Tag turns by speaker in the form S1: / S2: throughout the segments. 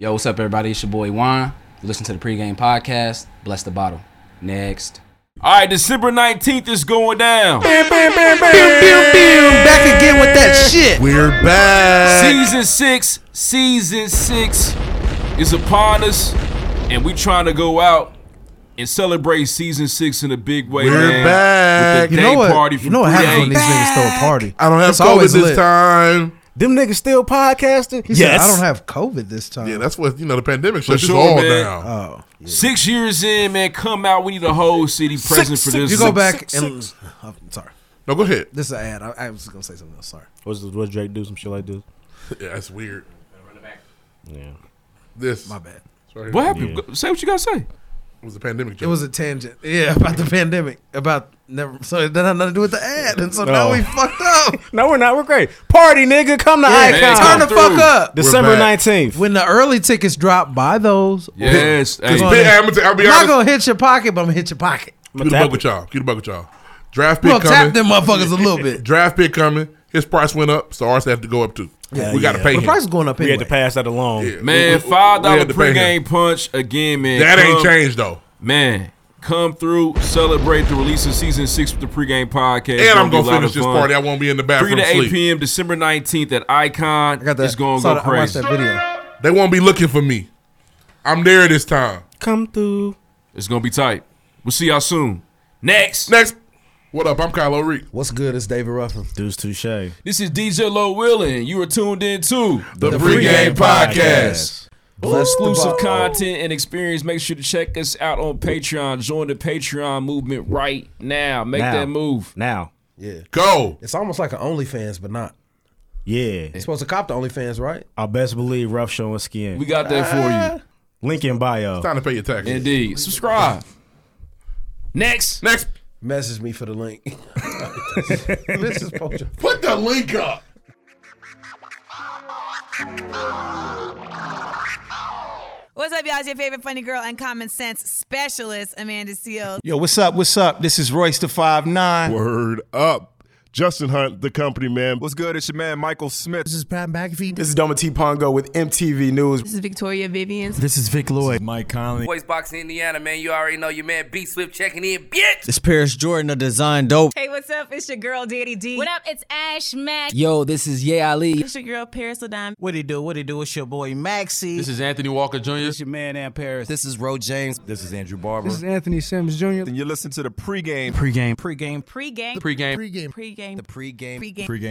S1: Yo, what's up, everybody? It's your boy Juan. You listen to the pregame podcast. Bless the bottle. Next.
S2: All right, December 19th is going down.
S1: Back again with that shit.
S3: We're back.
S2: Season 6, season 6 is upon us, and we trying to go out and celebrate season 6 in a big way,
S3: We're
S2: man.
S3: back.
S2: With the
S3: You
S2: day party from
S4: you know what
S2: 3A.
S4: happens when these niggas throw a party?
S3: I don't have
S4: It's
S3: COVID
S4: always
S3: this
S4: lit.
S3: time.
S4: Them niggas still podcasting? He
S3: Yes.
S4: Said, I don't have COVID this time.
S3: Yeah, that's what you know. The pandemic shut this
S2: sure,
S3: all
S2: man. Uh,
S3: down.
S4: oh.
S2: Six years in, man, come out. We need a whole city present for this.
S4: You go back and. I'm sorry.
S3: no, go ahead.
S4: This is an ad. I, I was going to say something else. Sorry.
S5: What's what Drake do? Some shit like this.
S3: Yeah, that's weird.
S5: Yeah.
S3: This
S4: My bad.
S3: right
S2: What
S3: here
S2: happened? Go- Say what you got to say.
S3: was the pandemic. Joke.
S4: It was a tangent. Yeah, about the pandemic. About never. So it didn't have nothing to do with the ad. And so now
S5: No.
S4: we fucked up.
S5: No, we're not. We're great. Party, nigga. Come to
S2: Yeah, man,
S5: Icon.
S4: Turn
S2: come
S4: the fuck
S2: through.
S4: up.
S5: December
S3: back.
S5: nineteenth.
S4: When the early tickets drop, buy those.
S2: Yes.
S3: It's
S2: hey.
S3: big- I'm gonna t- I'll be
S4: I'm not
S3: honest.
S4: going to hit your pocket, but I'm going to hit your pocket.
S3: Keep the buck with y'all. Keep the buck with y'all. Draft
S4: We're
S3: pick
S4: going to
S3: coming.
S4: tap them motherfuckers a little bit.
S3: Draft pick coming. His price went up, so ours have to go up too.
S5: Yeah,
S3: we got to
S5: yeah.
S3: pay
S4: The
S3: him.
S4: price is going up
S5: We
S4: anyway.
S5: had to pass that along.
S3: Yeah. We- we-
S2: Man,
S3: we
S2: $5
S3: had to pay him.
S2: pregame punch again, man.
S3: That ain't
S2: Come-
S3: changed though.
S2: Man, come through, celebrate the release of season six with the pregame podcast. It's
S3: And I'm
S2: be a
S3: gonna
S2: lot
S3: finish
S2: of
S3: this
S2: fun.
S3: party. I won't be in the
S2: Three
S3: bathroom
S2: to eight
S3: sleep.
S2: p.m. December nineteenth at Icon.
S4: I got that.
S2: It's gonna
S4: saw
S2: go
S4: that- I watched
S2: crazy.
S4: that video.
S3: They won't be looking for me. I'm there this time.
S5: Come through.
S2: It's gonna be tight. We'll see y'all soon. Next,
S3: Next, what up? I'm Kylo Reed.
S6: What's good? It's David Ruffin.
S5: Deuce Touche. The,
S2: this is DJ Low Willing. You are tuned in to
S3: The,
S2: Pregame
S6: Bless the
S2: exclusive
S6: bottle.
S2: content and experience. Make sure to check us out on Patreon. Join the Patreon movement right now. Make
S5: Now.
S2: that move.
S5: Now.
S3: Go.
S6: It's almost like an OnlyFans, but not.
S5: Yeah.
S6: You're supposed to cop the OnlyFans, right?
S5: I best believe rough showing skin.
S2: We got that for you.
S5: Link in bio.
S3: Time to pay your taxes.
S2: Indeed. Subscribe. Next.
S3: Next,
S6: Message me for the link. this is Poacher.
S3: put the link up.
S7: What's up, y'all? It's your favorite funny girl and common sense specialist, Amanda Seals.
S8: Yo, what's up? What's up? This is Royce the Five Nine.
S9: Word up. Justin Hunt, the company man. What's good? It's your man, Michael Smith.
S4: This is Pat McAfee.
S8: This is Doma T Pongo with MTV News.
S7: This is Victoria Vivian.
S4: This is Vic Lloyd.
S5: Mike Conley.
S10: Boys Boxing Indiana, man. You already know your man B Swift checking in, bitch.
S6: It's Paris Jordan of Design Dope.
S7: Hey, what's up? It's your girl, Daddy D. What up? It's Ash Mack.
S1: Yo, this is Ye Ali.
S7: It's your girl, Paris Ladon.
S8: What he do? What he do? It's your boy Maxie. This is Anthony Walker Jr. This your man Ann Paris.
S6: This is Ro James.
S5: This is Andrew Barber.
S9: And you listen to the pregame.
S8: pregame.
S7: Pre-game.
S2: Pregame.
S7: Pre-game. Pre-game.
S6: Pre-game.
S7: Pre-game.
S5: Pregame.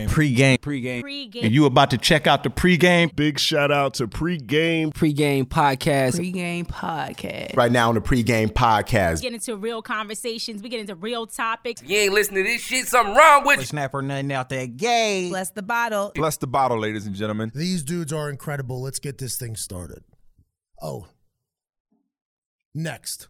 S6: Pre-game.
S5: Pregame.
S7: Pre-game.
S8: And you about to check out the pregame
S9: Big shout out to pregame.
S1: Pregame podcast.
S7: Pre-game podcast.
S8: right now on the pregame podcast.
S7: Get into real conversations. We get into real topics.
S10: You ain't listening to this shit. Something wrong with you.
S8: Snap or nothing out that gay.
S7: Bless the bottle.
S9: Bless the bottle, ladies and gentlemen.
S11: These dudes are incredible. Let's get this thing started. Oh. Next.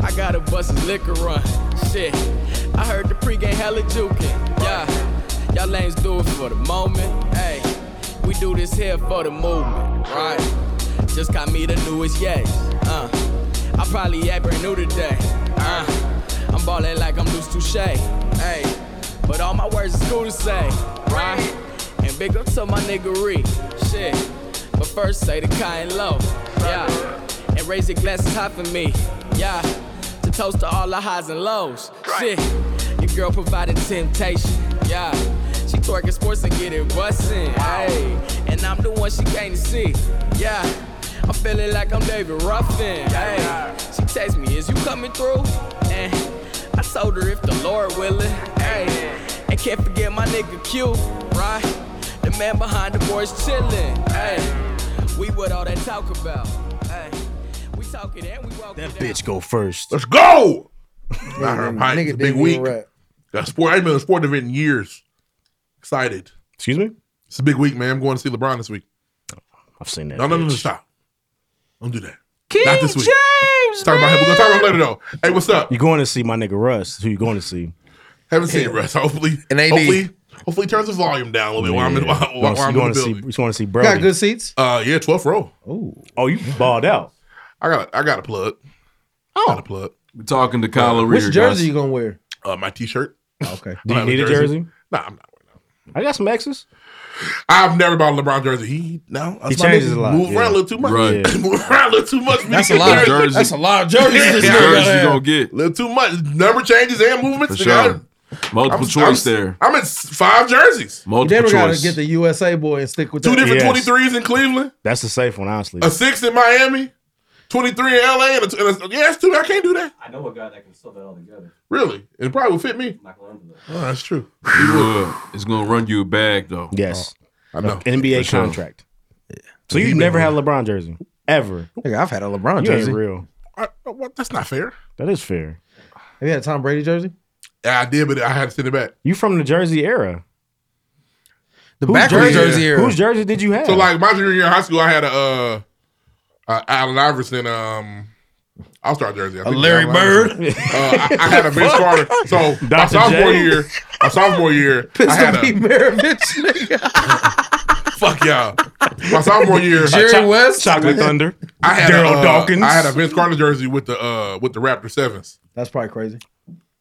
S10: I got a bus's liquor run. Shit. I heard the pregame hella jukin'. Yeah. Y'all lanes do it for the moment. Hey, we do this here for the movement. Right. Just got me the newest yes. Uh, I probably act brand new today. Uh, I'm ballin' like I'm loose touche. Hey, but all my words is cool to say, right? And big up to my niggery, shit. But first say the kind low, yeah. And raise your glasses high for me, yeah. To toast to all the highs and lows, shit. Your girl provided temptation, yeah. She twerking sports and get it bustin', hey. And I'm the one she came to see, yeah. I'm feeling like I'm David Ruffin, hey. She text me, is you coming through? And I told her if the Lord willing, hey. And can't forget my nigga Q, right? The man behind the boys chillin', hey. We what all that talk about, hey. We talking and we walking
S5: That
S10: down.
S5: bitch go first.
S3: Let's go. I heard Mike. It's a
S6: didn't
S3: big
S6: even
S3: week.
S6: rap.
S3: Got sport. I ain't been in a sport event in years. Excited.
S5: Excuse me?
S3: It's a big week, man. I'm going to see LeBron this week.
S5: I've seen that.
S3: No, no, no, no,
S5: bitch.
S3: stop. Don't do that. Not this week. James. Talk about him. We're gonna talk about him later though. Hey, what's up?
S5: You're going to see my nigga Russ. Who you going to see?
S3: Haven't seen it, Russ. Hopefully,
S5: And AD.
S3: hopefully, hopefully, he turns his volume down a little bit while I'm in, while,
S5: You
S3: while,
S5: wanna see-
S3: I'm
S5: you
S3: in
S5: wanna
S3: the
S5: see-
S3: building.
S5: You want to see Brody?
S3: seats? Uh, yeah, 12th row.
S5: Oh, oh, you balled out.
S3: I got, I got a plug. Oh, got a plug.
S2: We're talking to Kyle O'Rear.
S4: Which jersey
S2: guys.
S4: you gonna wear?
S3: Uh, my T-shirt.
S4: Okay.
S5: Do you need a jersey?
S3: Nah, I'm not.
S5: I got some X's.
S3: I've never bought a LeBron jersey. He no, that's
S5: He
S3: my
S5: changes
S3: nigga.
S5: a lot,
S3: Move
S5: yeah.
S3: around a little too much.
S5: Right. Yeah.
S3: Move around a little too much.
S2: That's a lot of
S3: Jersey.
S2: jerseys. That's a lot of jerseys this
S3: Yeah.
S2: nigga Jerseys got. you gonna get.
S3: little too much. Number changes and movements.
S2: For
S3: nigga.
S2: sure. Multiple
S3: I'm-
S2: choice
S3: I'm-
S2: there.
S3: I'm at s- five jerseys.
S2: Multiple
S4: Then we gotta
S2: choice.
S4: get the USA boy and stick with
S3: Two
S4: that.
S3: different
S5: Yes.
S3: 23s in Cleveland.
S5: That's the safe one, honestly.
S3: A six in Miami, twenty three in LA, and, a, t- and a- yeah, that's two. I can't do that. I know a guy that can sew that all together. Really, it probably would fit me. Oh, that's true.
S2: You would. It's gonna run you a bag though.
S5: Yes.
S3: Oh, I know.
S5: NBA
S2: For sure.
S5: contract. So you never had a LeBron jersey ever.
S4: Nigga, I've had a LeBron
S5: you
S4: jersey.
S5: ain't real.
S3: I, what? That's not fair.
S5: That is fair.
S4: Have you had a Tom Brady jersey?
S3: Yeah, I did, but I had to send it back.
S5: You from the Jersey era?
S4: The
S5: Whose
S4: backwards
S5: jersey-
S4: jersey era.
S5: Whose jersey did you have?
S3: So like my junior year in high school, I had a, uh, a Allen Iverson um, All Star jersey. I think it was
S12: Larry
S3: Allen Iverson.
S12: Bird?
S3: Uh, I, I had a Vince Carter. So my
S5: Dr.
S3: sophomore
S5: J?
S3: year, my sophomore year, I
S4: Pistol
S3: had a
S4: Pete Maravich, nigga.
S3: fuck y'all. My sophomore year,
S12: Jerry West.
S5: Chocolate Thunder.
S3: I had a,
S5: Daryl
S3: uh,
S5: Dawkins.
S3: I had a Vince Carter jersey with the uh, with the Raptor sevens.
S4: That's probably crazy.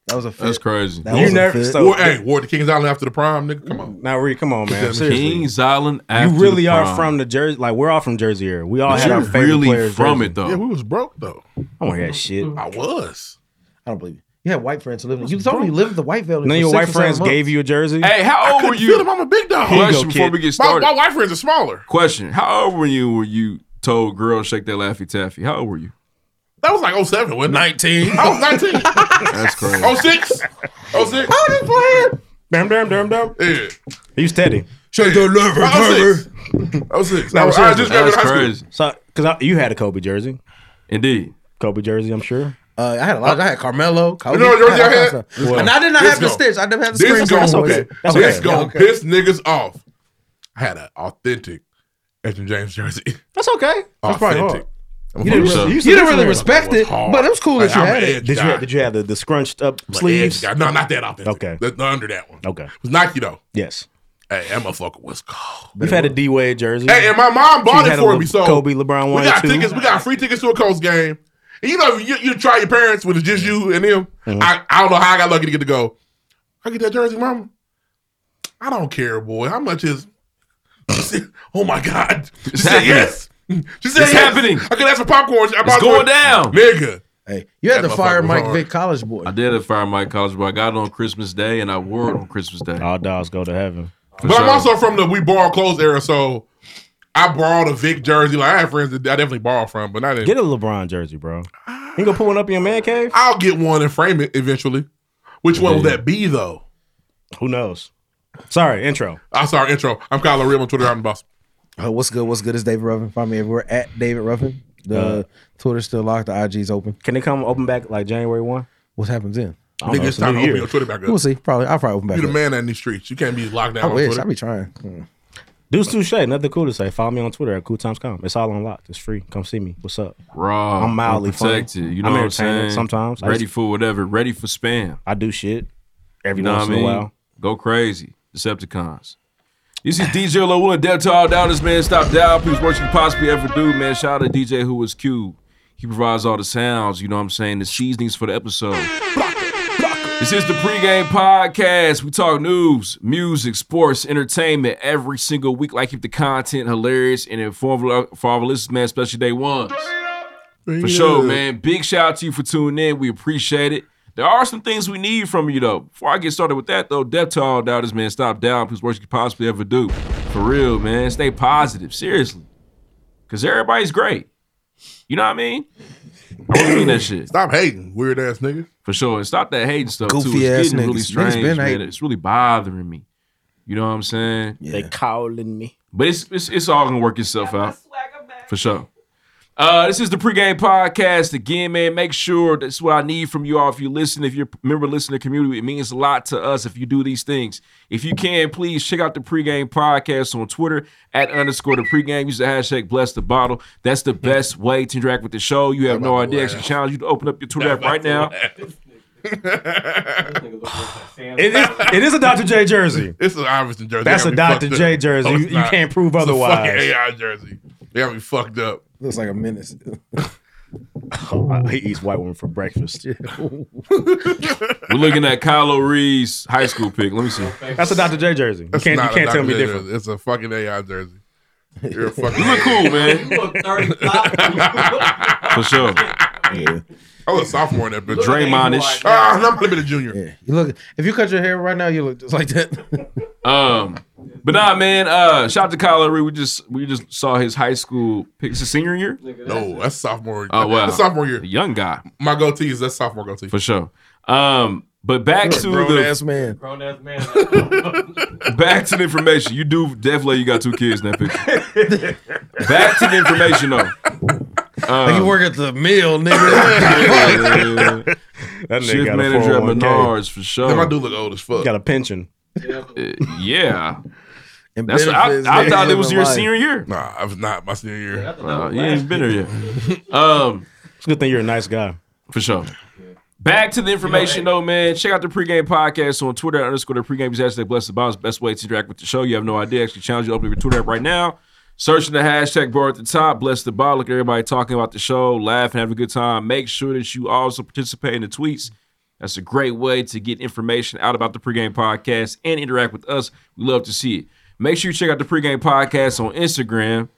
S4: That was a fit.
S2: That's crazy.
S4: That
S5: You
S4: was
S5: never-
S4: a fit.
S5: so-
S3: Wore- hey, wore the Kings Island after the prom, nigga. Come on.
S5: Now, Reed, come on, man. Seriously.
S2: Kings Island.
S5: You
S2: After
S5: really
S2: the
S5: are
S2: prom.
S5: from the Jersey. Like we're all from Jersey era. We all
S2: But
S5: had
S2: You're
S5: our favorite
S2: really
S5: players.
S2: from
S5: jersey.
S2: it though.
S3: Yeah, we was broke though.
S5: I don't hear that shit.
S3: I was.
S4: I don't believe you. You had white friends who lived in. You told me you lived with the white family.
S5: None of
S4: for
S5: your
S4: six
S5: white
S4: or seven
S5: friends
S4: months.
S5: gave you a jersey.
S2: Hey,
S3: I
S2: how old
S3: couldn't
S2: were
S3: Feel
S2: you?
S3: them. I'm a big dog.
S5: Here you
S2: Question
S5: go,
S2: before
S5: kid.
S2: we get
S3: My,
S2: started.
S3: my white friends are smaller.
S2: Question: How old were you when you told girl shake that laffy taffy? How old were you?
S3: That was like 07, wasn't it?
S12: 19.
S3: I was Oh 19.
S2: That's crazy.
S3: 06? 06?
S5: Damn, damn, damn, damn.
S3: Yeah.
S5: He was Teddy.
S12: Shut your lover,
S3: I was 06. I was, I was just
S2: That's
S3: graduated high school.
S2: crazy.
S5: So, because you had a Kobe jersey,
S2: Indeed.
S5: Kobe jersey, I'm sure.
S4: Uh, I had a lot. I had Carmelo. Kobe.
S3: You know what jersey I
S4: all
S3: had?
S4: kinds of stuff. And I did not
S3: This
S4: have the
S3: gone.
S4: stitch. I never had the
S3: This is
S4: screen.
S3: gonna,
S5: That's okay. That's
S3: this
S5: okay.
S3: gonna
S4: Yeah, okay.
S3: piss niggas off. I had an authentic Edwin James jersey.
S5: That's okay. That's probably
S3: Authentic.
S5: hard.
S3: I'm
S4: You
S3: a
S4: didn't
S3: full-
S4: really, you
S5: used to
S4: didn't
S5: do
S4: really
S5: that.
S4: respect it,
S3: hard.
S4: but it was cool that
S3: Like,
S4: you
S3: I'm an
S4: had it.
S3: edge
S5: Did you
S3: guy.
S5: have, did you have the, the scrunched up
S3: I'm an
S5: sleeves?
S3: edge guy. No, not that authentic.
S5: Okay.
S3: The, the under that one.
S5: Okay.
S3: It was Nike though.
S5: Yes.
S3: Hey, that motherfucker was cold.
S5: You've had a D Wade jersey.
S3: Hey, and my mom bought it
S5: She had a
S3: for
S5: little
S3: me. So
S5: Kobe LeBron
S3: we
S5: one
S3: got
S5: and two.
S3: tickets. We got free tickets to a Colts game. And you know, you, you try your parents when it's just you and them.
S2: Mm-hmm.
S3: I, I don't know how I got lucky to get to go. I get that jersey, mama. I don't care, boy. How much is? She said, oh my god! She said
S2: happening.
S3: yes. She said
S2: It's
S3: yes.
S2: happening.
S3: I could ask for popcorn. I bought
S2: It's going
S3: it.
S2: down.
S3: nigga.
S4: Hey, you had
S3: That
S4: to
S3: motherfucker
S4: fire
S3: was
S4: Mike
S3: hard.
S4: Vick, college boy.
S2: I did at Fire Mike College, but I got it on Christmas Day and I wore it on Christmas Day.
S5: All dogs go to heaven.
S2: For
S3: But I'm
S2: sure.
S3: also from the we borrow clothes era, so I borrowed a Vic jersey. Like I had friends that I definitely borrowed from, but not.
S5: Get a LeBron jersey, bro. You gonna put one up in your man cave?
S3: I'll get one and frame it eventually. Which one will that be though?
S5: Who knows? Sorry, intro.
S3: I saw our intro. I'm Kyle O'Reilly on Twitter. I'm the boss.
S5: Oh,
S4: Uh, what's good? What's good? It's David Ruffin. Find me everywhere at David Ruffin. The
S5: Uh,
S4: Twitter's still locked. The IG's open.
S5: Can they come open back like January one?
S4: What happens then?
S5: I don't
S3: Nigga,
S5: know.
S3: it's
S5: It's a
S3: time to
S5: new
S3: open
S5: year.
S3: your Twitter back
S4: We'll
S3: up.
S4: see. Probably. I'll probably open back.
S3: You the
S4: up.
S3: man in these streets. You can't be locked down
S4: I
S3: on
S4: wish.
S3: Twitter.
S4: I'll be trying. Hmm.
S5: Deuce Deuce Shay, nothing cool to say. Follow me on Twitter at cooltimes.com. It's all unlocked. It's free. Come see me. What's up?
S2: raw.
S5: I'm mildly funny.
S2: protected. You know
S5: I'm
S2: what I'm
S5: entertaining
S2: saying?
S5: sometimes. I
S2: ready
S5: just-
S2: for whatever. Ready for spam.
S5: I do shit every
S2: You know
S5: once
S2: what I
S5: in
S2: mean?
S5: a while.
S2: Go crazy. Decepticons. This is DJ Low and Dev to all downers, man. Stop down. Please worship you possibly ever do, man. Shout out to DJ who was Q. He provides all the sounds, you know what I'm saying, the seasonings for the episode. This is the pregame podcast. We talk news, music, sports, entertainment every single week. Like keep the content hilarious and informative for our listeners, man, especially day ones. For sure, man. Big shout out to you for tuning in. We appreciate it. There are some things we need from you though. Before I get started with that though, death to all doubters, man. Stop down, because worst you could possibly ever do. For real, man. Stay positive, seriously. Cause everybody's great. You know what I mean? I really mean that shit.
S3: Stop hating, weird ass nigga.
S2: For sure. And stop that hating stuff too.
S4: Goofy
S2: It's
S4: ass
S2: getting really
S4: niggas. Niggas
S2: strange,
S4: been
S2: man.
S4: hating.
S2: It's really bothering me. You know what I'm saying?
S5: They calling me.
S2: But it's it's, it's all gonna work itself out. For sure. Uh, this is the pregame podcast again, man. Make sure that's what I need from you all. If you listen, if you're a member, listen to the community, it means a lot to us if you do these things. If you can, please check out the pregame podcast on Twitter at underscore the pregame. Use the hashtag bless the bottle. That's the best way to interact with the show. You have no idea. I Actually, challenge you to open up your Twitter app right now.
S5: It is, it is a Dr. J jersey.
S3: This is Iverson jersey.
S5: That's
S3: They
S5: a
S3: got me
S5: Dr.
S3: fucked
S5: J
S3: up.
S5: jersey.
S3: No, it's
S5: You- you
S3: not.
S5: can't prove
S3: It's a
S5: otherwise.
S3: fucking AI jersey. They got me fucked up.
S4: Looks like a menace.
S5: Oh, I- he eats white women for breakfast.
S2: We're looking at Kylo Ree's high school pick. Let me see.
S5: That's a Dr. J jersey. You
S3: That's
S5: can't, you
S3: not a
S5: can't tell
S3: Dr.
S5: me
S3: J
S5: different.
S3: jersey. It's a fucking AI jersey. You're a fucking.
S2: You look cool, man.
S3: You look 35.
S2: For sure.
S3: Yeah. I was a sophomore in that bitch.
S2: Draymond-ish.
S3: Ah, no, I might have been a junior.
S12: You look if you cut your hair right now, you look just like that.
S2: Um, but nah, man. Uh, shout out to Kyler Reed. We just we just saw his high school pick. It's a senior year.
S3: No, that's sophomore.
S2: Oh wow,
S3: That's sophomore year.
S2: young guy
S3: My goatee is that sophomore goatee.
S2: for sure. Um, but back
S3: You're a
S2: to
S3: grown
S2: the
S3: ass man.
S4: Grown ass man.
S2: back to the information. You do definitely you got two kids in that picture. back to the information though.
S12: like you
S2: Um,
S12: work at the mill, nigga.
S5: That nigga
S2: shift
S5: got a
S2: manager at
S5: 401k.
S2: Menards for sure.
S5: That my dude
S3: look old as
S5: He got a pension.
S2: yeah.
S5: And
S2: That's what I,
S5: benefits,
S2: I
S5: nigga,
S2: thought it
S5: living
S2: was your
S5: life.
S2: senior year.
S3: Nah, I was not my senior year.
S2: Uh, you ain't been there yet. Um,
S5: it's a good thing you're a nice guy.
S2: For sure. Back to the information though, man. Check out the pregame podcast on Twitter at underscore the pregame is hashtag bless the bottles. Best way to interact with the show. You have no idea. Actually, challenge you to open your Twitter app right now. Searching the hashtag bar at the top, bless the bottle. Look at everybody talking about the show, laughing, having a good time. Make sure that you also participate in the tweets. That's a great way to get information out about the pregame podcast and interact with us. We love to see it. Make sure you check out the pregame podcast on Instagram.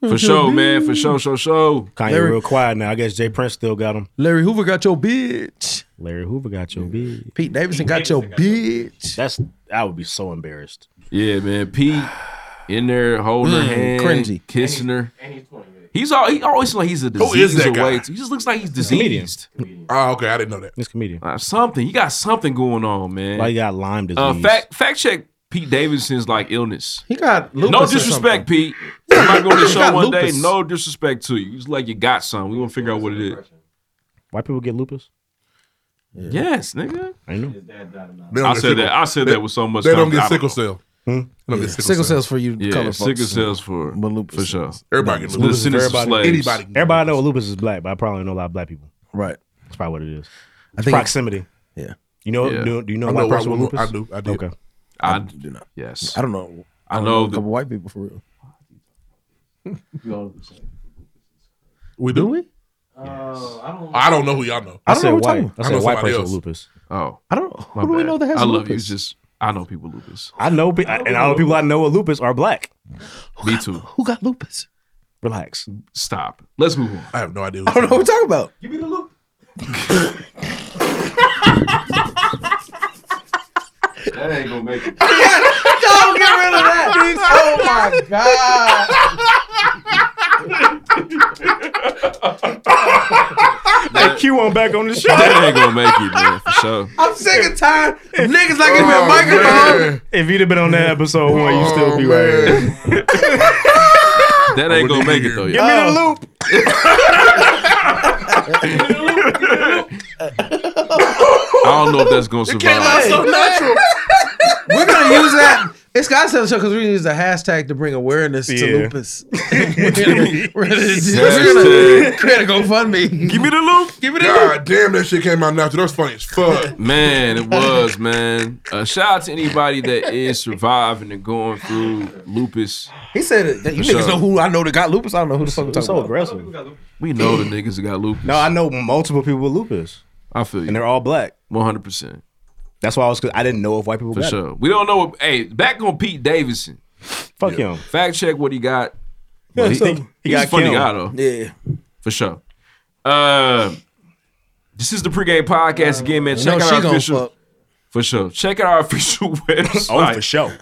S2: For sure, man. For sure, sure, sure.
S5: Kanye
S12: Larry-
S5: real quiet now. I guess Jay Prince still got him.
S12: Larry Hoover got your bitch.
S5: Larry Hoover got your bitch.
S12: Pete Davidson got your bitch.
S5: That's I would be so embarrassed.
S2: Yeah, man. Pete in there holding her
S5: Mm,
S2: hand,
S5: cringy.
S2: kissing her. He's all he always seems like he's a disease
S3: Who is that guy?
S2: away. He just looks like he's
S5: Comedian.
S2: diseased.
S3: Oh, okay. I didn't know that.
S5: This comedian.
S2: Uh, something. He got something going on, man.
S5: Like he got Lyme disease.
S2: uh, fact fact check Pete Davidson's like illness.
S12: He got lupus
S2: no
S12: or
S2: disrespect, Pete. You might go to the
S12: He
S2: show
S12: got
S2: one day.
S12: lupus.
S2: No disrespect to you. It's like you got something. We gonna figure out what it is.
S5: White people get lupus.
S2: Yes, nigga.
S5: I know.
S3: They don't
S2: I
S3: get
S2: said
S3: sickle-
S2: that. I said
S3: they-
S2: that with so much.
S3: They don't
S2: confidence.
S3: get sickle cell.
S5: Hmm?
S3: They don't
S12: Yeah.
S3: get sickle,
S12: Sickle
S3: cell.
S12: cells for you
S2: Yeah,
S12: color
S2: sickle
S12: folks.
S2: cells for for sure.
S3: Everybody
S2: gets
S5: gets
S2: lupus. Descendants of
S5: Everybody,
S2: slaves.
S5: anybody, everybody know lupus is black, but I probably know a lot of black people.
S12: Right.
S5: That's probably what it is.
S12: I
S5: I
S12: think-
S5: think proximity.
S12: Yeah.
S5: You know?
S2: Yeah.
S5: Do, do you know
S2: I
S5: a
S2: know
S5: black
S2: why
S5: person with
S2: we-
S5: lupus?
S2: I do, I do.
S5: Okay.
S2: I do not. Yes.
S4: I don't know.
S2: I know
S4: a
S2: the-
S4: couple white people for real.
S3: We do.
S12: we?
S3: I don't know who y'all know.
S5: I, said
S3: know who
S5: white.
S3: talking
S5: I
S3: about.
S5: said white
S3: somebody
S5: person
S3: else.
S5: with lupus.
S2: Oh,
S5: I don't.
S2: My
S5: who do we
S2: bad.
S5: know that has
S2: I love you.
S5: lupus?
S2: It's just I know people with lupus.
S5: I know, pe- and all the people I know with lupus are black.
S2: Me too.
S12: Who got lupus?
S5: Relax.
S2: Stop. Let's move on.
S3: I have no idea.
S12: I don't know what we're talking about.
S4: You be the loop.
S2: That ain't gonna make it.
S12: Don't get rid of that. Oh my god.
S5: Hey, Q on back on the show.
S2: That ain't gonna make it, man. For sure.
S12: I'm sick and tired of niggas like him
S2: Oh,
S3: Oh,
S12: at microphone.
S5: If you'd have been on that episode one, you still be right here.
S2: That ain't gonna make it though.
S5: Give
S2: Yeah.
S5: me the loop.
S2: I don't know if that's gonna survive.
S3: so natural.
S12: We're gonna use that. It's got to show because we use the hashtag to bring awareness to
S5: Yeah.
S12: lupus. we're gonna, we're gonna, we're gonna
S2: Hashtag.
S12: create a GoFundMe.
S2: Give me the loop.
S12: Give it a
S3: God damn, that shit came out natural. That was funny as fuck.
S2: Man, it was, man. Uh, shout out to anybody that is surviving and going through lupus.
S12: He said it. You
S2: For
S12: niggas
S2: sure.
S12: know who I know that got lupus. I don't know who the fuck I'm
S5: It's
S12: talking
S5: so
S12: about.
S5: aggressive.
S2: We know the niggas that got lupus.
S5: No, I know multiple people with lupus,
S2: I feel
S5: and
S2: you.
S5: they're all black.
S2: 100%.
S5: That's why I was. I didn't know if white people
S2: For
S5: got it.
S2: sure. We don't know what. Hey, back on Pete Davidson.
S5: Fuck him.
S2: Fact check what he got.
S5: Yeah,
S2: he,
S5: so-
S2: he,
S5: he
S2: he's a
S5: got
S2: funny
S5: killed.
S2: guy, though.
S12: Yeah.
S2: For sure. Uh, this is the pregame podcast again, man. Check
S12: No,
S2: out
S12: she
S2: our
S12: gonna
S2: official.
S12: fuck.
S2: For sure. Check out our official
S5: Oh,
S2: website.
S5: for sure.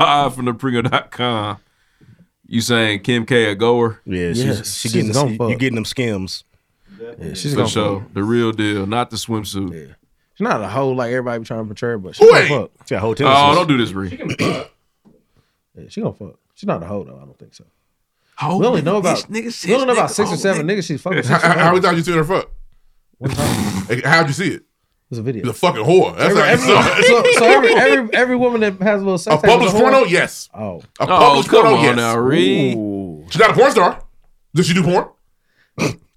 S2: live from thepringo.com. You saying Kim K a goer?
S5: Yeah,
S12: Yes,
S5: she's, she
S12: she's
S5: getting
S12: gonna
S5: you-
S12: fuck.
S5: you getting them skims.
S12: Yeah, she's
S2: For
S12: gonna.
S2: sure. The real deal, not the swimsuit.
S12: She's not a hoe like everybody be trying to portray her, but she
S3: Who
S12: gonna
S3: ain't?
S12: fuck.
S5: She got whole tennis.
S2: Oh, don't do this, Ree.
S12: Yeah, she gonna fuck.
S4: She's not a hoe though. I don't think so.
S2: Hoe?
S4: We only know about
S2: This nigga says
S4: we only know about
S2: nigga
S4: six or
S2: hoe,
S4: seven
S2: nigga.
S4: niggas she's fucking.
S3: How, how, many times you seen her fuck? How'd you see it?
S4: It's a video.
S3: She's a fucking whore. That's
S4: Every-
S3: how you
S4: every-
S3: saw it.
S4: so, so every, every every woman that has a little sex
S3: A published porno?
S4: porno,
S3: Yes.
S4: Oh,
S3: A published
S2: come
S3: porno?
S2: on
S3: Yes.
S2: now, Ree.
S3: Ooh. She's not a porn star. Did she do porn?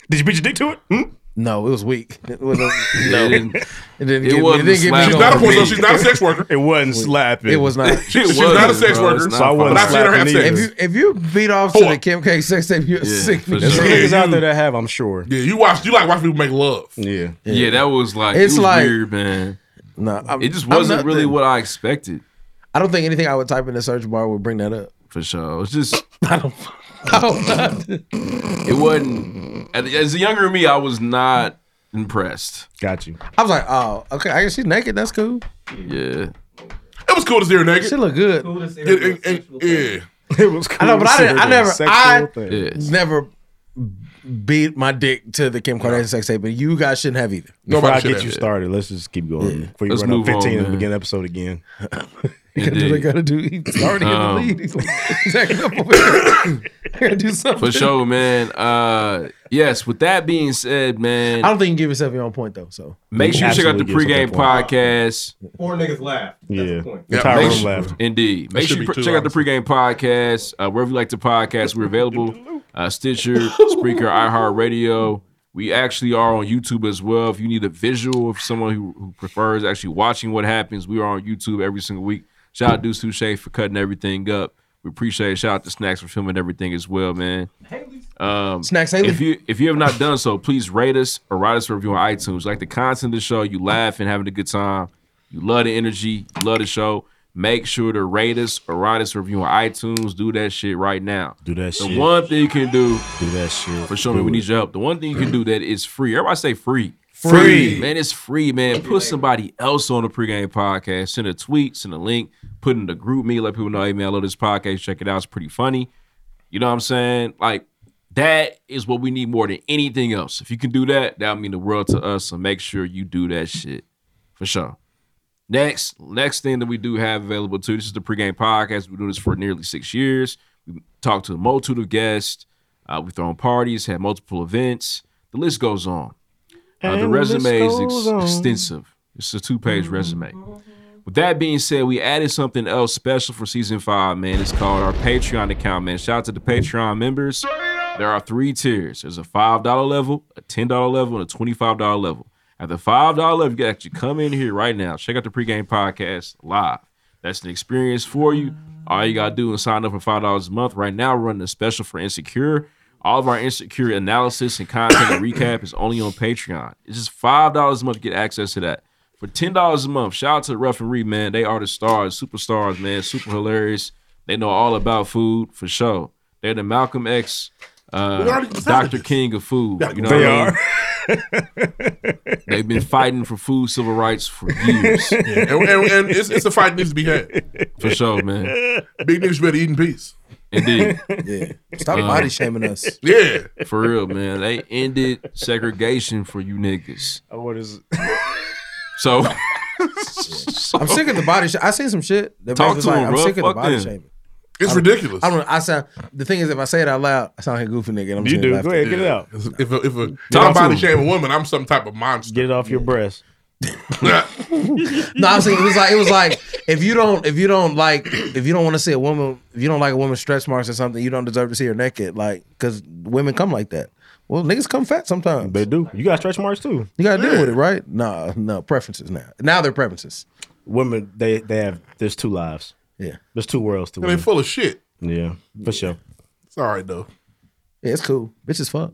S3: Did you beat your dick to it?
S5: Hmm?
S4: No, it was weak. It was no,
S2: It didn't-
S4: it didn't.
S2: it
S4: get,
S2: wasn't
S4: it didn't get
S2: slapping.
S4: me going.
S3: She's not a porn star. She's not a sex worker.
S13: It wasn't slapping.
S4: It was not.
S3: She was not a sex
S13: bro. It's
S3: worker.
S13: not So I wasn't
S3: but I've seen her have
S13: slapping
S3: sex.
S13: either.
S4: If you if you beat off to the Kim K sex tape, you're
S2: Yeah,
S4: sick.
S2: for
S4: nigga.
S2: sure.
S13: niggas out
S4: you-
S13: there that have, I'm sure.
S3: Yeah, you watch. You like watch people make love.
S13: Yeah.
S2: Yeah, that was like
S4: It's
S2: it was
S4: like-
S2: weird, man.
S4: Nah, I'm-
S2: It just
S4: I'm
S2: wasn't
S4: not
S2: really
S4: the-
S2: what I expected
S4: I don't think anything I would type in the search bar would bring that up.
S2: for sure. It's just
S4: I don't.
S2: Oh,
S4: I don't
S2: it wasn't. as- As a younger me, I was not impressed.
S13: Got you.
S4: I was like, oh, okay. I guess she's naked. That's cool.
S2: Yeah,
S3: It was cool to see her naked.
S4: She look good.
S3: It- it- it- yeah.
S13: It was
S4: I know, but I didn't. I never. I
S2: yeah.
S4: never beat my dick to the Kim Kardashian sex tape, but you guys shouldn't have either.
S3: Nobody
S13: Before I
S3: should
S13: get
S3: have
S13: you
S3: it.
S13: started, let's just keep going. Before you
S2: Let's
S13: run up
S2: move on,
S13: 15 and
S2: man.
S13: begin the episode again.
S4: Gotta do what I
S2: Indeed.
S4: gotta do. He's already
S2: Um,
S4: in the lead. He's like, he's acting up over here. I gotta do something.
S2: for sure, man. Uh, yes. With that being said, man,
S4: I don't think you can give yourself your own point though. So
S2: Make sure you check out the
S13: Absolutely
S2: pregame
S13: gives us that
S2: podcast.
S14: Four niggas laughed. That's
S13: Yeah.
S14: the point.
S13: The
S2: Yeah,
S13: Entire
S2: make
S13: room
S2: sure-
S13: left.
S2: Indeed.
S3: That
S2: Make
S3: should
S2: sure you
S3: be
S2: pre-
S3: two
S2: check out the pregame podcast. Uh, wherever you like to podcast, we're available. Uh, Stitcher, Spreaker, iHeartRadio. We actually are on YouTube as well. If you need a visual of someone who, who prefers actually watching what happens, we are on YouTube every single week. Shout out Deuce Touche for cutting everything up. We appreciate it. Shout out to Snacks for filming everything as well, man. Um,
S4: Snacks Haley.
S2: If you if you have not done so, please rate us or write us a review on iTunes. Like the content of the show, you laugh and having a good time. You love the energy, you love the show. Make sure to rate us or write us a review on iTunes. Do that shit right now.
S13: Do that
S2: The
S13: shit.
S2: one thing you can do
S13: Do that shit.
S2: for sure, man, we need your help. The one thing you can do that is free. Everybody say free.
S13: Free.
S2: Man, it's free, man. Put somebody else on the pregame podcast. Send a tweet, send a link, put in the group me, let people know, hey, man, I love this podcast. Check it out. It's pretty funny. You know what I'm saying? Like, that is what we need more than anything else. If you can do that, that would mean the world to us. So make sure you do that shit for sure. Next, next thing that we do have available too, this is the pregame podcast. We've been doing this for nearly six years. We talked to a multitude of guests. Uh, we've thrown parties, had multiple events. The list goes on. Uh, the
S13: And the list
S2: resume is
S13: goes
S2: ex-
S13: on. Mm-hmm.
S2: extensive. It's a two-page resume. With that being said, we added something else special for season five, man. It's called our Patreon account, man. Shout out to the Patreon members. There are three tiers. There's a five dollar level, a ten dollar level, and a twenty-five dollar level. At the five dollar level, you can actually come in here right now. Check out the pregame podcast live. That's an experience for you. All you gotta do is sign up for five dollars a month. Right now, we're running a special for Insecure. All of our Insecure analysis and content and recap is only on Patreon. It's just five dollars a month to get access to that. For ten dollars a month, shout out to the referee, man. They are the stars, superstars, man. Super hilarious. They know all about food for sure. They're the Malcolm X,
S3: We
S2: uh,
S3: already decided
S2: Dr. King of food. You know
S13: They
S2: what I mean?
S13: are.
S2: They've been fighting for food civil rights for years.
S3: And, and, and it's, it's a fight that needs to be had.
S2: For sure, man.
S3: Big niggas better eat in peace.
S2: Indeed.
S4: yeah, stop
S2: Um,
S4: body shaming us.
S3: Yeah.
S2: For real, man. They ended segregation for you niggas.
S13: Oh, What is
S2: So
S4: I'm sick of the body. Sh- I seen some shit. That
S2: Talk
S4: basically
S2: to
S4: like,
S2: him,
S4: I'm
S2: bro.
S4: sick of
S2: Fuck
S4: the body
S2: them.
S4: shaming.
S3: It's ridiculous.
S4: I don't. I sound. The thing is, if I say it out loud, I sound like a goofy nigga. And I'm
S13: You
S4: just
S13: do.
S4: laughing.
S13: Go ahead, get it out.
S3: If a, if a, if
S2: Talk
S3: I
S2: to
S3: body
S2: him.
S3: shame a woman, I'm some type of monster.
S13: Get it off your breast.
S4: No, I'm saying it was like it was like if you don't if you don't like if you don't want to see a woman if you don't like a woman's stretch marks or something you don't deserve to see her naked like because women come like that. Well, niggas come fat sometimes.
S13: They do. You got stretch marks too.
S4: You gotta deal with it, right? Nah, no preferences now. Now they're preferences.
S13: Women, they they have. There's two lives.
S4: Yeah,
S13: There's two worlds to
S3: And they
S13: women.
S3: full of shit.
S13: Yeah, for sure.
S3: It's all right though.
S4: yeah it's cool. Bitch is fuck.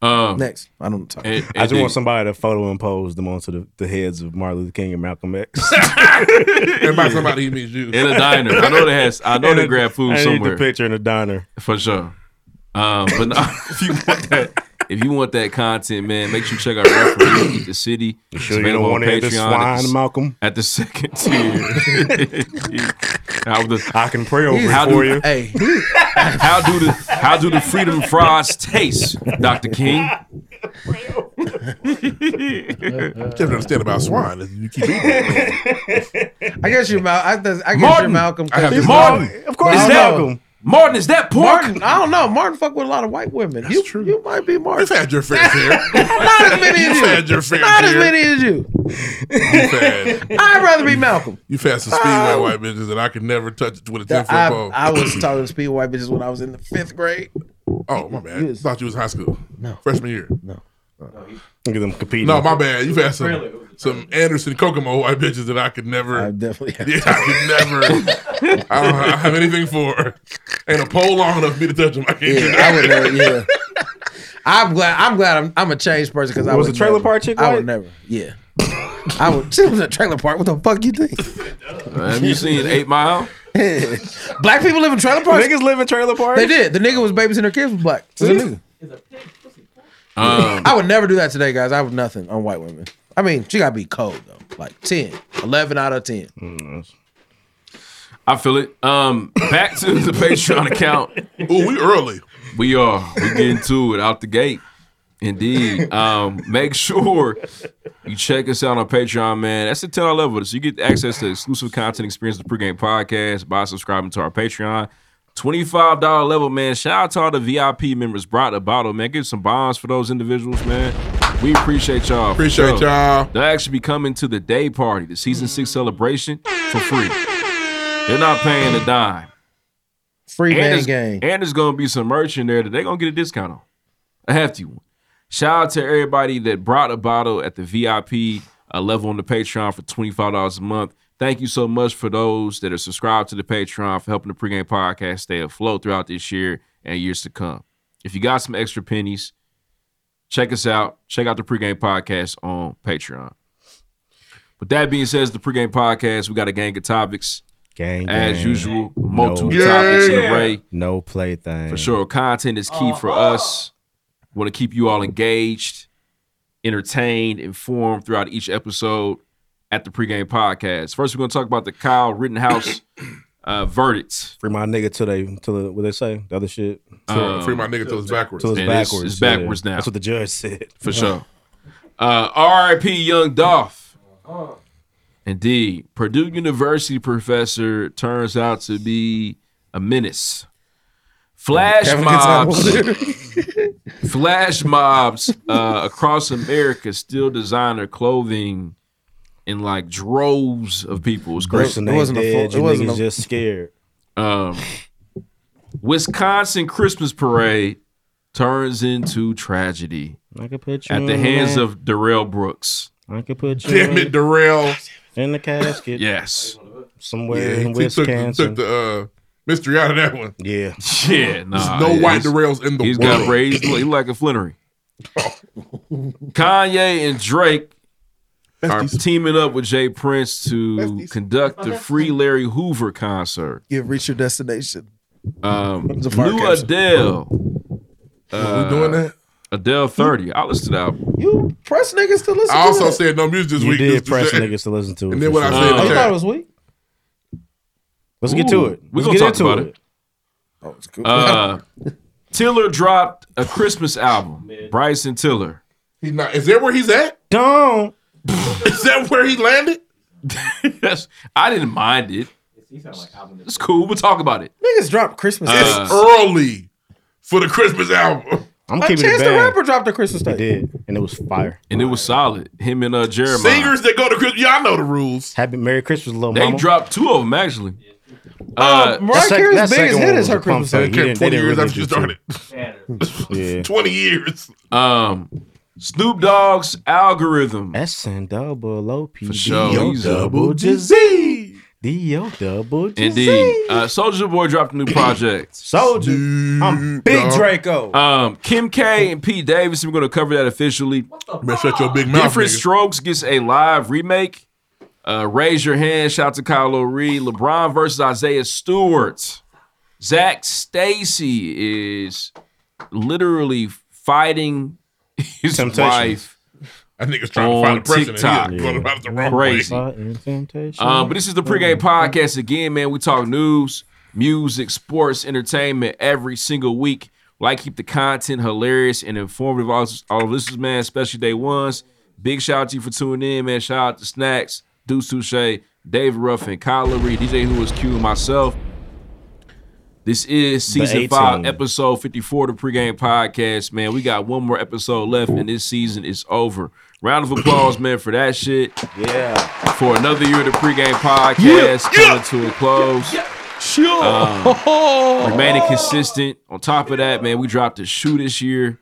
S2: um
S4: Next, I don't talk.
S2: and-
S13: I just
S2: and
S13: want somebody to photo impose them onto the, the heads of Martin Luther King and Malcolm X.
S3: And by somebody he means you.
S2: in a diner. I know they has I know
S13: And
S2: they
S13: I-
S2: grab food
S13: I need
S2: somewhere.
S13: the picture in a diner.
S2: For sure. Um, but no, if you want that, if you want that content, man, make sure you check out Referee Eat the City. You
S13: Sure, you don't want to hear this swine, Malcolm.
S2: at the second tier. how, the,
S13: I can pray over
S4: He's-
S13: it
S2: how
S13: for
S2: do-
S13: you.
S4: Hey,
S2: how do the how do the freedom fries taste, Dr. King?
S3: What you have to understand about swine is you keep eating it.
S4: I guess you're Mal- I, th- I guess
S3: Martin.
S4: you're Malcolm.
S3: I have
S4: He's
S3: to- Martin. Of course
S4: I
S3: he's
S4: don't know.
S3: Malcolm.
S2: Martin, is that pork?
S4: Martin, I don't know. Martin fuck with a lot of white women. you, true. You might be Martin.
S3: You've had your fair share.
S4: Not as many as
S3: You've
S4: you.
S3: had your fair
S4: Not as
S3: share.
S4: many as you.
S3: You've had,
S4: I'd rather be Malcolm.
S3: you've had some speed white white bitches that I could never touch with a 10 foot
S4: I,
S3: pole.
S4: I was talking to speed white bitches when I was in the fifth grade.
S3: Oh, my bad. thought you was in high school. No. Freshman year.
S4: No.
S5: Look at them competing.
S3: No, my bad. You've had some some Anderson Kokomo white bitches that I could never. I
S4: definitely.
S3: Yeah, I could never. I don't I have anything for. her. Ain't a pole long enough for me to touch them. I can't do
S4: Yeah,
S3: that.
S4: I would never. Yeah. I'm glad. I'm glad. I'm, I'm a changed person because I
S3: Was
S4: would
S3: the trailer
S4: never-
S3: park chick
S4: I
S3: white?
S4: would never. Yeah. I would. She was in a trailer park. What the fuck you think?
S2: Have you seen Eight Mile?
S4: black people live in trailer parks.
S5: Niggas live in trailer parks.
S4: They did. The nigga was babysitting their kids with black. It's a nigga.
S2: Um,
S4: I would never do that today, guys. I would nothing on white women. I mean, she gotta be cold though. Like 10, 11 out of ten.
S2: I feel it. Um, back to the Patreon account.
S3: Ooh, we early.
S2: We are. We getting to it out the gate. Indeed. Um, make sure you check us out on Patreon, man. That's the ten dollar level. So you get access to exclusive content, experience the pregame podcast by subscribing to our Patreon. Twenty-five dollar level, man. Shout out to all the VIP members. Brought the bottle, man. Get some bonds for those individuals, man. We appreciate y'all. for
S3: Appreciate
S2: sure.
S3: y'all.
S2: They'll actually be coming to the day party, the season six celebration, for free. They're not paying a dime.
S4: Free
S2: and
S4: man
S2: there's-
S4: game.
S2: And there's gonna be some merch in there that they're gonna get a discount on. A hefty one. Shout out to everybody that brought a bottle at the VIP uh, level on the Patreon for $25 a month. Thank you so much for those that are subscribed to the Patreon for helping the pregame podcast stay afloat throughout this year and years to come. If you got some extra pennies, check us out. Check out the pregame podcast on Patreon. With that being said, it's the pregame podcast. We got a gang of topics.
S5: Gang,
S2: As
S5: gang.
S2: usual, multiple
S5: No.
S2: topics in
S5: Yeah.
S2: array.
S5: No plaything.
S2: For sure. Content is key for us. Want to keep you all engaged, entertained, informed throughout each episode at the pregame podcast. First, we're going to talk about the Kyle Rittenhouse uh, verdicts.
S5: Free my nigga till they till the, what they say the other shit.
S2: Um, Free my nigga
S3: till it's backwards.
S5: Till it's
S2: And it's-
S5: backwards.
S2: it's backwards
S5: yeah.
S2: now.
S5: That's what the judge said.
S2: For sure. Uh, RIP Young Dolph. Indeed. Purdue University professor turns out to be a menace. Flash
S4: Kevin
S2: mobs.
S4: Gonzalez.
S2: Flash mobs uh, across America still design their clothing in like droves of people. It's crazy.
S5: Person ain't dead. You niggas just scared.
S2: Um, Wisconsin Christmas parade turns into tragedy
S5: I could put you
S2: at
S3: Mm-hmm.
S2: the
S5: in
S2: hands
S5: that.
S2: of Darrell Brooks.
S5: I could put you.
S3: Damn it, Darrell.
S5: In the casket.
S2: Yes.
S5: Somewhere in
S3: he took, the-
S5: Wisconsin.
S3: took the uh, mystery out of that one.
S5: Yeah.
S2: Yeah, nah,
S3: There's no
S2: Ah, yeah,
S3: white
S2: he's-
S3: Darrells in the
S2: He's
S3: world.
S2: got braids. He look- he like a flinnery. Kanye and Drake are teaming up with Jay Prince to conduct the Free Larry Hoover concert.
S4: You've reached your destination.
S2: Um,
S4: It's a podcast.
S2: New Adele. Uh,
S3: doing that?
S2: Adele 30. I listened to that. album.
S4: You press niggas to listen
S3: I
S4: to
S3: also
S4: that.
S3: said no music this
S5: you
S3: week.
S5: did
S3: This-
S5: press
S3: this-
S5: niggas to listen to it.
S3: And then
S5: for
S3: what I
S5: sure.
S3: said in
S4: Oh,
S3: the
S4: you
S2: Uh,
S4: thought it
S3: chat.
S4: was weak?
S5: Let's get to
S2: Ooh,
S5: it.
S2: we
S5: Let's
S2: gonna
S5: get
S2: talk
S5: into
S2: about it.
S4: Oh, it's cool.
S2: Uh, Tiller dropped a Christmas album. Bryson Tiller.
S3: He's not. Is that where he's at?
S5: Don't.
S3: Is that where he landed?
S2: That's, I didn't mind it. It's cool. We'll talk about it.
S4: niggas dropped Christmas.
S2: Uh,
S3: it's early for the Christmas album.
S5: I'm
S4: like
S5: keeping it
S4: Chance the
S5: bad.
S4: Rapper dropped a Christmas
S5: He
S4: tape.
S5: did, and it was fire.
S2: And it was solid. Him and uh, Jeremiah.
S3: Singers that go to Christmas, y'all know the rules.
S5: Happy Merry Christmas, little
S2: They
S5: mama.
S2: dropped two of them actually. Uh,
S4: Mariah
S5: sec-
S4: Carey's
S5: that
S4: biggest
S5: second
S4: hit
S5: one
S4: is
S5: was
S4: her
S5: a pump
S4: Christmas
S5: fake.
S4: tape.
S5: He didn't- they
S3: Twenty
S5: didn't
S3: years
S5: really
S3: after you
S5: do
S3: started.
S5: two. Yeah,
S3: Twenty years.
S2: um, Snoop Dogg's algorithm.
S5: S and double O P
S2: For
S5: D
S2: sure.
S5: O
S2: He's a-
S5: double G Z D O double G
S2: Indeed. Uh, Soldier Boy dropped a new project.
S5: Soldier, I'm big Draco.
S2: Um, Kim K and Pete Davidson. We're gonna cover that officially.
S3: Man, shut your big mouth.
S2: Different
S3: nigga.
S2: Strokes gets a live remake. Uh, raise your hand. Shout out to Kyle O'Ree. LeBron versus Isaiah Stewart. Zach Stacy is literally fighting his
S5: Temptations.
S2: wife.
S3: That nigga's trying to
S2: on
S3: find the president.
S2: Oh, TikTok.
S3: He's going about it the wrong
S2: Crazy.
S3: way.
S5: Fighting temptation.
S2: Um, but this is the pregame podcast again, man. We talk news, music, sports, entertainment every single week. Like, keep the content hilarious and informative. All, all listeners, man, especially day ones. Big shout out to you for tuning in, man. Shout out to Snacks, Deuce Touche, Dave Ruffin, Kyle Lurie, DJ Who Was Q, and myself. This is
S5: The
S2: season
S5: A-Team.
S2: five, episode 54 of the pregame podcast, man. We got one more episode left, and this season is over. Round of applause, man, for that shit. Yeah. For another year of the pregame podcast coming to a close. Sure. remaining consistent. On top of that, man, we dropped a shoe this year.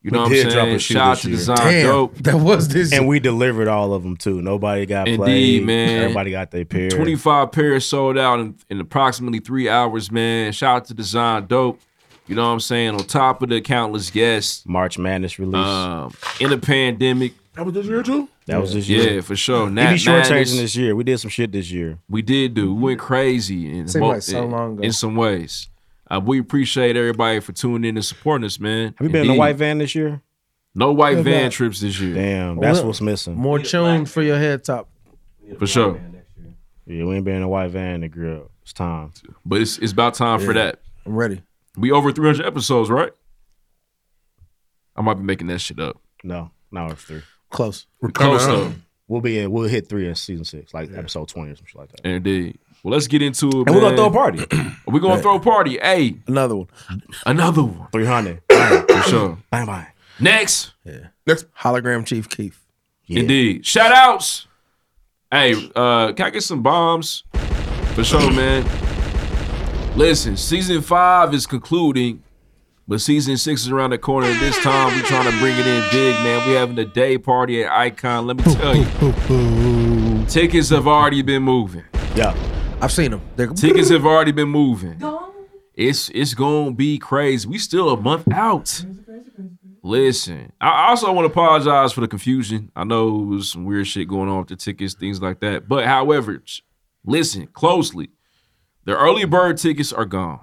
S2: You know
S5: We
S2: what
S5: did
S2: I'm
S5: drop
S2: saying?
S5: a shoe
S2: Shout out
S5: this
S2: to
S5: year.
S2: Design
S5: Damn,
S2: Dope.
S4: That was this.
S5: And we delivered all of them too. Nobody got
S2: Indeed,
S5: played.
S2: man.
S5: Everybody got their pair.
S2: 25 pairs sold out in, in approximately three hours, man. Shout out to Design Dope. You know what I'm saying? On top of the countless guests.
S5: March Madness release.
S2: Um, in the pandemic.
S3: That was this year too.
S5: That was this
S2: Yeah,
S5: year.
S2: for sure.
S5: We
S2: Nat
S5: be
S2: Madness.
S5: shortchanging this year. We did some shit this year.
S2: We did do. We went crazy in,
S5: Mm-hmm. Seemed
S2: mo-
S5: like so
S2: in-
S5: long ago.
S2: in some ways. Uh, we appreciate everybody for tuning in and supporting us, man.
S5: Have you been in a white van this year?
S2: No white
S5: Yeah,
S2: van
S5: man.
S2: trips this year.
S5: Damn, that's what's missing.
S4: More tune for your head top.
S2: for sure.
S5: Yeah, we ain't been in a white van in the grill. It's time.
S2: But it's it's about time for
S5: Yeah.
S2: that.
S4: I'm ready.
S2: We over 300 episodes, right? I might be making that shit up.
S5: No, not with three.
S4: Close.
S2: We're
S5: Uh-huh.
S2: Close coming up. though.
S5: We'll be in, we'll hit three in season six, like episode twenty or something like that.
S2: Indeed. Well, let's get into it.
S5: And we're gonna
S2: man.
S5: throw a party.
S2: we're gonna
S5: Yeah.
S2: throw a party. Hey,
S4: another one.
S2: Another one.
S5: Three hundred.
S2: For sure.
S5: Bye bye.
S2: Next.
S4: Next hologram chief Keith.
S2: Indeed. Shout outs. Hey, uh, can I get some bombs? For sure, man. Listen, season five is concluding, but season six is around the corner. And this time, we're trying to bring it in big, man. we having a day party at Icon. Let me tell you. Tickets have already been moving.
S5: Yeah.
S4: I've seen them. They're
S2: Tickets have already been moving. It's it's gonna be crazy. We still a month out. Listen, I- I also want to apologize for the confusion. I know it was some weird shit going on with the tickets, things like that. But however, sh- listen closely. The early bird tickets are gone.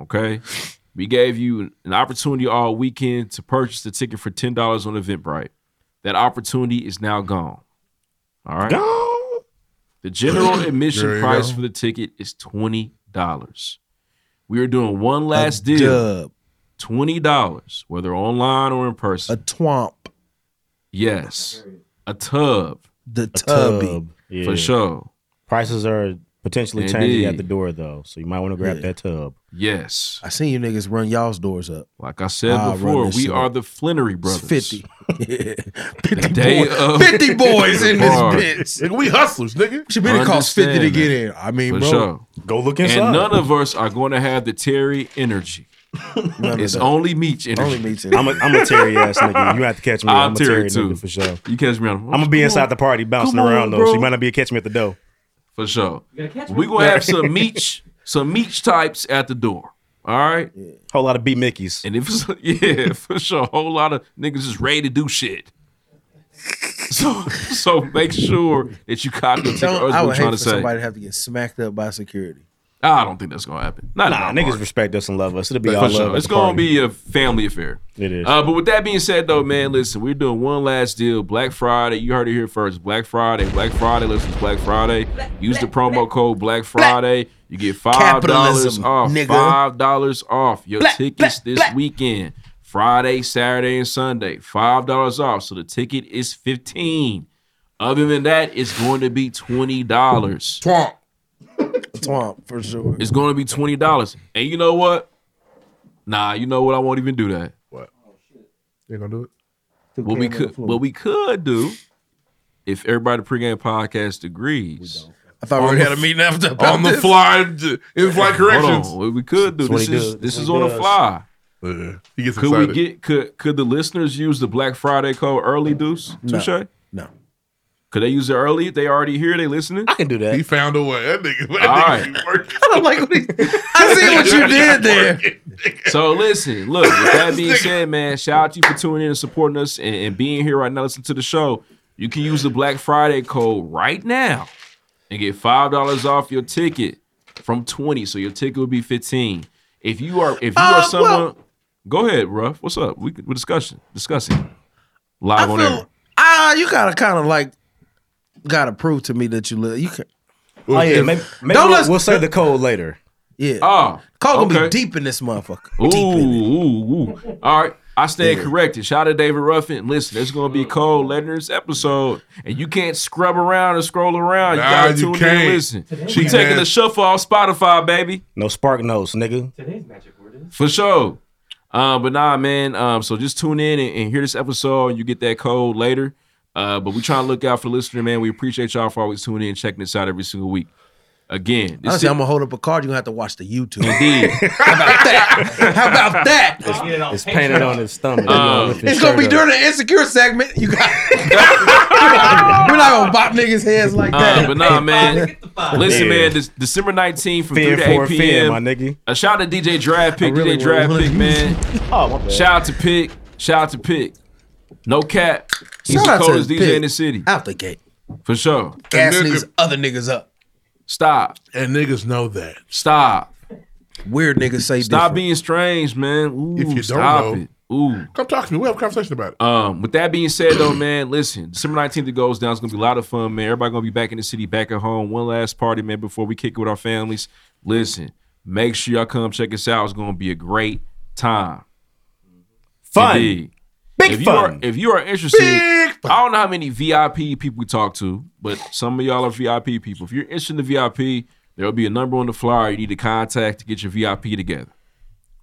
S2: Okay. We gave you an opportunity all weekend to purchase the ticket for $10 on Eventbrite. That opportunity is now gone. All right. The general
S5: There
S2: admission
S5: you
S2: price
S5: go.
S2: for the ticket is twenty dollars. We are doing one last deal.
S4: dub.
S2: Twenty dollars, whether online or in person.
S4: A twomp.
S2: Yes. A tub.
S4: The
S5: tubby.
S2: For sure.
S5: Prices are potentially
S2: Indeed.
S5: changing at the door though, so you might want to grab
S4: Yeah.
S5: that tub.
S2: Yes.
S4: I seen you niggas run y'all's doors up.
S2: Like I said before, we are the Flinnery brothers.
S4: fifty.
S2: The day of-
S4: 50 boys in this
S2: Bars.
S4: bitch.
S3: Nigga, we hustlers, nigga.
S4: Should be the cost 50 to
S2: Understand
S4: get
S2: that.
S4: in. I mean,
S2: For
S4: bro.
S2: sure.
S5: Go look
S2: And none of us are going to have the Terry energy.
S4: of
S2: it's
S4: that.
S2: only Meech energy.
S4: Only Meech energy.
S5: I'm a, I'm a Terry ass nigga. You have to catch me.
S2: I'm
S5: I'm, a Terry
S2: Terry, too.
S5: nigga for sure.
S2: You catch me.
S5: I'm gonna be inside the party bouncing
S2: Come on,
S5: around though,
S2: bro.
S5: so you might not be catching me at the door.
S2: For sure.
S5: gotta catch
S2: We're
S5: one.
S2: gonna have some meech, some meech types at the door. All right.
S5: Whole lot of B Mickeys.
S2: And if it's yeah, for sure. A whole lot of niggas is ready to do shit. So so make sure that you copy the ticket.
S4: Don't-
S2: That's
S4: I
S2: what I'm
S4: would hate
S2: trying
S4: for
S2: to say.
S4: somebody to have to get smacked up by security.
S2: I don't think that's gonna happen. Not
S5: nah,
S2: nah,
S5: niggas respect us and love us. It'll be
S2: For
S5: all
S2: sure.
S5: love. at
S2: It's
S5: the
S2: gonna
S5: party.
S2: be a family affair.
S5: It is.
S2: Uh, but with that being said, though, man, listen, we're doing one last deal. Black Friday. You heard it here first. Black Friday. Black Friday. Listen, it's Black Friday. Use the promo code Black Friday. You get five dollars
S4: Capitalism,
S2: off.
S4: nigga.
S2: Five dollars off your tickets this weekend. Friday, Saturday, and Sunday. Five dollars off. So the ticket is fifteen. Other than that, it's going to be twenty dollars.
S3: Twomp.
S4: Twomp for sure.
S2: It's going to be twenty dollars. And you know what? Nah, you know what? I won't even do that. What?
S3: They gonna do it.
S2: What we could, what we could do, if everybody pregame podcast agrees.
S4: I thought we already had a meeting after about
S3: on the
S4: this.
S3: fly, in fly
S2: Hold
S3: corrections.
S2: on. What we could do.
S3: That's what
S2: This
S3: he
S2: is
S3: does.
S2: this
S3: That's
S2: is
S3: what he
S2: on the
S3: does.
S2: fly.
S3: Yeah, he gets
S2: could
S3: excited.
S2: we get could could the listeners use the Black Friday code early, Deuce?
S3: No.
S2: Touche.
S4: No.
S2: Could they use it early? They already here. They listening. I
S5: can do that.
S3: He found a way. That nigga, that
S2: All
S3: nigga
S2: right.
S3: be working.
S4: I don't like what he, I see what you did there.
S2: So listen, look, with that being said, man, shout out to you for tuning in and supporting us and, and being here right now. Listen to the show. You can use the Black Friday code right now and get five dollars off your ticket from 20. So your ticket would be 15. If you are if you are
S4: Uh,
S2: someone
S4: well-
S2: Go ahead, Ruff. What's up? We we're discussing. Discussing. Live
S4: I
S2: on
S4: feel-
S2: air.
S4: Ah, you gotta kind of like gotta prove to me that you live. You can.
S5: Oh yeah, maybe, maybe
S4: don't
S5: we'll,
S4: let's
S5: we'll say the code later.
S4: Yeah.
S2: Oh,
S4: Call gonna
S2: okay.
S4: be deep in this motherfucker.
S2: Ooh, ooh, ooh. All right. I stand corrected. Shout out to David Ruffin. Listen, it's going to be Cole Leonard's episode, and you can't scrub around or scroll around. You
S5: Nah,
S2: got to
S5: you
S2: tune in
S5: can't.
S2: and listen.
S5: She
S2: She taking
S5: nasty.
S2: the shuffle off Spotify, baby.
S5: No spark notes, nigga.
S2: For sure. Uh, but nah, man. Um, so just tune in and, and hear this episode. You get that code later. Uh, but we trying to look out for the listener, man. We appreciate y'all for always tuning in and checking us out every single week. Again, this
S4: Honestly, I'm gonna hold up a card. You're gonna have to watch the YouTube.
S2: Indeed.
S4: How about that? How about that?
S5: It's painted on his stomach.
S2: Uh,
S4: It's gonna be during the insecure segment. You got. We're not gonna bop niggas heads like that.
S2: Uh, but nah, man. Listen,
S5: Yeah.
S2: man. This, December nineteenth from
S5: Fear
S2: three to
S5: for
S2: eight
S5: fear,
S2: p.m.
S5: my nigga.
S2: A shout out to DJ Draft Pick.
S5: really
S2: DJ Draft
S5: wanna-
S2: Pick, man.
S5: Oh, my bad.
S2: Shout out to Pick. Shout out to Pick. No cap. He's
S4: Shout out
S2: the
S4: to
S2: coldest DJ in
S4: Pick.
S2: the city
S4: Out the gate,
S2: for sure.
S4: gassing these other niggas up.
S2: Stop.
S3: And niggas know that.
S2: Stop.
S4: Weird niggas say
S2: Stop
S4: different.
S2: being strange, man. Ooh,
S3: If you don't
S2: stop
S3: know.
S2: it. Ooh.
S3: Come talk to me. We'll have a conversation about it.
S2: Um, with that being said, though, man, listen, December 19th it goes down. It's gonna be a lot of fun, man. Everybody gonna be back in the city, back at home. One last party, man, before we kick it with our families. Listen, make sure y'all come check us out. It's gonna be a great time.
S5: Fun.
S2: Indeed.
S5: Big
S2: if
S5: fun.
S2: You are, if you are interested, I don't know how many VIP people we talk to, but some of y'all are VIP people. If you're interested in the VIP, there'll be a number on the flyer you need to contact to get your VIP together.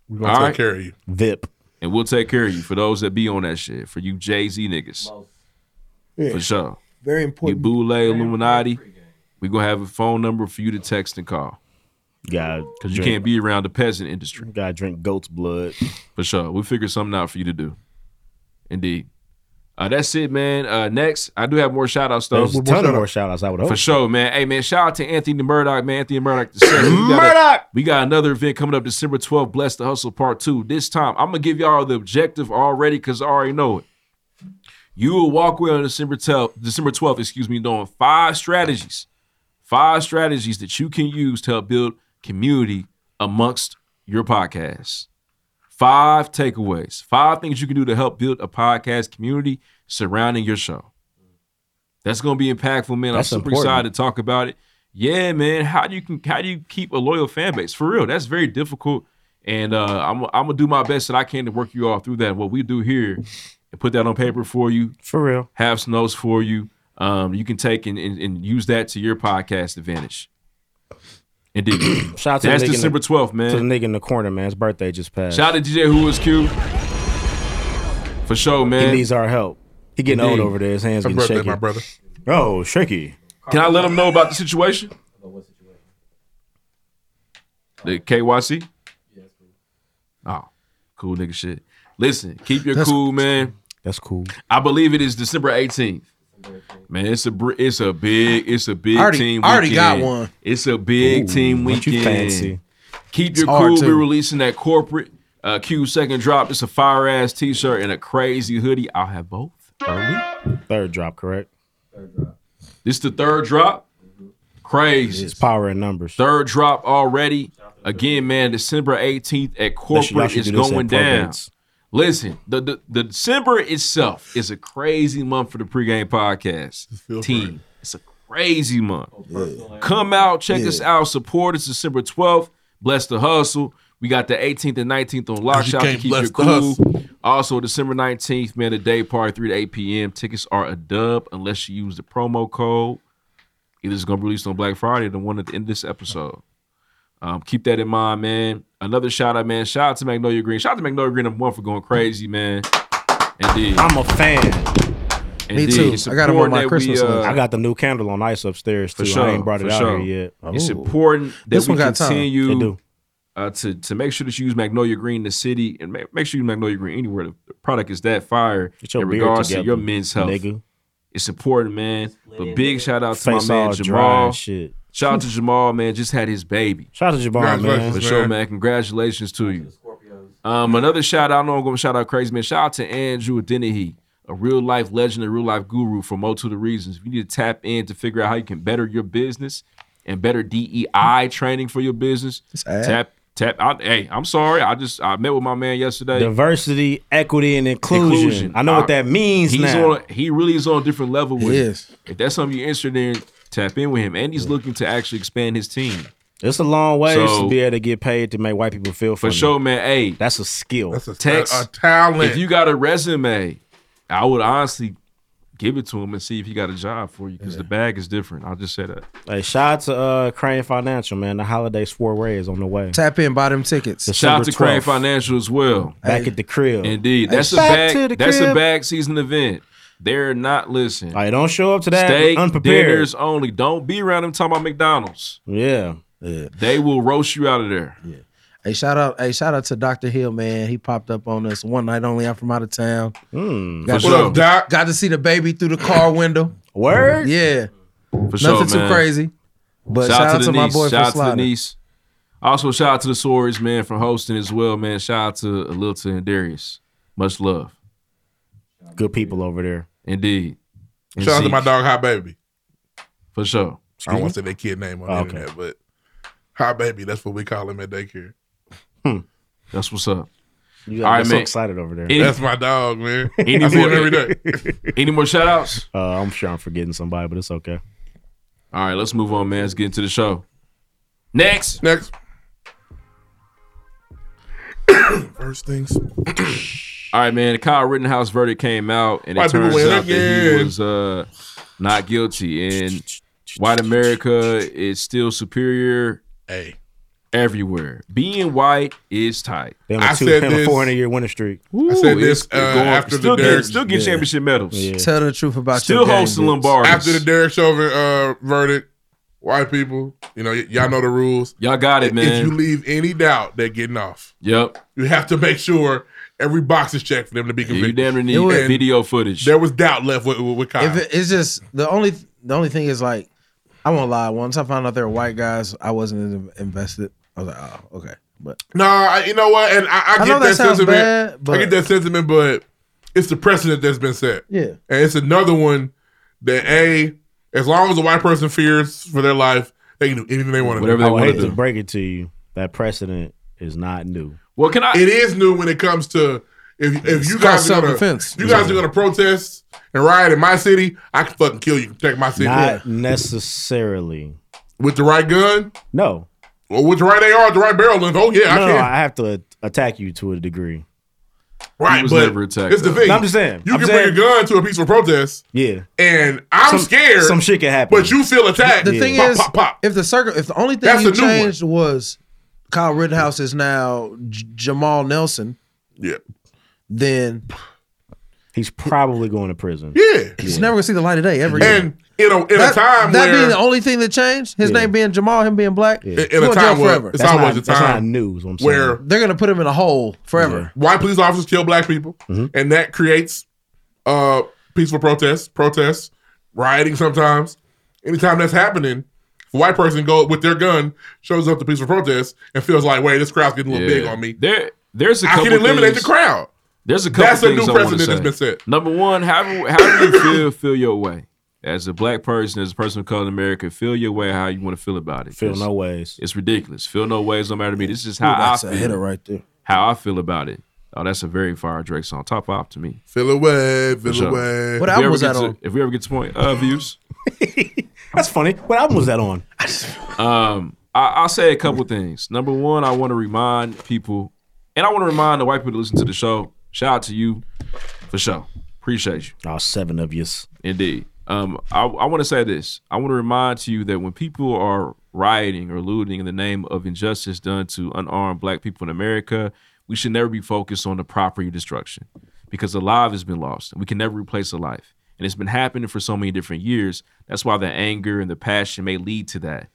S3: We're gonna
S2: All
S3: take
S2: right.
S3: care of you.
S5: Vip.
S2: And we'll take care of you for those that be on that shit. For you Jay Z niggas. For sure.
S4: Very important.
S2: You Boule Illuminati. We're gonna have a phone number for you to text and call.
S5: Yeah,
S2: Because you can't be around the peasant industry.
S5: Gotta drink goat's blood.
S2: For sure. We'll figure something out for you to do. Indeed. Uh, that's it, man. Uh, next, I do have more shout outs though.
S5: There's a ton of more shout outs, I would hope.
S2: For sure, man. Hey, man, shout out to Anthony Murdoch, man. Anthony Murdoch. The second. We got a-
S5: Murdoch!
S2: We got another event coming up December 12th, Bless the Hustle Part 2. This time, I'm going to give y'all the objective already because I already know it. You will walk away on December 12th, December 12th, excuse me, knowing five strategies, five strategies that you can use to help build community amongst your podcasts. Five takeaways, five things you can do to help build a podcast community surrounding your show. That's gonna be impactful, man.
S5: That's
S2: I'm super
S5: important.
S2: excited to talk about it. Yeah, man. How do you can how do you keep a loyal fan base? For real, that's very difficult. And uh, I'm I'm gonna do my best that I can to work you all through that. What we do here and put that on paper for you.
S5: For real.
S2: Have some notes for you. Um, you can take and, and, and use that to your podcast advantage. Indeed.
S5: Shout out to
S2: That's
S5: the nigga in the-
S2: December 12th, man.
S5: To the nigga in the corner, man. His birthday just passed.
S2: Shout out to DJ Who Was Q. For sure, man.
S5: He needs our help. He getting old
S2: Indeed.
S5: over there. His hands
S2: Happy
S5: getting
S2: birthday,
S5: shaky.
S2: my brother.
S5: Oh, shaky.
S2: Can I let him know about the situation? The KYC? Oh, cool nigga shit. Listen, keep your
S5: That's-
S2: cool, man.
S5: That's cool.
S2: I believe it is December 18th. Man, it's a br- it's a big it's a big
S4: I already-
S2: team.
S4: I already got
S2: weekend.
S4: one.
S2: It's a big
S5: Ooh,
S2: team
S5: what
S2: weekend.
S5: you fancy?
S2: Keep
S4: It's
S2: your
S4: hard
S2: cool.
S4: to.
S2: We're releasing that corporate uh, Q second drop. It's a fire ass t shirt and a crazy hoodie. I'll have both early.
S5: Third drop, correct?
S2: This the third drop. Crazy.
S5: It's power in numbers.
S2: Third drop already. Again, man, December 18th at
S5: y'all
S2: corporate
S5: should
S2: is
S5: do this
S2: going
S5: at
S2: down.
S5: Probates.
S2: Listen, the, the the December itself is a crazy month for the pregame podcast team. It's a crazy month.
S3: Oh,
S2: Come out, check us out, support us December 12th. Bless the hustle. We got the 18th and 19th on lock.
S3: You
S2: Shout out to
S3: can't
S2: keep
S3: bless
S2: your
S3: the
S2: cool.
S3: hustle.
S2: Also, December 19th, man, the day party, 3 to 8 p.m. Tickets are a dub unless you use the promo code. Either it's going to be released on Black Friday or the one at the end of this episode. Um, keep that in mind, man. Another shout out, man. Shout out to Magnolia Green. Shout out to Magnolia Green number one for going crazy, man. Indeed.
S5: I'm a fan.
S2: Indeed. It's important that we, uh,
S5: I got the new candle on ice upstairs too.
S2: for sure.
S5: I ain't brought it
S2: for
S5: out
S2: sure.
S5: here yet.
S2: It's
S5: Ooh.
S2: important that
S5: This
S2: we
S5: one got time. It
S2: continue
S5: do.
S2: uh, to to make sure that you use Magnolia Green in the city and make, make sure you use Magnolia Green anywhere. The product is that fire
S5: Get your
S2: in
S5: beard
S2: regards to
S5: together,
S2: your men's health.
S5: nigga.
S2: It's important, man. But big shout out to
S5: Face
S2: my
S5: all
S2: man
S5: dry
S2: Jamal.
S5: and shit.
S2: Shout out to Jamal, man. Just had his baby.
S5: Shout out to Jamal, man.
S2: For sure, man. Congratulations to you. Um, another shout out. I know I'm going to shout out crazy man. Shout out to Andrew Dennehy, a real life legend, a real life guru for multitude of reasons. If you need to tap in to figure out how you can better your business and better DEI training for your business,
S5: ad.
S2: tap tap. I, hey, I'm sorry. I just I met with my man yesterday.
S5: Diversity, equity, and inclusion.
S2: Inclusion.
S5: I know
S2: I-
S5: what that means
S2: He's
S5: now.
S2: on. He really is on a different level. With
S4: He
S2: it.
S4: is.
S2: If that's something you're interested in, tap in with him. And he's looking to actually expand his team.
S5: It's a long way
S2: So-
S5: to be able to get paid to make white people feel
S2: For
S5: funny.
S2: sure, man. Hey,
S5: that's a skill. That's
S3: a,
S2: text
S3: a talent.
S2: If you got a resume, I would honestly give it to him and see if he got a job for you because the bag is different. I'll just say that.
S5: Hey, shout out to uh, Crane Financial, man. The holiday soiree is on the way.
S4: Tap in, buy them tickets.
S2: Shout out to Crane Financial as well.
S5: Back at the crib.
S2: Indeed,
S5: Hey,
S2: that's a
S5: back to
S2: bag.
S5: the
S2: That's a
S5: crib.
S2: bag season event. They're not listening.
S5: Hey, don't show up to that
S2: Steak
S5: unprepared.
S2: dinners only. Don't be around them talking about McDonald's.
S5: Yeah.
S2: They will roast you out of there.
S4: Hey, shout out! Hey, shout out to Doctor Hill, man. He popped up on us one night only. I'm from out of town.
S5: Mm.
S4: Got,
S2: For sure.
S4: got, got to see the baby through the car window.
S5: Word?
S4: Yeah.
S2: For
S4: Nothing
S2: sure,
S4: too
S2: man.
S4: crazy. But shout, out to, my
S2: Denise.
S4: boy
S2: Shout
S4: for
S2: out to
S4: sliding.
S2: Denise. Also, shout out to the Swords, man, for hosting as well, man. Shout out to Alilta and Darius. Much love.
S5: Good people over there.
S2: Indeed. And
S3: Shout out to
S2: Zeke,
S3: my dog, Hot Baby.
S2: For sure.
S3: I don't want to say their kid name on the
S5: Oh, okay.
S3: internet, but Hot Baby, that's what we call him at daycare.
S2: That's what's up.
S5: You
S2: All
S5: got
S2: right,
S5: so
S2: man.
S5: excited over there.
S2: Any-
S3: That's my dog, man.
S2: Any
S3: I see
S2: more-
S3: him every day.
S2: Any more shout outs?
S5: Uh, I'm sure I'm forgetting somebody, but it's okay.
S2: All right, let's move on, man. Let's get into the show. Next.
S3: Next. First things.
S2: All right, man. The Kyle Rittenhouse verdict came out, and it
S3: White people
S2: turns
S3: win
S2: out that he
S3: again.
S2: was uh, not guilty. And white America is still superior
S3: Hey.
S2: everywhere. Being white is tight.
S5: Them
S3: I
S5: I two,
S3: said
S5: them a
S3: this-
S5: 400 year winning streak.
S3: I said this uh, after
S2: still
S3: the
S2: get,
S3: Derek,
S2: still get
S5: Yeah.
S2: championship medals.
S5: Yeah.
S4: Tell the truth about
S2: Still
S4: your game,
S2: hosting
S4: bitch.
S2: Lombardi.
S3: after the Derek Chauvin uh, verdict. White people, you know, y- y'all know the rules.
S2: Y'all got it,
S3: If you
S2: man.
S3: leave any doubt, they're getting off.
S2: Yep.
S3: You have to make sure every box is checked for them to be
S2: Yeah, you
S3: convicted.
S2: damn near need
S4: It was-
S2: that video footage.
S3: There was doubt left with, with, with Kyle.
S4: If it, it's just the only the only thing is like I won't lie. Once I found out they were white guys, I wasn't in- invested. I was like, oh, okay. But
S3: No, I, you know what? And I, I,
S4: I
S3: get
S4: know
S3: that,
S4: that sounds
S3: sentiment.
S4: bad, but-
S3: I get that sentiment, but it's the precedent that's been set.
S4: yeah,
S3: And it's another one that A, as long as a white person fears for their life, they can do anything they want to
S2: Whatever
S3: do.
S2: they
S5: Oh, I would
S2: want
S5: hate
S2: to
S5: to
S2: do.
S5: break it to you. That precedent is not new.
S2: Well, can I?
S3: It is new when it comes to if if you guys
S4: It's
S3: are
S4: called
S3: gonna,
S4: self-defense.
S3: if you guys are gonna protest and riot in my city, I can fucking kill you, protect my city
S5: Not necessarily.
S3: with the right gun
S5: No.
S3: or with the right AR, the right barrel length. Oh yeah,
S5: No, no,
S3: I can.
S5: I have to attack you to a degree.
S3: right,
S2: was
S3: but
S2: never attacked,
S3: it's the
S2: though.
S3: thing.
S5: No, I'm just saying.
S3: You
S5: I'm
S3: can
S5: saying-
S3: bring a gun to a peaceful protest,
S5: Yeah.
S3: and I'm
S5: Some-
S3: scared.
S5: Some shit can happen.
S3: But you feel attacked.
S4: the thing
S3: pop,
S4: is,
S3: pop, pop.
S4: if the circle, if the only thing
S3: That's
S4: you
S3: a new one.
S4: changed was Kyle Rittenhouse is now J- Jamal Nelson,
S3: Yeah.
S4: then
S5: He's probably going to prison.
S3: Yeah.
S4: he's never gonna see the light of day ever again.
S3: And in a, in a
S4: that,
S3: time
S4: that
S3: where
S4: being the only thing that changed, his
S5: Yeah.
S4: name being Jamal, him being black,
S5: Yeah.
S3: in-
S4: he's
S3: in a
S4: going to jail
S3: time where
S4: forever.
S3: it's
S5: That's
S3: always
S5: not,
S3: a
S5: that's not
S3: time
S5: news. I'm saying.
S3: where
S4: They're gonna put him in a hole forever.
S3: white police officers kill black people, and that creates uh peaceful protests, protests, rioting sometimes. Anytime that's happening, a white person go with their gun, shows up to peaceful protest, and feels like, wait, this crowd's getting a little
S2: Yeah.
S3: big on me.
S2: There, there's a
S3: I
S2: couple
S3: can eliminate
S2: things-
S3: the crowd.
S2: There's a couple
S3: That's a
S2: things
S3: new
S2: I wanna
S3: precedent that's
S2: say.
S3: been set.
S2: Number one, how how do you feel feel your way as a black person, as a person of color in America? Feel your way how you want to feel about it.
S5: Feel
S2: It's-
S5: no ways.
S2: It's ridiculous. Feel no ways, no matter to me. This is how
S4: That's
S2: I
S4: a
S2: feel.
S4: hitter right there.
S2: How I feel about it. Oh, that's a very fire Drake song. Top five to me.
S3: Feel away, feel
S2: sure.
S3: away.
S4: What
S2: If we
S4: album
S2: ever
S4: was
S2: get
S4: that
S2: to-
S4: on?
S2: If we ever get to point uh, views,
S5: That's funny. What album was that on?
S2: um, I, I'll say a couple things. Number one, I want to remind people, and I want to remind the white people to listen to the show. Shout out to you for sure. Appreciate you.
S5: Oh, seven of yous.
S2: Indeed. Um, I, I want to say this. I want to remind you that when people are rioting or looting in the name of injustice done to unarmed black people in America, we should never be focused on the property destruction because a life has been lost and we can never replace a life. And it's been happening for so many different years. That's why the anger and the passion may lead to that.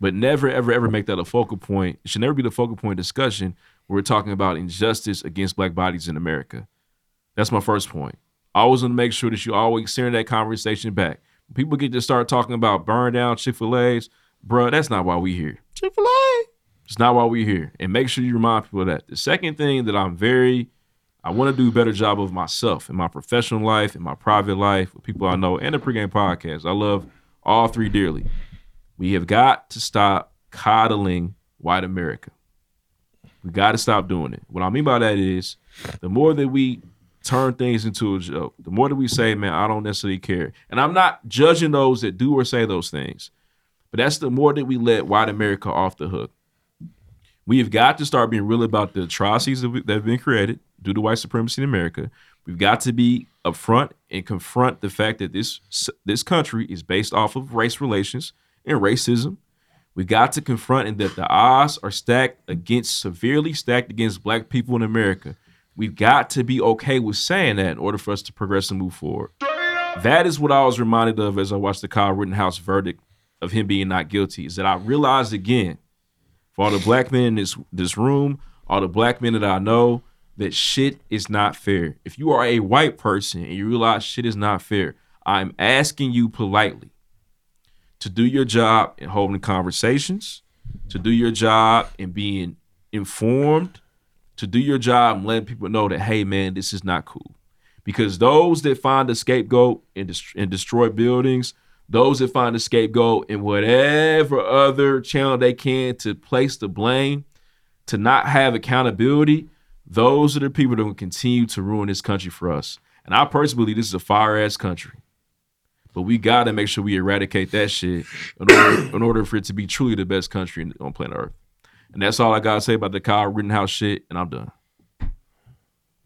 S2: But never, ever, ever make that a focal point. It should never be the focal point of discussion where we're talking about injustice against black bodies in America. That's my first point. I always want to make sure that you always steering that conversation back. When people get to start talking about burn down Chick fil A's, bruh, that's not why we here. Chick fil A? It's not why we here. And make sure you remind people of that. The second thing that I'm very, I want to do a better job of myself in my professional life, in my private life, with people I know, and the pregame podcast. I love all three dearly. We have got to stop coddling white America. We got to stop doing it. What I mean by that is the more that we turn things into a joke, the more that we say, man, I don't necessarily care. And I'm not judging those that do or say those things. But that's the more that we let white America off the hook. We have got to start being real about the atrocities that, we, that have been created due to white supremacy in America. We've got to be upfront and confront the fact that this this country is based off of race relations and racism. We got to confront and that the odds are stacked against severely stacked against black people in America. We've got to be okay with saying that in order for us to progress and move forward. That is what I was reminded of as I watched the Kyle Rittenhouse verdict of him being not guilty. Is that I realized again, for all the black men in this this room, all the black men that I know, that shit is not fair. If you are a white person and you realize shit is not fair, I'm asking you politely to do your job in holding conversations, to do your job in being informed, to do your job and letting people know that, hey, man, this is not cool. Because those that find a scapegoat and, dest- and destroy buildings, those that find a scapegoat in whatever other channel they can to place the blame, to not have accountability, those are the people that will continue to ruin this country for us. And I personally believe this is a fire ass country. But we gotta make sure we eradicate that shit in order, in order for it to be truly the best country on planet Earth. And that's all I gotta say about the Kyle Rittenhouse shit, and I'm done.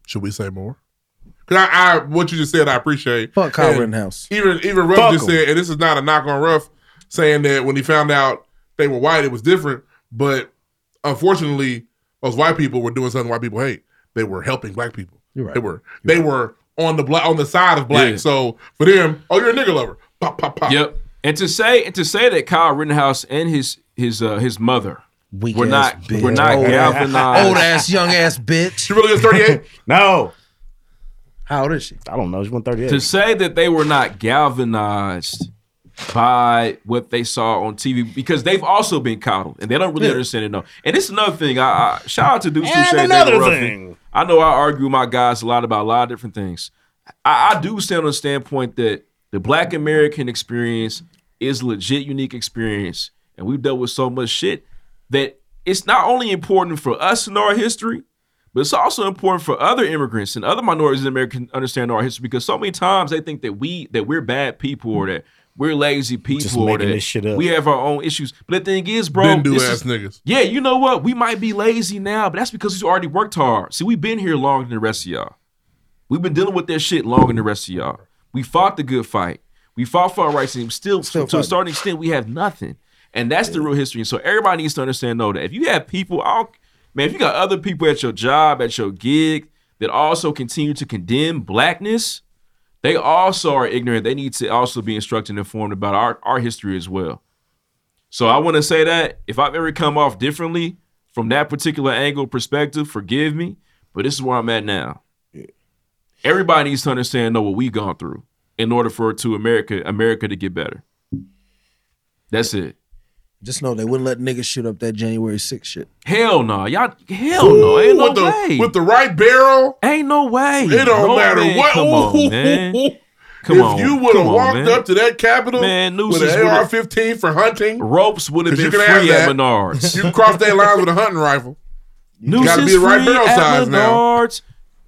S3: Should we say more? Cause I, I what you just said, I appreciate.
S4: Fuck Kyle
S3: And
S4: Rittenhouse.
S3: Even even Ruff
S4: Fuck
S3: just
S4: him.
S3: said, and this is not a knock on Ruff, saying that when he found out they were white, it was different. But unfortunately, those white people were doing something white people hate. They were helping black people.
S4: You're right.
S3: They were they were on the black on the side of black.
S2: Yeah.
S3: So for them, oh, you're a nigga lover. Pop pop pop.
S2: Yep. And to say and to say that Kyle Rittenhouse and his his uh, his mother
S4: Weak
S2: were
S4: ass
S2: not
S4: bitch.
S2: were not
S4: Old ass-
S2: galvanized.
S4: Old ass, young ass bitch.
S3: She really is 38?
S5: no.
S4: How old is she?
S5: I don't know. She's 138.
S2: To say that they were not galvanized by what they saw on TV because they've also been coddled and they don't really
S5: Yeah.
S2: understand it. No, and it's another thing. I, I shout out to Deuce
S5: And
S2: Touche. David
S5: another
S2: Ruffin.
S5: thing.
S2: I know I argue with my guys a lot about a lot of different things. I, I do stand on the standpoint that the Black American experience is a legit, unique experience, and we've dealt with so much shit that it's not only important for us to know our history, but it's also important for other immigrants and other minorities in America to understand our history because so many times they think that we that we're bad people or that we're lazy people or
S5: making
S2: that
S5: this shit up.
S2: we have our own issues. But the thing is, bro,
S3: Been do
S2: this
S3: ass
S2: is-
S3: niggas.
S2: yeah, you know what? We might be lazy now, but that's because we've already worked hard. See, we've been here longer than the rest of y'all. We've been dealing with that shit longer than the rest of y'all. We fought the good fight. We fought for our rights, and still, to a
S4: fighting.
S2: certain extent, we have nothing. And that's the real history. And so everybody needs to understand, know that if you have people, I don't, man, if you got other people at your job, at your gig, that also continue to condemn blackness, they also are ignorant. They need to also be instructed and informed about our, our history as well. So I want to say that if I've ever come off differently from that particular angle perspective, forgive me. But this is where I'm at now. Everybody needs to understand know what we've gone through in order for to America America to get better. That's it.
S4: Just know they wouldn't let niggas shoot up that January 6th shit.
S2: Hell no, y'all. Hell Oh, no, ain't no
S3: with the
S2: way.
S3: with the right barrel.
S2: Ain't no way.
S3: It don't
S2: No,
S3: matter
S2: man,
S3: what.
S2: Come
S3: Ooh,
S2: on, man. Come
S3: if
S2: on,
S3: you would have
S2: come on,
S3: walked
S2: man.
S3: up to that Capitol
S2: Man,
S3: with
S2: nooses
S3: an
S2: would've-
S3: AR-15 for hunting,
S2: ropes would have
S3: 'Cause
S2: been
S3: you can have
S2: free at
S3: that.
S2: Menards.
S3: you crossed that line with a hunting rifle.
S2: Nooses
S3: gotta be the right
S2: free
S3: barrel
S2: at
S3: size now.
S2: Menards.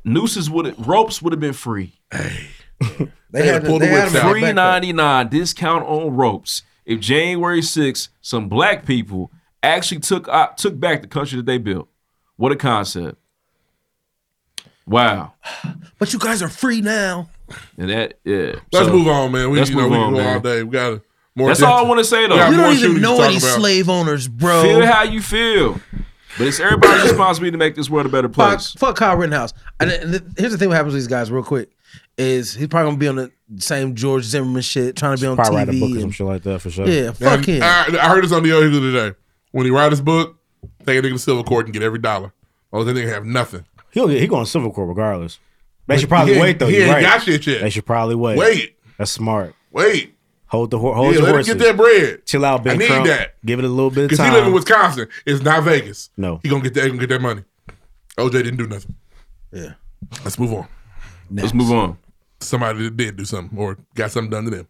S2: Nooses would ropes would have been free.
S4: They had
S3: pulled
S4: they
S3: the whips
S4: had
S3: out.
S4: them in the
S2: Three
S4: back
S2: ninety nine discount on ropes. If January 6th, some black people actually took uh, took back the country that they built. What a concept! Wow,
S4: there. But you guys are free now.
S2: and that yeah.
S3: Let's
S2: So,
S3: move on, man. We,
S2: let's
S3: you know,
S2: move
S3: we can
S2: on,
S3: go
S2: man.
S3: all day. We got more.
S2: That's
S3: attention.
S2: all I want to say though.
S3: We got
S4: You
S3: more
S4: don't
S3: shootings
S4: even
S3: to
S4: know
S3: talk
S4: any
S3: about.
S4: slave owners, bro.
S2: Feel how you feel, but it's everybody's responsibility to make this world a better
S4: fuck,
S2: place.
S4: fuck Kyle Rittenhouse. And, th- and th- here's the thing: what happens to these guys, real quick, is he's probably gonna be on the same George Zimmerman shit, trying to be on
S5: Probably write a book
S4: TV.
S5: or some
S4: and-
S5: shit like that for sure.
S4: yeah,
S3: And
S4: fuck him.
S3: I, I heard this on the other today. When he write his book, take a nigga to civil court and get every dollar. Oh, they nigga have nothing.
S5: He'll get, he going to civil court regardless. They
S3: But
S5: should probably
S3: he ain't-
S5: wait though.
S3: he
S5: You're
S3: ain't
S5: right.
S3: got shit yet.
S5: They should probably wait.
S3: Wait,
S5: That's smart.
S3: wait.
S5: Hold the horse. Hold
S3: yeah,
S5: your
S3: let
S5: horses.
S3: him get that bread.
S5: Chill out, Ben
S3: I need
S5: Crump.
S3: that.
S5: Give it a little bit of
S3: Because
S5: time.
S3: he live in Wisconsin. It's not Vegas.
S5: No.
S3: He gonna get that he gonna get that money. OJ didn't do nothing.
S4: Yeah.
S3: Let's move on.
S2: Let's move on.
S3: Somebody that did do something or got something done to them.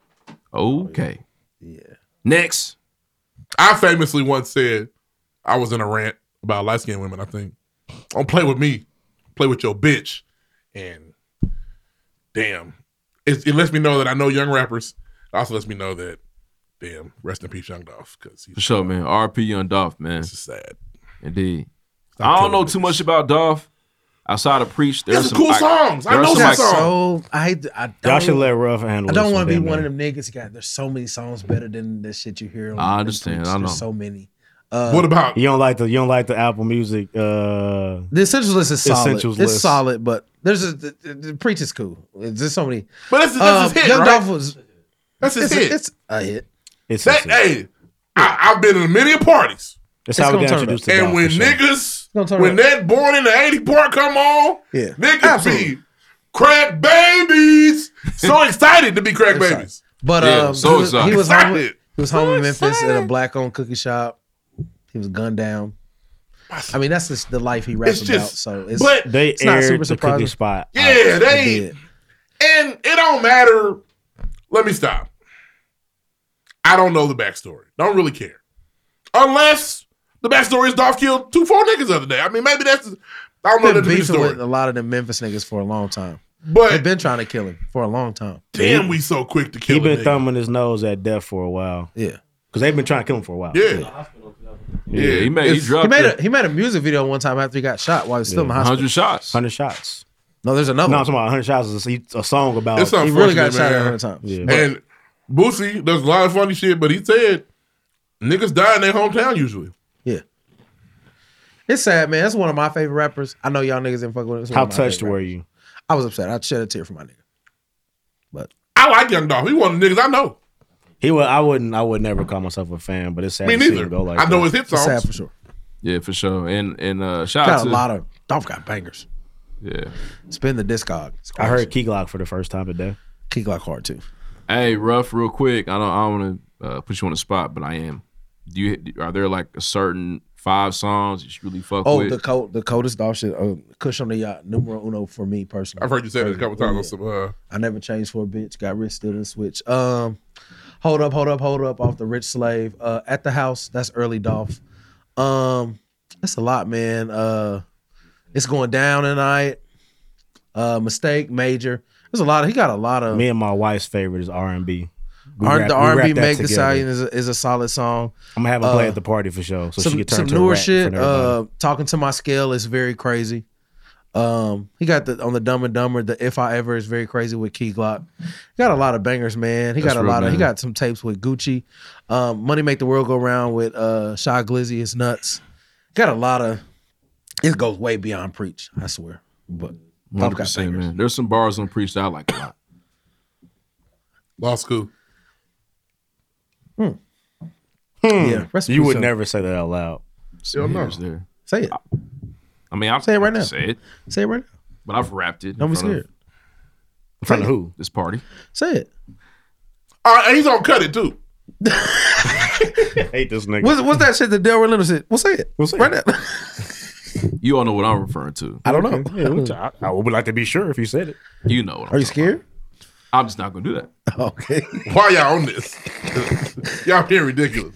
S2: Okay. Yeah. Next.
S3: I famously once said I was in a rant about light skinned women, I think. Don't play with me. Play with your bitch. And damn. It, it lets me know that I know young rappers. It also lets me know that Damn. Rest in peace, Young Dolph. Because
S2: For sure, man. RP Young Dolph, man. This
S3: is sad.
S2: Indeed. I don't know too much about Dolph. Outside of Preach,
S3: There's
S2: there's
S3: some cool songs. I know some
S4: So I hate. I don't,
S5: Y'all should let Ruff handle
S4: I don't
S5: this
S4: want to be
S5: one day,
S4: one of
S5: man.
S4: them niggas. God, there's so many songs better than the shit you hear. On
S5: I understand, I know.
S4: There's so many. uh,
S5: you don't like the you don't like the Apple Music? Uh,
S4: the essentials list is solid.
S5: Essentials
S4: it's
S5: list.
S4: solid, but there's a the, the, the preach is cool. There's so many. Um,
S3: But that's- that's his hit,
S4: uh, Young
S3: right?
S4: Dolph was.
S3: That's his
S4: it's
S3: hit.
S4: A, it's a hit.
S5: It's
S3: that, hey, I, I've been in many parties.
S5: That's how we got introduced to
S3: And
S5: Dolph,
S3: when
S5: for sure.
S3: niggas,
S4: Gonna turn
S3: when
S4: up.
S3: that born in the 80 part come on,
S4: Yeah.
S3: niggas be crack babies. So excited to be crack babies.
S4: But
S3: Yeah,
S4: um,
S3: so uh, excited.
S4: he, was, he was home.
S3: Excited.
S4: He was home in Memphis at a black-owned cookie shop. He was gunned down. I mean, that's just the life he raps
S3: It's
S4: about.
S3: just-
S4: So it's,
S3: but-
S5: they
S4: it's not
S5: aired
S4: super
S5: the
S4: surprising.
S5: cookie spot.
S3: Yeah,
S4: They
S3: they.
S4: did.
S3: And it don't matter. Let me stop. I don't know the backstory. Don't really care. Unless the backstory is Dolph killed two four niggas the other day. I mean, maybe that's. I don't know
S4: I've been
S3: that to be the
S4: beefing
S3: story.
S4: with a lot of the Memphis niggas for a long time.
S3: But
S4: they've been trying to kill him for a long time.
S3: Damn, we so quick to
S5: He
S3: kill. a
S5: been
S3: nigga.
S5: thumbing his nose at death for a while.
S4: Yeah,
S5: because they've been trying to kill him for a while.
S3: Yeah.
S2: Yeah, he made he
S4: It's-
S2: dropped
S4: made
S2: it.
S4: a, he made a music video one time after he got shot while he was still in the hospital.
S2: 100 shots.
S5: 100 shots.
S4: No, there's another.
S5: No, I'm
S4: one.
S5: talking about 100 shots is a, a song about.
S3: Oh. It's
S4: He
S3: unfortunate,
S4: really got shot
S3: man.
S4: at 100 times.
S5: Yeah.
S3: And Boosie does a lot of funny shit, but he said niggas die in their hometown usually.
S4: Yeah. It's sad, man. That's one of my favorite rappers. I know y'all niggas didn't fuck with him. It's one
S5: How
S4: of my
S5: touched
S4: favorite
S5: were
S4: rappers.
S5: you?
S4: I was upset. I shed a tear for my nigga.
S3: I like Young Dolph. He one of the niggas I know.
S5: He would. I wouldn't. I would never call myself a fan, but it's sad.
S3: Me
S5: to see
S3: neither.
S5: him Go like
S3: I know
S5: that.
S3: his hit songs.
S4: Sad for sure.
S2: Yeah, for sure. And and uh, shout out
S4: Got
S2: to
S4: a lot of Dolph got bangers.
S2: yeah.
S4: Spin the discog. It's
S5: I
S4: crazy.
S5: heard Key Glock for the first time today.
S4: Key Glock hard too.
S2: Hey, rough, real quick. I don't. I don't want to uh, put you on the spot, but I am. Do you? Are there like a certain five songs that you really fuck
S4: Oh,
S2: with?
S4: the cold, the coldest Dolph shit. Uh, Kush on the yacht, numero uno for me personally.
S3: I've heard you say that a couple times.
S4: Yeah.
S3: On some, uh,
S4: I never changed for a bitch. Got rich, still didn't switch. Um, hold up, hold up, hold up. Off the rich slave. Uh, at the house. That's early Dolph. Um, that's a lot, man. Uh, it's going down tonight. Uh, mistake major. There's a lot. Of, he got a lot of.
S5: Me and my wife's favorite is R and B.
S4: Uh, R- the R&B Meg Thee Stallion is a, is a solid song.
S5: I'm gonna have him play
S4: Uh,
S5: at the party for sure, so
S4: some,
S5: she can turn
S4: some
S5: to a
S4: newer
S5: rap in
S4: shit.
S5: front of everybody.
S4: Uh, talking to my scale is very crazy. Um, he got the on the Dumb and Dumber. The If I Ever is very crazy with Key Glock. He got a lot of bangers, man. He
S2: That's
S4: got a
S2: real,
S4: lot of. He
S2: man.
S4: got some tapes with Gucci. Um, Money Make the World Go Round with uh, Shy Glizzy is nuts. Got a lot of. It goes way beyond preach. I swear, but Dolph
S2: Hundred
S4: got
S2: percent,
S4: bangers.
S2: man. There's some bars on Preach that I like a lot.
S3: law school.
S5: Hmm.
S4: yeah, uh, rest in
S5: you
S4: peace,
S5: would
S4: son.
S5: never say that out loud.
S2: Some
S4: no.
S2: hitters there.
S4: Say it.
S2: I mean, I'll
S4: Say it right now.
S2: Say it,
S4: Say it right now.
S2: but I've rapped it.
S4: Don't be
S2: in front of
S4: scared.
S5: In front of who?
S2: This party.
S4: Say it.
S3: Uh, and he's on cut it too.
S5: I hate this nigga.
S4: What's, what's that shit that Delroy Leonard said? Well, say it.
S5: What's
S4: Right now.
S2: You all know what I'm referring to.
S4: I don't know.
S5: Yeah, which I, I would like to be sure if you said it.
S2: You know what I'm
S4: Are you scared?
S2: I'm just not gonna do that.
S4: Okay.
S3: Why y'all on this? y'all being ridiculous.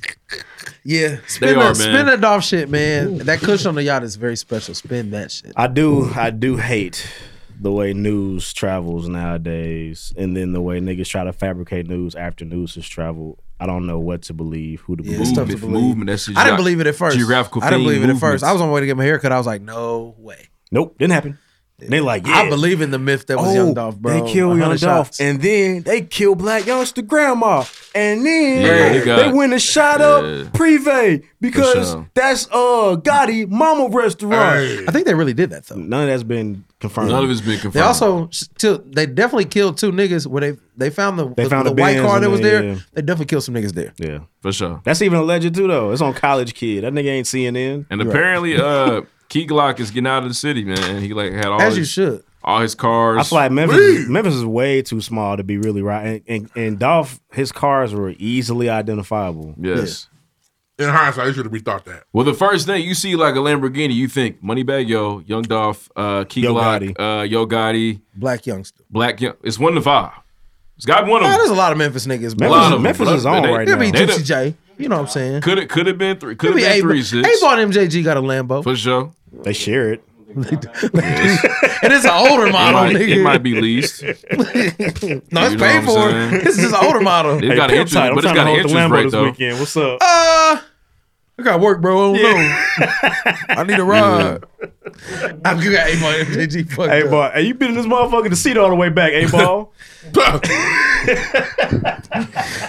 S4: Yeah, spin
S2: are, man.
S4: that, spin that Dolph shit, man. That cushion on the yacht is very special. Spin that shit.
S5: I do. I do hate the way news travels nowadays, and then the way niggas try to fabricate news after news has traveleled. I don't know what to believe, who to
S4: Yeah, it's
S5: believe.
S4: tough to
S2: Movement,
S4: believe.
S2: movement. That's
S4: I didn't
S2: geog-
S4: believe it at first.
S2: Geographical.
S4: I didn't
S2: theme,
S4: believe it at first. I was
S2: movements.
S4: on my way to get my haircut. I was like, no way.
S5: Nope, didn't happen. And they like, yeah,
S4: I believe in the myth that was
S5: oh,
S4: Young Dolph, bro.
S5: They kill
S4: 100
S5: Young Dolph,
S4: shots.
S5: and then they kill Black Youngster Grandma, and then
S2: Yeah, he got-
S5: they went and shot
S2: yeah.
S5: up Privé because
S2: sure.
S5: that's uh Gotti Mama Restaurant.
S4: I think they really did that
S2: Mm,
S4: though.
S5: None of that's been confirmed.
S2: None of it's been confirmed.
S4: They also still they definitely killed two niggas where they they found the
S5: They
S4: the,
S5: found
S4: the
S5: the
S4: white
S5: Benz
S4: car that
S5: and
S4: was
S5: then-
S4: there.
S5: yeah.
S4: They definitely killed some niggas there.
S5: Yeah,
S2: for sure.
S5: that's even alleged too, though. It's on College Kid. That nigga ain't CNN.
S2: And apparently, uh, Key Glock is getting out of the city, man. And he like had all
S4: As you
S2: his,
S4: should.
S2: all his cars.
S5: I feel like Memphis, Memphis is way too small to be really right. And, and and Dolph, his cars were easily identifiable.
S2: Yes.
S3: In hindsight, I should have rethought that.
S2: Well, the first thing you see like a Lamborghini, you think Moneybag Yo, Young Dolph, uh, Key
S5: Yo
S2: Glock, uh, Yo Gotti,
S4: Black youngster.
S2: Black. Young. It's one to five. It's got to be one of
S4: Man,
S2: them.
S4: there's a lot of Memphis niggas.
S2: A
S4: bro.
S2: lot of them.
S5: Memphis is on right
S4: It'll be
S2: They
S4: Juicy J. You know what I'm saying?
S2: Could it could have been three? Could
S4: It'll
S2: have
S4: be
S2: been
S4: A
S2: three six
S4: Ball and MJG got a Lambo.
S2: for sure.
S5: They share it.
S4: and it's an older model,
S2: it might,
S4: nigga.
S2: It might be leased. Oh, no,
S4: it's paid for. This is an older model.
S2: It's got an interest, but it's got an interest rate though.
S5: What's up?
S4: Uh, I got work, bro. I don't know. I need a ride. I you got eight ball MJG fucked
S5: Hey,
S4: up.
S5: ball. Hey, you been in this motherfucker to seat all the way back, A ball.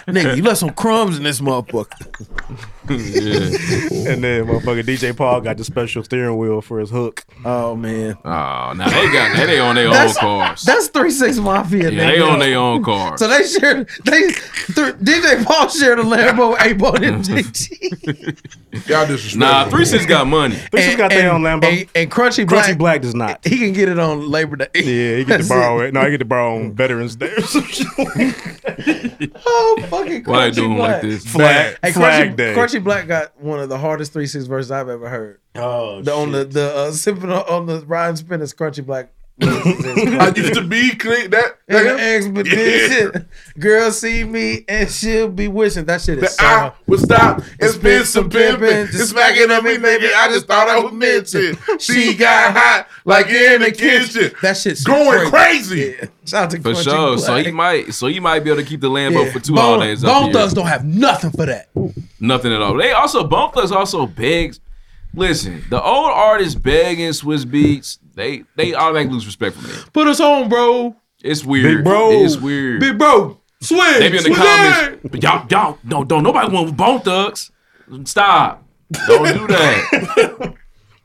S4: Nigga, you left some crumbs in this motherfucker.
S5: and then motherfucker DJ Paul got the special steering wheel for his hook.
S4: Oh man.
S2: Oh, now they got they, they on their own
S4: That's-
S2: cars.
S4: That's three six
S2: Yeah,
S4: mafia.
S2: they
S4: nigga.
S2: on their own cars.
S4: So they shared. They th- DJ Paul shared a Lambo, A ball MJG.
S3: Y'all disrespectful.
S2: nah, three six got money.
S5: They just got their own Lambo.
S4: And, and Crunchy,
S5: Crunchy
S4: Black,
S5: Black, does not.
S4: he can get it on Labor Day.
S5: Yeah, he get to
S4: That's
S5: borrow it. No, he get to borrow on Veterans Day. or some shit.
S4: Oh fucking
S2: Why they
S4: Crunchy
S2: doing
S4: Black.
S2: like this?
S5: Flag,
S4: Hey,
S5: flag
S4: Crunchy,
S5: Day.
S4: Crunchy Black got one of the hardest three six verses I've ever heard.
S5: Oh,
S4: The, on the
S5: shit.
S4: the uh, sipping on, on the Ryan Spinners Crunchy Black.
S3: I used to be clean. That, that
S4: An expedition, girl, see me and she'll be wishing that shit is.
S3: That
S4: So
S3: I would stop. It's been some pimping.
S4: pimpin',
S3: Just smacking on me, baby. I just thought I was mentioned. She got hot like in the kitchen.
S4: that shit's
S3: Going crazy.
S4: Yeah. Shout out to
S2: For
S4: Crunchy
S2: sure.
S4: Black.
S2: So he might so he might be able to keep the Lambo
S4: Yeah.
S2: for two
S4: Bone-
S2: holidays. out
S4: Bone
S2: the year.
S4: thugs don't have nothing for that.
S2: Nothing at all. They also Bone Thugs also begs. Listen, the old artists begging Swiss Beats, they they automatically lose respect from me.
S4: Put us on, bro.
S2: It's weird.
S4: Big bro.
S2: It's weird.
S4: Big bro, swing.
S2: Maybe in the
S4: swing.
S2: comments, but y'all y'all no don't nobody want Bone Thugs. Stop. Don't do that.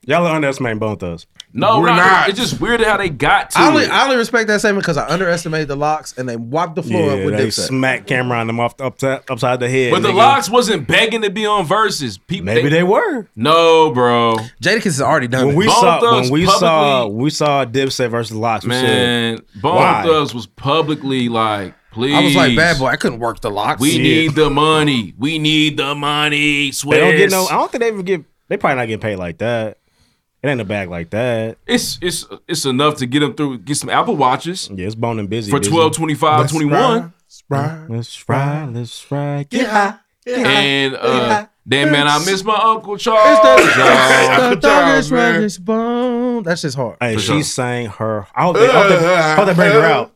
S5: Y'all are underestimating Bone Thugs.
S2: No,
S3: We're
S2: we're not.
S3: not.
S2: It's just weird how they got to
S4: I only,
S2: it.
S4: I only respect that statement because I underestimated the locks and they wiped the floor up
S5: Yeah,
S4: with
S5: they
S4: Dipset.
S5: smack Cameron them off the, upside, upside the head.
S2: but the
S5: nigga.
S2: locks wasn't begging to be on verses. People,
S5: Maybe they were.
S2: No, bro.
S4: Jadakiss has already done
S5: When
S4: it.
S5: we
S2: Bone
S5: saw
S2: Thugs
S5: when we saw
S2: publicly-
S5: we saw Dipset versus Locks, we said,
S2: Man, Bone
S5: Why?
S2: Thugs was publicly like, please.
S4: I was like, bad boy, I couldn't work the locks.
S2: We
S5: Yeah.
S2: need the money. We need the money. Swiss.
S5: they don't get no. I don't think they even get. They probably not getting paid like that. It ain't a bag like that.
S2: it's it's it's enough to get them through. Get some Apple watches
S5: Yeah, it's bone and busy.
S2: for
S5: busy.
S2: 12, 25, 21.
S3: Spry.
S5: Let's fry. Let's fry.
S3: Get high. Get high.
S2: And uh, then man, I miss my uncle Charles.
S4: It's
S2: y'all.
S4: the,
S3: Uncle
S4: it's the
S3: Charles,
S4: darkest,
S3: man.
S4: darkest bone. That's just hard.
S5: Hey,
S2: For
S5: she
S2: sure.
S5: sang her. I hope they, I hope they, I hope they bring her out.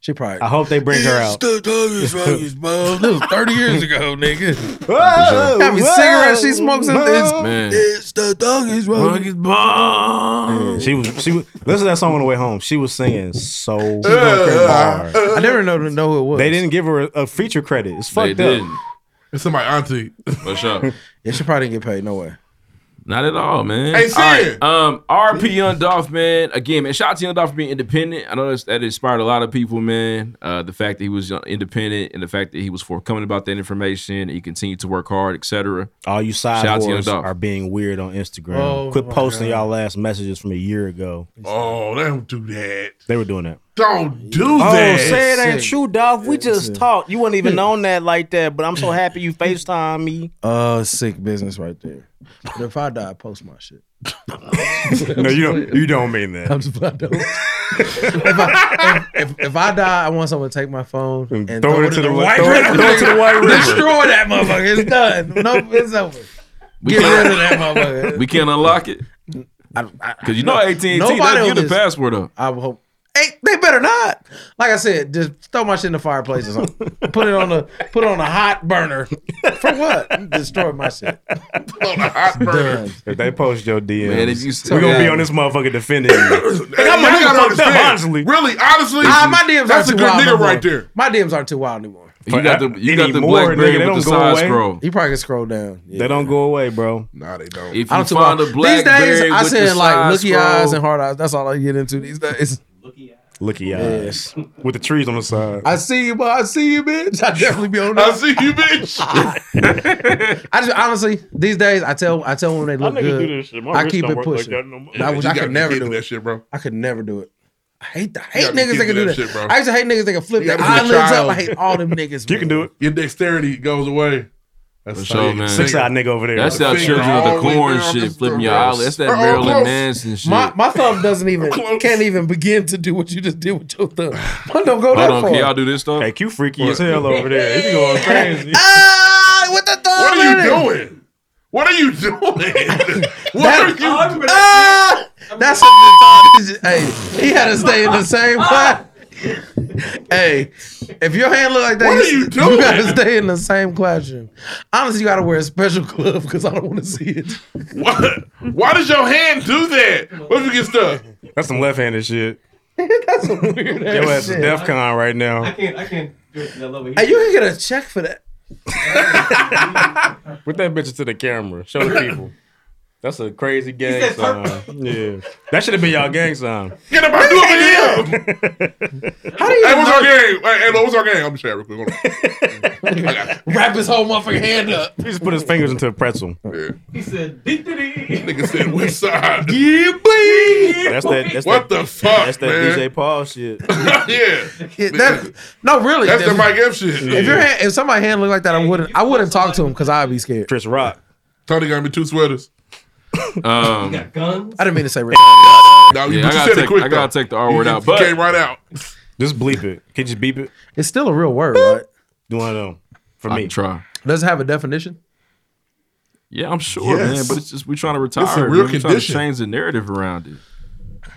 S4: She probably.
S5: I hope they bring her out.
S4: This was 30 years ago, nigga.
S5: Whoa,
S4: How many cigarettes she smokes in this?
S2: man.
S11: It's the doggies,
S2: Rugged Bone.
S5: She was. She was. Listen to that song on the way home. She was singing so
S3: uh,
S5: hard.
S4: I never know to know who it was.
S5: They didn't give her a, a feature credit. It's
S2: They
S5: fucked up.
S2: didn't.
S3: It's somebody auntie.
S2: For sure.
S4: Yeah, she probably didn't get paid. No way.
S2: Not at all, man.
S3: Hey,
S2: All right,
S3: Sid.
S2: Um, RP Young Dolph, man. Again, man. Shout out to Young Dolph for being independent. I know that's, that inspired a lot of people, man. Uh, the fact that he was uh, independent and the fact that he was forthcoming about that information, he continued to work hard, etc.
S5: All you side
S2: Shout out to Young
S5: whores
S2: Dolph.
S5: are being weird on Instagram.
S4: Oh,
S5: Quit
S4: my
S5: posting
S4: God.
S5: y'all last messages from a year ago.
S3: Oh, don't do that.
S5: They were doing that.
S3: Don't do
S5: Oh,
S3: that.
S5: say it ain't
S4: Sick.
S5: true, Dolph. We just
S4: sick.
S5: talked. You wouldn't even on that like that. But I'm so happy you Facetime me.
S4: Uh, sick business right there. But if I die, I post my shit.
S5: no, you don't. You don't mean that.
S4: I'm just, I don't. if, I, if, if, if I die, I want someone to take my phone and, throw, it into the, white
S5: throw it-
S4: river.
S5: throw it to the White River.
S4: Destroy that motherfucker. It's done. Nope, it's over.
S2: We
S4: Get rid
S2: can't,
S4: of that motherfucker.
S2: we can't unlock it because you know AT and T.
S4: Nobody
S2: They
S4: on
S2: give the
S4: this-
S2: password up.
S4: I would hope. Hey, they better not. Like I said, just throw my shit in the fireplace or something. put it on the put it on a hot burner. For what? Destroy my shit.
S3: On a hot burner.
S4: Done.
S5: If they post your DMs,
S2: Man, if you
S5: we gonna be
S4: Yeah.
S5: on this motherfucker defending you.
S3: Hey,
S5: I'm a
S3: y'all
S5: nigga
S3: gotta
S5: fucked up,
S3: understand.
S5: honestly.
S3: Really, honestly,
S4: Ah, my DMs
S3: that's
S4: are
S3: a
S4: too
S3: good
S4: wild no
S3: nigga
S4: more.
S3: right there.
S4: My DMs aren't too wild anymore.
S2: You got the you got the
S5: Anymore, nigga,
S2: BlackBerry
S5: they
S2: with the
S5: don't go
S2: side
S5: away.
S2: scroll.
S4: You probably can scroll down. Yeah.
S5: They don't go away, bro.
S3: Nah, they don't.
S2: If
S4: I
S2: you
S4: don't too
S2: find
S4: wild.
S2: a
S4: These
S2: BlackBerry
S4: days, I
S2: with the
S4: said like
S2: side
S4: looky
S2: scroll,
S4: eyes and hard eyes. That's all I get into these days.
S5: Looky eyes with the trees on the side.
S4: I see you, but I see you, bitch. I definitely be on
S3: I
S4: that.
S3: see you, bitch.
S4: I just honestly these days I tell I tell when they look good. I keep it pushing. I wish I
S3: You gotta
S4: could
S3: be
S4: never
S3: kidding
S4: do
S3: that
S4: it.
S3: shit, bro.
S4: I could never do it. I hate the
S3: You
S4: hate
S3: gotta be
S4: niggas
S3: kidding
S4: that can do
S3: me
S4: that.
S3: that shit, bro.
S4: I used to hate niggas that can flip
S3: You
S4: their
S3: gotta be a
S4: eyelids up.
S3: child.
S4: I hate all them niggas.
S5: You can do it.
S3: Your dexterity goes away. That's
S2: For sure, man.
S5: Six eyed nigga over there.
S2: That's that
S3: Finger
S2: children of the
S3: all the way
S2: corn
S3: down
S2: shit
S3: this
S2: flipping your
S3: throat.
S2: eyelids. That's that
S3: Bro,
S2: Marilyn
S3: close.
S2: Manson shit.
S4: My my thumb doesn't even
S3: Close.
S4: can't even begin to do what you just did with your thumb. Mine don't go that
S2: Hold on,
S4: far.
S2: can y'all do this stuff?
S5: Hey, you freaky as hell over there. It's going crazy.
S4: ah, with the thumb.
S3: What
S4: in it.
S3: are you doing? What are you doing? what are you doing?
S4: Ah, that's some. Hey, gotta stay in the same class. hey, if your hand look like that,
S3: What are
S4: you,
S3: you doing?
S4: you gotta stay in the same classroom. Honestly, you gotta wear a special glove because I don't want to see it.
S3: What? Why does your hand do that? What if you get stuck?
S5: That's some left-handed shit.
S4: That's some weird
S5: Yo,
S4: ass
S5: that's
S4: shit.
S5: DEF CON right now.
S8: can't. I can't do it. I love it.
S4: Hey, you can get a check for that.
S5: Put that bitch to the camera. Show the people. That's a crazy gang sign. Yeah, that should have been y'all gang sign.
S3: Get up and do a video. How do you? Hey, what's our game? Hey, hey, what's our game? I'm just sharing real quick. Hold on.
S4: Wrap his whole motherfucking hand up.
S5: He just put his fingers into a pretzel.
S8: He said, "Dee-dee-dee."
S3: Nigga said West Side.
S4: Yeah, boy.
S5: That's that. That's
S3: What
S5: that,
S3: the fuck,
S5: That's that
S3: man?
S5: DJ Paul shit.
S3: yeah.
S4: Yeah, that- no, really.
S3: That's the
S4: if-
S3: Mike F shit.
S4: If your hand, if somebody hand look like that, I wouldn't. I wouldn't talk to him because I'd be scared.
S5: Chris Rock.
S3: Tony got me two sweaters.
S2: Um,
S8: Guns.
S4: I didn't mean to say. Rick.
S3: Now,
S2: Yeah, I
S3: you
S2: gotta
S3: said it
S2: take-
S3: quick.
S2: I gotta take the R
S3: though.
S2: word
S3: You
S2: out,
S3: just
S2: but-
S3: came right out.
S5: Just bleep it. Can you just beep it?
S4: It's still a real word, right?
S5: Do one of them for
S2: I
S5: me.
S2: can try.
S4: Does it have a definition?
S2: Yeah, I'm sure,
S3: Yes.
S2: man. But it's just we're trying to retire.
S3: It's a
S2: man.
S3: real
S2: We're trying to
S3: condition.
S2: change the narrative around it.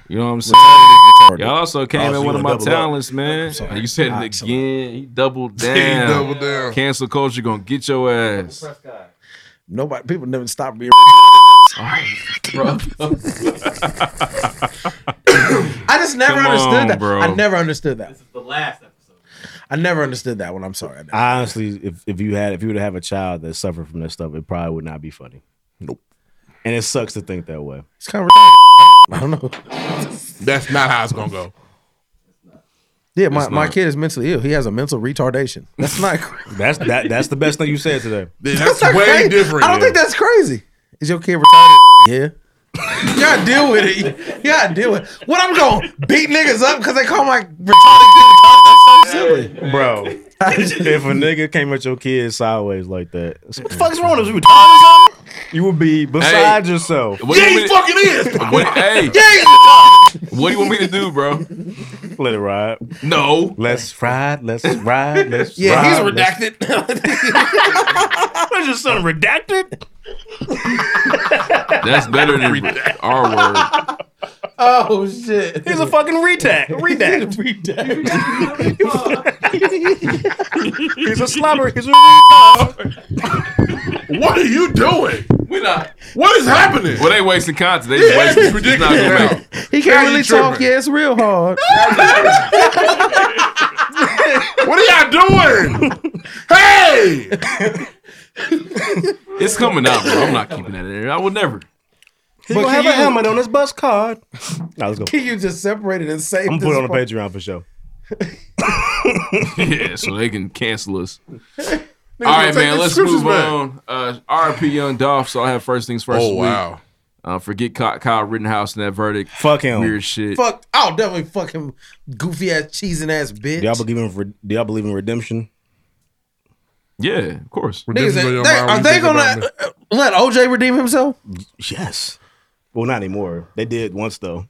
S2: You know what I'm saying? Y'all also came
S5: Oh, so
S2: in
S5: you
S2: one of my
S5: wanna double up.
S2: talents, man. And you said it again. He doubled down.
S3: He doubled down.
S2: Cancel culture gonna get your ass.
S4: Nobody, people never stop being. I just never
S2: Come
S4: understood
S2: on,
S4: that.
S2: bro.
S4: I never understood that.
S8: The last episode.
S4: I never understood that one. I'm sorry. I never-
S5: I honestly, if, if you had if you were to have a child that suffered from that stuff, it probably would not be funny.
S3: Nope.
S5: And it sucks to think that way.
S4: It's kind of retarded. I don't know.
S3: That's not how it's gonna go.
S4: Yeah, my,
S2: It's
S4: my
S2: not.
S4: kid is mentally ill. He has a mental retardation. That's not. cra-
S5: That's that that's the best thing you said today.
S3: Yeah,
S4: that's
S3: That's
S4: not
S3: way
S4: crazy.
S3: different.
S4: I don't
S3: yeah.
S4: think that's crazy. Is your kid retarded? yeah. You gotta deal with it. You gotta deal with it. What I'm going beat niggas up because they call my retarded kid retarded? That's so silly.
S5: Bro, if a nigga came at your kid sideways like that, what the fuck's wrong with you? You would be beside yourself.
S2: What do
S3: Yeah,
S2: you
S3: he
S2: want me to-
S3: fucking is. bro.
S2: what- hey,
S4: Yeah,
S2: what do you want me to do, bro?
S5: Let it ride.
S2: No.
S5: Let's ride. Let's ride. Let's
S4: yeah he's
S5: ride. let's-
S4: redacted.
S5: That's your son redacted.
S2: That's better than R word.
S4: oh shit.
S5: He's a fucking redact. Redact. He's a slobber. He's a redact.
S3: What are you doing?
S2: We're not.
S3: What is happening?
S2: Well, they wasting content. They just wasting.
S3: It's
S2: It's not gonna
S3: ridiculous.
S2: make.
S3: Now.
S2: it.
S4: He
S3: Now
S4: can't
S3: you
S4: really talk.
S3: tripping.
S4: Yeah, it's real hard.
S3: What are y'all doing? hey!
S2: It's coming out, bro. I'm not keeping that in there. I would never.
S5: He gonna have a helmet on his bus card. Now let's go.
S4: Can you just separate it and save
S5: I'm
S4: this
S5: gonna put it on the
S4: part?
S5: Patreon for sure.
S2: yeah, so they can cancel us. all right, man.
S3: take the
S2: Let's
S3: scriptures
S2: move
S3: back.
S2: on. Uh, RP Young Dolph. So I have first things first.
S3: Oh
S2: this week.
S3: wow.
S2: Uh, forget Ky- Kyle Rittenhouse and that verdict.
S5: Fuck him.
S2: Weird shit.
S4: Fuck, I'll definitely fuck him, goofy ass, cheesing ass bitch.
S5: Do y'all believe in re- Do y'all believe in redemption?
S2: Yeah, of course.
S4: Niggas,
S3: Different
S4: they,
S3: video
S4: they-
S3: about
S4: are
S3: what
S4: they
S3: you think about
S4: gonna uh, let OJ redeem himself?
S5: Yes. Well, not anymore. They did once though.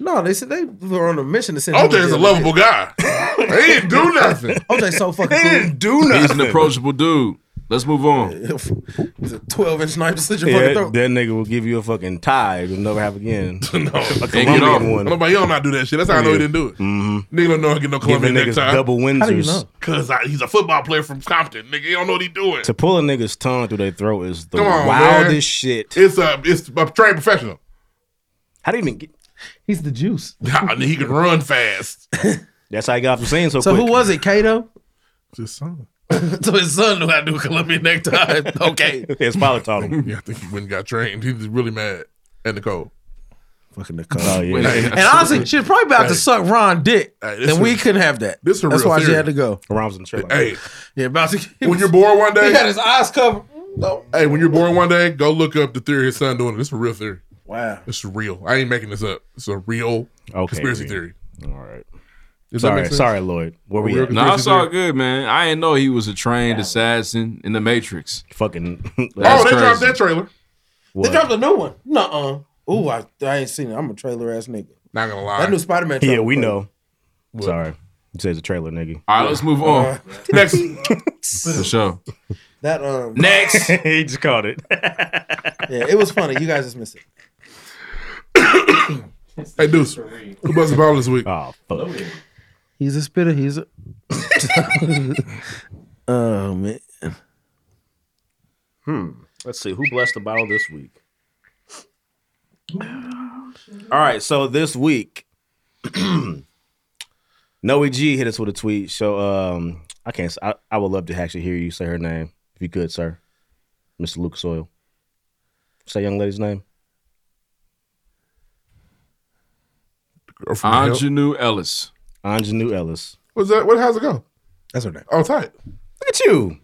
S4: No, they said they were on a mission to send. him
S3: OJ is Oh, a
S4: to jail.
S3: lovable guy. he didn't do nothing.
S4: OJ so fucking
S5: do
S2: He's an approachable dude. Let's move on.
S4: cool. He's a Twelve inch knife to slit your
S5: Yeah,
S4: fucking throat.
S5: that nigga will give you a fucking tie you'll never have again.
S3: No.
S5: A
S2: Take it off.
S5: Colombian one. Mm-hmm.
S3: Nobody else not do that shit. That's how I know he didn't do it. Nigga don't know how to get no
S5: Giving
S3: Colombian
S5: niggas
S3: necktie.
S5: double Windsors.
S4: How do you know?
S3: Cause I, he's a football player from Compton. Nigga, he don't know what he doing.
S5: To pull a nigga's tongue through their throat is the
S3: Come on,
S5: wildest
S3: man.
S5: shit.
S3: It's a it's a trained professional.
S5: How do you even get?
S4: He's the juice.
S3: I mean, he can run fast.
S5: That's how I got from saying so,
S4: So
S5: quick.
S4: who was it, Kato?
S3: It's his son.
S4: so his son knew how to do Colombian necktie. Okay,
S5: His father taught him.
S3: Yeah, I think he went and got trained. He was really mad at Nicole.
S4: fucking
S5: Oh
S4: Nicole.
S5: yeah.
S2: Wait,
S4: And honestly, she's probably about to suck Ron dick,
S3: Hey, this
S4: and we
S3: is-
S4: couldn't have that.
S3: this is a
S4: That's
S3: real
S4: why she
S3: theory.
S4: had to go.
S5: Rhymes and shit like
S3: Hey,
S4: Yeah, about to. He,
S3: when
S4: was-
S3: you're bored one
S4: he had
S3: day,
S4: his eyes covered.
S3: hey, when you're bored one day, go look up the theory his son doing. it. It's a real theory.
S4: Wow.
S3: It's real. I ain't making this up. It's a real
S5: Okay,
S3: conspiracy
S5: real.
S3: theory.
S5: that. All right.
S3: Does that make
S5: Sorry,
S3: sense? Oh,
S5: sorry, Lloyd. Where we
S3: Real
S5: at?
S3: good.
S2: No, it's all
S3: Basically.
S2: good, man. I didn't know he was a trained assassin in the Matrix.
S5: Fucking.
S3: Oh,
S2: That's
S3: they dropped
S2: crazy.
S3: that trailer.
S4: They
S5: What?
S4: dropped a new one. Nuh uh. Ooh, I, I ain't seen it. I'm a trailer ass nigga.
S3: Not gonna lie.
S4: That new Spider Man.
S5: Yeah, we know. Sorry. You said it's a trailer, nigga.
S2: All right, let's move on.
S3: Next,
S2: For sure.
S4: That um.
S2: Next.
S5: he just caught it.
S4: Yeah, it was funny. You guys just missed it.
S3: Hey, Deuce, who busted ball this week?
S5: Oh, fuck.
S4: He's a spitter. He's a. oh man.
S5: Hmm. Let's see. Who blessed the bottle this week? All right. So this week, Noe G hit us with a tweet. So um, I can't. I, I would love to actually hear you say her name if you could, sir. Mr. Lucas Oil. Say young lady's name.
S3: from hell.
S2: Anjanou Ellis.
S5: Anjanou Ellis.
S3: What's that? What? How's it go?
S5: That's her name.
S3: Oh, tight.
S5: Look at you.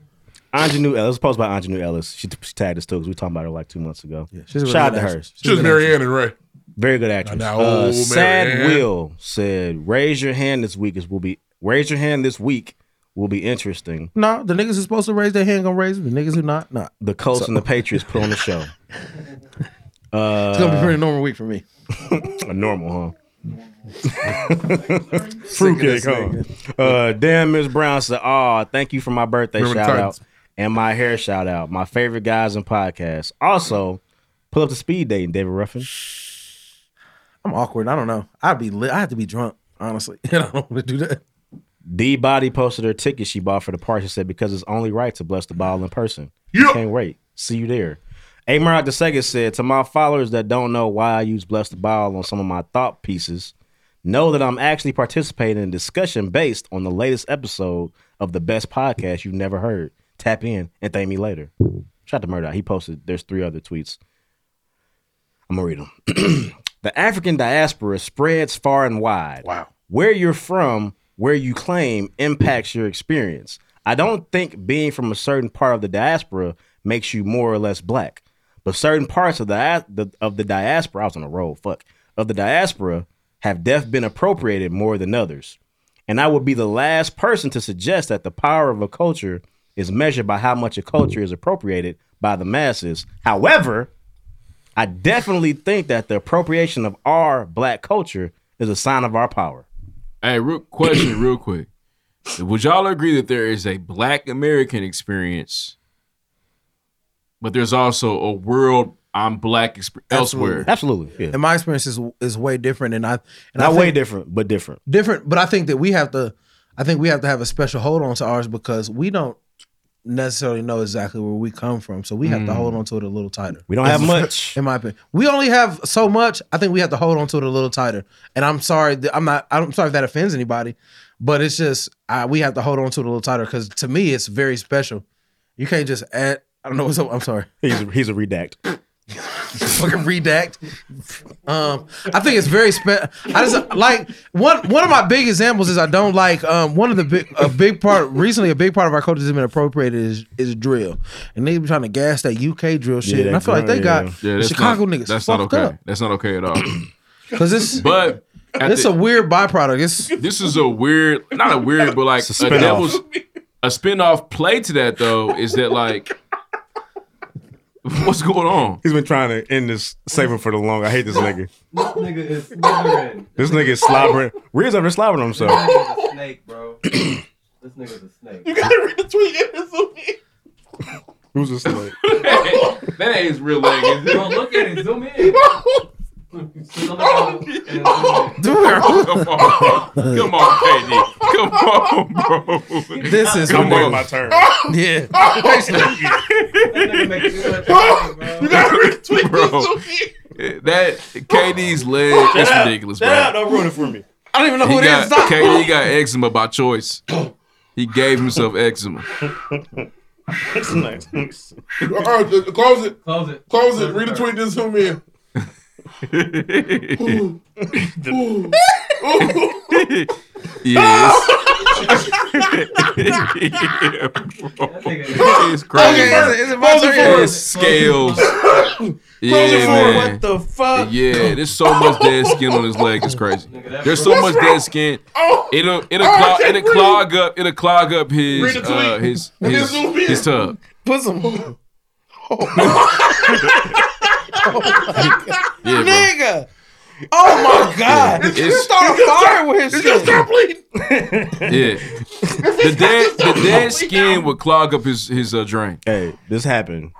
S5: Anjanou Ellis. Posted by Anjanou Ellis. She, she tagged us too because we were talking about her like two months ago.
S3: she's a really
S5: Shout out
S3: good
S5: to her.
S3: actress. She was Marianne and Ray.
S5: Very good actress.
S3: Now,
S4: oh,
S5: Uh,
S3: old
S5: Sad
S3: Marianne.
S5: Will said, "Raise your hand this week is will be raise your hand this week will be interesting."
S4: No, the niggas who's supposed to raise their hand gonna raise it. The niggas who not not.
S5: The Colts
S4: So-
S5: and the Patriots put on the show. Uh,
S4: It's gonna be a pretty normal week for me.
S5: a normal, huh?
S4: Sick of this
S5: Fruitcake, huh? Uh, damn, Miss Brown said, "Aw, thank you for my birthday
S4: Remember the
S5: shout out
S4: Titans.
S5: and my hair shout out. My favorite guys and podcasts. Also, pull up the speed dating, David Ruffin.
S4: I'm awkward. I don't know. I'd be lit. I have to be drunk, honestly. And I don't want to do that.
S5: D Body posted her ticket she bought for the party. She said, because it's only right to bless the bottle in person. You can't wait. See you there. Amar Sega said, to my followers that don't know why I use bless the bottle on some of my thought pieces, know that I'm actually participating in a discussion based on the latest episode of the best podcast you've never heard. Tap in and thank me later. Shout out to Murdoch. He posted, there's three other tweets. I'm going to read them. The African diaspora spreads far and wide. Wow. Where you're from, where you claim, impacts your experience. I don't think being from a certain part of the diaspora makes you more or less black, but certain parts of the, dia- the of the diaspora, I was on a roll, fuck, of the diaspora have def been appropriated more than others. And I would be the last person to suggest that the power of a culture is measured by how much a culture is appropriated by the masses. However, I definitely think that the appropriation of our black culture is a sign of our power.
S2: Hey, real question, real quick. Would y'all agree that there is a Black American experience, but there's also a world I'm Black exp- elsewhere?
S5: Absolutely.
S4: And my experience is is way different. And I and I
S5: Not way
S4: think-
S5: different, but different.
S4: different but i think that we have to i think we have to have a special hold on to ours because we don't necessarily know exactly where we come from so we have to
S5: Mm.
S4: hold on to it a little tighter
S5: We don't have much.
S4: in my opinion we only have so much i think we have to hold on to it a little tighter and i'm sorry that i'm not i'm sorry if that offends anybody but it's just I, we have to hold on to it a little tighter because to me it's very special you can't just add i don't know what's up i'm sorry
S5: He's a, he's a redact.
S4: fucking redact. Um, I think it's very spe- I just like one one of my big examples is I don't like um one of the big a big part recently a big part of our culture has been appropriated is is drill and they've been trying to gas that UK drill shit and I feel like they got the
S2: that's
S4: Chicago
S2: not-
S4: niggas
S2: That's not
S4: fucked
S2: okay.
S4: up
S2: That's not okay at all.
S4: because it's
S2: but at
S4: it's
S2: the-
S4: a weird byproduct. It's
S2: this is a weird, not a weird, but like
S4: It's
S2: a,
S4: a spinoff.
S2: devil's a spinoff play to that though is that like what's going on?
S5: He's been trying to end this saving for the long. I hate this nigga.
S8: This nigga is slipping.
S5: This nigga is slobbering. Reed's over there slobbering on himself.
S8: nigga's a snake, bro. This nigga's a snake.
S3: You gotta read the tweet. It's so mean.
S5: Who's this nigga?
S2: that ain't his real leg. Is it?
S8: Don't look at it. Zoom in. Zoom out and zoom in.
S2: Come on, come on, KD. Come on, bro.
S4: This is
S2: come
S4: ridiculous.
S2: on.
S4: My
S5: turn.
S4: yeah.
S3: you gotta read the tweet.
S2: Bro. eh,
S3: It's so mean.
S2: That KD's leg is ridiculous, bro.
S5: Don't ruin it for me.
S4: I don't even know
S2: He
S4: who it
S2: got,
S4: is. Stop.
S2: KD got eczema by choice. He gave himself eczema.
S3: All right, uh, close it.
S8: Close it.
S3: Close it. Read the tweet. Just zoom in. Ooh. Ooh. Ooh.
S2: yes. yeah, bro. It's crazy.
S4: Okay, is it- is it my
S2: Close
S4: turn?
S2: for
S4: Yes.
S2: us. Scales. yeah,
S4: Closing for it.
S2: man.
S4: What the fuck?
S2: Yeah, there's so much dead skin on his leg. It's crazy. There's so
S3: What's
S2: much
S3: wrong?
S2: dead skin.
S3: Oh.
S2: It'll it'll
S3: Oh, I
S2: clog
S3: can't
S2: it'll clog up it'll clog up his
S3: Read the tweet.
S2: uh, his
S3: It's
S2: his
S3: zoom in.
S2: his tub.
S4: Put some.
S2: Yeah, bro.
S4: Nigga. Oh my god.
S2: It's-
S4: you started fire with his shit.
S2: Yeah. The dead the dead skin would clog up his his uh, drain.
S5: Hey, this happened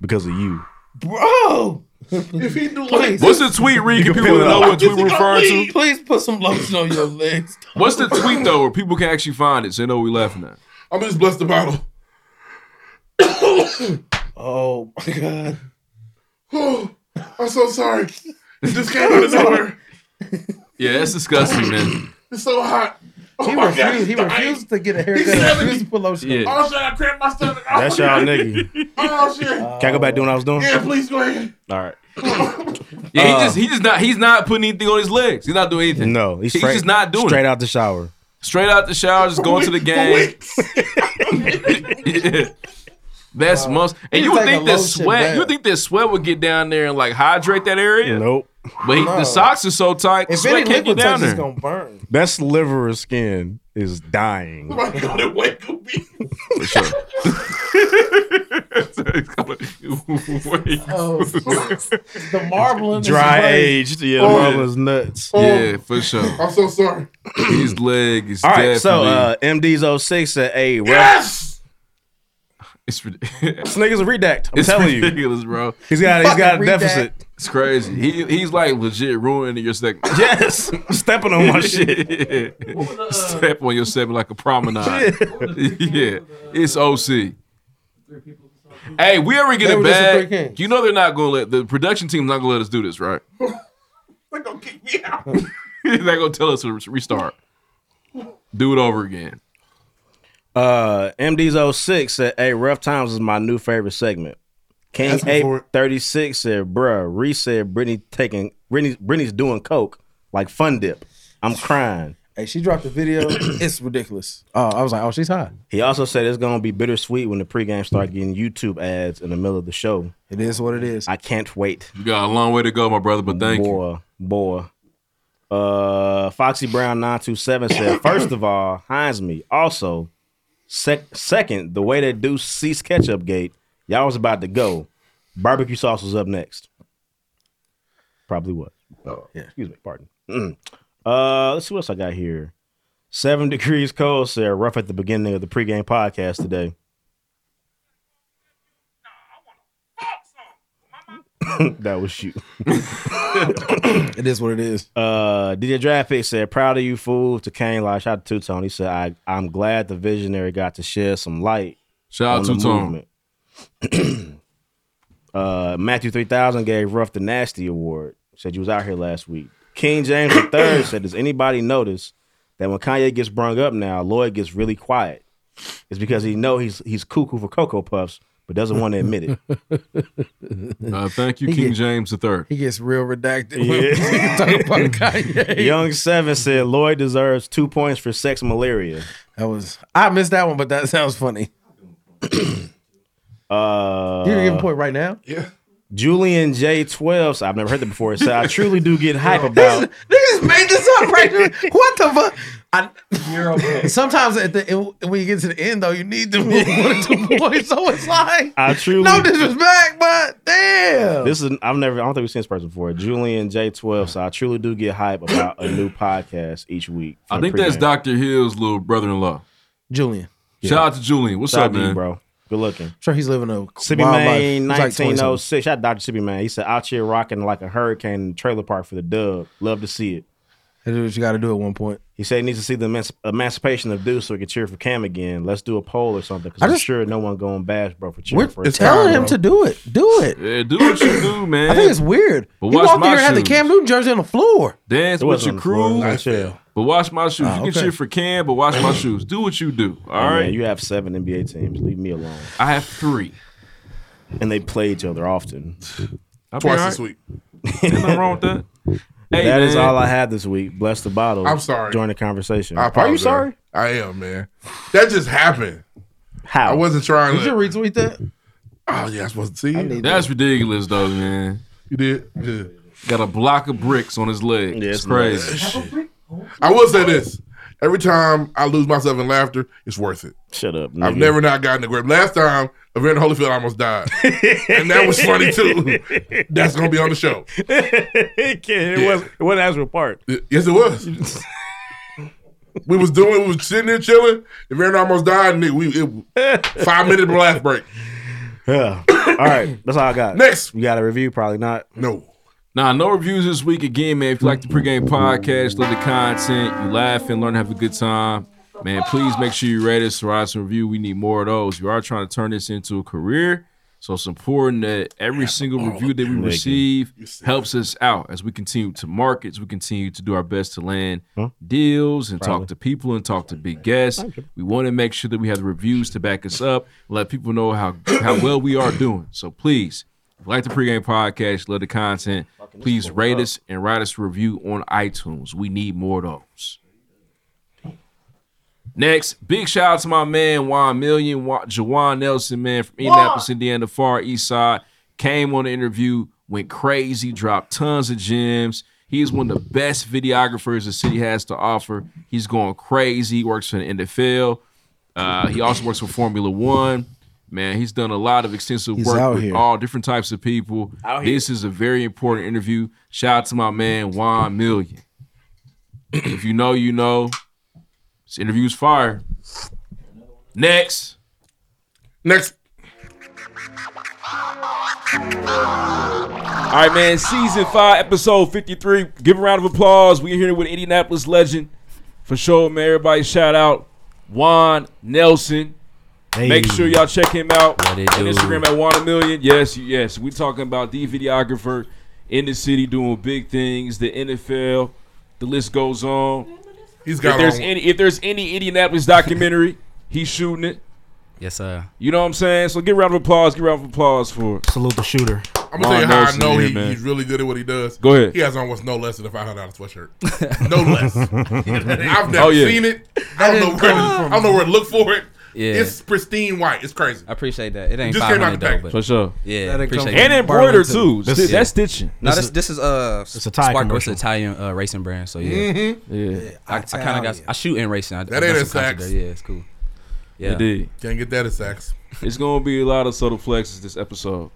S5: because of you.
S4: Bro.
S3: if he do
S2: Please. What's the tweet, Reed? Can people know what tweet we're referring to?
S14: Please put some lotion on your legs.
S2: What's the tweet though, where people can actually find it? So they know what we laughing at.
S3: I'm just blessed the bottle.
S14: oh my god.
S3: Oh, I'm so sorry. It just came out of nowhere.
S2: Yeah, that's disgusting, man.
S3: It's so hot. Oh
S4: he
S3: my
S4: refused.
S3: God,
S4: he
S3: dying.
S4: refused to get a
S3: He's
S4: haircut. He refused to put lotion.
S5: Yeah.
S3: Oh shit! I cramped my stomach. Oh,
S5: That's y'all nigga.
S3: Oh shit!
S5: Can I go back doing what I was doing?
S3: yeah, please go ahead.
S5: All right.
S2: Yeah, he
S5: Uh,
S2: just he just not he's not putting anything on his legs. He's not doing anything.
S5: No, he's,
S2: he's
S5: straight,
S2: just not doing
S5: straight
S2: it.
S5: out the shower.
S2: Straight out the shower, just going to the game. Yeah. That's most. And
S5: He
S2: you would
S5: take a
S2: think that
S5: lotion
S2: sweat.
S5: bath.
S2: You would think that sweat would get down there and like hydrate that area.
S5: Nope.
S2: But he,
S5: No.
S2: the socks are so tight, the
S5: If
S2: sweat
S5: any
S2: can't get
S5: liquid
S2: down
S5: touches
S2: there.
S5: gonna Best liver or skin is dying.
S3: Oh my God, it wake up.
S2: For sure.
S14: Oh, the marbling.
S5: Dry aged. Yeah, the mama
S2: yeah.
S5: was nuts.
S2: Yeah, for sure.
S3: I'm so sorry.
S2: His leg is
S5: All right, so
S2: definitely-
S5: uh, MD's 06 said, hey, ref.
S3: Yes!
S2: It's ridiculous.
S5: This nigga's a redact. I'm
S2: it's
S5: telling you.
S2: ridiculous, bro.
S5: He's got- he's got a Fucking redact. deficit.
S2: It's crazy. He he's like legit ruining your segment.
S5: Yes, stepping on my
S2: shit. Step on your segment like a promenade. yeah, it's OC. Hey, we ever get
S3: They
S2: a
S3: were just the three
S2: bag?
S3: kings.
S2: You know they're not gonna let the production team's not gonna let us do this, right?
S3: They're gonna kick me out.
S2: they're not gonna tell us to restart, do it over again.
S5: Uh, MD's 06 said, hey, rough times is my new favorite segment. King
S4: Ask me
S5: Ape
S4: for it.
S5: 36 said, bruh, Reese said Brittany taking Brittany, Brittany's doing coke like fun dip. I'm crying.
S4: Hey, she dropped a video. it's ridiculous. Oh, I was like, oh, she's high.
S5: He also said it's gonna be bittersweet when the pregame start getting YouTube ads in the middle of the show.
S4: It is what it is.
S5: I can't wait.
S2: You got a long way to go, my brother, but thank you.
S5: boy, boy. Uh, Foxy Brown nine two seven said, first of all, Heinz me. Also, sec- second, the way that Deuce ceased ketchup gate, y'all was about to go. Barbecue sauce was up next. Probably was. Oh, yeah. Excuse me. Pardon. Mm. Uh, let's see what else I got here. Seven degrees cold said rough at the beginning of the pregame podcast today. that was you.
S4: it is what it is.
S5: Uh, DJ Draft Pick said, "Proud of you, fool." To Kane, like shout out to Two Tone. He said, "I I'm glad the visionary got to share some light."
S2: Shout out
S5: on the
S2: Two Tone.
S5: movement." uh, Matthew three thousand gave Ruff the Nasty Award. Said you was out here last week. King James III said, "Does anybody notice that when Kanye gets brung up now, Lloyd gets really quiet? It's because he know he's he's cuckoo for cocoa puffs, but doesn't want to admit it."
S2: Uh, thank you,
S5: He
S2: King
S5: get-
S2: James III.
S4: He gets real redacted.
S5: Yeah.
S4: Talking about Kanye.
S5: Young Seven said Lloyd deserves two points for sex malaria.
S4: That was I missed that one, but that sounds funny.
S5: Uh,
S4: you give a point right now.
S3: Yeah.
S5: Julian J12. So I've never heard that before. So I truly do get hype about.
S4: Niggas made this up right there. What the fuck? I, Sometimes at the it, when you get to the end though, you need them one or two points. So it's like
S5: I truly.
S4: no disrespect, but damn.
S5: This is I've never I don't think we've seen this person before. Julian J12. So I truly do get hype about a new podcast each week.
S2: I think that's
S5: Doc
S2: Dr. Hill's little brother-in-law.
S4: Julian.
S2: Shout out to Julian. What's up, man?
S5: bro? Good looking.
S4: sure he's living a
S5: Sippy
S4: wild
S5: Man
S4: life. He's like 27.
S5: 1906. Shout out Dr. Sippy Man. He said out here rocking like a hurricane in the trailer park for the dub. Love to see it.
S4: That's what you got to do at one point.
S5: He said he needs to see the emanci- emancipation of Deuce so he can cheer for Cam again. Let's do a poll or something because
S4: I
S5: I'm
S4: just-
S5: sure no one going bash bro for
S4: We're
S5: cheering for his
S4: telling
S5: team,
S4: him
S5: bro.
S4: to do it. Do it.
S2: Yeah, do what you do, man.
S4: I think it's weird.
S2: But
S4: he
S2: watch
S4: walked
S2: my
S4: in here and had the
S2: shoes.
S4: Cam Newton jersey on the floor.
S2: Dance
S5: It
S2: with
S5: wasn't
S2: your
S5: on the floor,
S2: crew.
S5: it was on the chair.
S2: But watch my shoes.
S5: Ah,
S2: you can
S5: okay.
S2: cheer for Cam, but watch my shoes. Do what you do. All
S5: Hey, man,
S2: right.
S5: you have seven NBA teams. Leave me alone.
S2: I have three.
S5: And they play each other often.
S2: I'll be
S3: Twice
S2: all
S3: this week.
S2: Ain't nothing wrong with that. Hey,
S5: that is
S2: man.
S5: all I had this week. Bless the bottle.
S3: I'm sorry.
S5: Join the conversation.
S3: I
S5: Are you
S3: apologize.
S5: sorry?
S3: I am, man. That just happened.
S5: How?
S3: I wasn't trying
S4: Did you
S3: to.
S4: retweet that?
S3: Oh yeah, I was supposed to see. You,
S2: That's ridiculous, though, man.
S3: you did. Yeah.
S2: Got a block of bricks on his leg.
S5: Yeah,
S2: it's
S5: it's
S2: crazy.
S3: I will say this: every time I lose myself in laughter, it's worth it.
S5: Shut up.
S3: I've
S5: nigga.
S3: never not gotten a grip. Last time, Evander Holyfield almost died, and that was funny too. That's gonna be on the show.
S5: it, can't- it
S3: Yeah.
S5: wasn't, it wasn't Ezra Park.
S3: Yes, it was. we was doing. We was sitting there chilling. Evander almost died, and it, we it, five minute laugh break.
S5: Yeah. All right. That's all I got.
S3: Next.
S5: You got a review? Probably not.
S3: No.
S2: Nah, no reviews this week again, man. If you like the pregame podcast, love the content, you laugh and learn, have a good time, man. Please make sure you rate us, write us a review. We need more of those. We are trying to turn this into a career, so it's important that every single review that we
S5: nigga.
S2: receive helps us out as we continue to market, as we continue to do our best to land
S5: Huh?
S2: deals and
S5: Probably.
S2: talk to people and talk to big guests. We want to make sure that we have the reviews to back us up, let people know how how well we are doing. So please, if you like the pregame podcast, love the content, please rate us and write us a review on iTunes. We need more of those. Next, big shout out to my man Juan Million, Wa- Jawan Nelson, man from Indianapolis, Indiana, Far East Side. Came on the interview, went crazy, dropped tons of gems. He is one of the best videographers the city has to offer. He's going crazy. Works for the NFL. Uh, he also works for Formula One. Man, he's done a lot of extensive
S5: He's
S2: work
S5: out
S2: with
S5: here.
S2: all different types of people.
S5: Out here.
S2: This is a very important interview. Shout out to my man Juan Million. if you know, you know. This interview's fire. Next.
S3: Next.
S2: All right, man. Season five, episode fifty-three. Give a round of applause. We're here with Indianapolis legend, for sure, man. Everybody, shout out Juan Nelson. Make
S10: Hey.
S2: sure y'all check him out on
S10: What it do?
S2: Instagram at Juan a Million. Yes, yes. We're talking about the videographer in the city doing big things. The NFL. The list goes on.
S3: He's got
S2: if there's
S3: on-
S2: any if there's any Indianapolis documentary, he's shooting it.
S10: Yes, sir.
S2: You know what I'm saying? So get a round of applause. Get a round of applause for
S10: salute the shooter.
S3: I'm gonna tell you how I know he, he's really good at what he does.
S2: Go ahead.
S3: He has on what's no less than a five hundred dollar sweatshirt. No less. I've never
S2: Oh, yeah.
S3: seen it. I don't know where. I don't know where to look for it.
S10: Yeah.
S3: It's pristine white. It's crazy.
S10: I appreciate that. It ain't
S3: just
S10: five
S3: came
S10: hundred
S3: out the
S10: though,
S3: package.
S10: but
S2: For sure.
S10: Yeah,
S2: That it
S10: appreciate
S2: come from
S10: that.
S2: And embroidered, too. This- That's stitching.
S10: No,
S2: This
S10: this
S2: is-
S10: this is uh,
S5: It's a tie
S10: Spartan, it's a
S5: commercial.
S10: Italian uh, racing brand. So yeah,
S2: Mhm. Yeah.
S10: I, I kind of got I shoot in racing. I,
S3: That
S10: I
S3: ain't
S10: got
S3: a
S10: some concept
S3: sax.
S10: there. Yeah, it's cool. Yeah,
S2: Indeed.
S3: Can't get that at Saks.
S2: It's gonna be a lot of subtle flexes this episode.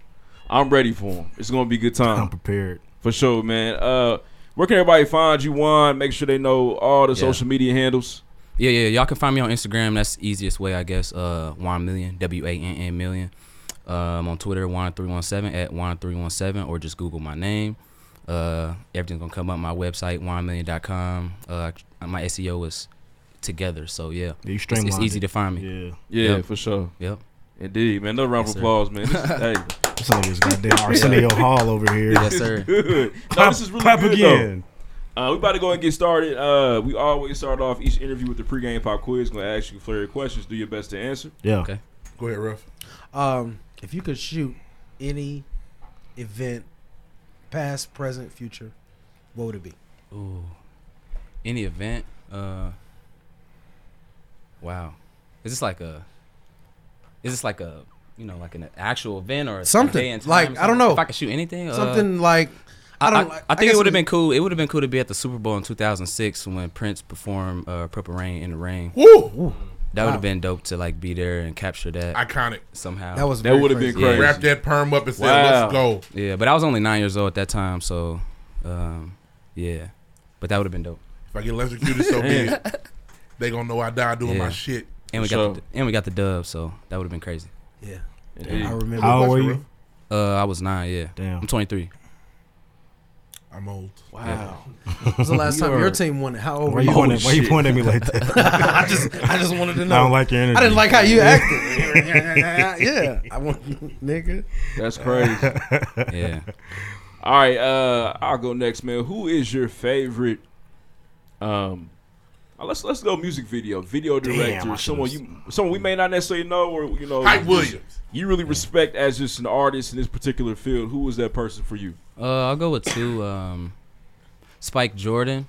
S2: I'm ready for them. It's gonna be a good time. I'm
S10: prepared
S2: for sure, man. Uh, where can everybody find you? Juan, make sure they know all the
S10: Yeah.
S2: social media handles.
S10: Yeah, yeah. Y'all can find me on Instagram. That's the easiest way, I guess. Uh, Juan Million, W A N N Million. Um, on Twitter, Juan317 at Juan317, or just Google my name. Uh, everything's gonna come up. My website, WuanMillion.com. Uh, my SEO is together, so yeah.
S5: Yeah, you
S10: It's- It's,
S5: streamlined
S10: easy
S5: it.
S10: to find me.
S2: Yeah,
S10: Yep.
S2: for sure.
S10: Yep.
S2: Indeed, man. Another round
S10: Yes, sir.
S2: of applause, man. This is, hey.
S10: This nigga's goddamn
S5: Arsenio Hall over here.
S10: Yes,
S2: This
S10: sir.
S2: is good. No,
S5: Clap-
S2: this is really
S5: clap
S2: good,
S5: again.
S2: though. Uh, we about to go ahead and get started. Uh, we always start off each interview with the pregame pop quiz. Gonna ask you flurry of questions. Do your best to answer.
S5: Yeah.
S10: Okay.
S3: Go ahead, Ruff.
S4: Um, if you could shoot any event, past, present, future, what would it be?
S10: Ooh. Any event? Uh Wow. Is this like a Is this like a, you know, like an actual event or a
S4: Something.
S10: day and time
S4: Like,
S10: or
S4: I don't
S10: something?
S4: know.
S10: If I could shoot anything. uh,
S4: Something like I don't.
S10: I,
S4: like-
S10: think
S4: guess
S10: it would have
S4: it's-
S10: been cool. It would have been cool to be at the Super Bowl in 2006 when Prince performed uh, "Purple Rain" in the rain.
S3: Woo!
S10: That would
S4: Wow.
S10: have been dope to like be there and capture that.
S3: Iconic.
S10: somehow.
S4: That was That very would've been crazy. crazy.
S3: Wrap that perm up and say, "Let's go."
S10: Yeah, but I was only nine years old at that time, so um, yeah. But that would have been dope.
S3: If I get electrocuted so
S10: Damn.
S3: big, they gonna know I died doing
S10: Yeah.
S3: my shit.
S10: And we
S3: For
S10: got
S3: sure.
S10: the, and we got the dub, so that would have been crazy.
S4: Yeah.
S3: Indeed. I remember-
S5: How old were you?
S10: Uh, I was nine. Yeah,
S5: Damn.
S10: I'm 23.
S3: I'm old.
S4: Wow. When was the last
S5: You
S4: time
S5: are-
S4: your team won it? How old
S5: Why
S4: were
S5: you
S4: you?
S5: pointing- why you Holy pointing at me shit. like that?
S4: I just, I just wanted to know.
S5: I don't like your energy.
S4: I didn't like how you
S5: Yeah.
S4: acted. yeah, I want, nigga.
S2: That's crazy.
S10: yeah.
S2: All right, uh, I'll go next, man. Who is your favorite? Um, uh, let's let's go music video, video
S5: Damn,
S2: director,
S5: I should've
S2: someone you, someone we may not necessarily know, or you know,
S3: Hype
S2: you-
S3: Williams.
S2: You really respect as just an artist in this particular field. Who was that person for you?
S10: Uh, I'll go with two. Um, Spike Jordan.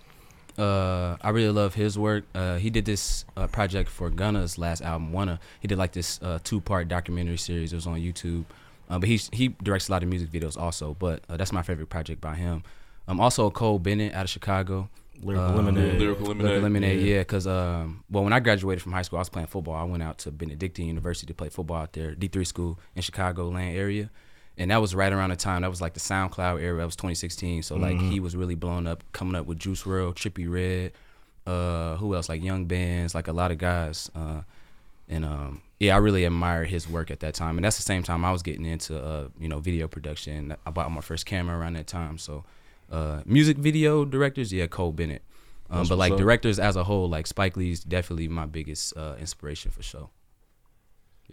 S10: Uh, I really love his work. Uh, he did this uh, project for Gunna's last album, Wanna. He did like this uh, two-part documentary series. It was on YouTube. Uh, but he's, he directs a lot of music videos also. But uh, that's my favorite project by him. Um, also Cole Bennett out of Chicago.
S5: Lyrical
S10: Um,
S9: Uh,
S5: Lemonade.
S2: Lyrical Lemonade.
S10: Lemonade,
S2: Yeah.
S10: yeah. Because um, well, when I graduated from high school, I was playing football. I went out to Benedictine University to play football out there, D three school in Chicago land area, and that was right around the time that was like the SoundCloud era. That was 2016. So like
S2: Mm-hmm.
S5: Mhm.
S10: he was really blowing up, coming up with Juice World, Trippy Red, uh, who else like Young Bands, like a lot of guys. Uh, and um, yeah, I really admired his work at that time. And that's the same time I was getting into uh, you know video production. I bought my first camera around that time. So uh, music video directors, yeah, Cole Bennett. Um,
S2: That's
S10: but
S2: what's
S10: like
S2: up.
S10: directors as a whole, like Spike Lee's definitely my biggest uh, inspiration for sure.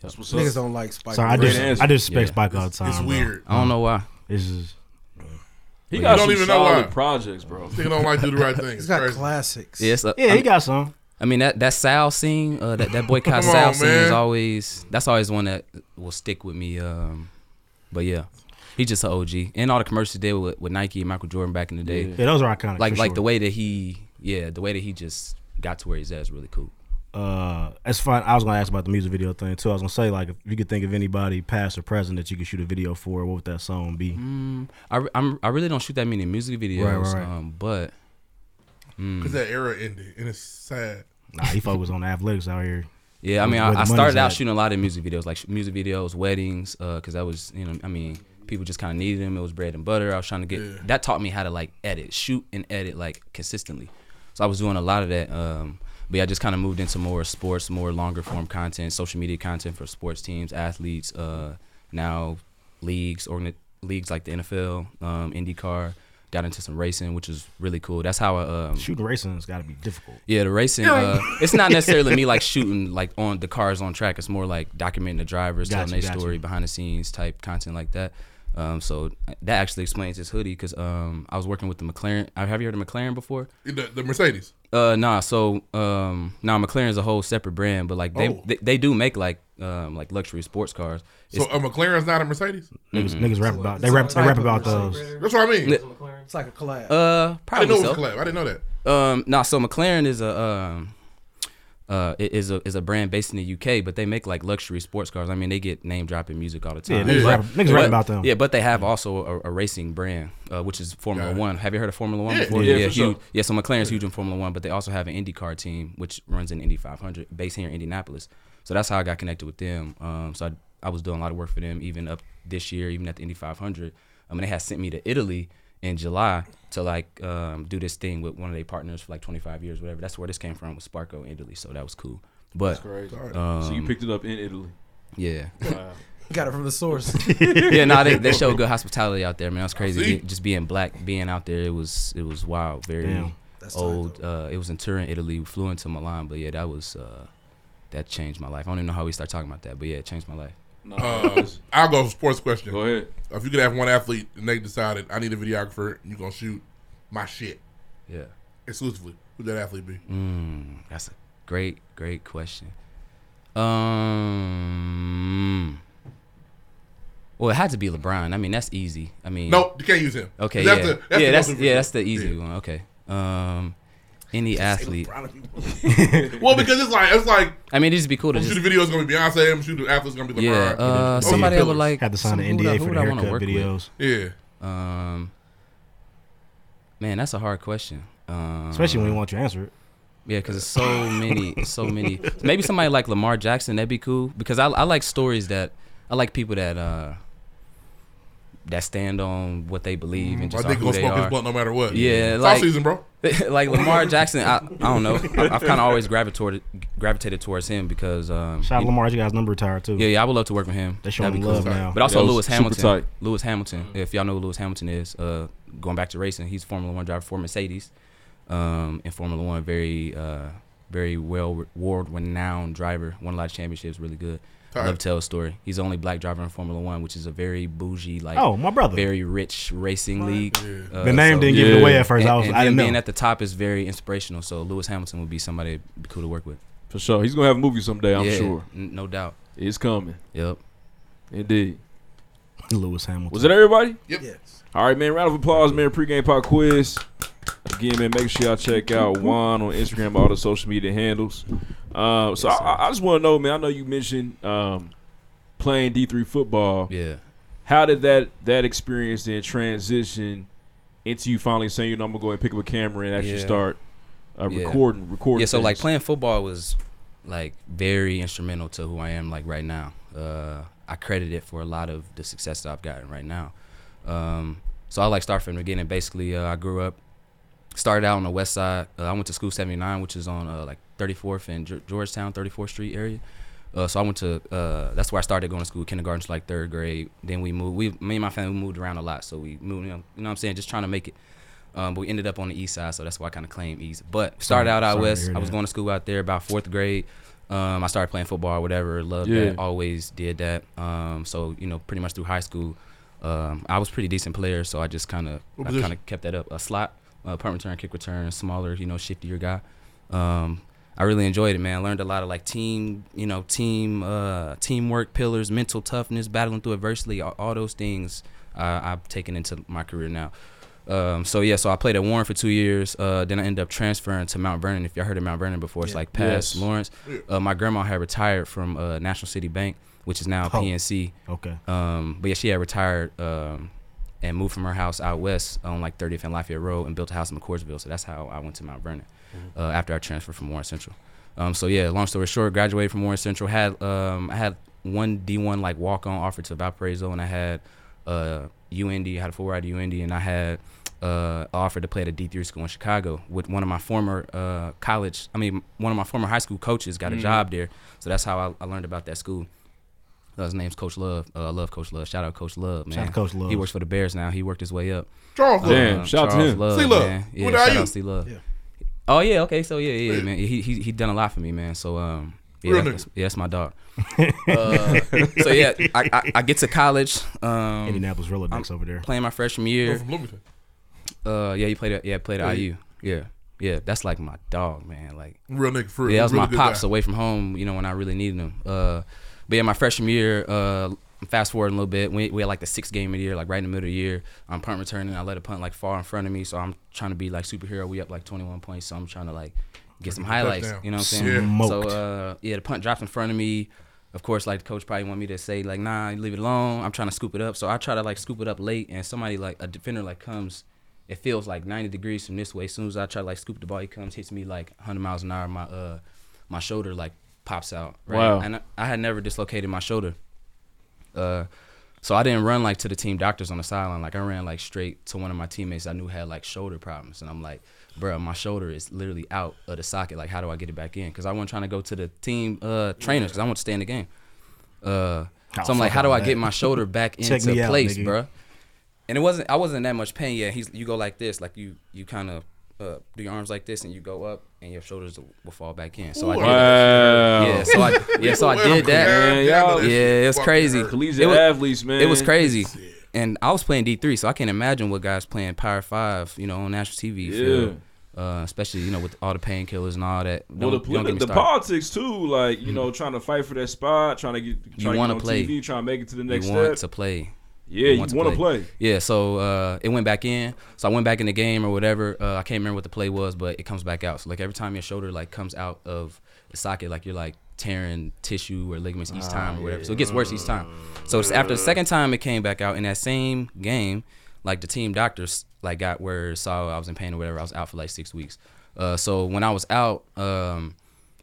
S2: That's what's
S12: Niggas up. don't like Spike
S9: So I
S12: Great
S9: dis-
S12: answer.
S9: I disrespect
S10: Yeah.
S9: Spike all the
S10: It's-
S9: time.
S10: it's
S9: bro.
S10: weird. I don't know why.
S9: It's just
S2: He
S9: But
S2: got
S9: you don't
S2: some
S9: even know
S2: solid
S9: why.
S2: projects, bro.
S9: Nigga don't like do the right thing.
S12: He's got classics.
S10: Yes, uh,
S9: Yeah,
S10: I
S9: he
S10: mean-
S9: got some.
S10: I mean that that Sal scene, uh, that that boycott
S9: Come
S10: Sal
S9: on,
S10: scene is
S9: man.
S10: always that's always one that will stick with me. Um, but yeah, he just an OG, and all the commercials he did with, with Nike and Michael Jordan back in the day.
S9: Yeah. Yeah, those are iconic,
S10: Like
S9: for
S10: like
S9: sure.
S10: the way that he, yeah, the way that he just got to where he's at is really cool.
S9: uh, it's fun. I was gonna ask about the music video thing too. I was gonna say like if you could think of anybody, past or present, that you could shoot a video for, what would that song be?
S10: Mm, I re- I'm, I really don't shoot that many music videos,
S9: Right, right, right.
S10: Um, but mm.
S3: Cause that era ended, and it's sad.
S9: Nah, he focused on athletics out here.
S10: Yeah, I mean,
S9: Where the
S10: I, I
S9: money's
S10: started out
S9: at.
S10: shooting a lot of music videos, like sh- music videos, weddings, because that was, you know, I mean, people just kind of needed them. It was bread and butter. I was trying to get that taught me how to like edit, shoot, and edit like consistently. So I was doing a lot of that. Um, but yeah, I just kind of moved into more sports, more longer form content, social media content for sports teams, athletes, uh, now leagues, organi- leagues like the NFL, um, IndyCar. Got into some racing, which is really cool. That's how I um,
S9: Shooting racing has got to be difficult.
S10: yeah, the racing. Uh, it's not necessarily me like shooting like on the cars on track. It's more like documenting the drivers,
S9: Got
S10: telling
S9: you,
S10: their
S9: got
S10: story, behind the scenes type content like that. Um, so that actually explains this hoodie because um, I was working with the McLaren. uh, Have you heard of McLaren before?
S3: The, the Mercedes.
S10: Uh, nah. So um, nah, McLaren's a whole separate brand, but like they
S3: Oh.
S10: they, they do make like um like luxury sports cars.
S3: So a McLaren's not a Mercedes.
S10: Mm-hmm.
S9: Niggas, niggas rap about they rap they rap about those.
S3: That's what I mean.
S4: It's like a collab.
S10: Uh,
S3: I
S10: probably
S3: didn't know it
S10: so.
S3: was collab. I didn't know that.
S10: Um, nah, so McLaren is a um, uh, i- is a is a brand based in the UK, but they make like luxury sports cars. I mean, they get name dropping music all the
S9: Yeah,
S10: time. But-
S9: niggas rap- niggas
S10: but-
S9: rap about them.
S10: Yeah, but they have also a, a racing brand, uh, which is Formula One. Have you heard of Formula One
S9: Yeah.
S10: before?
S9: Yeah,
S10: huge.
S9: for sure.
S10: yeah. So McLaren's huge in Formula One, but they also have an IndyCar team, which runs an Indy 500, based here in Indianapolis. So that's how I got connected with them. Um, so I, I was doing a lot of work for them, even up this year, even at the Indy 500. I mean, they had sent me to Italy in July to like um, do this thing with one of their partners for like 25 years, whatever. That's where this came from, was Sparco in Italy. So that was cool. But
S2: That's crazy.
S10: Um,
S2: so you picked it up in Italy.
S10: yeah.
S2: Wow.
S12: Got it from the source.
S10: yeah, no, they, they show good hospitality out there, man. That's crazy.
S12: See?
S10: Be- just being black, being out there, it was it was wild. Very
S9: Damn.
S10: old. Uh, it was in Turin, Italy. We flew into Milan, but yeah, that was uh, that changed my life. I don't even know how we start talking about that, but yeah, it changed my life.
S3: Uh, I'll go sports question.
S2: Go ahead.
S3: If you could have one athlete and they decided I need a videographer, you gonna shoot my shit.
S10: Yeah.
S3: Exclusively. Who'd that athlete be?
S10: Mm, that's a great, great question. Um. Well, it had to be LeBron. I mean, that's easy. I mean,
S3: Nope, you can't use him.
S10: Okay,
S3: That's
S10: yeah,
S3: the- that's
S10: yeah,
S3: the
S10: that's
S3: most
S10: yeah, that's the easy one. Okay, um, any athlete.
S3: well, because it's like it's like
S10: I mean, it'd just be cool to
S3: I'm
S10: just
S3: shooting videos gonna be Beyonce, I'm shooting athletes gonna be LeBron.
S10: yeah. Uh,
S3: Those are
S10: somebody I would
S3: pillars.
S10: like
S9: Had to sign
S10: some-
S9: an
S10: who would I-
S9: NDA
S10: who
S9: for
S10: would
S9: the
S10: I wanna
S9: haircut
S10: work with?
S9: videos.
S3: Yeah.
S10: Um, man, that's a hard question. Um,
S9: Especially when you want you to answer it.
S10: Yeah, because it's so many, it's so many. Maybe somebody like Lamar Jackson that'd be cool because I, I like stories that I like people that uh that stand on what they believe and
S3: I
S10: just Mm-hmm. are
S3: think gonna
S10: who they
S3: smoke his
S10: are.
S3: blunt no matter what.
S10: Yeah,
S3: It's
S10: like
S3: off-season, bro.
S10: like Lamar Jackson, I, I don't know. I, I've kind of always gravitated gravitated towards him because um,
S9: Shout out
S10: you-
S9: Lamar, you guys number retired too.
S10: yeah, yeah, I would love to work with him.
S9: They showing
S10: That'd be
S9: love now.
S10: But also
S9: That was
S10: Lewis
S9: super
S10: Hamilton.
S9: tight.
S10: Lewis Hamilton. If y'all know who Lewis Hamilton is, uh, going back to racing, he's a Formula One driver for Mercedes. Um, in Formula One, very, uh, very well world renowned driver. Won a lot of championships. Really good. I
S9: Tight.
S10: love to tell his story. He's the only black driver in Formula One, which is a very bougie, like
S9: Oh, my brother.
S10: very rich racing league. Uh,
S9: The name didn't give it away at first. I
S10: and-
S9: was-
S10: and
S9: I didn't
S10: him
S9: know.
S10: Being at the top is very inspirational. So Lewis Hamilton would be somebody that'd be cool to work with.
S2: For sure. He's gonna have a movie someday, I'm
S10: Yeah,
S2: sure.
S10: n- no doubt.
S2: It's coming.
S10: Yep.
S2: Indeed.
S9: Lewis Hamilton.
S2: Was it everybody?
S3: Yep.
S2: All right, man. Round of applause, man. Pre-game pop quiz. Again, man. Make sure y'all check out Juan on Instagram, all the social media handles. Uh, so I, I just want to know, man. I know you mentioned um, playing D three football.
S10: Yeah.
S2: How did that that experience then transition into you finally saying, you know, I'm gonna go ahead and pick up a camera and actually
S10: Yeah.
S2: start uh,
S10: Yeah.
S2: recording, recording?
S10: Yeah, so like
S2: things?
S10: playing football was like very instrumental to who I am like right now. Uh, I credit it for a lot of the success that I've gotten right now. Um, so I like start from the beginning. Basically, uh, I grew up, started out on the west side. Uh, I went to school 79, which is on uh, like 34th and Ge- Georgetown, 34th Street area. Uh, so I went to uh, that's where I started going to school, kindergarten to like third grade. Then we moved. We me and my family we moved around a lot, so we moved. You know, you know what I'm saying? Just trying to make it. Um, but we ended up on the east side, so that's why I kind of claim east. But started
S9: Sorry-
S10: out out
S9: sorry to
S10: west.
S9: hear
S10: I was
S9: that.
S10: going to school out there about fourth grade. Um, I started playing football or whatever. Loved
S9: Yeah.
S10: that. Always did that. Um, so you know, pretty much through high school, um, I was a pretty decent player. So I just kind of
S9: What
S10: I
S9: position?
S10: kind of kept that up. A slot, uh, punt return, kick return, smaller, you know, shiftier guy. Um, I really enjoyed it, man. Learned a lot of like team, you know, team uh, teamwork pillars, mental toughness, battling through adversity, all, all those things uh, I've taken into my career now. Um, so yeah, so I played at Warren for two years. Uh, then I ended up transferring to Mount Vernon. If y'all heard of Mount Vernon before, it's
S9: Yeah.
S10: like past
S9: Yes.
S10: Lawrence. Uh, my grandma had retired from uh, National City Bank, which is now
S9: Oh,
S10: PNC.
S9: okay.
S10: Um, but yeah, she had retired um, and moved from her house out west on like 30th and Lafayette Road and built a house in McCoursville. So that's how I went to Mount Vernon uh, after I transferred from Warren Central. Um, so yeah, long story short, graduated from Warren Central. Had um, I had one D1 like walk on offer to Valparaiso, and I had uh, UND. I had a full ride to UND, and I had uh, offered to play at a D3 school in Chicago with one of my former uh, college. I mean, one of my former high school coaches got a
S9: Mm.
S10: job there, so that's how I, I learned about that school. Uh, his name's Coach Love. Uh, I love Coach Love. Shout out Coach Love, man.
S9: Shout out to Coach Love.
S10: He works for the Bears now. He worked his way up. Uh,
S3: Charles Love.
S2: Damn, shout out to
S10: Charles
S2: him.
S10: Love,
S2: See Love.
S10: man.
S2: What
S10: Yeah,
S2: about
S10: shout
S2: you?
S10: out C Love. Oh yeah, okay. So yeah, yeah, man. He he he done a lot for me, man. So um, yeah,
S2: Real nigga.
S10: that's, yeah, that's my dog. uh, so yeah, I, I I get to college. Um,
S9: Indianapolis Rollernecks
S10: I'm
S9: over there.
S10: Playing my freshman year.
S9: Oh, from Bloomington.
S10: Uh, yeah, you played at yeah played
S9: Yeah,
S10: at
S9: he-
S10: IU. Yeah, yeah. That's like my dog, man. Like
S3: Real nigga for real.
S10: Yeah, that was
S3: Real
S10: my
S3: good
S10: pops
S3: guy.
S10: away from home. You know when I really needed him. Uh, but yeah, my freshman year. Uh, fast forward a little bit. We, we had like the sixth game of the year, like right in the middle of the year. I'm punt returning. I let a punt like far in front of me, so I'm trying to be like superhero. We up like 21 points, so I'm trying to like get some highlights.
S9: Touchdown.
S10: You know what I'm saying?
S9: Yeah.
S10: So uh, yeah, the punt drops in front of me. Of course, like the coach probably want me to say like, nah, you leave it alone. I'm trying to scoop it up, so I try to like scoop it up late, and somebody like a defender like comes. It feels like 90 degrees from this way. As soon as I try to like scoop the ball, he comes, hits me like 100 miles an hour. My uh, my shoulder like pops out. Right?
S2: Wow.
S10: And I, I had never dislocated my shoulder. Uh, so I didn't run like to the team doctors on the sideline. Like I ran like straight to one of my teammates I knew had like shoulder problems, and I'm like, bruh, my shoulder is literally out of the socket. Like, how do I get it back in? Because I wasn't trying to go to the team uh, trainers because I want to stay in the game. Uh,
S9: Oh,
S10: so I'm like,
S9: fuck
S10: how do
S9: all
S10: I
S9: that.
S10: get my shoulder back
S9: Check
S10: into
S9: me out,
S10: place,
S9: nigga.
S10: bruh? And it wasn't. I wasn't in that much pain yet. He's you go like this, like you you kind of. Uh, do your arms like this, and you go up, and your shoulders will, will fall back in. So I did.
S2: Wow.
S10: Yeah, so I yeah, so I did that.
S2: Man, y'all is
S10: yeah, it's
S2: fucking
S10: crazy.
S2: hurt. Collegiate
S10: It wa-
S2: athletes, man.
S10: It was crazy. And I was playing D three, so I can't imagine what guys playing Power Five, you know, on national TV. feel. Uh, especially you know with all the painkillers and all that.
S2: Well, the,
S10: Don't- don't get me
S2: politi- the
S10: started. Hmm.
S2: politics too, like you know, trying to fight for that spot, trying to get, trying
S10: You
S2: to get
S10: want to
S2: on
S10: play.
S2: TV, trying to make it to the next
S10: you
S2: step.
S10: want to play.
S2: Yeah, you wanna play.
S10: Yeah, so uh, it went back in. So I went back in the game or whatever. Uh, I can't remember what the play was, but it comes back out. So like every time your shoulder like comes out of the socket, like you're like tearing tissue or ligaments each
S9: Ah,
S10: time or whatever.
S9: yeah.
S10: So it gets worse each time. So it's after the second time it came back out in that same game, like the team doctors like got where saw I was in pain or whatever. I was out for like six weeks. Uh, so when I was out, um,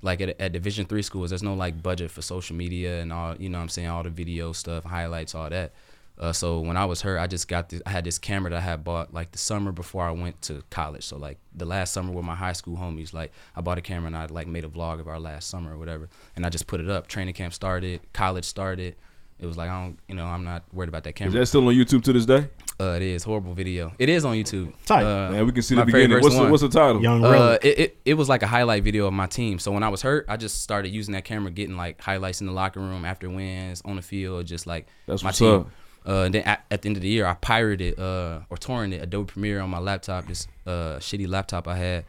S10: like at, at division three schools there's no like budget for social media and all you know what i'm saying all the video stuff highlights all that uh, so when i was hurt i just got this i had this camera that i had bought like the summer before i went to college so like the last summer with my high school homies like i bought a camera and i like made a vlog of our last summer or whatever and i just put it up training camp started college started it was like i don't you know i'm not worried about that camera
S2: Is that still on YouTube to this day?
S10: uh, it is horrible video. It is on YouTube.
S2: Tight.
S10: Uh,
S2: Man, we can see the
S10: my very
S2: beginning.
S10: first
S2: What's the-
S10: one.
S2: what's the title? Young
S10: Uh,
S2: Relic.
S10: it, it it was like a highlight video of my team. So when I was hurt, I just started using that camera, getting like highlights in the locker room after wins, on the field, just like
S2: That's
S10: my
S2: what's
S10: team.
S2: up.
S10: Uh, and then at, at the end of the year, I pirated uh, or torrented Adobe Premiere on my laptop, this uh, shitty laptop I had.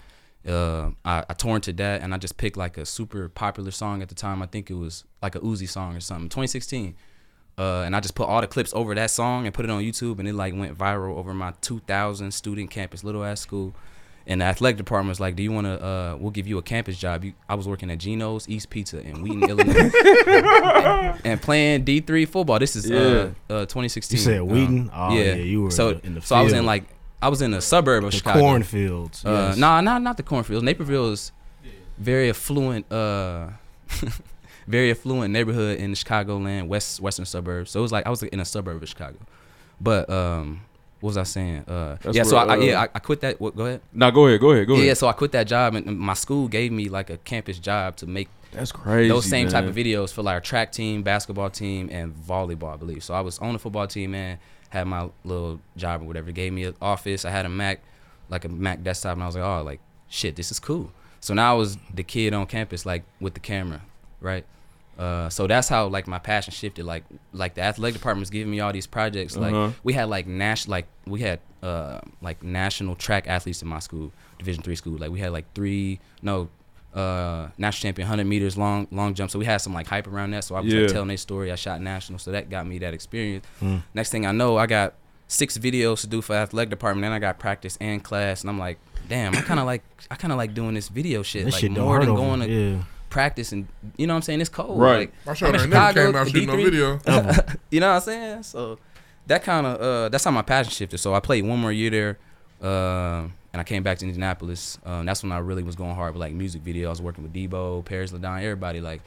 S10: Uh, I, I torrented that and I just picked like a super popular song at the time. I think it was like a Uzi song or something, 2016. Uh, and I just put all the clips over that song and put it on YouTube, and it like went viral over my 2,000 student campus, little ass school. And the athletic department was like, "Do you want to? Uh, we'll give you a campus job." You, I was working at Geno's East Pizza in Wheaton, Illinois, and playing D three football. This is uh,
S9: Yeah.
S10: uh, 2016.
S9: You said Wheaton?
S10: Um,
S9: Oh, yeah, you were
S10: so
S9: in the
S10: so I was in
S9: field.
S10: like I was in a suburb of
S9: The
S10: Chicago.
S9: cornfields,
S10: Uh,
S9: yes.
S10: Nah, not not the cornfields. Naperville is very affluent. Uh, very affluent neighborhood in the Chicagoland, west western suburbs. So it was like I was in a suburb of Chicago. But um, what was I saying? Uh,
S2: That's
S10: yeah, so
S2: where,
S10: I, I-
S2: uh,
S10: yeah, I, I quit that. What, go ahead.
S2: Nah, go ahead, go ahead, go
S10: yeah,
S2: ahead.
S10: so I quit that job, and and my school gave me like a campus job to make
S2: That's crazy,
S10: Those same type
S2: man.
S10: of videos for like our track team, basketball team, and volleyball, I believe. So I was on the football team, man. Had my little job or whatever. It Gave me an office. I had a Mac, like a Mac desktop, and I was like, oh, like shit, this is cool. So now I was the kid on campus, like with the camera, right? Uh, so that's how like my passion shifted. Like like the athletic department was giving me all these projects. Like
S2: Uh-huh.
S10: we had like Nash like we had uh like national track athletes in my school, Division three school. Like we had like three no uh national champion hundred meters long long jump. So we had some like hype around that. So I was
S2: Yeah.
S10: like, telling their story. I shot national, so that got me that experience.
S2: Mm.
S10: Next thing I know, I got six videos to do for athletic department, and I got practice and class, and I'm like, damn, I kind of like I kind of like doing this video shit,
S9: This
S10: like
S9: shit don't
S10: more
S9: hurt
S10: than
S9: over,
S10: going to
S9: yeah.
S10: practice and you know what I'm saying. It's cold,
S2: Right.
S10: Like,
S3: My shot
S10: I'm in
S3: ain't never
S10: Chicago,
S3: came out
S10: the
S3: shooting no
S10: D3.
S3: video. Ever.
S10: you know what I'm saying? So that kind of uh, that's how my passion shifted. So I played one more year there, uh, and I came back to Indianapolis. Um, that's when I really was going hard with like music video. I was working with Debo, Paris Ladon, everybody like.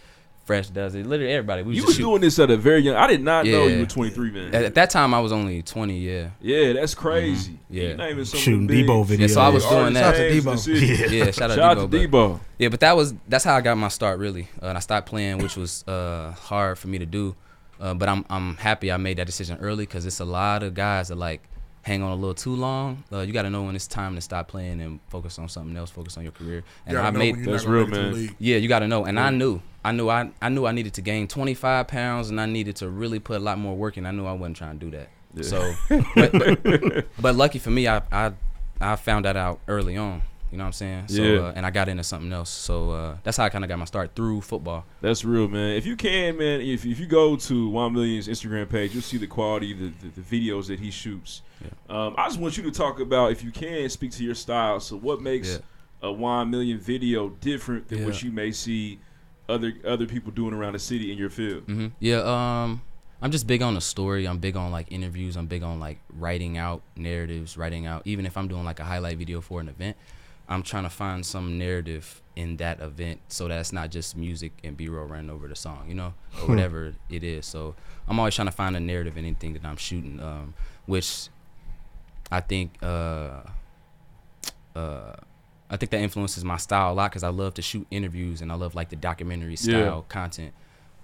S10: Fresh does it. Literally everybody. We
S2: You
S10: just
S2: was
S10: shoot.
S2: doing this at a very young. I did not know you
S10: Yeah.
S2: were 23, man.
S10: At, at that time, I was only 20. Yeah.
S2: Yeah, that's crazy.
S10: Mm-hmm. Yeah.
S2: Not even some of the
S9: Shooting
S2: big-
S9: Debo videos.
S10: Yeah, so I was doing that.
S2: Artists' names and shit.
S10: Yeah, shout out, Debo,
S2: to
S10: but-
S2: Debo.
S10: Yeah, but that was that's how I got my start really, uh, and I stopped playing, which was uh, hard for me to do. Uh, but I'm I'm happy I made that decision early because it's a lot of guys that like hang on a little too long. Uh, you got to know when it's time to stop playing and focus on something else, focus on your career. And
S2: gotta
S10: I
S2: know
S10: made
S2: when you're not That's gonna real, make it to the man. league.
S10: Yeah, you got to know. And I
S2: Yeah.
S10: knew, I knew, I I knew I needed to gain 25 pounds, and I needed to really put a lot more work in. I knew I wasn't trying to do that.
S2: Yeah.
S10: So, but, but, but lucky for me, I, I I found that out early on. You know what I'm saying? So,
S2: Yeah.
S10: uh, and I got into something else. So uh, that's how I kind of got my start through football.
S2: That's real, man. If you can, man, if, if you go to Juan Million's Instagram page, you'll see the quality, the, the, the videos that he shoots. Um, I just want you to talk about, if you can, speak to your style. So, what makes
S10: Yeah.
S2: a Juan Million video different than what
S10: Yeah.
S2: you may see other other people doing around the city in your field?
S10: hmm Yeah, um, I'm just big on the story. I'm big on like interviews. I'm big on like writing out narratives, writing out. Even if I'm doing like a highlight video for an event, I'm trying to find some narrative in that event so that it's not just music and B-roll running over the song, you know, or
S9: Hmm.
S10: whatever it is. So I'm always trying to find a narrative in anything that I'm shooting, um, which I think. Uh, uh, I think that influences my style a lot because I love to shoot interviews and I love like the documentary style
S2: Yeah.
S10: content.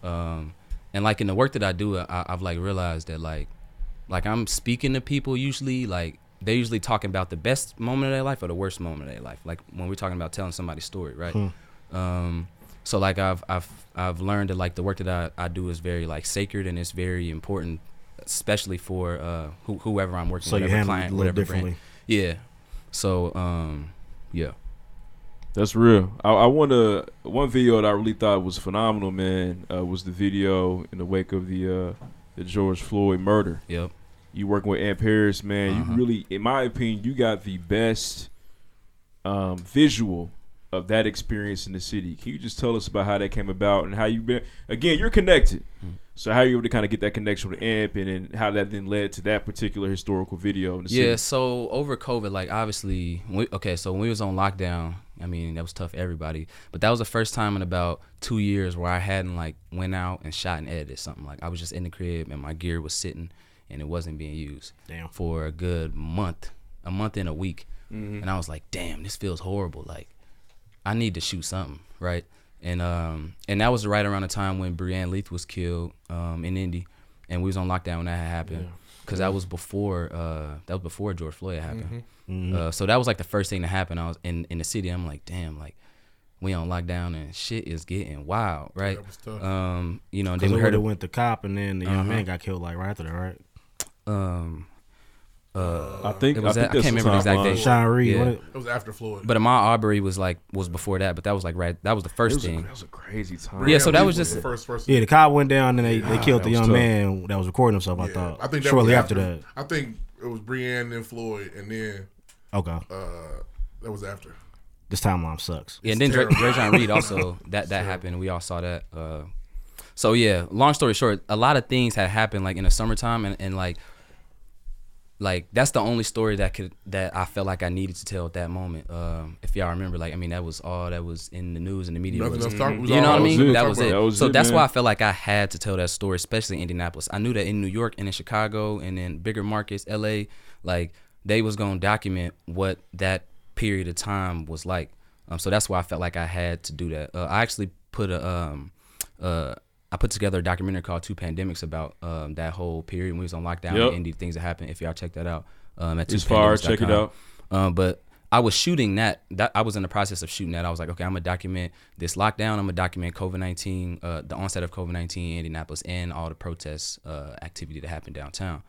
S10: Um, and like in the work that I do, I, I've like realized that like, like I'm speaking to people usually like they're usually talking about the best moment of their life or the worst moment of their life. Like when we're talking about telling somebody's story, right?
S9: Hmm.
S10: Um, so like I've I've I've learned that like the work that I, I do is very like sacred and it's very important, especially for uh, who, whoever I'm working
S9: So
S10: with,
S9: you
S10: whatever
S9: handle it
S10: client,
S9: a little
S10: whatever brand.
S9: differently.
S10: Yeah. So um, yeah.
S2: That's real. I, I want to one video that I really thought was phenomenal, man, uh, was the video in the wake of the uh, the George Floyd murder.
S10: Yep.
S2: You working with Ann Paris, man. You really, in my opinion, you got the best um, visual of that experience in the city. Can you just tell us about how that came about and how you've been? Again, you're connected, so how you able to kind of get that connection with Amp and, and how that then led to that particular historical video in the
S10: yeah
S2: city.
S10: so over covid like obviously we, okay so when we was on lockdown i mean that was tough for everybody but that was the first time in about two years where i hadn't like went out and shot and edited something like i was just in the crib and my gear was sitting and it wasn't being used
S9: Damn.
S10: for a good month a month and a week
S9: Mhm.
S10: and i was like damn this feels horrible like i need to shoot something right and um and that was right around the time when Breanne Leith was killed um in Indy and we was on lockdown when that had happened
S9: Yeah.
S10: because that was before uh, that was before George Floyd happened.
S9: Mhm. Mhm.
S10: Uh, so that was like the first thing that happened. I was in, in the city. I'm like, damn, like we on lockdown and shit is getting wild, right?
S9: that was tough.
S10: Um, you know, and
S9: Because
S10: then we heard
S9: it
S10: it.
S9: went to cop, and then the young
S10: Uh-huh.
S9: man got killed like right after that, right?
S10: Um, uh,
S9: I think-
S10: it was
S9: I think
S10: that- I can't
S9: that's
S10: remember the
S9: the
S10: exact
S9: timeline.
S10: date.
S9: Sean Reed, wasn't it?
S3: It was after Floyd.
S10: But Ahmaud Arbery was like was before that, but that was like right. That was the first
S2: was a-
S10: thing.
S2: that was a crazy time.
S10: Yeah, so that
S3: Breanne
S10: was
S3: Leith was
S10: just
S3: the first person.
S9: Yeah, the cop went down, and they, they
S10: Ah,
S9: killed
S10: that
S9: the
S10: was
S9: young
S10: tough.
S9: man that was recording himself. I thought
S3: I think that
S9: uh, shortly
S3: was
S9: after that.
S3: I think it was Breanne and Floyd, and then
S9: Okay.
S3: uh, that was after.
S9: This timeline sucks.
S10: Yeah, and then Dre,
S3: terrible.
S10: Drejon Reed also that that happened. We all saw that. Uh, so yeah, long story short, a lot of things had happened like in the summertime, and, and like like that's the only story that could that I felt like I needed to tell at that moment. Um, if y'all remember, like I mean, that was all that was in the news and the media.
S3: Nothing
S10: was-
S3: else talk- was
S10: you know
S3: all-
S10: what I
S3: that was
S10: mean?
S3: it.
S10: That was
S3: That
S10: it.
S3: was
S10: so
S3: it,
S10: that's why
S3: man.
S10: I felt like I had to tell that story, especially in Indianapolis. I knew that in New York and in Chicago and in bigger markets, L.A., like they was gonna document what that period of time was like. Um, so that's why I felt like I had to do that. Uh, I actually put a um uh I put together a documentary called Two Pandemics about um that whole period when we was on lockdown
S2: Yep.
S10: and indie things that happened. If y'all check that out, um at
S2: It's fire.
S10: twopandemics.com.
S2: Check it out.
S10: Um, but I was shooting that. That I was in the process of shooting that. I was like, okay, I'm gonna document this lockdown. I'm gonna document COVID nineteen, uh, the onset of COVID nineteen in Indianapolis, and all the protests uh, activity that happened downtown.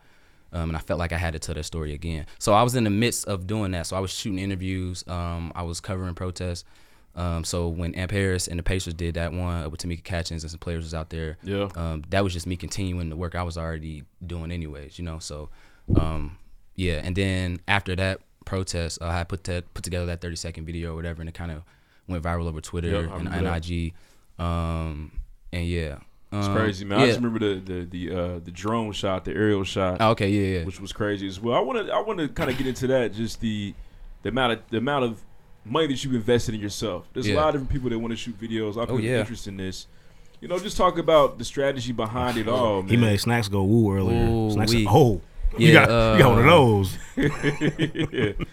S10: Um, and I felt like I had to tell that story again. So I was in the midst of doing that. So I was shooting interviews. Um, I was covering protests. Um, so when Amp Harris and the Pacers did that one with Tamika Catchings and some players was out there,
S2: Yeah.
S10: um, that was just me continuing the work I was already doing anyways, you know. So, um, yeah. And then after that protest, uh, I put to, put together that 30 second video or whatever, and it kind of went viral over Twitter
S2: Yeah, I
S10: and,
S2: remember that.
S10: and IG. Um, and yeah,
S2: It's
S10: Um,
S2: crazy, man. I
S10: yeah.
S2: just remember the the the, uh, the drone shot, the aerial shot.
S10: Oh, okay, yeah, yeah.
S2: which was crazy as well. I want to I want to kind of get into that. Just the the amount of the amount of money that you've invested in yourself. There's a
S10: Yeah.
S2: lot of different people that want to shoot videos. I've
S10: Oh, yeah.
S2: interest in this. You know, just talk about the strategy behind it all. Man.
S9: He made snacks go woo earlier. snacks,
S10: Ooh-wee.
S9: oh, you
S10: Yeah,
S9: got you got one of
S10: uh,
S9: those.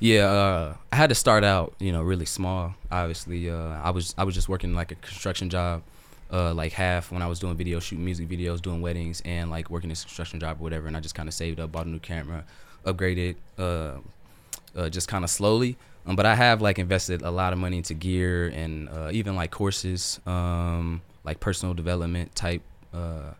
S10: yeah, uh, I had to start out, you know, really small. Obviously, uh, I was I was just working like a construction job, uh, like half when I was doing video shooting music videos, doing weddings, and like working this construction job or whatever. And I just kind of saved up, bought a new camera, upgraded, uh, uh, just kind of slowly. Um, but I have like invested a lot of money into gear and uh, even like courses, um, like personal development type. Uh,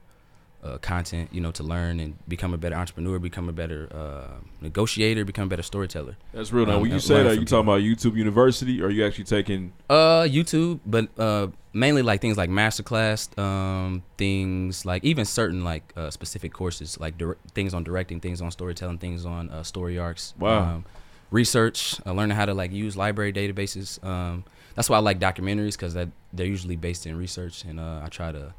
S10: uh, content, you know, to learn and become a better entrepreneur, become a better uh, negotiator, become a better storyteller.
S2: That's real. Now,
S10: Um,
S2: when you
S10: and
S2: say
S10: learn
S2: that,
S10: from
S2: you talking about YouTube University, or are you actually taking?
S10: uh, YouTube, but uh, mainly like things like masterclass, um, things like even certain like uh, specific courses, like dir- things on directing, things on storytelling, things on uh, story arcs.
S2: Wow.
S10: Um, research, uh, learning how to like use library databases. Um, that's why I like documentaries because that they're usually based in research, and uh, I try to.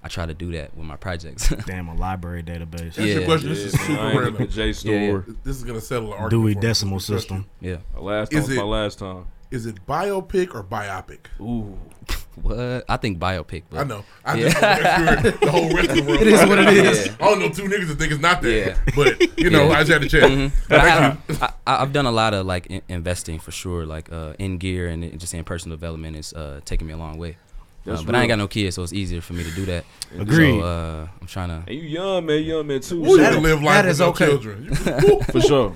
S10: I try to do that with my projects.
S9: Damn, a library database.
S3: That's your question. This is
S2: Yeah, man, I
S3: super
S2: ain't
S3: random.
S2: looking at
S10: Yeah, yeah.
S2: JSTOR.
S3: This is gonna settle an argument.
S9: Dewey
S3: for us.
S9: Decimal System.
S10: Yeah.
S2: Last time
S3: Is
S2: was my
S3: it-
S2: last time.
S3: Is it biopic or biopic?
S2: Ooh.
S10: What? I think biopic. But
S3: I know. I just want to make sure the whole rest of the world.
S10: It is what it is.
S3: I don't know two niggas that think it's not there,
S10: Yeah.
S3: but you know,
S10: Yeah.
S3: I just had to check.
S10: Mhm. But I
S3: Thank you.
S10: have, I, I- I've done a lot of like in- investing for sure, like uh, in gear and in- just in personal development is uh, taking me a long way. Uh,
S2: That's
S10: but I ain't
S2: real.
S10: got no kids, so it's easier for me to do that.
S2: Agreed.
S10: So, uh, I'm trying to.
S2: And you young man, young man too.
S3: Ooh, you can live life with no children. You-
S2: for sure.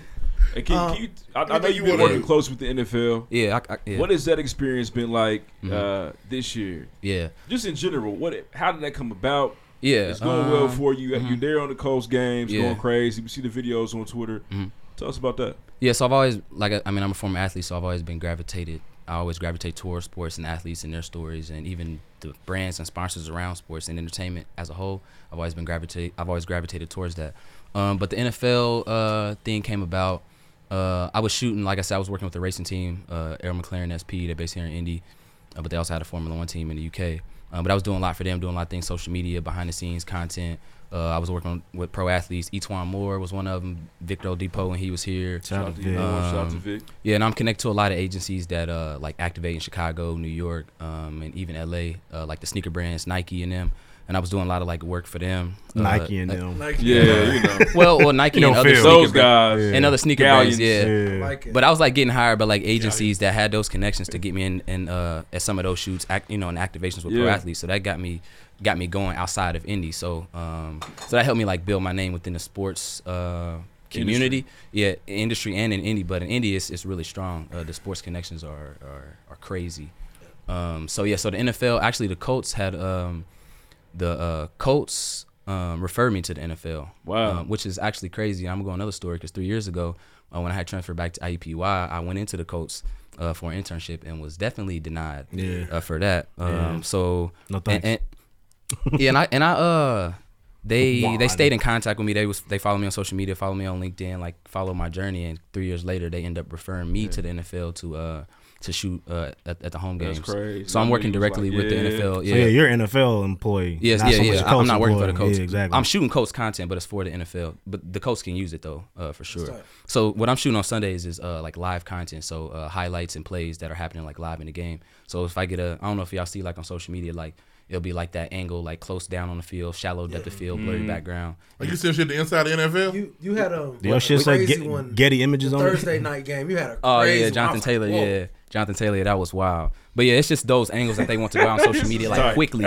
S2: And can,
S3: Um,
S2: can you, I, I know you've
S3: anything you
S2: been
S3: wanna
S2: working
S3: do.
S2: close with the NFL.
S10: Yeah, I- I- yeah.
S2: What has that experience been like
S10: Mhm.
S2: uh, this year?
S10: Yeah.
S2: Just in general, what? How did that come about?
S10: Yeah,
S2: it's going well
S10: um,
S2: for you. You're there on the Coast games,
S10: Yeah.
S2: going crazy. We see the videos on Twitter.
S10: Mhm.
S2: Tell us about that.
S10: Yeah, so I've always like I- I mean I'm a former athlete, so I've always been gravitated. I always gravitate towards sports and athletes and their stories, and even the brands and sponsors around sports and entertainment as a whole. I've always been gravitate. I've always gravitated towards that. Um, but the NFL uh, thing came about. Uh, I was shooting, like I said, I was working with the racing team, uh, Errol McLaren SP. They're based here in Indy, uh, but they also had a Formula One team in the UK. Um, but I was doing a lot for them, doing a lot of things, social media, behind the scenes content. Uh, I was working with pro athletes. Etwan Moore was one of them. Victor Oladipo, when he was here.
S2: Shout out to Vic.
S10: Uh,
S9: uh,
S2: Shout out to Vic.
S10: Yeah, and I'm connected to a lot of agencies that uh, like activate in Chicago, New York, um, and even LA, uh, like the sneaker brands Nike and them. And I was doing a lot of like work for them. Uh,
S9: Nike and
S10: like-
S9: them.
S2: Nike. Yeah, you know.
S10: Well, well, Nike
S2: You
S10: and
S2: know,
S10: other
S2: Phil.
S10: sneaker
S2: Those
S10: brand-
S2: guys.
S10: and uh,
S2: Yeah.
S10: other sneaker
S2: Galleons.
S10: brands. Yeah,
S2: Yeah. Like it.
S10: but I was like getting hired by like agencies that had those connections to get me in, in uh, at some of those shoots, act, you know, and activations with pro
S2: Yeah.
S10: athletes. So that got me got me going outside of indie. So um, so that helped me like build my name within the sports uh, community. Yeah, industry and in indie, but in indie it's, it's really strong. Uh, the sports connections are are, are crazy. Um, so yeah, so the NFL actually the Colts had um, the uh, Colts um, referred me to the NFL.
S2: Wow.
S10: Um, which is actually crazy. I'm gonna go another story because three years ago, uh, when I had transferred back to IUPUI, I went into the Colts uh, for an internship and was definitely denied
S9: Yeah.
S10: uh, for that. Um,
S9: Yeah.
S10: So
S9: No
S10: and-
S9: thanks.
S10: and- yeah, and I and I uh, they
S9: Why?
S10: they stayed in contact with me. They was they follow me on social media, follow me on LinkedIn, like follow my journey. And three years later, they end up referring me to the NFL to uh to shoot uh at, at the home
S2: That's
S10: games.
S2: crazy.
S10: So I'm
S2: That
S10: working
S2: nigga was
S10: directly
S2: like,
S10: with
S2: yeah.
S10: the NFL. Yeah.
S9: So yeah, you're an NFL employee.
S10: Yes,
S9: not
S10: yeah,
S9: so
S10: yeah.
S9: much a
S10: I- I'm
S9: coach
S10: not working for the
S9: employee.
S10: coach.
S9: Yeah, exactly.
S10: I'm shooting coach content, but it's for the NFL. But the coach can use it though, uh, for sure. So what I'm shooting on Sundays is uh, like live content, so uh, highlights and plays that are happening like live in the game. So if I get a, I don't know if y'all see like on social media, like it'll be like that angle, like close down on the field, shallow depth of field, blurry
S9: Mm-hmm.
S3: Mhm.
S10: background.
S3: Like you send shit to inside the NFL.
S14: You you had a
S10: Your shit say Get- Getty images
S14: the
S10: on it?
S14: Thursday night game. You had a
S10: Oh
S14: crazy
S10: yeah,
S14: one. I
S10: Jonathan
S14: was
S10: Taylor.
S14: like, whoa.
S10: yeah, Jonathan Taylor, that was wild. But yeah, it's just those angles that they want to go out on social media like
S2: Tight.
S10: quickly.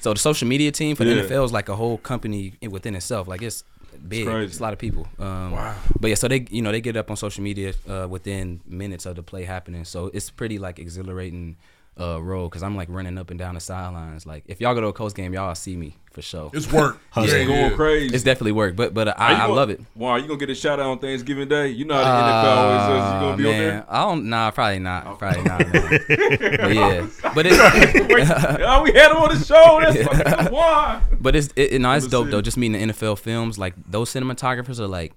S10: So the social media team for
S2: Yeah.
S10: the NFL is like a whole company in- within itself. Like it's big.
S2: crazy.
S10: It's a lot of people. Um,
S2: Wow.
S10: But yeah, so they you know they get up on social media uh, within minutes of the play happening. So it's pretty like exhilarating uh, role because I'm like running up and down the sidelines. Like if y'all go to a Coast game, y'all see me for sure.
S3: It's work.
S2: Hustle. Yeah, yeah. Going crazy.
S10: It's definitely work. But but uh,
S2: Are
S10: I,
S2: you
S10: I
S2: gonna-
S10: love it.
S2: Wow, you gonna get a shout out on Thanksgiving Day? You know how the NFL always is. You gonna be
S10: Uh,
S2: on
S10: man,
S2: there?
S10: I don't. Nah, probably not. Probably not. man. but yeah, but
S2: Wait,
S10: it.
S2: oh, we had him on the show. That's fucking why.
S10: But it's it, it, no, it's
S2: I'ma
S10: dope
S2: see.
S10: though. Just meeting the NFL films, like those cinematographers are like,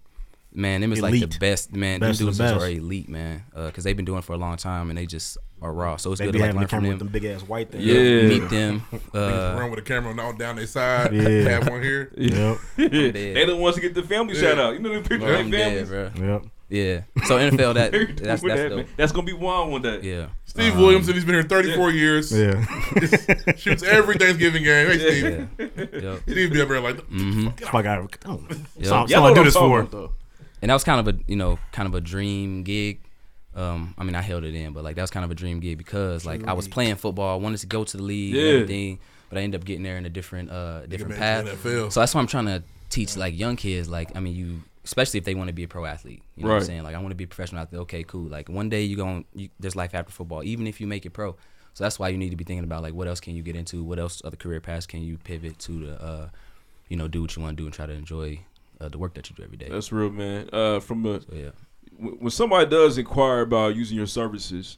S10: man, them is like the
S9: Elite.
S10: best man.
S9: Best
S10: them
S9: of the
S10: dudes
S9: best.
S10: are elite, man, because they've been doing it for a long time and they just are raw. So it's
S9: They
S10: good
S9: be
S10: to like
S9: having
S10: learn
S9: the
S10: from
S9: camera
S10: them.
S9: with them big ass white things.
S10: Yeah,
S9: Yeah.
S10: meet them.
S3: Niggas
S10: Uh,
S3: run with a camera and all down their side.
S9: Yeah.
S3: Have one here.
S9: Yep.
S2: they the ones to get the family
S3: Yeah.
S2: shout out. You know them pictures
S10: bro,
S2: of
S10: I'm
S2: their
S10: dead,
S2: families.
S10: bro.
S9: Yep.
S10: Yeah. So NFL that
S2: They
S10: that's that's
S2: doing that, man.
S10: dope.
S2: That's gonna be one one day.
S10: Yeah.
S3: Steve Williamson, he's been here 34 years.
S9: Yeah.
S3: Shoots every Thanksgiving game. Hey,
S2: Yeah.
S3: Steve. Steve be up there like,
S10: Mhm.
S3: "Fuck, get
S9: Fuck,
S3: off."
S9: I, I don't.
S10: Yep.
S9: So, so I do this for.
S10: And that was kind of a you know kind of a dream gig. Um, I mean, I held it in, but like that was kind of a dream gig because like I was playing football, I wanted to go to the league,
S2: Yeah.
S10: and everything, but I ended up getting there in a different uh different
S3: made
S10: path.
S3: the NFL.
S10: So that's why I'm trying to teach like young kids. Like I mean, you especially if they want to be a pro athlete. You know what
S2: Right.
S10: I'm saying? Like I want to be a professional athlete. Okay, cool. Like one day you going you, there's life after football, even if you make it pro. So that's why you need to be thinking about like what else can you get into, what else other career paths can you pivot to to uh, you know do what you want to do and try to enjoy uh, the work that you do every day.
S2: That's real, man. Uh, from a
S10: yeah.
S2: when when somebody does inquire about using your services,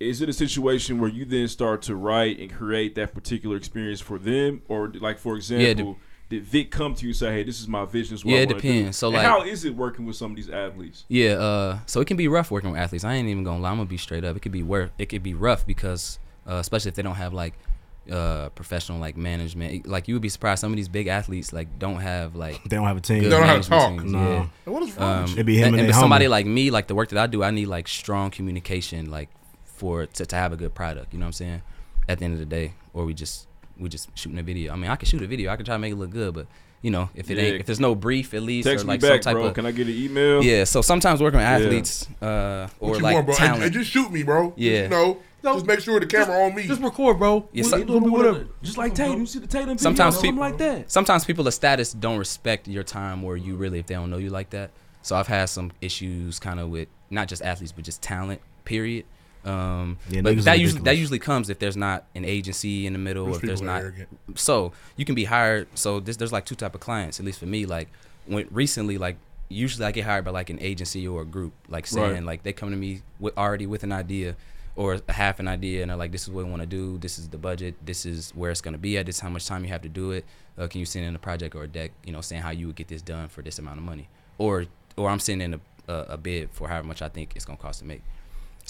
S2: is it a situation where you then start to write and create that particular experience for them, or like for example?
S10: Yeah, de-
S2: did Vic come to you and say, "Hey, this is my vision"? This is what
S10: Yeah,
S2: I
S10: it
S2: wanna do"?
S10: depends. So,
S2: And
S10: like-
S2: how is it working with some of these athletes?
S10: Yeah, uh, so it can be rough working with athletes. I ain't even gonna lie, I'm gonna be straight up. It could be worth. It could be rough because, uh, especially if they don't have like uh, professional like management. Like you would be surprised. Some of these big athletes like don't have like
S9: They don't have a team.
S10: good
S9: They don't know how to
S10: management
S9: talk.
S10: teams,
S9: No.
S10: Yeah.
S9: What is wrong with you?
S10: Um,
S9: It be him
S10: and,
S9: and
S10: and
S9: they
S10: for somebody
S9: humble.
S10: like me, like the work that I do, I need like strong communication, like for to, to have a good product. You know what I'm saying? At the end of the day, or we just we just shooting a video. I mean, I can shoot a video. I can try to make it look good, but you know, if it
S2: Yeah.
S10: ain't if there's no brief at least
S2: Text
S10: or
S2: me
S10: like
S2: back,
S10: some type
S2: bro.
S10: of
S2: Can I get an email?
S10: Yeah, so sometimes working with
S2: Yeah.
S10: athletes uh, or
S3: What you
S10: like
S3: want, bro? Hey,
S10: talent.
S3: hey, just shoot me, bro.
S10: Yeah.
S3: You know, just make sure the camera on me. Just
S12: record, bro.
S10: Yeah, so-
S2: Just like Tatum, you see the Tatum video,
S10: sometimes
S2: something
S10: people
S2: like that.
S10: Sometimes people of status don't respect your time or you really if they don't know you like that. So I've had some issues kind of with not just athletes but just talent. Period. Um,
S9: Yeah,
S10: but
S9: niggas
S10: that usually
S9: are
S10: that
S9: ridiculous.
S10: usually comes if there's not an agency in the middle, or
S9: Those
S10: if there's
S9: people are
S10: not.
S9: arrogant.
S10: So you can be hired. So this, there's like two type of clients, at least for me. Like when recently, like usually I get hired by like an agency or a group, like saying
S2: Right.
S10: like they come to me with already with an idea or a half an idea, and they're like, "This is what we want to do. This is the budget. This is where it's gonna be at. This is how much time you have to do it. Uh, can you send in a project or a deck? You know, saying how you would get this done for this amount of money, or or I'm sending a a, a bid for however much I think it's gonna cost to make.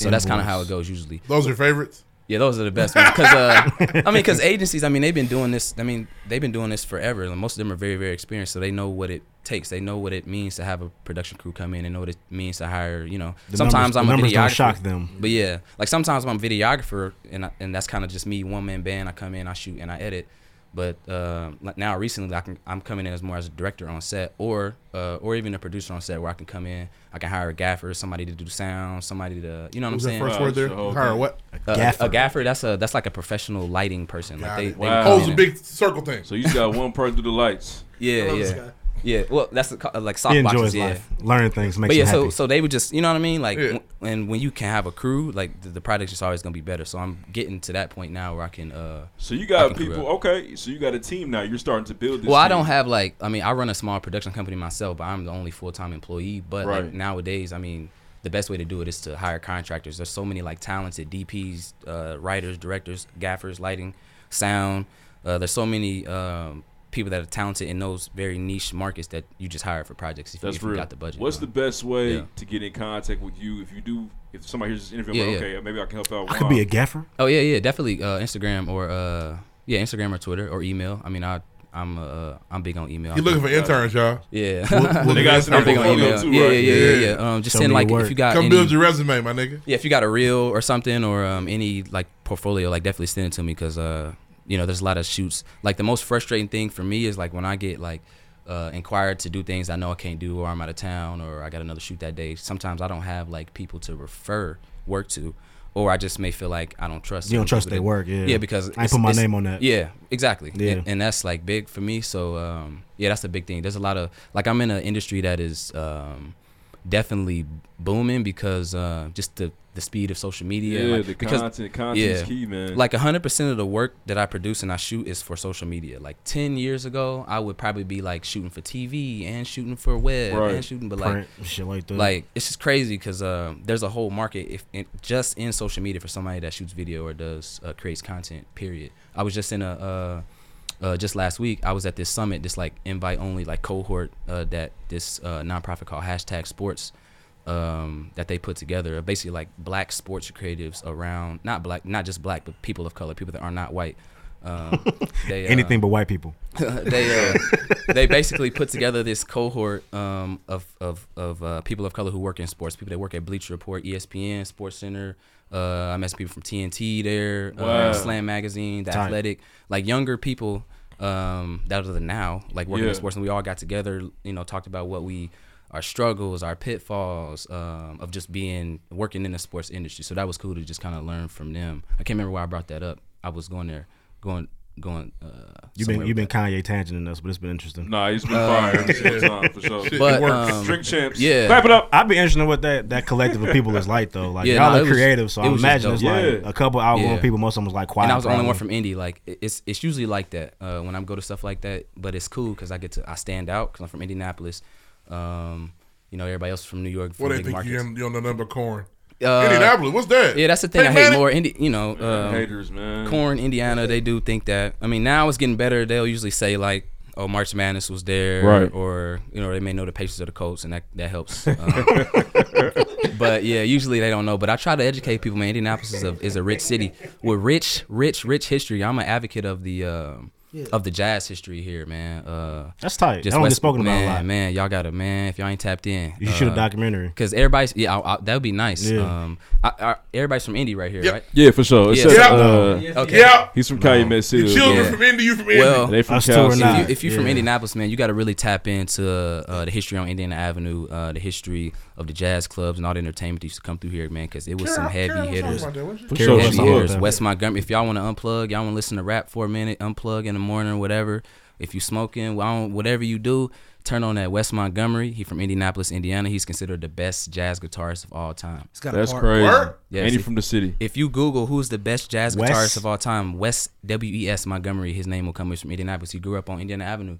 S10: So that's kind of how it
S3: Invoice.
S10: goes usually.
S3: Those are your favorites?
S10: Yeah, those are the best ones. Because uh, I mean, because agencies, I mean, they've been doing this. I mean, they've been doing this forever, and most of them are very, very experienced, so they know what it takes. They know what it means to have a production crew come in. They know what it means to hire. You know,
S9: The
S10: sometimes
S9: numbers- the
S10: I'm a
S9: numbers
S10: videographer.
S9: don't shock them.
S10: But yeah, like sometimes I'm a videographer, and I, and that's kind of just me, one man band. I come in, I shoot, and I edit. But uh, like now recently, I can, I'm coming in as more as a director on set, or uh, or even a producer on set, where I can come in, I can hire a gaffer, somebody to do sound, somebody to you know what, I'm
S3: What was that
S10: saying.
S3: first word there? Oh, Hire okay. what?
S10: A
S3: Gaffer.
S10: gaffer. A gaffer. That's a that's like a professional lighting person. Like
S3: Got
S10: they,
S3: it.
S10: they
S3: Wow.
S10: come in
S3: Holds a
S10: and-
S3: big circle thing.
S2: So you just got one part through the lights.
S10: Yeah,
S2: I love this
S10: yeah,
S2: guy.
S10: yeah. Well, that's the, co- uh, like
S9: He
S10: soft
S9: enjoys
S10: boxes. Yeah,
S9: life. Learn things, makes
S10: But yeah,
S9: him
S10: so
S9: happy.
S10: so they would just you know what I mean. Like,
S9: Yeah.
S10: w- and when you can have a crew, like the, the product is always gonna be better. So I'm getting to that point now where I can. uh
S2: So
S10: I
S2: you got
S10: can crew
S2: people.
S10: up.
S2: Okay, so you got a team now. You're starting to build this.
S10: Well, I
S2: team.
S10: don't have like I mean I run a small production company myself, but I'm the only full time employee. But
S2: Right.
S10: like nowadays, I mean the best way to do it is to hire contractors. There's so many like talented DPs, uh, writers, directors, gaffers, lighting, sound. Uh, there's so many um, people that are talented in those very niche markets that you just hire for projects if, you-
S2: That's
S10: if
S2: real.
S10: you got the budget.
S2: What's
S10: Uh,
S2: the best way
S10: Yeah.
S2: to get in contact with you if you do? If somebody hears this interview, I'm
S10: Yeah,
S2: like,
S10: yeah.
S2: okay, maybe I can help out.
S9: I could be a gaffer.
S10: Oh yeah, yeah, definitely uh, Instagram or uh, yeah, Instagram or Twitter or email. I mean, I I'm uh, I'm big on email.
S3: You looking for interns, y'all.
S10: Yeah,
S3: Well, well, They gotta send
S10: I'm big
S3: their
S10: on
S3: portfolio
S10: email.
S3: too,
S10: yeah, yeah,
S3: right?
S10: yeah,
S3: Yeah.
S10: yeah, yeah. Um, just
S3: Show me
S10: send like
S3: your
S10: if you
S3: work.
S10: got
S3: Come
S10: any-
S3: build your resume, my nigga.
S10: Yeah, if you got a reel or something or um, any like portfolio, like definitely send it to me because uh, you know there's a lot of shoots. Like the most frustrating thing for me is like when I get like. uh, inquired to do things I know I can't do, or I'm out of town, or I got another shoot that day. Sometimes I don't have like people to refer work to, or I just may feel like I don't trust.
S9: You don't
S10: other
S9: trust
S10: people
S9: their
S10: to-
S9: work, yeah.
S10: Yeah, because
S9: I ain't put my
S10: it's-
S9: name on that.
S10: Yeah, exactly.
S9: Yeah.
S10: And, and that's like big for me. So um, yeah, that's the big thing. There's a lot of like I'm in an industry that is um, definitely booming because uh, just the the speed of social media.
S2: Yeah,
S10: like,
S2: the
S10: because,
S2: content- content's key, man.
S10: Like hundred percent of the work that I produce and I shoot is for social media. Like ten years ago, I would probably be like shooting for TV and shooting for web
S9: Right.
S10: and shooting, but
S9: Print,
S10: like
S9: shit like that.
S10: Like it's just crazy because there's a whole market if in, just in social media for somebody that shoots video or does uh, creates content. Period. I was just in a. Uh, uh, just last week, I was at this summit, this like invite only like cohort uh, that this uh, nonprofit called Hashtag Sports um, that they put together, basically like black sports creatives around not black, not just black, but people of color, people that are not white. Um, they, uh,
S9: Anything but white people.
S10: they uh, they basically put together this cohort um, of of of uh, people of color who work in sports, people that work at Bleacher Report, E ESPN, Sports Center. Uh, I met some people from TNT there,
S2: Wow.
S10: uh, Slam Magazine, The
S2: Tight.
S10: Athletic, like younger people um, that are the now, like working
S2: Yeah.
S10: in sports, and we all got together, you know, talked about what we our struggles, our pitfalls um, of just being working in the sports industry. So that was cool to just kind of learn from them. I can't remember why I brought that up. I was going there, going, going. Uh,
S9: You've
S10: somewhere
S9: been you've been Kanye tangenting us, but it's been interesting.
S2: Nah, he's been fire every single time, for sure. Shit, it
S10: uh, But, works. um,
S2: Drink champs.
S10: yeah.
S2: Clap it up.
S9: I'd be interested in what that, that collective of people is like though. Like
S10: Yeah,
S9: y'all
S10: no,
S9: are
S10: it was-
S9: creative, so
S10: it
S9: I
S10: was just
S9: imagine
S10: dope.
S9: it's like
S10: Yeah.
S9: a couple outgoing
S10: Yeah.
S9: people. Most of them was like quiet.
S10: And I was the only one
S9: probably.
S10: from Indy. Like it- it's it's usually like that uh, when I'm go to stuff like that. But it's cool because I get to I stand out because I'm from Indianapolis. Um, you know everybody else from New York. From
S3: What they
S10: big
S3: think you
S10: markets.
S3: on you on the number corn?
S10: Uh,
S3: Indianapolis, what's that?
S10: Yeah, that's the thing
S3: Hey,
S10: I hate
S3: man,
S10: more. Indi- you know, um,
S2: haters, man.
S10: Corn, Indiana, they do think that. I mean, now it's getting better. They'll usually say like, "Oh, March Madness was there,"
S2: Right.
S10: Or you know, they may know the Pacers or the Colts, and that that helps. Um, but yeah, usually they don't know. But I try to educate people. Man, Indianapolis is a is a rich city with rich, rich, rich history. I'm an advocate of the. Um,
S9: Yeah.
S10: Of the jazz history here, man. Uh,
S9: That's tight. That don't get spoken about a
S10: man,
S9: lot.
S10: Man, Uh, y'all got to man. If y'all ain't tapped in,
S9: You should shoot a documentary.
S10: Cause everybody's yeah, I, I, that would be nice.
S9: Yeah.
S10: Um, I, I, everybody's from Indy right here, right?
S2: Yeah, for sure. It
S10: Yeah,
S2: says,
S10: so-
S2: uh, He's from Calumet City. yeah.
S10: Well,
S2: They from
S10: if,
S2: Cal
S10: you,
S2: City.
S10: if you're from Indianapolis, man, you got to really tap into uh, the history on Indiana Avenue, uh, the history of the jazz clubs and all the entertainment that used to come through here, man, because it was
S3: Carol-
S10: some heavy
S3: Carol
S10: hitters.
S3: was talking about that, wasn't she?
S10: Heavy
S3: Carol was talking about
S10: hitters.
S3: that.
S10: West Montgomery. If y'all want to unplug, y'all want to listen to rap for a minute, unplug in the morning or whatever. If you smoking, well, I don't- whatever you do, turn on that West Montgomery. He from Indianapolis, Indiana. He's considered the best jazz guitarist of all time.
S2: got a That's part. crazy. Word? And he
S10: if-
S2: from the city.
S10: If you Google who's the best jazz
S2: Wes?
S10: guitarist of all time, Wes W E S Montgomery, his name will come. He's from Indianapolis. He grew up on Indiana Avenue.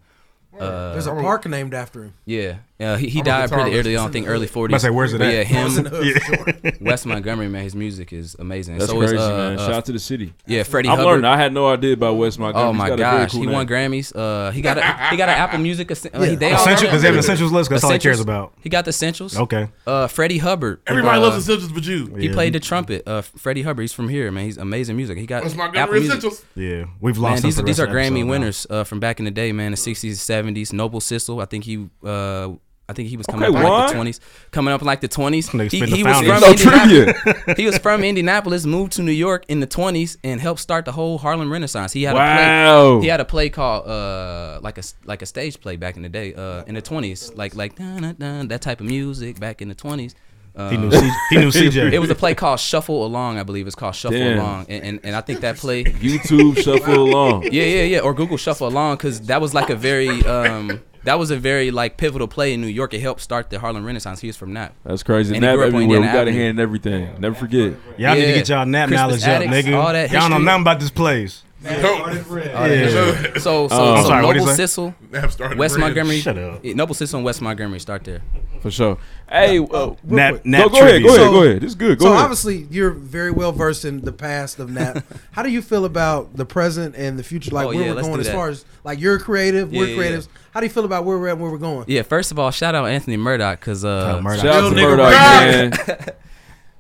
S10: Uh,
S12: There's a park named after him.
S10: Yeah, uh, he, he
S12: I'm a
S10: died pretty
S12: guitarist.
S10: early on.
S12: It's
S10: I
S12: in
S10: think
S12: the
S10: early
S12: hood.
S10: 40s.
S12: Must say, where's it
S10: But
S12: at?
S10: Yeah,
S12: It's in the hood,
S10: him.
S12: for sure.
S10: Wes Montgomery, man, his music is amazing.
S2: That's
S10: so
S2: crazy,
S10: is, uh, uh,
S2: man. Shout out to the city.
S10: Yeah, Freddie
S2: I'm
S10: Hubbard.
S2: learning. I had no idea about West Montgomery.
S10: Oh
S2: He's
S10: my
S2: got a very
S10: gosh,
S2: cool
S10: he
S2: name.
S10: won Grammys. Uh, he got a he got an Apple Music. Assen- uh,
S9: Yeah.
S10: he, they all got
S9: Essential-
S10: it.
S9: does he have an essentials list? 'Cause that's all he cares about.
S10: He got the essentials.
S9: Okay.
S10: Uh, Freddie Hubbard.
S3: Everybody
S10: uh,
S3: loves essentials but you.
S10: He
S9: Yeah.
S10: played the trumpet. Uh, Freddie Hubbard. He's from here, man. He's amazing music. He got
S3: West Montgomery
S10: Apple Music.
S3: essentials.
S9: Yeah, we've lost
S10: Man,
S9: him
S10: these
S9: for
S10: are
S9: the
S10: these are
S9: rest of the
S10: Grammy
S9: episode now.
S10: winners uh, from back in the day, man. The sixties, seventies. Noble Sissel. I think he. Uh, I think he was coming
S2: Okay,
S10: up in like
S2: what?
S10: the twenties. Coming up in like the twenties. He,
S9: spin the
S10: he was from
S9: fountain. No trivia.
S10: Indianapolis. he was from Indianapolis, moved to New York in the twenties, and helped start the whole Harlem Renaissance. He had a
S2: Wow.
S10: play. He had a play called uh, like a like a stage play back in the day uh, in the twenties, like like dun, dun, dun, that type of music back in the twenties. Uh,
S9: He knew C- he knew CJ.
S10: It was a play called Shuffle Along, I believe. It's called Shuffle
S2: Damn.
S10: Along, and, and and I think that play
S2: YouTube Shuffle Along.
S10: yeah, yeah, yeah. Or Google Shuffle Along because that was like a very um, that was a very like pivotal play in New York. It helped start the Harlem Renaissance. He was from Nap.
S2: That's crazy.
S10: And he
S2: Nap
S10: grew up on
S2: everywhere. We
S10: Indiana
S2: got a
S10: Avenue.
S2: hand in everything. Never forget.
S9: Y'all need to get y'all nap
S10: Christmas
S9: knowledge
S10: addicts,
S9: up, nigga.
S10: all that
S9: y'all know
S10: history.
S9: nothing about this place.
S10: All
S9: Oh,
S10: that
S9: Yeah.
S10: shit. So, so,
S9: I'm
S10: so
S9: sorry, what'd he
S10: Noble
S9: say?
S10: Sissel,
S3: Nap started
S10: West
S3: bridge.
S10: Montgomery,
S9: Shut up.
S10: Yeah, Noble Sissel and West Montgomery. Start there.
S2: For sure. Hey, uh,
S9: Nap-
S2: go,
S9: nap
S2: go ahead. Go
S9: trivia.
S2: ahead.
S9: So-
S2: go ahead. This is good. Go
S4: so
S2: ahead.
S4: obviously you're very well versed in the past of NAP. How do you feel about the present and the future? Like
S10: Oh,
S4: where
S10: yeah,
S4: we're
S10: let's
S4: going
S10: do
S4: as
S10: that.
S4: far as like you're creative, we're
S10: Yeah, yeah, yeah.
S4: creatives. How do you feel about where we're at, and where we're going?
S10: Yeah. First of all, shout out Anthony Murdoch because uh,
S9: Oh, Murdoch.
S2: Shout out to
S9: Real nigga
S2: Murdoch, man.
S9: Murdoch.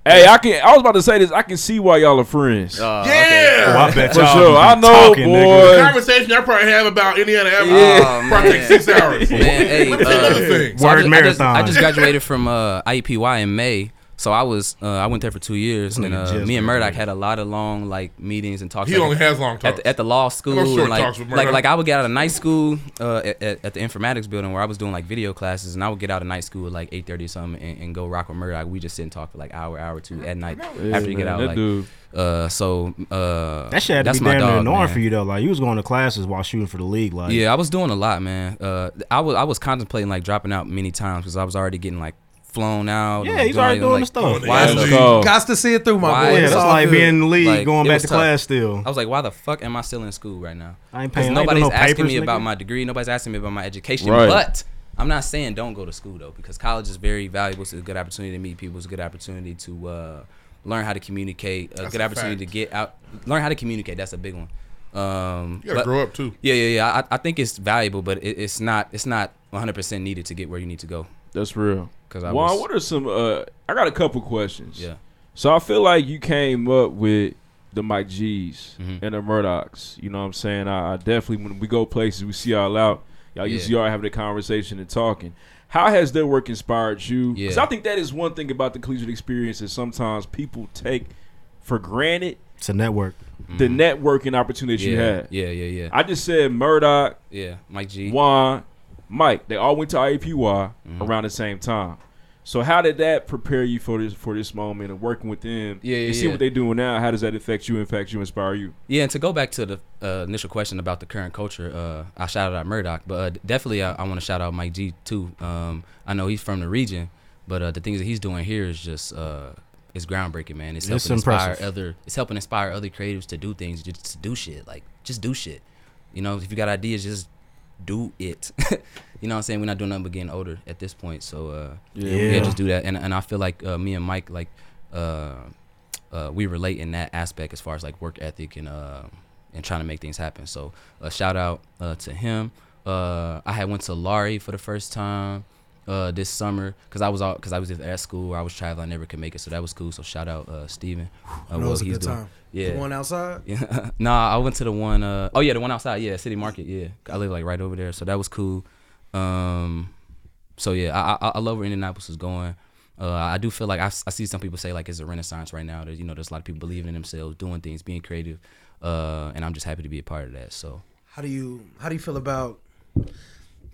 S2: Hey, I can. I was about to say this. I can see why y'all are friends.
S3: Yeah.
S9: Oh, I bet
S2: for
S9: y'all
S2: sure.
S9: been
S2: I know,
S9: talking,
S2: boy.
S3: The conversation I probably have about Indiana Avenue
S2: Yeah.
S10: Oh,
S3: probably takes six hours.
S10: Man, hey,
S3: What's
S10: uh,
S3: the other thing?
S10: so I just- I
S9: Word
S10: just,
S9: marathon.
S10: I just graduated from uh, IEPY in May. So I was uh, I went there for two years,
S3: This
S10: and
S3: nigga
S10: uh,
S3: just
S10: me and Murdoch
S3: graduated.
S10: had a lot of long like meetings and talks.
S3: He
S10: Like,
S3: only has long
S10: at
S3: talks.
S10: the, at the law school.
S3: No short
S10: and, like,
S3: talks with
S10: like
S3: Murdoch.
S10: like I would get out of night school uh, at, at, at the informatics building where I was doing like video classes, and I would get out of night school at like eight thirty or something, and, and go rock with Murdoch. We just sit and talk for like hour hour or two at night
S9: Yeah,
S10: after you get
S9: man,
S10: out.
S9: that
S10: like,
S9: dude.
S10: Uh, so uh,
S9: That shit had to
S10: that's
S9: be
S10: my
S9: damn near
S10: dog,
S9: annoying
S10: man.
S9: for you though. Like you was going to classes while shooting for the league. Like
S10: yeah, I was doing a lot, man. Uh, I was I was contemplating like dropping out many times because I was already getting like flown out.
S9: Yeah,
S10: and
S9: he's already
S10: all
S9: doing
S10: the
S9: the stuff.
S10: Why
S9: Yeah,
S10: the-
S9: let's go. Gots to see it through, my boy. Yeah,
S10: it's
S9: that's
S10: all
S9: like
S10: good.
S9: being in the league, going
S10: it
S9: back
S10: was
S9: to class still.
S10: I was like, why the fuck am I still in school right now?
S9: I ain't
S10: 'Cause
S9: paying- I ain't doing
S10: Nobody's
S9: no
S10: asking
S9: papers,
S10: me about
S9: nigga.
S10: my degree. Nobody's asking me about my education.
S9: Right.
S10: But I'm not saying don't go to school though, because college is very valuable. It's a good opportunity to meet people. It's a good opportunity to uh, learn how to communicate. A
S3: That's
S10: good
S3: a
S10: opportunity
S3: fact.
S10: to get out, learn how to communicate. That's a big one. Um,
S3: You gotta grow up, too.
S10: Yeah, yeah, yeah. I, I think it's valuable, but it, it's not. It's not 100 percent needed to get where you need to go.
S2: That's real.
S10: Because I
S2: Juan,
S10: was,
S2: what are some? Uh, I got a couple questions.
S10: Yeah.
S2: So I feel like you came up with the Mike G's
S10: Mm-hmm.
S2: and the Murdochs. You know what I'm saying? I, I definitely when we go places, we see y'all out. Y'all
S10: Yeah.
S2: usually are having a conversation and talking. How has their work inspired you? Because
S10: Yeah.
S2: I think that is one thing about the collegiate experience is sometimes people take for granted
S9: it's a network.
S2: the networking opportunities you
S10: Mm-hmm. Yeah,
S2: had.
S10: yeah, yeah, yeah.
S2: I just said Murdoch.
S10: Yeah, Mike G.
S2: Juan, Mike. They all went to IAPY
S10: Mm-hmm.
S2: around the same time. So how did that prepare you for this for this moment of working with them?
S10: Yeah, yeah,
S2: You see
S10: yeah.
S2: what they doing now. How does that affect you? Affect you? Inspire you?
S10: Yeah, and to go back to the uh, initial question about the current culture, uh, I shouted out Murdoch, but uh, definitely I, I want to shout out Mike G too. Um, I know he's from the region, but uh, the things that he's doing here is just uh, it's groundbreaking, man. It's helping
S9: It's
S10: inspire
S9: impressive.
S10: other. It's helping inspire other creatives to do things, just to do shit, like just do shit. You know, if you got ideas, just do it. you know what I'm saying? We're not doing nothing but getting older at this point, so uh,
S9: Yeah.
S10: yeah, just do that. And and I feel like uh, me and Mike like. Uh, uh, we relate in that aspect as far as like work ethic and uh, and trying to make things happen. So a shout out uh, to him. Uh, I had went to Laurie for the first time uh, this summer because I was all because I was either at school or I was traveling. I never could make it, so that was cool. So shout out uh, Steven.
S4: I
S10: Uh,
S4: know it
S10: what
S4: was a
S10: he's
S4: good
S10: doing.
S4: time.
S10: Yeah.
S4: The one outside?
S10: Yeah. nah, I went to the one. Uh, oh yeah, the one outside. Yeah, City Market. Yeah, I live like right over there, so that was cool. Um, so yeah, I I, I love where Indianapolis is going. Uh, I do feel like I, s- I see some people say like it's a renaissance right now. There's you know there's a lot of people believing in themselves, doing things, being creative, uh, and I'm just happy to be a part of that. So
S4: How do you how do you feel about?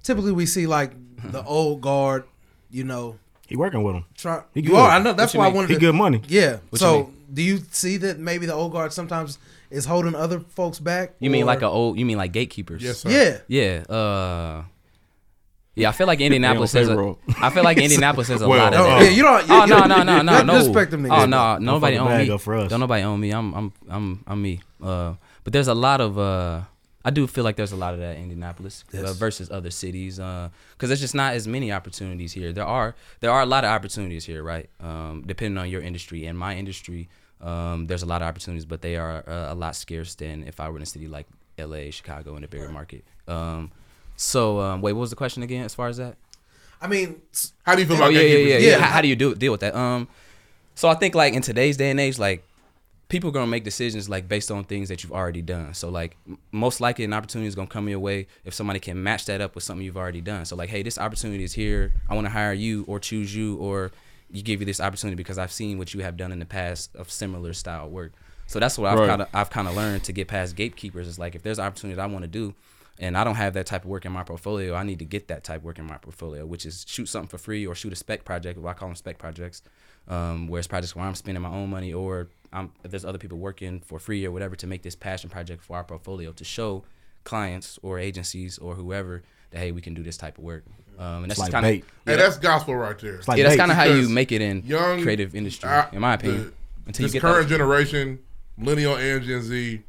S4: Typically, we see like the old guard, you know,
S9: He working with him.
S4: Try,
S9: He
S4: you
S9: good.
S4: are. I know. That's
S9: What you
S4: why I
S9: mean?
S4: wanted.
S9: He
S4: to-
S9: good money.
S4: Yeah.
S9: What you
S4: so, do you see that maybe the old guard sometimes is holding other folks back?
S10: you mean
S4: or-
S10: like a old? You mean like gatekeepers?
S4: Yes, sir.
S10: Yeah. Yeah. Uh, yeah, I feel like Indianapolis
S9: They on
S10: has a,
S9: payroll.
S10: I feel like Indianapolis has a
S9: Well,
S10: lot of
S9: uh-uh.
S10: that.
S9: Yeah, you don't-
S10: Oh
S9: you-
S10: no,
S9: you-
S10: no, no,
S9: you-
S10: no,
S9: don't
S10: no.
S9: disrespect them niggas.
S10: Oh no,
S9: Don't
S10: nobody
S9: fuck the
S10: own
S9: bag
S10: me.
S9: up for us.
S10: Don't nobody own me. I'm I'm I'm I'm me. Uh, but there's a lot of uh, I do feel like there's a lot of that in Indianapolis uh,
S9: Yes.
S10: versus other cities because there's just not as many opportunities here. There are there are a lot of opportunities here, right? Um, depending on your industry. In my industry, um, there's a lot of opportunities, but they are uh, a lot scarce than if I were in a city like L.A., Chicago, in a bigger market. Um, so um, wait, what was the question again? As far as that.
S4: I mean, s-
S3: How do you feel
S10: Oh,
S3: about
S10: yeah,
S3: that?
S10: yeah, yeah,
S3: Yeah.
S10: yeah. How, how do you do deal with that? Um, so I think like in today's day and age, like people gonna make decisions like based on things that you've already done. So like m- most likely an opportunity is gonna come your way if somebody can match that up with something you've already done. So like, hey, this opportunity is here. I want to hire you or choose you or you give you this opportunity because I've seen what you have done in the past of similar style work. So that's what I've
S2: Right.
S10: kind of I've kind of learned to get past gatekeepers. Is like if there's an opportunity that I want to do, and I don't have that type of work in my portfolio, I need to get that type of work in my portfolio, which is shoot something for free or shoot a spec project. Well, I call them spec projects, um, where it's projects where I'm spending my own money or I'm, if there's other people working for free or whatever to make this passion project for our portfolio to show clients or agencies or whoever that hey, we can do this type of work. Um, and that's
S3: It's like
S10: kind of
S3: bait. Hey, that's gospel right there. It's like
S10: yeah, that's
S3: bait.
S10: kind of how you
S3: Because
S10: make it in
S3: young-
S10: creative industry,
S3: I-
S10: in my opinion.
S3: the-
S10: until you
S3: this
S10: get
S3: current
S10: that.
S3: generation, millennial and Gen Z,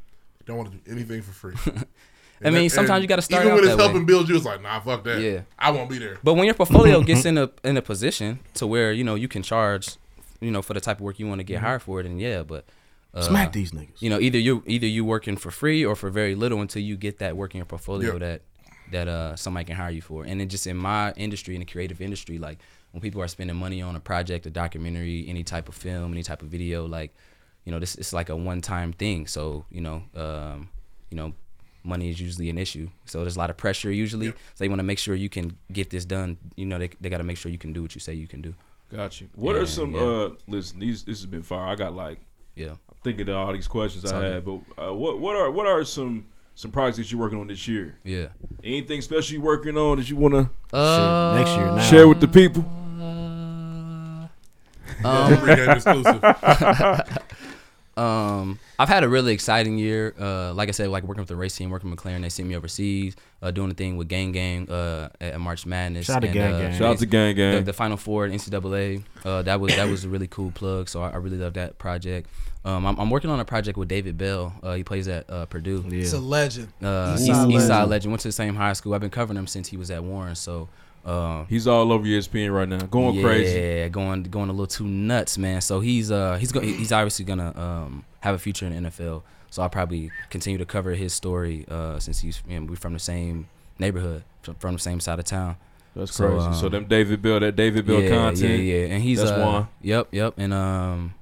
S3: don't want to do anything for free.
S10: I
S3: And
S10: mean,
S3: that-
S10: sometimes
S3: and
S10: you got to start
S3: Even
S10: out
S3: when
S10: that
S3: it's
S10: way.
S3: helping build you, it's like, nah, fuck that.
S10: Yeah.
S3: I won't be there.
S10: But when your portfolio gets in a in a position to where you know you can charge, you know, for the type of work you want to
S3: Mm-hmm.
S10: get hired for, then yeah. But uh,
S9: Smack these niggas.
S10: You know, either you either you working for free or for very little until you get that work in your portfolio
S9: Yeah.
S10: that that uh somebody can hire you for. And then just in my industry, in the creative industry, like when people are spending money on a project, a documentary, any type of film, any type of video, like you know, this it's like a one time thing. So you know, um, you know, money is usually an issue. So there's a lot of pressure usually. So they want to make sure you can get this done. You know, they, they got to make sure you can do what you say you can do.
S2: Got you. What
S10: Yeah,
S2: are some?
S10: yeah.
S2: uh Listen, these this has been fire. I got like,
S10: yeah.
S2: I'm thinking of all these questions
S10: It's
S2: I
S10: all
S2: had, but uh, what what are what are some some projects that you're working on this year?
S10: Yeah.
S2: Anything special you working on that you want to
S10: Uh, Shit, next year now.
S2: share with the people?
S10: Um,
S2: Pregame exclusive.
S10: um, I've had a really exciting year. Uh, like I said, like working with the race team, working with McLaren, they sent me overseas, uh, doing the thing with Gang Gang uh, at at March Madness.
S2: Shout out to
S10: and,
S2: Gang
S10: uh,
S2: Gang. Shout out to Gang Gang.
S10: The, the Final Four at NCAA. Uh, that was that was a really cool plug. So I, I really love that project. Um, I'm, I'm working on a project with David Bell. Uh, he plays at uh, Purdue.
S4: He's a legend.
S10: Uh,
S4: Eastside
S10: East, Eastside legend.
S4: legend.
S10: Went to the same high school. I've been covering him since he was at Warren. So. Uh,
S2: He's all over E ESPN right now, going
S10: yeah,
S2: crazy.
S10: going going a little too nuts, man. So he's uh he's go- he's obviously gonna um have a future in the NFL. So I'll probably continue to cover his story uh since he's you know, we're from the same neighborhood, from, from the same side of town.
S2: That's crazy. so them David Bell, that David Bell
S10: um, yeah,
S2: content.
S10: Yeah, yeah, and he's
S2: that's
S10: uh,
S2: one.
S10: Yep, yep, and um,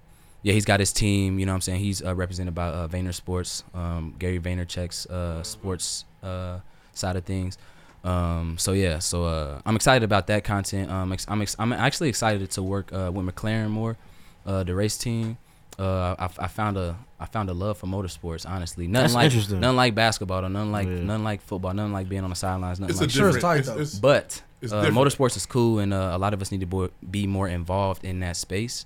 S10: yeah, he's got his team. You know, what I'm saying he's uh, represented by uh, Vayner Sports, um, Gary Vaynerchuk's uh, sports uh, side of things. Um, so yeah, so uh, I'm excited about that content. Um, ex- I'm ex- I'm actually excited to work uh, with McLaren more, uh, the race team. Uh, I, I found a I found a love for motorsports. Honestly, nothing
S9: That's
S10: like
S9: interesting.
S10: nothing like basketball, though, nothing like nothing like football, nothing like being on the sidelines. Nothing
S4: It's a
S10: like
S4: Sure, it's different- tight, it's- though. it's-
S10: but
S4: it's
S10: uh,
S4: different.
S10: motorsports is cool, and uh, a lot of us need to bo- be more involved in that space.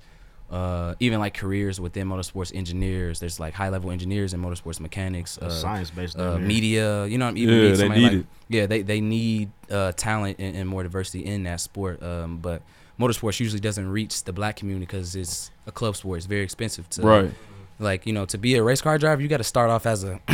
S10: Uh, even like careers within motorsports engineers, there's like high level engineers and motorsports mechanics, uh,
S9: That's science-based down
S10: uh,
S9: there.
S10: media. You know, what I mean? even
S2: Yeah,
S10: need
S2: they
S10: somebody
S2: need
S10: like-
S2: it.
S10: Yeah, they they need uh, talent and, and more diversity in that sport. Um, but motorsports usually doesn't reach the black community because it's a club sport. It's very expensive to
S2: Right.
S10: Like you know, to be a race car driver, you got to start off as a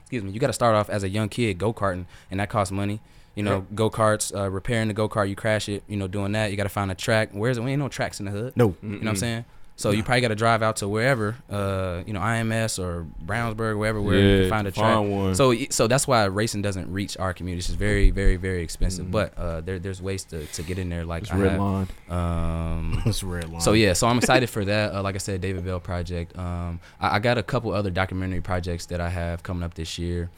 S10: excuse me, you got to start off as a young kid go karting, and that costs money. You know, go karts, uh, repairing the go kart, you crash it. You know, doing that, you got to find a track. Where's it? We ain't no tracks in the hood.
S9: No.
S10: you know what I'm
S9: Mm-mm.
S10: saying. So you probably got to drive out to wherever, uh, you know, IMS or Brownsburg, wherever, where you
S2: Yeah,
S10: can find a track.
S2: find one.
S10: So so that's why racing doesn't reach our community. It's just very, very, very expensive. But uh, there, there's ways to, to get in there. Like
S9: Mm-hmm. It's
S10: I
S9: red
S10: have-
S9: line.
S10: Um,
S9: It's red line.
S10: So yeah, so I'm excited for that. Uh, like I said, David Bell project. Um, I, I got a couple other documentary projects that I have coming up this year.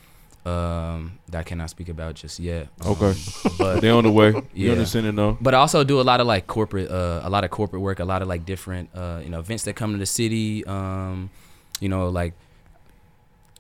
S10: Um, that I cannot speak about just yet. Um,
S2: Okay. They on the way. You
S10: yeah.
S2: understanding though?
S10: But I also do a lot of like corporate, uh, a lot of corporate work, a lot of like different, uh, you know, events that come to the city. Um, you know, like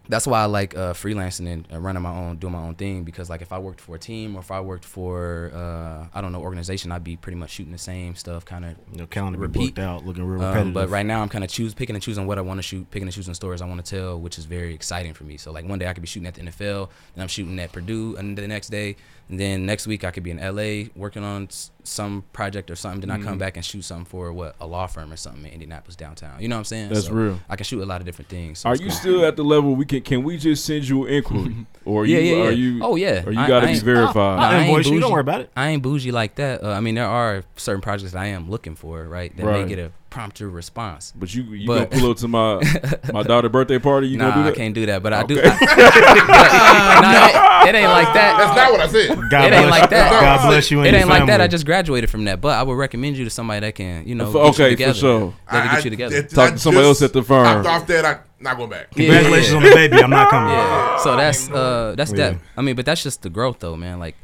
S10: that's why I like uh, freelancing and uh, running my own, doing my own thing. Because like if I worked for a team or if I worked for uh, I don't know organization, I'd be pretty much shooting the same stuff, kind of
S9: Your calendar be
S10: repeat
S9: booked out, looking real
S10: Um, but
S9: repetitive.
S10: right now I'm kind of choose, picking and choosing what I want to shoot, picking and choosing stories I want to tell, which is very exciting for me. So like one day I could be shooting at the NFL, then I'm shooting at Purdue, and the next day, and then next week I could be in LA working on s- some project or something. Then I come
S2: Mhm.
S10: back and shoot something for what a law firm or something in Indianapolis downtown. You know what I'm saying?
S2: That's real.
S10: I can shoot a lot of different things. so
S2: Are
S10: it's
S2: you
S10: cool.
S2: still at the level we can? Can we just send you an inquiry, or you,
S10: yeah, yeah, yeah.
S2: are you?
S10: Oh yeah.
S2: or you
S10: I-
S2: got to
S10: I
S2: be
S10: ain't-
S2: verified?
S10: Nah, I ain't
S9: Invoice you, don't
S10: bougie.
S9: worry about it.
S10: I ain't bougie like that. Uh, I mean, there are certain projects that I am looking for, right? That
S2: Right.
S10: may get a prompter response.
S2: But you you gonna pull up to my my daughter birthday party? You
S10: nah,
S2: gonna do that?
S10: I can't do that. But I do.
S2: Okay.
S10: I- but, nah, it- it, ain't like that.
S3: That's not what I said.
S10: it ain't like that.
S9: God bless you and
S10: It
S9: your
S10: ain't like that.
S9: family.
S10: I just graduated from that, but I would recommend you to somebody that can, you know,
S2: For-
S10: get you
S2: okay, for
S10: together.
S2: sure.
S10: That can
S3: I-
S10: get you together.
S3: I-
S2: Talk to
S3: I
S2: somebody else
S3: just
S2: at the firm.
S3: hopped off that. I not going back.
S10: Yeah,
S9: Congratulations
S10: yeah.
S9: on the baby. I'm not coming.
S10: Yeah. So that's uh that's
S9: Yeah.
S10: that. I mean, but that's just the growth though, man. Like,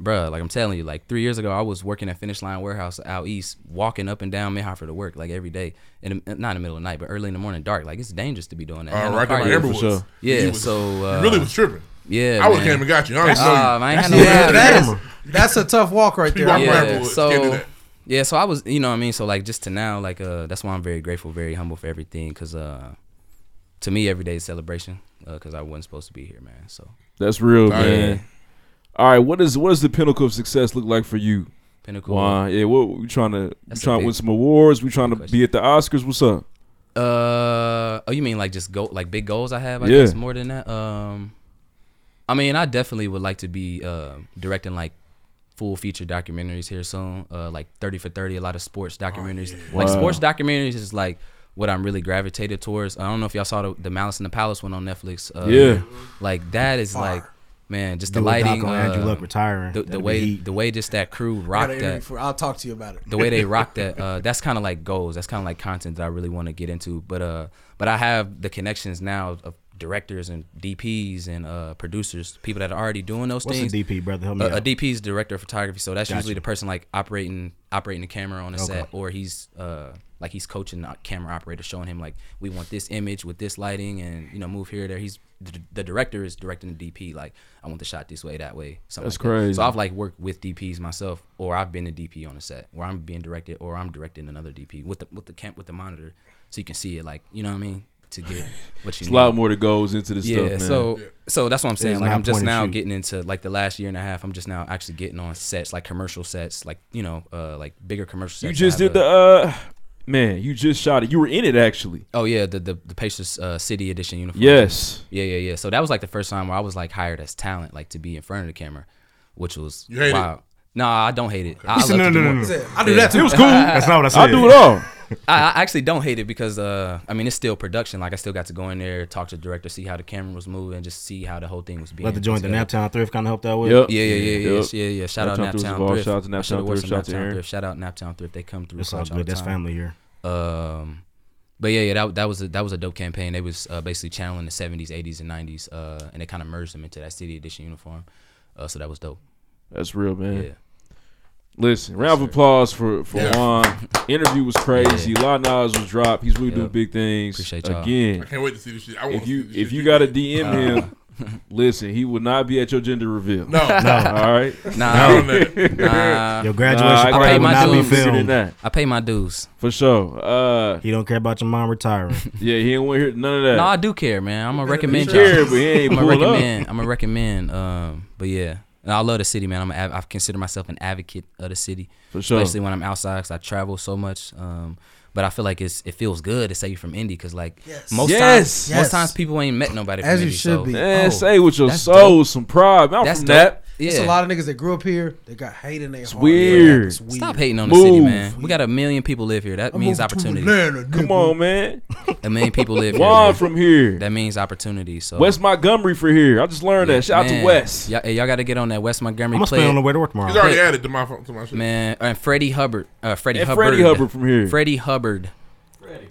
S10: bruh, like I'm telling you, like three years ago, I was working at Finish Line Warehouse out east, walking up and down Manhaffer to work like every day, and not in the middle of the night, but early in the morning, dark. Like it's dangerous to be doing that.
S3: Uh,
S10: Ain't no
S3: right there
S10: car
S3: by
S10: yet.
S3: Everwood's. Sure.
S10: Yeah.
S3: You was-
S10: so
S3: you
S10: uh,
S3: really was tripping.
S10: Yeah.
S3: I would've
S10: man.
S3: came and got you. I don't
S10: That's-
S3: know you.
S10: uh, I ain't
S12: That's,
S10: had no
S12: yeah,
S10: problem.
S12: that is, that's a tough walk right there.
S10: Yeah, so yeah, so I was, you know, what I mean, so like just to now, like uh, that's why I'm very grateful, very humble for everything, cause uh, to me every day is celebration, uh, cause I wasn't supposed to be here, man. So
S2: That's real,
S10: Alright.
S2: man. All right, what is what does the pinnacle of success look like for you?
S10: Pinnacle.
S2: Why? Yeah, what we trying to we
S10: That's a
S2: trying to win
S10: big-
S2: some awards. We trying to be at the Oscars. What's up?
S10: Uh oh, you mean like just go like big goals I have? I
S2: Yeah.
S10: guess more than that. Um, I mean, I definitely would like to be uh, directing like full feature documentaries here soon. Uh, like thirty for thirty, a lot of
S9: Oh,
S10: sports documentaries. Like
S2: Wow.
S10: sports documentaries is like what I'm really gravitated towards. I don't know if y'all saw the, the Malice in the Palace one on Netflix. Uh,
S2: Yeah.
S10: like that is like man, just the
S9: Do a doc
S10: lighting.
S9: on Andrew
S10: uh,
S9: Luck retiring.
S10: The, the
S9: That'd be
S10: way
S9: heat.
S10: the way just that crew
S14: got an
S10: rocked
S14: interview
S10: that
S14: for- I'll talk to you about it.
S10: the way they rock that uh, that's kind of like goals that's kind of like content that i really want to get into but uh but i have the connections now of directors and DPs and uh, producers, people that are already doing those
S9: What's a
S10: things.
S9: DP, brother? Help me
S10: a, a
S9: out.
S10: DP is director of photography, so that's
S9: Gotcha.
S10: usually the person like operating operating the camera on a
S9: Okay.
S10: set, or he's uh, like he's coaching the camera operator, showing him like we want this image with this lighting, and you know move here there. He's the, the director is directing the DP like I want the shot this way that way. Something
S2: That's
S10: like that.
S2: crazy.
S10: So I've like worked with DPs myself, or I've been a DP on a set where I'm being directed, or I'm directing another DP with the with the camp with the monitor, so you can see it like you know what I mean to get what you
S2: There's a
S10: need.
S2: lot more that goes into this
S10: yeah,
S2: stuff, man.
S10: so
S2: Yeah.
S10: so that's what I'm
S2: It
S10: saying.
S2: is
S10: Like
S2: not
S10: I'm just
S2: point and
S10: now
S2: shoot.
S10: getting into like the last year and a half. I'm just now actually getting on sets, like commercial sets, like you know, uh, like bigger commercial sets.
S2: You
S10: that
S2: just
S10: have
S2: did the uh man, you just shot it. You were in it actually.
S10: Oh yeah, the the, the Pacers uh, City Edition uniform.
S2: Yes.
S10: Yeah, yeah, yeah. So that was like the first time where I was like hired as talent, like to be in front of the camera, which was
S2: You hate it?
S10: wow. No, I don't hate it. I- I
S9: He
S10: love
S9: said, "No,
S10: to
S9: no,
S10: do
S9: no,
S10: more."
S9: no, no. I do that too. It was cool. That's not what I said. I do it all.
S10: I, I actually don't hate it because uh, I mean it's still production. Like I still got to go in there, talk to the director, see how the camera was moving, just see how the whole thing was being.
S9: Let the joint, the
S10: put together.
S9: Naptown Thrift, kind of helped that with.
S10: Yep. Yeah, yeah, yeah, yeah, yeah, yeah. Shout
S9: Naptown
S10: out
S9: Thrift was
S10: Naptown
S9: involved.
S10: Thrift.
S9: Shout out to
S10: I should've
S9: Naptown
S10: wore
S9: Thrift.
S10: some
S9: Shout out to Aaron.
S10: Thrift. Shout out Naptown Thrift. They come through.
S9: That's
S10: clutch
S9: all
S10: all
S9: good.
S10: the
S9: That's
S10: time.
S9: family here.
S10: Um, but yeah, yeah, that, that was a, that was a dope campaign. They was uh, basically channeling the '70s, '80s, and '90s, uh, and they kind of merged them into that city edition uniform. Uh, so that was dope.
S2: That's real, man.
S10: Yeah.
S2: Listen, round of applause for for
S10: Yeah.
S2: Juan. Interview was crazy. A lot of knowledge was dropped. He's really doing
S10: Yep.
S2: big things.
S10: Appreciate y'all.
S2: Again,
S3: I can't wait to see this shit. I wanna
S2: if you
S3: see this
S2: if
S3: shit
S2: you
S3: you
S2: got to
S3: did.
S2: DM him, listen, he will not be at your gender reveal.
S3: No. No.
S2: all right,
S10: Nah,
S2: Nah,
S10: nah. I
S2: I
S10: pay
S2: graduated
S10: my
S2: not be
S10: dues.
S2: bigger than that.
S10: I pay my dues.
S2: For sure. Uh,
S9: he don't care about your mom retiring.
S2: yeah, he ain't want to hear none of that.
S10: No, I do care, man. I'm gonna recommend
S2: He care,
S10: y'all.
S2: but he ain't
S10: I'm gonna
S2: pull up.
S10: recommend. I'm gonna recommend. Um, but yeah, and I love the city, man. I'm a, av- I consider myself an advocate of the city,
S2: For sure.
S10: Especially when I'm outside, cause I travel so much. Um, but I feel like it's it feels good to say you from Indy, cause like
S2: Yes.
S10: most
S2: Yes.
S10: times,
S2: Yes.
S10: most times people ain't met nobody from
S2: As you
S10: Indy.
S2: should
S10: so,
S2: be. Man, say with your soul some pride. Man, I'm from that.
S4: It's a
S10: Yeah.
S4: lot of niggas that grew up here. They got hate in their heart.
S2: weird.
S4: It's weird.
S10: Stop hating on the city, man. We got a million people live here. That means
S4: moved to
S10: opportunity.
S4: Atlanta,
S2: Come on, man.
S10: A million people live
S2: Juan
S10: here.
S2: from here.
S10: That means opportunity. So
S2: West Montgomery for here. I just learned that. Shout out
S10: Man,
S2: to West.
S10: Y'all, hey, y'all got to get on that West Montgomery.
S2: I'ma
S10: play
S2: stay on
S10: it.
S2: the way to work tomorrow.
S3: He's already
S10: Play-
S3: added to my phone to my shit.
S10: Man, and Freddie Hubbard. Uh, Freddie
S2: And
S10: Hubbard.
S2: Freddie Hubbard from here.
S10: Freddie Hubbard.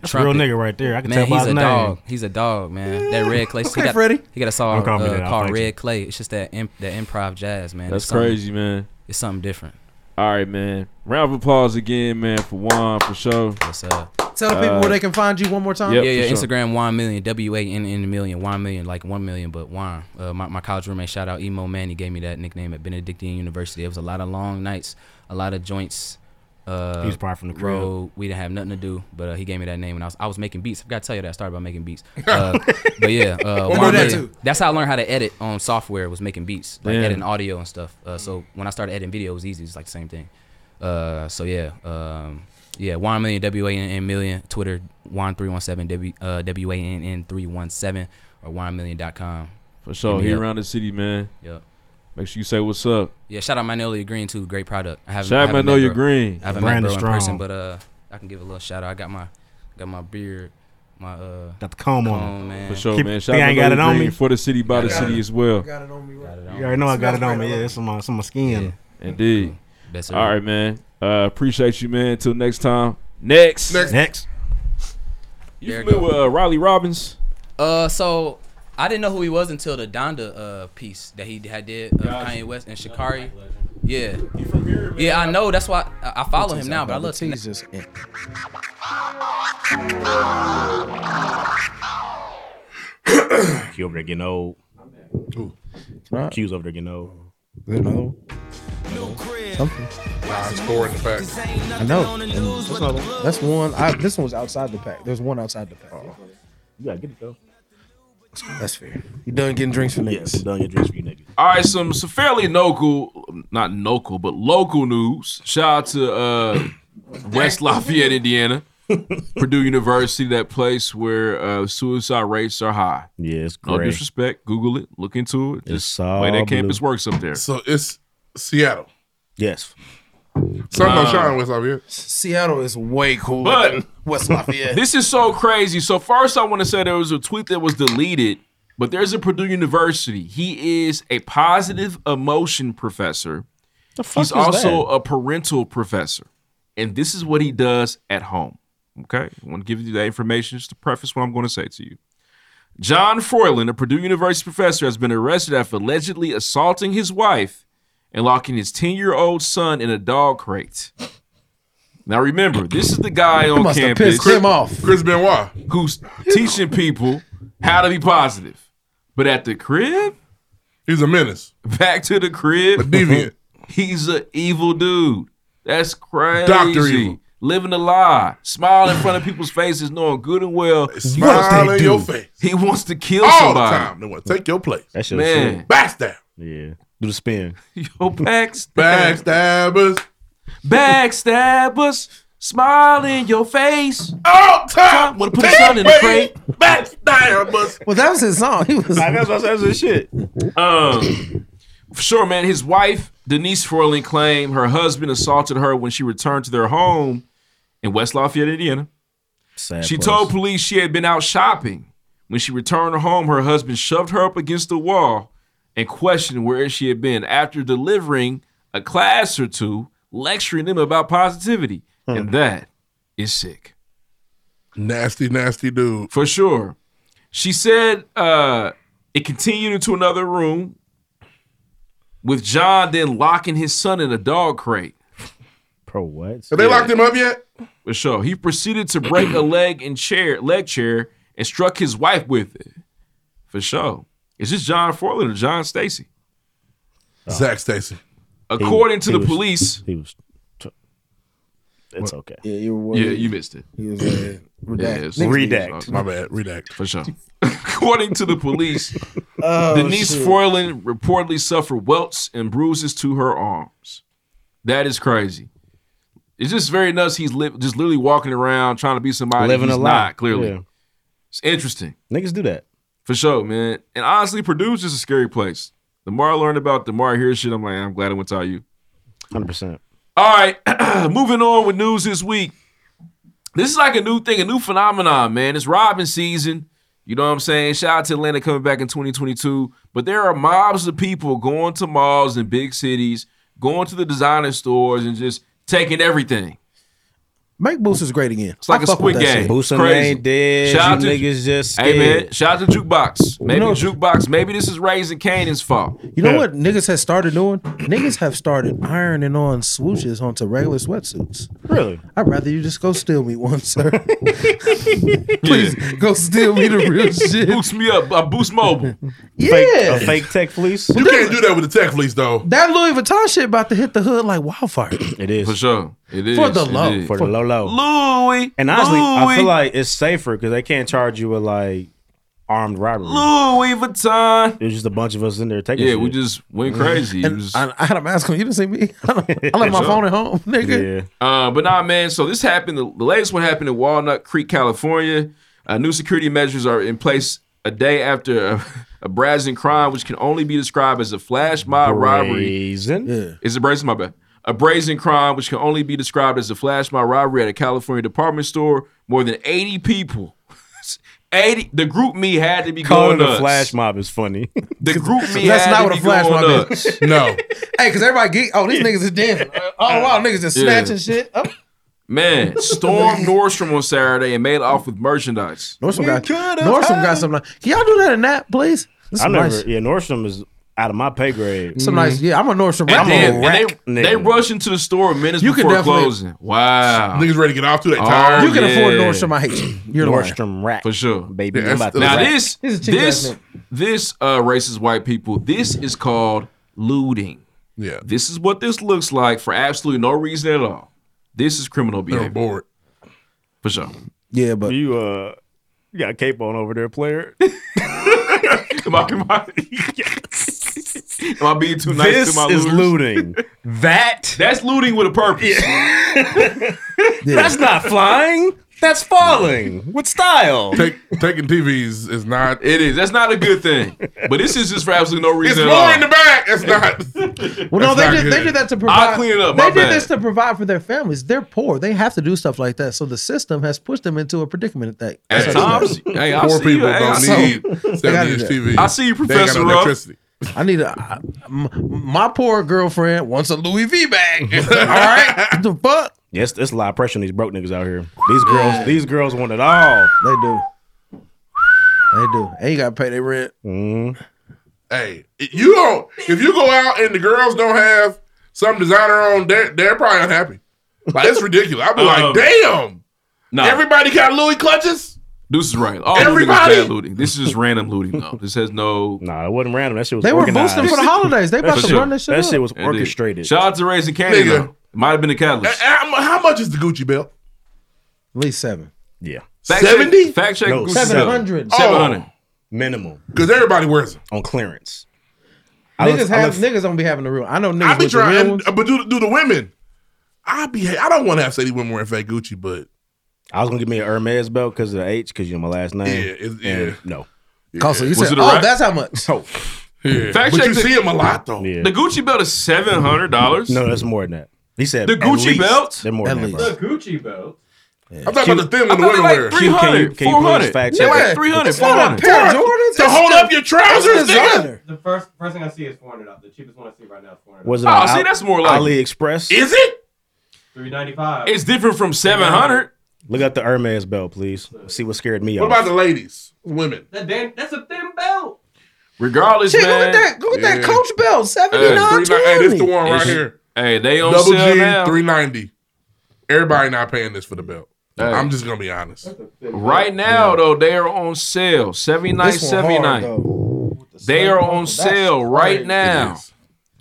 S9: That's a real nigga right there. I can
S10: man,
S9: tell by
S10: he's
S9: his
S10: a
S9: name.
S10: dog. He's a dog, man. That red clay. he
S9: Okay,
S10: got,
S9: Freddie.
S10: He got a song
S9: Don't call me
S10: uh,
S9: that. I'll
S10: called
S9: fight
S10: Red Clay. It's just that imp, that improv jazz, man.
S2: That's
S10: It's something-
S2: crazy, man.
S10: It's something different.
S2: All right, man. Round of applause again, man, for Juan, for sure.
S10: What's up?
S4: Tell the people where they can find you one more time.
S10: uh, yeah, yeah. Instagram one million, W A N N million, one million, like one million, but one. Uh, my, my college roommate, shout out Emo Man, he gave me that nickname at Benedictine University. It was a lot of long nights, a lot of joints. Uh,
S9: He was probably from the crib.
S10: road. We didn't have nothing to do, but uh, he gave me that name, and I was I was making beats. I forgot to tell you that I started by making beats. Uh, but yeah, uh,
S9: We'll
S10: Juan
S9: do that
S10: Million. that's how I learned how to edit on software was making beats, like
S2: Yeah.
S10: editing audio and stuff. Uh, so when I started editing video, it was easy. It's like the same thing. Uh, so yeah, um, yeah, Juan Million, W A N N Million, Twitter, Juan three one seven W uh, W A N N three one seven or WanMillion.com.
S2: For sure.
S10: Hit me
S2: Here
S10: up.
S2: around the city, man.
S10: Yep.
S2: Make sure you say what's up.
S10: Yeah, shout out Magnolia Green too. Great product. I haven't,
S2: Shout out
S10: I haven't met
S2: Magnolia
S10: bro-
S2: Green.
S10: I haven't
S2: Brand
S10: met
S2: is
S10: bro in person,
S2: strong.
S10: but uh, I can give a little shout out. I got my got my beard, my uh,
S9: Got the comb on.
S10: man.
S2: For sure,
S9: Keep-
S2: man. Shout
S9: think
S2: out
S9: I ain't got
S2: Magnolia
S9: it on
S2: Green
S9: me?
S2: for the city, by the
S9: Got it.
S2: city as well.
S9: Got it on me, right? You already know I got it on me. Yeah, it's on my, it's on my skin.
S2: Indeed.
S10: That's it.
S2: All right, man. Uh, appreciate you, man. Until next time. Next.
S9: Next. Next.
S2: You
S10: There it go.
S2: familiar with uh, Riley Robbins?
S10: Uh, so I didn't know who he was until the Donda uh piece that he had did uh,
S2: Gotcha.
S10: Kanye West and Shikari. Yeah. Yeah, I know. That's why I, I follow him now. But I love to
S4: Jesus.
S5: Q over there getting old.
S4: Right.
S5: Q's over there getting old.
S4: Something.
S3: Nah, it's scoring the fact.
S4: I know. And That's, another one. That's one. I, this one was outside the pack. There's one outside the pack.
S5: You gotta get it though.
S4: Oh. That's fair. You done getting drinks for niggas?
S5: Yes, done your drinks for you niggas.
S2: All right, some some fairly local, not local, but local news. Shout out to uh, West Lafayette, Indiana, Purdue University, that place where uh, suicide rates are high.
S5: Yeah, it's
S2: No
S5: great.
S2: disrespect. Google it. Look into it. Just
S5: It's
S2: the
S5: all
S2: way that campus
S5: blue.
S2: works up there.
S3: So it's Seattle.
S5: Yes.
S3: Something
S2: Uh,
S3: about Sean West Lafayette.
S4: Seattle is way cooler
S2: But-
S4: than West Lafayette.
S2: This is so crazy. So first, I want to say there was a tweet that was deleted, but there's a Purdue University. He is a positive emotion professor.
S5: The fuck
S2: He's
S5: is
S2: also a parental professor, and this is what he does at home. Okay, I want to give you that information just to preface what I'm going to say to you. John Froyland, a Purdue University professor, has been arrested after allegedly assaulting his wife and locking his 10 year old son in a dog crate. Now remember, this is the guy on
S3: must have
S2: campus
S3: pissed him off. Chris Benoit,
S2: who's teaching people how to be positive, but at the crib,
S3: he's a menace.
S2: Back to the crib,
S3: deviant.
S2: he's an evil dude. That's crazy.
S3: Dr. Evil.
S2: Living a lie, smile in front of people's faces, knowing good and well
S3: Smile in your face.
S2: He wants to kill
S3: All
S2: somebody.
S3: the time. They want to take your place.
S2: That shit was Man. true.
S3: Backstab.
S5: Yeah. Do the spin.
S2: Yo, backstab.
S3: Backstabbers.
S2: Backstabbers. Smile in your face.
S3: All time.
S2: Wanna put his son in the crate.
S3: Backstabbers.
S4: Well, that was his song. He was.
S5: that's what I said. That's his shit.
S2: Um, for sure, man. His wife, Denise Froiland, claimed her husband assaulted her when she returned to their home in West Lafayette, Indiana.
S5: Sad
S2: she
S5: place.
S2: told police she had been out shopping. When she returned home, her husband shoved her up against the wall and questioned where she had been after delivering a class or two, lecturing them about positivity. And that is sick.
S3: Nasty, nasty dude.
S2: For sure. She said uh, it continued into another room with John then locking his son in a dog crate.
S5: Pro what?
S3: Have they locked him up yet?
S2: For sure. He proceeded to break a leg in chair, leg chair, and struck his wife with it. For sure. Is this John Forland or John Stacy?
S3: Zach Stacy.
S2: According to the police,
S5: he was. It's okay.
S14: Yeah, you were.
S2: yeah, you missed it.
S14: He was uh, redact.
S2: Yeah, it's-
S5: Redact.
S3: My bad. Redact.
S2: For sure. According to the police,
S14: Oh,
S2: Denise
S14: shit.
S2: Froiland reportedly suffered welts and bruises to her arms. That is crazy. It's just very nuts. He's li- just literally walking around trying to be somebody
S5: Living
S2: he's
S5: a lie.
S2: not, clearly.
S5: Yeah.
S2: It's interesting.
S5: Niggas do that.
S2: For sure, man. And honestly, Purdue's just a scary place. The more I learned about the more I hear shit, I'm like, I'm glad I went to you.
S5: 100%.
S2: All right, moving on with news this week. This is like a new thing, a new phenomenon, man. It's Robin season. You know what I'm saying? Shout out to Atlanta coming back in 2022. But there are mobs of people going to malls in big cities, going to the designer stores, and just taking everything.
S4: Make Booster's great again.
S2: It's like
S4: I
S2: a
S4: fuck with
S2: squid
S4: that
S2: game.
S4: shit.
S5: Boosie
S2: Crazy.
S5: ain't dead. You niggas just
S2: Hey man,
S5: scared.
S2: shout out to Jukebox. Maybe
S4: know-
S2: Jukebox. Maybe this is Raising Canaan's fault.
S4: You know what niggas has started doing? Niggas have started ironing on swooshes onto regular sweatsuits.
S5: Really?
S4: I'd rather you just go steal me one, sir. Please go steal me the real shit.
S2: Boost me up. I boost mobile.
S4: Yeah.
S5: Fake, a fake tech fleece.
S3: You can't do that with the tech fleece, though.
S4: That Louis Vuitton shit about to hit the hood like wildfire.
S5: It is.
S2: For sure. It is.
S4: For the
S2: It
S4: low.
S2: is.
S5: For the low low.
S2: Louis.
S5: And honestly, I
S2: Louis.
S5: feel like it's safer because they can't charge you with like armed robbery.
S2: Louis Vuitton.
S5: There's just a bunch of us in there taking.
S2: Yeah,
S5: shit.
S2: we just went crazy. It
S4: And
S2: was-
S4: I, I had a mask on. You didn't see me. I left my
S2: Sure.
S4: phone at home, nigga.
S5: Yeah.
S2: Uh, but nah, man. So this happened. The, the latest one happened in Walnut Creek, California. Uh, new security measures are in place a day after a, a brazen crime, which can only be described as a flash mob robbery.
S5: Brazen.
S2: Is it brazen? My bad. A brazen crime, which can only be described as a flash mob robbery at a California department store. More than eighty people. Eighty. The group me had to be going
S5: Calling the
S2: nuts.
S5: flash mob is funny.
S2: The group me
S4: That's
S2: had
S4: not
S2: to
S4: what a
S2: be
S4: flash
S2: going
S4: mob
S2: nuts.
S3: No.
S4: Hey, because everybody geek. Oh, these niggas is dancing. Oh, wow, niggas is
S2: Yeah.
S4: snatching shit. Oh,
S2: Man, stormed Nordstrom on Saturday and made off with merchandise.
S4: Nordstrom got, Nordstrom got something. Like, Can y'all do that in that, please? This is
S5: I never.
S4: nice.
S5: Yeah, Nordstrom is out of my pay grade.
S4: Some nice. Yeah, I'm a Nordstrom.
S2: And
S4: I'm
S2: then-
S4: a
S2: and
S4: rack.
S2: they,
S5: nigga.
S2: they rush into the store minutes
S4: You can
S2: before
S4: definitely-
S2: closing. Wow.
S3: Niggas ready to get off to that
S2: Oh,
S3: tire.
S4: You can
S2: yeah.
S4: afford Nordstrom. I hate you. You're lying.
S5: Nordstrom rack,
S2: For sure.
S5: baby.
S3: Yeah,
S5: I'm
S3: that's
S5: about to
S2: Now
S5: rack.
S2: this
S4: This is cheap ass
S2: this
S4: nigga.
S2: this uh racist white people, this is called looting.
S3: Yeah.
S2: This is what this looks like for absolutely no reason at all. This is criminal
S3: They're
S2: behavior.
S3: bored.
S2: For sure.
S4: Yeah, but
S5: you uh, you got a cape on over there, player.
S2: Am I, am I- am I being too nice
S5: this
S2: to my looters?
S5: is looting. that
S2: That's looting with a purpose.
S5: that's not flying. That's falling with style.
S3: Take, taking TVs is not.
S2: It is. That's not a good thing. But this is just for absolutely no
S3: It's
S2: reason
S3: more in
S2: at
S3: the
S2: all.
S3: back. It's not.
S4: Well, no,
S3: That's
S4: they
S3: not
S4: did, they
S3: good.
S4: did that to provide.
S2: clean it up,
S4: They
S2: my
S4: did
S2: bad.
S4: this to provide for their families. They're poor. They have to do stuff like that. So the system has pushed them into a predicament. That
S2: At
S4: that's how it is.
S2: times, hey, I
S3: Poor
S2: see you.
S3: people
S2: Hey, I
S3: don't
S2: see you.
S3: need
S4: gotta
S3: 70 inch
S4: do that.
S3: TVs.
S2: I see you,
S3: They ain't got
S2: Professor
S3: no
S2: Ruff.
S3: electricity.
S4: I need a I- m- my poor girlfriend wants a Louis V bag. All right, What the fuck
S5: Yes, that's a lot of pressure on these broke niggas out here. These girls, these girls want it all.
S4: they do. They do. And you got to pay their rent.
S5: Mm-hmm.
S3: Hey, you don't. If you go out and the girls don't have some designer on, they're, they're probably unhappy. Like it's ridiculous. I'd be
S2: Um,
S3: like, damn.
S2: nah.
S3: Everybody got Louis clutches.
S2: Deuce is right. All looting is
S3: Everybody-
S2: bad looting. This is just random looting though. This has no.
S5: Nah, it wasn't random. That shit was.
S4: They were organized. boosting for the holidays. They about
S2: For
S4: to run that shit That up. shit was
S2: Indeed.
S5: orchestrated.
S2: Shout out to Raising Candy. though. It Might have been the catalyst.
S3: How, how much is the Gucci belt?
S4: At least seven.
S5: Yeah.
S3: Seventy.
S2: Fact check.
S5: No,
S2: Gucci
S5: seven. Oh,
S2: belt.
S4: 700.
S2: Seven Oh, hundred.
S5: Minimum.
S3: Because Oh, everybody wears it.
S5: On clearance. I
S4: Niggas
S5: looked- I
S4: have
S5: looked-
S4: niggas don't be having the real. I know niggas.
S3: I be
S4: with the real
S3: trying, uh,
S4: ones.
S3: but do, do the women? I be. I don't want to have say these women wearing fake Gucci, but
S5: I was gonna give me an Hermes belt because of the H, because you know my last name.
S3: Yeah, it's- yeah.
S5: And No.
S4: Oh, so you Was said- it a oh, rack? that's how much.
S5: So,
S3: Yeah. But you see 'em a lot, though.
S5: Yeah.
S2: The Gucci belt is seven hundred dollars.
S5: No, that's more than that. He said
S2: The
S5: at
S2: Gucci
S5: least.
S2: belt?
S5: They're more
S2: At
S5: than that.
S2: least.
S5: bro.
S2: Gucci belt.
S3: I'm talking about the thin
S2: I
S3: one the
S2: thought
S3: women
S2: like
S3: wear.
S2: 300,
S5: Can you- can you please
S2: 400.
S5: fact
S2: Yeah,
S5: check
S2: like
S5: that?
S2: 300,
S5: It's not a
S2: 400.
S5: pair of
S2: Four-
S5: Jordans,
S2: To
S5: it's
S2: hold
S5: still-
S2: up your trousers,
S5: it's
S2: nigga.
S5: designer.
S15: The first first thing I see is four hundred dollars. The cheapest one I see right now is four hundred.
S5: Was it?
S2: Oh,
S5: on
S2: see,
S5: Al-
S2: that's more like-
S5: AliExpress.
S2: Is it?
S15: Three ninety five.
S2: It's different from seven hundred.
S5: Look up the Hermes belt, please. See what scared me
S3: What
S5: off.
S3: about the ladies, women?
S15: That damn, that's a thin belt.
S2: Regardless,
S4: Shit,
S2: man.
S4: go with that. Go with that
S2: Yeah.
S4: Coach belt. Seventy nine.
S3: Hey, this the one right
S2: It's-
S3: here.
S2: Hey, they on
S3: Double
S2: sale
S3: G,
S2: now.
S3: three ninety. Everybody not paying this for the belt.
S2: Hey.
S3: I'm just gonna be honest.
S2: Right now, though, they are on sale. 79
S3: This one hard,
S2: 79 They are on sale right now.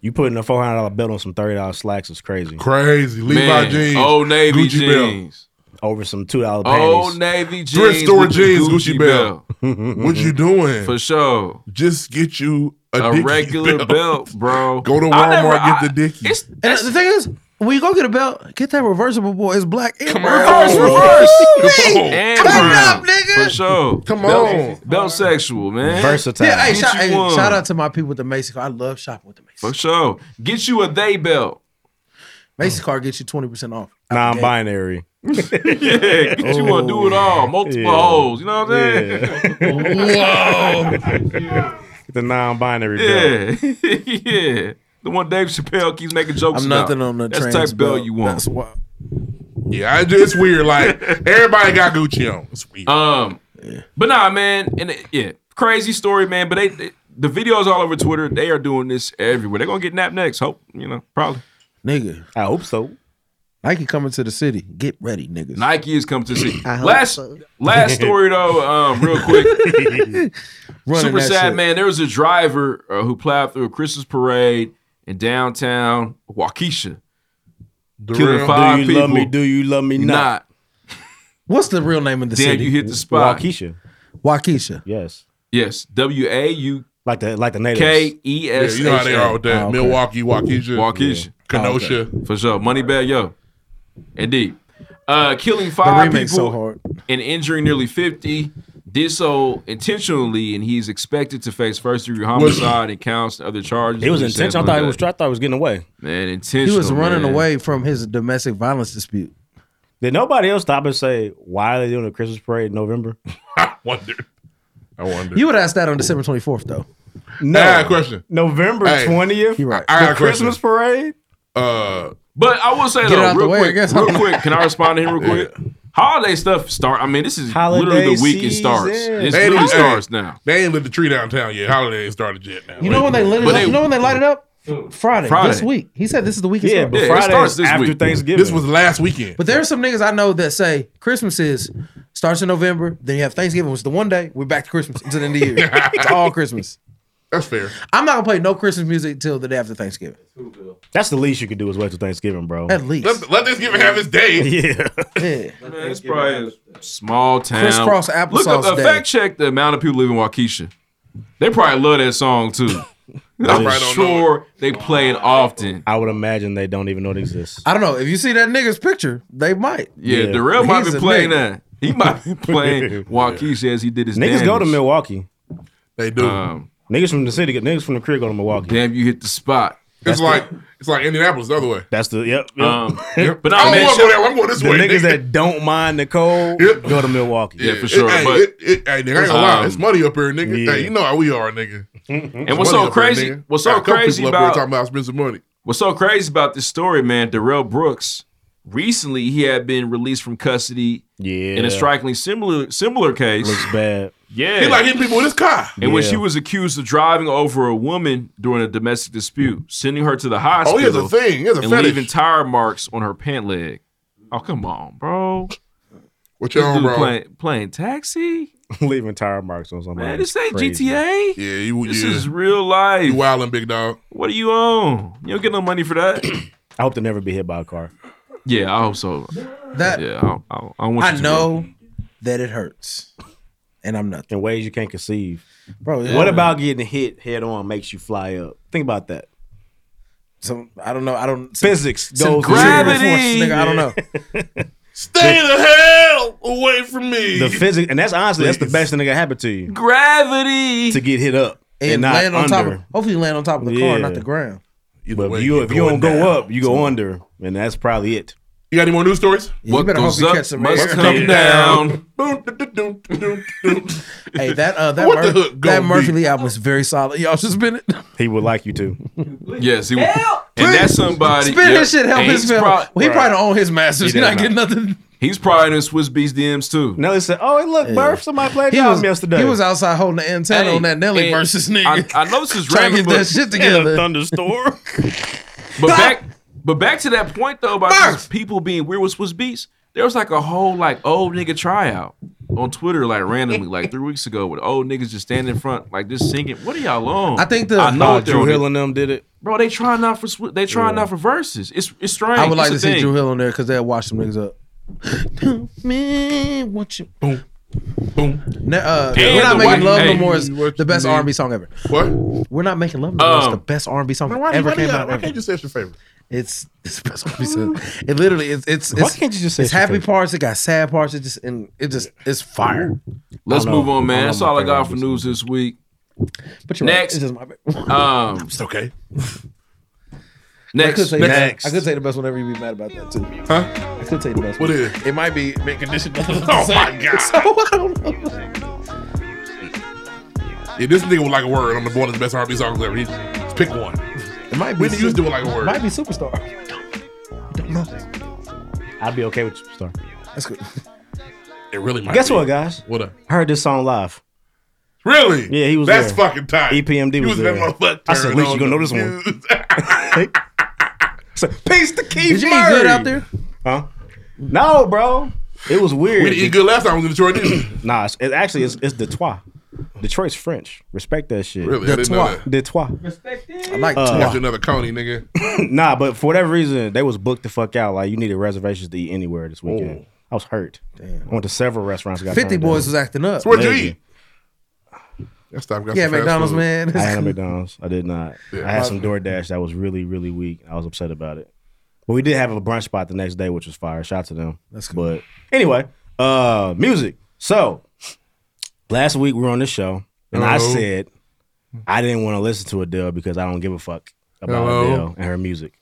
S5: You putting a four hundred dollar belt on some thirty dollars slacks is crazy.
S3: Crazy Levi
S5: Man,
S3: jeans,
S2: Old Navy
S3: Gucci
S2: jeans.
S5: over some two dollar
S2: Old
S5: panties.
S2: Navy jeans.
S3: Thrift store
S2: with the
S3: jeans, Gucci, belt. what you doing?
S2: For sure.
S3: Just get you a,
S2: A
S3: Dickies
S2: regular belt, bro.
S3: Go to
S2: I never-
S3: Walmart, get
S2: I-
S3: the Dickies.
S4: And the thing is, when you go get a belt, get that reversible boy. It's black. and
S2: Come on.
S4: brown.
S2: Reverse, reverse. Come on.
S4: Wait,
S2: And
S4: Turn
S2: brown.
S4: up, nigga.
S2: For sure.
S4: Come on.
S2: Belt, belt sexual, man.
S5: Versatile.
S4: Yeah, hey,
S2: Get
S4: shout,
S2: you
S4: hey,
S2: one.
S4: shout out to my people with the Mason car. I love shopping with them.
S2: For sure. Get you a they belt.
S4: Mason car gets you twenty percent off.
S5: Non-binary.
S2: yeah. Get you want to do it all. Multiple
S5: Yeah.
S2: holes. You know what I'm saying?
S5: Whoa. the non-binary belt.
S2: Yeah. yeah. The one Dave Chappelle keeps making jokes
S5: I'm
S2: about.
S5: nothing on the
S2: That's the type
S5: trans
S2: of belt
S5: belt.
S2: you want.
S5: That's
S4: why.
S3: Yeah, I just, it's weird. Like everybody got Gucci on. It's weird.
S2: Um, but nah, man, and it, yeah, crazy story, man. But they, they- the videos all over Twitter. They are doing this everywhere. They're gonna get napped next. Hope you know, probably.
S4: Nigga,
S5: I hope so.
S4: Nike coming to the city. Get ready, niggas.
S2: Nike is coming to see.
S4: I hope
S2: Last
S4: so.
S2: last story though, um, real quick.
S4: Running
S2: Super
S4: that
S2: sad,
S4: shit.
S2: man. There was a driver uh, who plowed through a Christmas parade in downtown Waukesha, killing
S5: real-
S2: five
S5: Do you
S2: people.
S5: love me? Do you love me not?
S4: What's the real name of the
S2: Damn,
S4: city?
S2: you hit the spot.
S5: Waukesha.
S4: Waukesha.
S5: Yes.
S2: Yes, W A U
S5: Like the like the natives.
S2: K E S.
S3: Yeah, you know how they are with
S4: Ah,
S3: that. Oh, okay. Milwaukee, Waukesha.
S2: Waukesha,
S3: Yeah. Kenosha. Oh,
S2: for sure. Money bag, yo. Indeed, uh, killing
S4: The
S2: five people
S4: remake's so hard.
S2: and injuring nearly fifty. Did so intentionally, and he's expected to face first degree homicide and counts and other charges.
S5: It was
S2: He said
S5: intentional. I thought he
S2: that.
S5: was. I thought he was getting away.
S2: man intentional.
S4: He was running
S2: man.
S4: away from his domestic violence dispute.
S5: Did nobody else stop and say why are they doing a Christmas parade in November?
S3: I wonder. I wonder.
S4: You would ask that on December 24th, though.
S5: No.
S3: I got a question.
S5: November
S3: Hey,
S5: 20th?
S4: you right.
S3: I
S5: the
S3: got a question.
S5: Christmas parade?
S3: Uh,
S2: But I will say
S5: Get it
S2: though,
S5: out
S2: real
S5: the way, I
S2: quick,
S5: guess.
S2: real quick, can I respond to him real quick? Holiday stuff start. I mean, this is literally
S3: Holiday
S2: the week it starts.
S3: season.
S2: It's
S3: They
S2: literally
S3: didn't-
S2: starts now.
S3: They ain't lit the tree downtown yet. Holiday ain't started yet. Now
S4: You know when they lit it
S2: But
S4: up?
S2: they-
S4: you know when they light it up? Friday, this
S2: Friday.
S4: week. He said this is the weekend.
S5: Yeah, but Yeah, it Friday starts is this after week. Thanksgiving.
S3: This was last weekend.
S4: But there are some niggas I know that say Christmas is starts in November, then you have Thanksgiving, which is the one day we're back to Christmas until the end of the year. it's all Christmas.
S3: That's fair.
S4: I'm not gonna play no Christmas music till the day after Thanksgiving.
S5: That's the least you could do is wait till Thanksgiving, bro.
S4: At least.
S3: Let, let this giver have his day.
S5: Yeah.
S4: Yeah.
S2: Man, it's probably a small town.
S4: Crisscross
S2: Look up,
S4: applesauce
S2: uh,
S4: day.
S2: fact check the amount of people living in Waukesha. They probably love that song too. I'm
S5: probably don't
S2: sure they play it often.
S5: I would imagine they don't even know it exists.
S4: I don't know. If you see that nigga's picture, they might.
S2: Yeah,
S5: Yeah.
S2: Darrell might
S4: He's
S2: be
S4: a
S2: playing
S4: nigga.
S2: that. He might be playing Waukesha as he did his
S5: Niggas
S2: damage.
S5: go to Milwaukee.
S3: They do.
S2: Um,
S5: Niggas from the city, get niggas from the crib go to Milwaukee.
S2: Damn, you hit the spot.
S3: it's like it's like Indianapolis the other way.
S5: That's the yep. yep.
S2: Um, but
S3: I
S2: nah,
S3: don't
S2: man,
S3: want to
S2: shout-
S3: go there. I'm going this
S5: the
S3: way.
S5: niggas
S3: nigga.
S5: that don't mind the cold go to Milwaukee.
S2: Yeah, for sure.
S3: Hey,
S2: but
S3: it, it, hey, nigga, I ain't gonna lie.
S2: Um,
S3: It's money up here, nigga.
S2: yeah.
S3: Hey, you know how we are, nigga.
S2: And what's so crazy- what's so crazy about-
S3: about talking about spending money?
S2: What's so crazy about this story, man? Darrell Brooks recently he had been released from custody
S5: yeah.
S2: in a strikingly similar similar case.
S5: Looks bad.
S2: Yeah.
S3: He like hitting people with his car.
S2: And when she was accused of driving over a woman during a domestic dispute, sending her to the hospital.
S3: here's Oh, a thing. Here's a
S2: and
S3: fetish.
S2: leaving tire marks on her pant leg. Oh, come on, bro.
S3: What
S2: This
S3: you on,
S2: dude
S3: bro?
S2: Playing, playing taxi?
S5: leaving tire marks on somebody.
S2: Man,
S5: is
S2: this ain't
S5: crazy.
S2: GTA.
S3: Yeah, you,
S2: This
S3: yeah.
S2: is real life.
S3: You wilding, big dog.
S2: What do you own? You don't get no money for that.
S5: I hope to never be hit by a car.
S2: yeah, I hope so.
S5: That-
S2: yeah, I, I, I want you to
S5: know
S4: that it hurts, and I'm not
S5: in ways you can't conceive,
S4: bro. yeah.
S5: What about getting hit head on makes you fly up? Think about that.
S4: Some I don't know. I don't
S5: physics
S4: some
S5: goes
S4: gravity. Nigga, I don't know.
S3: Stay the hell away from me.
S5: The physics, and that's honestly that's the best thing that can happen to you
S2: Gravity.
S5: to get hit up and,
S4: and,
S5: not
S4: land on
S5: under.
S4: top. Of, hopefully, land on top of the car,
S5: Yeah.
S4: not the ground.
S5: but
S4: way,
S5: if you
S4: you're
S5: if you
S4: going
S5: don't go
S4: down.
S5: up, you go under, and that's probably it.
S3: You got any more news stories?
S4: Yeah, you better hope you catch some air. hey, that uh, that,
S3: What the
S4: Mur-
S3: hook gonna
S4: that
S3: be?
S4: Murphy Lee album is very solid. Y'all should spin it.
S5: He would like you to.
S2: Yes, he
S4: Help,
S2: And
S4: please.
S2: that's somebody.
S4: Spin
S2: yeah,
S4: his shit. Help
S2: and
S4: his
S2: he's
S4: film.
S2: prob-
S4: well, he
S2: Right.
S4: probably don't own his masters.
S2: He
S4: He's not
S2: does
S4: getting nothing.
S2: He's probably in Swiss Beats DMs too.
S5: Now they said, "Oh, look,
S4: Yeah.
S5: Murph, somebody played
S4: He
S5: your
S4: was
S5: album yesterday."
S4: He was outside holding the antenna
S2: Hey,
S4: on that Nelly
S2: and
S4: versus nigga.
S2: I, I know this is
S4: Trying
S2: random,
S4: to get
S2: but,
S4: that shit
S5: In a
S4: together.
S5: thunderstorm.
S2: but back, but back to that point though about these people being weird with Swiss Beats. There was like a whole like old nigga tryout on Twitter like randomly like three weeks ago with old niggas just standing in front like just singing. What are y'all on?
S4: I think the-
S2: I know
S5: Oh,
S2: what they're
S5: Drew
S2: on.
S5: Hill and them did it.
S2: Bro, they trying out for Swi- they trying out for verses. It's it's strange.
S4: I would like to
S2: It's a
S4: see
S2: thing.
S4: Drew Hill on there because they'll wash some niggas up. Man, what you boom.
S3: Boom.
S4: Ne- uh,
S2: And
S4: we're not
S2: the
S4: making
S2: white-
S4: love
S2: hey.
S4: no more is the best R and B song ever.
S3: What?
S4: We're not making love no more. it's
S2: Um,
S4: the best R and B song
S3: Man,
S4: that
S3: why, do-
S4: ever
S3: why, do
S4: came
S3: y'all-
S4: out.
S3: why
S4: ever.
S3: can't you say it's your favorite?
S4: It's it's the best R and B song. It literally it's it's.
S5: Why
S4: it's-
S5: can't you just say
S4: it's
S5: it's your
S4: happy
S5: favorite?
S4: parts? It got sad parts. It just and it just it's fire.
S2: Let's
S5: I don't
S2: move
S5: know.
S2: on,
S5: I
S2: man.
S5: don't
S2: That's
S5: know my
S2: all I got
S5: favorite
S2: for news this week.
S4: But you're
S2: Next,
S4: right. It's just my favorite.
S2: um,
S3: It's okay.
S4: I could
S2: next,
S4: say
S2: next.
S4: I could say the best one ever. You'd be mad about that too.
S3: Huh?
S4: I could say the best.
S3: What
S4: one.
S3: is it?
S4: It might be mint condition.
S3: Oh my God.
S4: So I don't know.
S3: Yeah, this nigga was like a word on the one of the best R&B songs ever. He's, just pick one.
S4: It might be.
S3: Whitney Houston would like a word.
S4: Might be superstar. Don't know.
S5: I'd be okay with Superstar.
S4: That's good.
S3: It really might.
S5: Guess
S3: be.
S5: what, guys?
S3: What up?
S5: I heard this song live.
S3: Really?
S5: Yeah, he was.
S3: That's
S5: there. E
S3: fucking tight.
S5: EPMD
S3: You
S5: was,
S3: was that
S5: there.
S3: motherfucker
S5: I said,
S3: turned
S5: at least
S3: on
S5: you gonna know this
S3: the
S5: one. so, peace to Keith
S4: Did you eat
S5: Murray.
S4: good out there?
S5: Huh? No, bro. It was weird.
S3: We didn't eat good last time I was in Detroit. didn't we?
S5: Nah, it's, it actually it's, it's Detroit. Detroit's French. Respect that shit.
S3: really? I didn't know that.
S5: Detroit.
S3: I like
S5: Uh,
S3: Got you another Coney, nigga.
S5: nah, but for whatever reason, they was booked the fuck out. Like you needed reservations to eat anywhere this
S3: Oh.
S5: weekend. I was hurt. I went to several restaurants. Got
S4: Fifty
S5: turned
S4: boys
S5: down.
S4: was acting up.
S3: So where'd you
S5: Maybe.
S3: eat? That's time. Got
S4: Yeah,
S3: some fast
S4: McDonald's,
S3: food.
S4: man.
S5: I had a McDonald's. I did not.
S3: Yeah.
S5: I had some DoorDash that was really, really weak. I was upset about it. But we did have a brunch spot the next day, which was fire. Shout out to them. That's good. But anyway, uh, music. So last week we were on this show, and I
S3: Hello.
S5: said I didn't want to listen to Adele because I don't give a fuck about
S3: Hello.
S5: Adele and her music.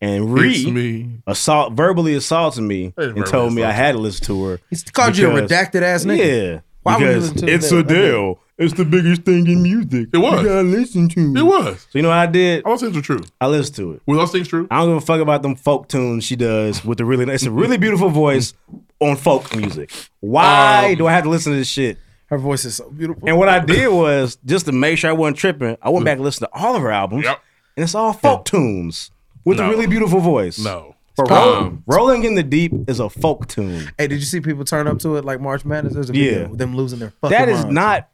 S5: And
S3: It's
S5: Ree
S3: me.
S5: assault verbally assaulted me
S3: Hey,
S5: and
S3: verbally
S5: told me I
S3: assaulted.
S5: had to listen to her.
S4: He called you a
S5: because-
S4: redacted ass nigga.
S5: Yeah.
S4: Why would you
S5: because
S4: listen to
S5: It's
S4: Adele?
S5: Adele. It's the biggest thing in music.
S3: It was.
S5: You gotta listen to
S3: It was.
S5: so you know what I did?
S3: All things are true.
S5: I listened to it.
S3: Were those things true?
S5: I don't give a fuck about them folk tunes she does with the really it's a really beautiful voice on folk music.
S3: Um,
S5: Why do I have to listen to this shit?
S4: Her voice is so beautiful.
S5: And what I did was just to make sure I wasn't tripping, I went back and listened to all of her albums.
S3: Yep.
S5: And it's all folk tunes with a
S3: No.
S5: really beautiful voice.
S3: No.
S5: But Roll- Rolling in the Deep is a folk tune.
S4: Hey, did you see people turn up to it like March Madness? There's a video
S5: Yeah.
S4: of them losing their fucking
S5: That is
S4: minds.
S5: not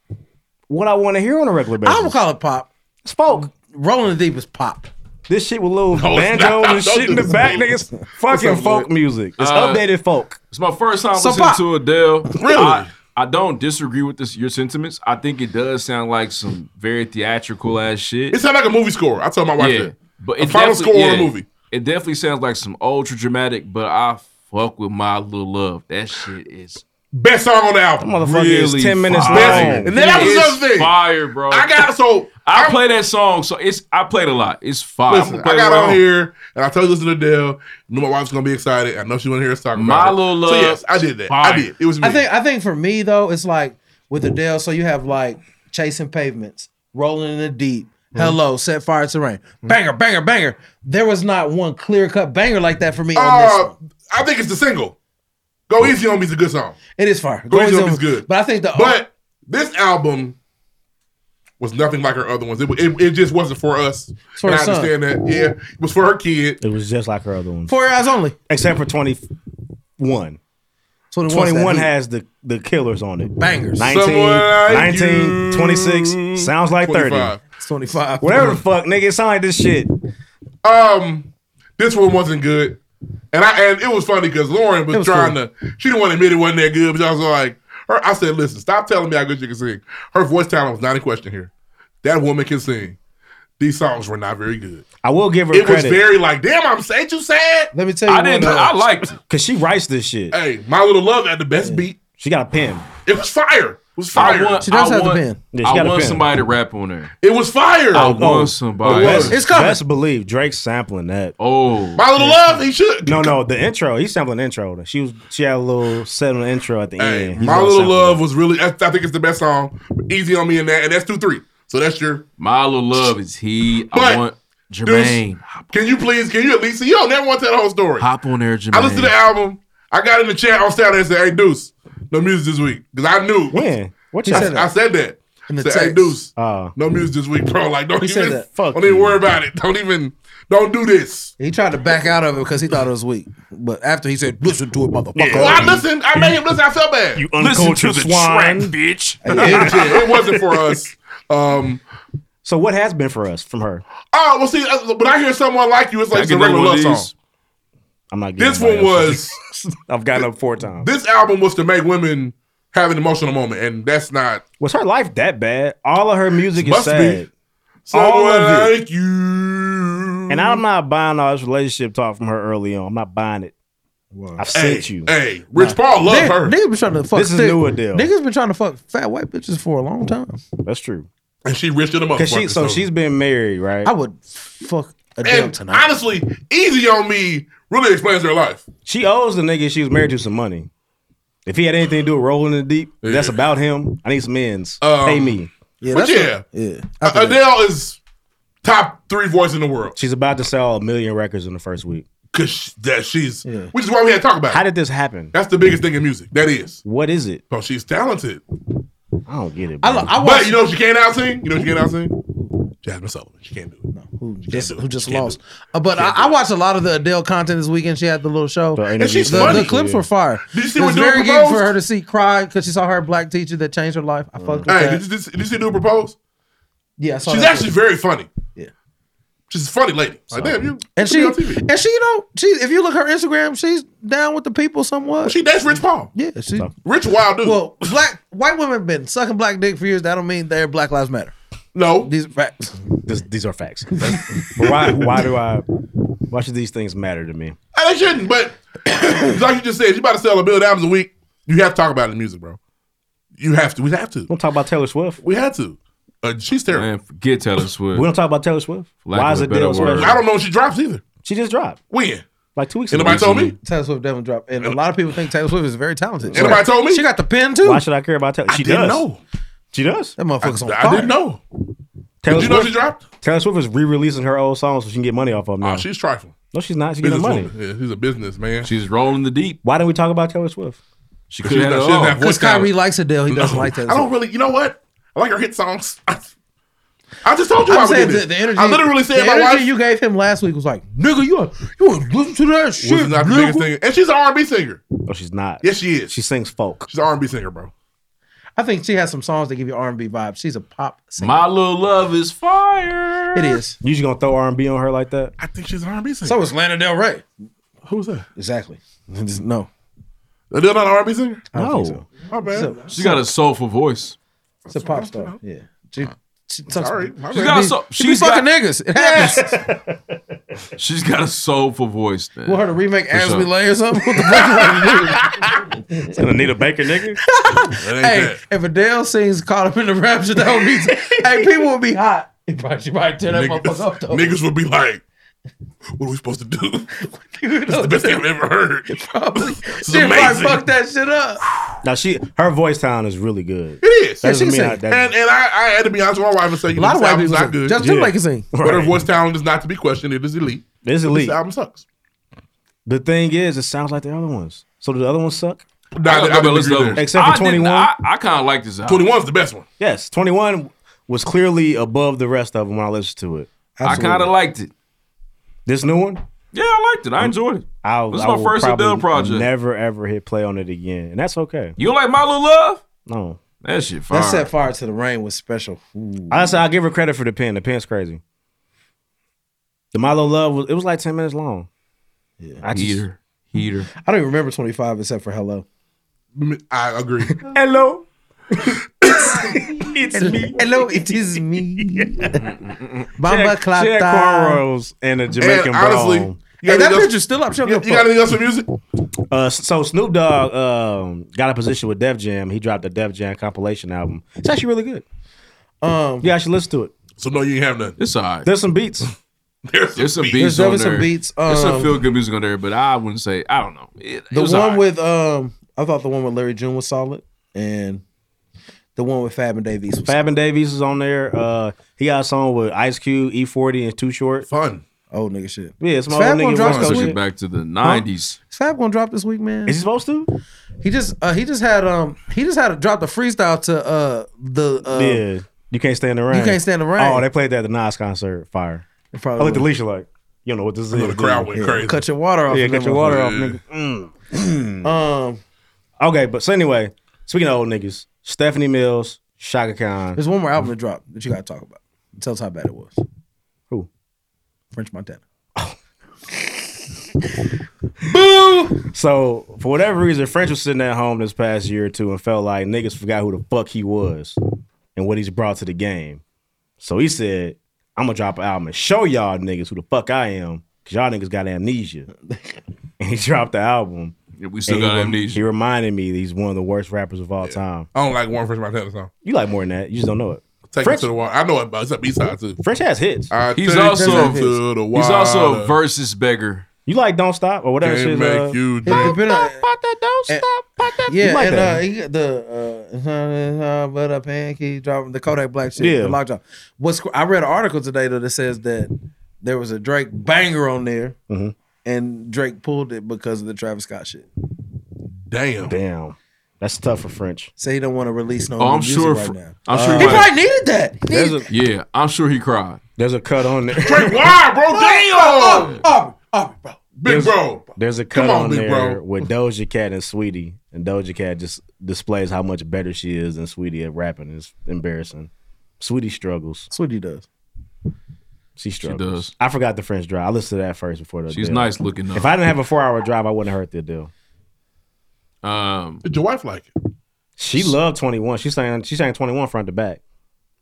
S5: what I want to hear on a regular
S4: I
S5: basis.
S4: would call it pop.
S5: it's folk.
S4: Rolling the Deep is pop.
S5: This shit with
S3: No,
S5: little
S3: it's not.
S5: banjos and
S3: Don't
S5: shit in
S3: do
S5: the
S3: this,
S5: back,
S3: man.
S5: niggas. Fucking
S3: up, Lloyd?
S5: folk music. It's
S2: Uh,
S5: updated folk.
S2: It's my first time
S4: So
S2: listening
S4: pop.
S2: to Adele.
S3: Really?
S2: I, I don't disagree with this your sentiments. I think it does sound like some very theatrical ass shit.
S3: It sounded like a movie score. I told my wife
S2: yeah,
S3: that.
S2: but
S3: A
S2: it
S3: final
S2: definitely-
S3: score on a
S2: yeah,
S3: movie.
S2: It definitely sounds like some ultra dramatic. But I fuck with my little love. That shit is
S3: Best song on the album.
S5: Motherfucker
S2: really
S5: is 10 minutes
S2: fire.
S5: long.
S3: And then that was
S2: It's
S3: another thing.
S2: Fire, bro.
S3: I got so
S2: I play that song, so it's I played a lot. It's fire.
S3: Listen,
S2: I'm
S3: I
S2: gonna
S3: got
S2: play it
S3: on
S2: wrong.
S3: here and I told you listen to Adele. Knew my wife's gonna be excited. I know she wanna hear us talk about
S2: My
S3: it.
S2: Little
S3: So
S2: Love
S3: yes, I did that. I
S2: fire.
S3: did. It was me.
S4: I think I think for me though, it's like with Adele, so you have like chasing pavements, rolling in the deep. Hello, set fire to rain. Banger, banger, banger. There was not one clear cut banger like that for me on this.
S3: uh,
S4: one.
S3: I think it's the single. Go Easy on Me is a good song.
S4: It is fire.
S3: Go Easy
S4: Easy
S3: on Me is good.
S2: Oh.
S4: But I think the
S3: But This album was nothing like her other ones. It, wa- it, it just wasn't for us.
S5: for
S3: and I
S5: her son.
S3: understand that. Yeah, it was for her kid.
S5: It was just like her other ones.
S4: Four eyes only.
S5: Except for 21.
S4: 21 's
S5: 21,
S4: that heat.
S5: has the, the killers on it.
S4: Bangers.
S5: 19,
S4: Someone like
S5: 19 26, sounds like 30.
S3: 25.
S4: It's 25.
S5: Whatever the fuck, nigga, it sound like this shit.
S3: Um, this one wasn't good, and I and it was funny because Lauren was, trying to. She didn't want to admit it wasn't that good, but I was like, her, I said, "Listen, stop telling me how good you can sing." Her voice talent was not in question here. That woman can sing. These songs were not very good.
S5: I will give her
S3: it
S5: credit.
S3: was very like, damn, I'm sad you sad.
S4: Let me
S5: tell you I one uh, didn't- though. I
S3: liked it.
S5: Cause she writes this shit.
S3: Hey, My Little Love had the best beat.
S5: She got a pen.
S3: It was fire. It was fire.
S2: I want, I want,
S5: Yeah, she
S2: I
S5: got a
S2: want
S5: pen.
S2: somebody to rap on there.
S3: It was fire.
S2: I want somebody.
S3: oh,
S5: Best,
S2: It's
S5: coming. Best believe Drake's sampling that.
S2: Oh,
S3: My Little Love, he should.
S5: No, no, the intro. He's sampling the intro. She was she had a little set on the intro at the end. He's
S3: My
S5: gonna
S3: Little
S5: sample
S3: Love was really. I, I think it's the best song. Easy on me and that, and that's two three. So that's your.
S2: My little love is he.
S3: But,
S2: I want
S3: Deuce,
S2: Jermaine.
S3: Can you please? Can you at least? You don't never want to tell the whole story.
S2: Hop on there, Jermaine.
S3: I listened to the album. I got in the chat on Saturday and said, "Hey Deuce, no music this week," because I knew.
S5: When? What you
S3: I,
S5: said that?
S3: I said that.
S5: In the
S3: said, "Hey
S5: text.
S3: Deuce,
S5: Oh.
S3: no music this week, bro. Like, don't
S4: He
S3: even.
S4: said that.
S3: Don't even worry about it. Don't even. Don't do this."
S4: He tried to back out of it because he thought it was weak. But after he said, listen to it, motherfucker.
S3: Well, I listened. I made him listen. I felt bad. You
S5: uncultured swine.
S3: bitch. it wasn't for us. Um,
S5: so what has been for us from her?
S3: Oh, well, see, uh, when I hear someone like you, it's like it's a regular love song.
S5: I'm not.
S3: This
S5: getting
S3: one
S5: nobody
S3: was.
S5: else. I've gotten up four times.
S3: This album was to make women have an emotional moment, and that's not.
S5: Was her life that bad? All of her music is
S3: Must be.
S5: sad. All
S3: Someone
S5: of it.
S3: like you.
S5: And I'm not buying all this relationship talk from her early on. I'm not buying it. I've
S3: Hey,
S5: sent you.
S3: hey, Rich Paul loved
S4: Nigg-
S3: her.
S4: Niggas been trying to fuck.
S5: This is
S4: thick-
S5: newer deal.
S4: Niggas been trying to fuck fat white bitches for a long time.
S3: Mm-hmm.
S5: That's true.
S3: And she richer than a
S5: Cause she,
S3: motherfucker.
S5: so she's been married, right?
S4: I would fuck Adele
S3: And
S4: tonight.
S3: honestly, Easy on Me really explains her life.
S5: She owes the nigga she was married to some money. If he had anything to do with rolling in the deep, that's about him. I need some ends.
S3: Um,
S5: Pay me.
S3: Yeah, but that's yeah. what-
S4: yeah.
S3: Uh, Adele is top three voice in the world,
S5: She's about to sell a million records in the first week.
S3: Cause that she's which is why we had to talk about it.
S5: How did this happen?
S3: That's the biggest thing in music. That is.
S5: What is it?
S3: Oh, she's talented.
S5: I don't get it.
S4: I
S5: bro.
S4: lo- I
S3: but you know she can't out sing. You know she can't out sing. Jasmine Sullivan. She can't do it.
S4: Who just, who just lost? Uh, but I, I watched a lot of the Adele content this weekend. She had the little show.
S3: And she's
S4: the,
S3: funny.
S4: the clips
S3: Yeah.
S4: were fire.
S3: Did you see
S4: It
S3: what
S4: was
S3: Dude
S4: very good
S3: proposed? Mm-hmm.
S4: for her to see cry because she saw her black teacher that changed her life. I fucked with
S3: Hey,
S4: that.
S3: did you, did, you- did you see the new propose?
S4: Yeah, I saw
S3: she's
S4: that
S3: actually
S4: too.
S3: very funny.
S4: Yeah,
S3: she's a funny lady. Like damn, you
S4: and
S3: you
S4: she
S3: be on TV.
S4: and she you know she if you look her Instagram she's down with the people somewhat.
S3: she dates Rich Paul.
S4: Yeah, she
S3: Rich Wild dude.
S4: Well, black white women been sucking black dick for years. That don't mean they're Black Lives Matter.
S3: No,
S4: these are facts.
S5: This, these are facts. but why? Why do I? Why should these things matter to me?
S3: Hey, they shouldn't, but like you just said, you about to sell a million albums a week. You have to talk about it in music, bro. You have to. We have to.
S5: We'll talk about Taylor Swift.
S3: We had to. Uh, she's terrible.
S2: Man, forget Taylor Swift.
S5: We don't talk about Taylor Swift.
S2: Lack
S5: why
S2: of
S5: is
S2: a
S5: it
S2: better
S5: Taylor Swift?
S2: word.
S3: I don't know when she drops either.
S5: She just dropped
S3: When?
S5: like two weeks
S3: Ain't
S5: ago.
S3: nobody told me.
S4: Taylor Swift definitely dropped, and a lot of people think Taylor Swift is very talented.
S3: Anybody told me?
S4: She got the pen too.
S5: Why should I care about Taylor?
S4: I
S5: She
S4: didn't
S5: does.
S4: know.
S5: She does.
S4: That motherfucker's on
S3: I
S4: fire.
S3: didn't know.
S5: Taylor
S3: Did you know
S5: Swift-
S3: she dropped?
S5: Taylor Swift is re-releasing her old songs so she can get money off of them. now.
S3: Oh, she's trifling.
S5: no, she's not. She's getting money.
S3: Businesswoman. Yeah, she's a business man.
S2: She's rolling the deep.
S5: Why don't we talk about Taylor Swift?
S2: She
S3: She
S2: could have
S3: doesn't- she doesn't have
S2: all.
S4: Because
S3: voice talent.
S4: Kyrie likes Adele, he doesn't like Taylor.
S3: I
S4: Swift.
S3: don't really. You know what? I like her hit songs. I, just told you
S4: I'm
S3: why we did
S4: saying the,
S3: this.
S4: the energy.
S3: I literally said
S4: the
S3: my
S4: energy
S3: wife
S4: you gave him last week was like, nigga, you you listen to that shit.
S3: was not the biggest
S4: nigga."
S3: singer, and she's an R and B singer.
S5: No, she's not.
S3: Yes, she is.
S5: She sings folk.
S3: She's an R and B singer, bro.
S4: I think she has some songs that give you R and B vibes. She's a pop singer.
S2: My little love is fire.
S4: it is.
S5: You just gonna throw R and B on her like that?
S3: I think she's an R and B singer.
S4: So is Lana Del Rey.
S3: Who's that?
S4: Exactly. no.
S3: Adele not an R and B singer.
S5: No.
S3: My bad.
S4: So-
S2: She got a soulful voice.
S4: It's a pop star. Yeah. She, she sucks.
S3: Sorry. My
S4: She
S2: She's
S3: bad.
S2: got a soul.
S4: she be
S2: She's got,
S4: fucking niggas. It happens.
S2: she's got a soulful voice, man.
S4: Want her to remake
S2: For
S4: As
S2: sure.
S4: We Lay or something? What the fuck you want to do?
S5: Anita Baker, nigga.
S4: Hey, if Adele sings Caught Up in the Rapture, that would be. hey, people would be hot. She probably, she probably tear that motherfucker up, though.
S3: Niggas would be like, "What are we supposed to do?"
S4: Dude,
S3: That's the best thing I've ever heard. Probably. This is
S4: she probably
S3: amazing.
S4: fucked that shit up.
S5: Now she her voice talent is really good.
S3: It is.
S5: That doesn't
S4: Yeah, she can
S5: mean I,
S4: sing.
S5: that-
S3: and and I, I had to be honest with my wife and say, you know,
S4: A lot of
S3: this
S4: white
S3: album's
S4: people
S3: not
S4: sing.
S3: good.
S4: Justin
S5: Yeah.
S4: Timberlake can sing.
S3: But her
S5: Right.
S3: voice talent is not to be questioned. It is elite.
S5: It is
S3: But
S5: elite.
S3: This album sucks.
S5: The thing is, it sounds like the other ones. So do the other ones suck?
S3: Nah, I didn't agree with that.
S5: Except for
S2: I didn't-
S5: 21.
S2: I, I kind of like this album.
S3: 21's the best one.
S5: Yes, 21 was clearly above the rest of them when I listened to it.
S2: I kind of liked it.
S5: This new one?
S2: Yeah, I liked it. I enjoyed it.
S5: I'll,
S2: This is
S5: I
S2: my
S5: will
S2: first
S5: probably
S2: Adele project.
S5: Never ever hit play on it again, and that's okay.
S2: You don't like My Little Love?
S5: No,
S2: that shit
S5: fire.
S4: That set fire to the rain was special. Ooh.
S5: Honestly, I give her credit for the pen. The pen's crazy. The Milo Love was it was like ten minutes long. Yeah, I just,
S2: heater, heater.
S4: I don't even remember 25 except for hello.
S3: I agree.
S5: hello.
S4: it's me. Hello, it is me.
S5: Bamba
S4: Bamba
S5: Check, check
S4: Clapta.
S5: cornrows and a Jamaican
S4: And honestly,
S5: brown.
S4: you got Hey, that anything else- picture's still up. She don't
S3: You,
S4: give a
S3: you got
S4: fuck.
S3: anything else for music?
S5: Uh, so Snoop Dogg um, got a position with Def Jam. He dropped a Def Jam compilation album. It's actually really good. Um, yeah, I should listen to it.
S3: So no, you ain't have none.
S2: It's all right.
S5: There's some beats.
S3: There's,
S2: some
S5: beats.
S2: beats.
S5: There's
S2: on
S5: definitely some
S2: there.
S5: beats,
S2: There's some
S5: um,
S2: feel good music on there, but I wouldn't say. I don't know. It, it
S4: The
S2: was
S4: one
S2: all right.
S4: with um, I thought the one with Larry June was solid, and the one with Fab and Davies. Was
S5: Fabin Davies is on there. Uh, he got a song with Ice Cube, E40, and Too Short.
S3: Fun.
S4: Old nigga shit.
S5: Yeah, it's my
S4: Fab
S5: old
S4: gonna
S5: nigga.
S4: drop
S5: rap
S4: some
S5: shit.
S4: shit.
S2: back to the '90s.
S4: Is Fab gonna drop this week, man?
S5: Is he supposed to?
S4: He just uh, he just had um he just had a, dropped a freestyle to uh the uh,
S5: yeah. You can't stand the rain.
S4: You Can't Stand the Rain.
S5: Oh, they played that at the Nas concert. Fire. I
S4: probably
S5: looked at
S4: was.
S5: Alicia like, you don't know what this is.
S4: know the crowd
S5: dude."
S4: went crazy. Cut your water off
S5: Yeah,
S4: in
S5: cut
S4: that
S5: your water off,
S4: motherfucker.
S5: nigga. Mm. um. Okay, but so anyway, speaking of old niggas, Stephanie Mills, Shaka Khan.
S4: There's one more album to drop that you gotta talk about. Tell us how bad it was.
S5: Who?
S4: French Montana.
S5: Boo! So for whatever reason, French was sitting at home this past year or two and felt like niggas forgot who the fuck he was and what he's brought to the game. So he said, I'm gonna drop an album and show y'all niggas who the fuck I am, cause y'all niggas got amnesia. and he dropped the album.
S2: Yeah, we still
S5: And he
S2: got
S5: rem-
S2: amnesia.
S5: He reminded me that he's one of the worst rappers of all time.
S3: I don't like Warren French Montana song.
S5: You like more than that. You just don't know it.
S3: Take
S5: French-
S3: it to the wall. I know it, but it's a B side too.
S5: French has hits.
S3: I
S2: He's
S3: take
S2: also
S3: it to the
S2: he's also a
S3: water.
S2: versus beggar.
S5: You like Don't Stop or whatever
S2: Can't
S5: shit.
S2: make
S5: uh,
S2: you
S4: It- it been a-
S5: don't
S4: stop.
S5: You
S4: Yeah,
S5: like
S4: and
S5: that.
S4: uh, he, the uh, uh, but a pancake dropping the Kodak Black shit,
S5: Yeah.
S4: the lock drop. What's cr- I read an article today though that says that there was a Drake banger on there,
S2: Mm-hmm.
S5: Mhm.
S4: and Drake pulled it because of the Travis Scott shit.
S3: Damn.
S5: Damn. That's tough for French.
S4: Say he don't want to release no
S2: Oh,
S4: new
S2: I'm
S4: music
S2: sure.
S4: right
S2: fr-
S4: now. Uh,
S2: I'm sure.
S4: he
S2: he
S4: probably needed that. He
S5: There's
S4: needed-
S5: a-
S2: Yeah, I'm sure he cried.
S5: There's a cut on there.
S3: Why, bro? Damn.
S4: Oh, oh, bro.
S3: Big bro.
S5: There's a cut
S3: Come on,
S5: on,
S3: big
S5: there
S3: bro.
S5: with Doja Cat and Sweetie, and Doja Cat just displays how much better she is than Sweetie at rapping. It's embarrassing. Sweetie struggles.
S4: Sweetie does.
S5: She struggles.
S2: does.
S5: I forgot the French drive. I listened to that first before the.
S2: She's
S5: Adele.
S2: nice looking, though.
S5: If I didn't have a four-hour drive, I wouldn't have heard the deal.
S2: Um,
S3: Did your wife like it?
S5: She loved Twenty One. She sang. She sang Twenty One front to back.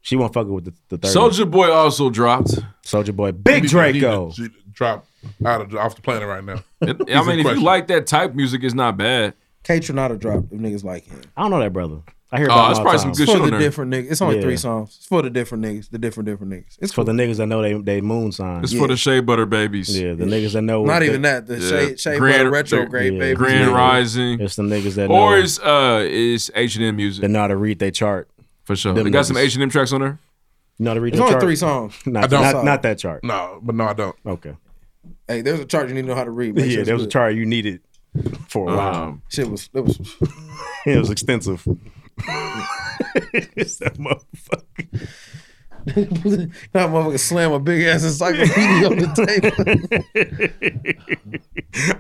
S5: She won't fuck with the, the third.
S2: Soldier Boy also dropped.
S5: Soldier Boy, Big
S3: He- he-
S5: Draco.
S3: he- he Drop out of off the planet right now. He's
S2: I mean, if
S3: in
S2: you
S3: question.
S2: like that type music, it's not bad.
S4: K Tronada dropped if niggas like him.
S5: I don't know that brother. I hear
S2: Oh,
S5: about him
S2: that's
S5: all
S2: probably
S5: the
S2: some
S5: time.
S2: good
S4: for
S2: shit
S4: the
S2: on there.
S4: different niggas. It's only
S5: Yeah.
S4: three songs. It's for the different niggas. The different different niggas. It's
S5: It's for the niggas that know they they moon
S2: It's
S5: signs.
S2: for the Shea Butter Babies.
S5: Yeah, the niggas that know.
S4: Not even that. The Shea- Shea Butter Retrograde Babies.
S2: Grand
S5: Yeah.
S2: Rising.
S5: It's the niggas that
S2: Or
S5: know
S2: it's uh it's H and M music
S5: that know how to read their chart.
S2: for sure.
S5: them
S2: They got some
S5: niggas.
S2: H and M tracks on there.
S5: You know how to read
S4: It's
S5: their
S4: only
S5: chart.
S4: three songs.
S5: Not,
S3: I don't.
S5: not, not that chart.
S3: No, but no, I don't.
S5: Okay.
S4: Hey, there's a chart you need to know how to read. Make sure
S5: Yeah,
S4: it's
S5: there was a
S4: good.
S5: chart you needed for a
S3: Uh-huh.
S5: while.
S2: Um,
S4: Shit was it was
S5: it was extensive. it's that motherfucker.
S4: that motherfucker slam a big ass encyclopedia on the
S5: table.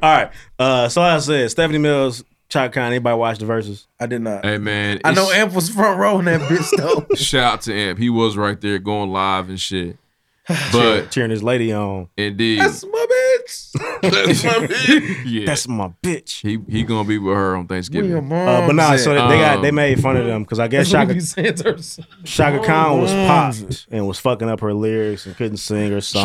S5: All right. Uh, so I said Stephanie Mills, Chaka Khan. Anybody watch the verses?
S4: I did not.
S2: Hey man,
S4: I know
S2: it's-
S4: Amp was front row in that bitch though.
S2: Shout out to Amp. He was right there going live and shit. But
S5: cheering his lady on.
S2: Indeed.
S4: That's my bitch.
S3: That's my bitch.
S2: yeah.
S5: That's my bitch.
S2: He he gonna be with her on Thanksgiving.
S5: Uh, but nah, so they, they got they
S2: Um,
S5: made fun of them because I guess
S4: That's what
S5: Shaka
S4: he said to her.
S5: Shaka Khan was
S2: Oh,
S4: Mm.
S5: popped and was fucking up her lyrics and couldn't sing her song.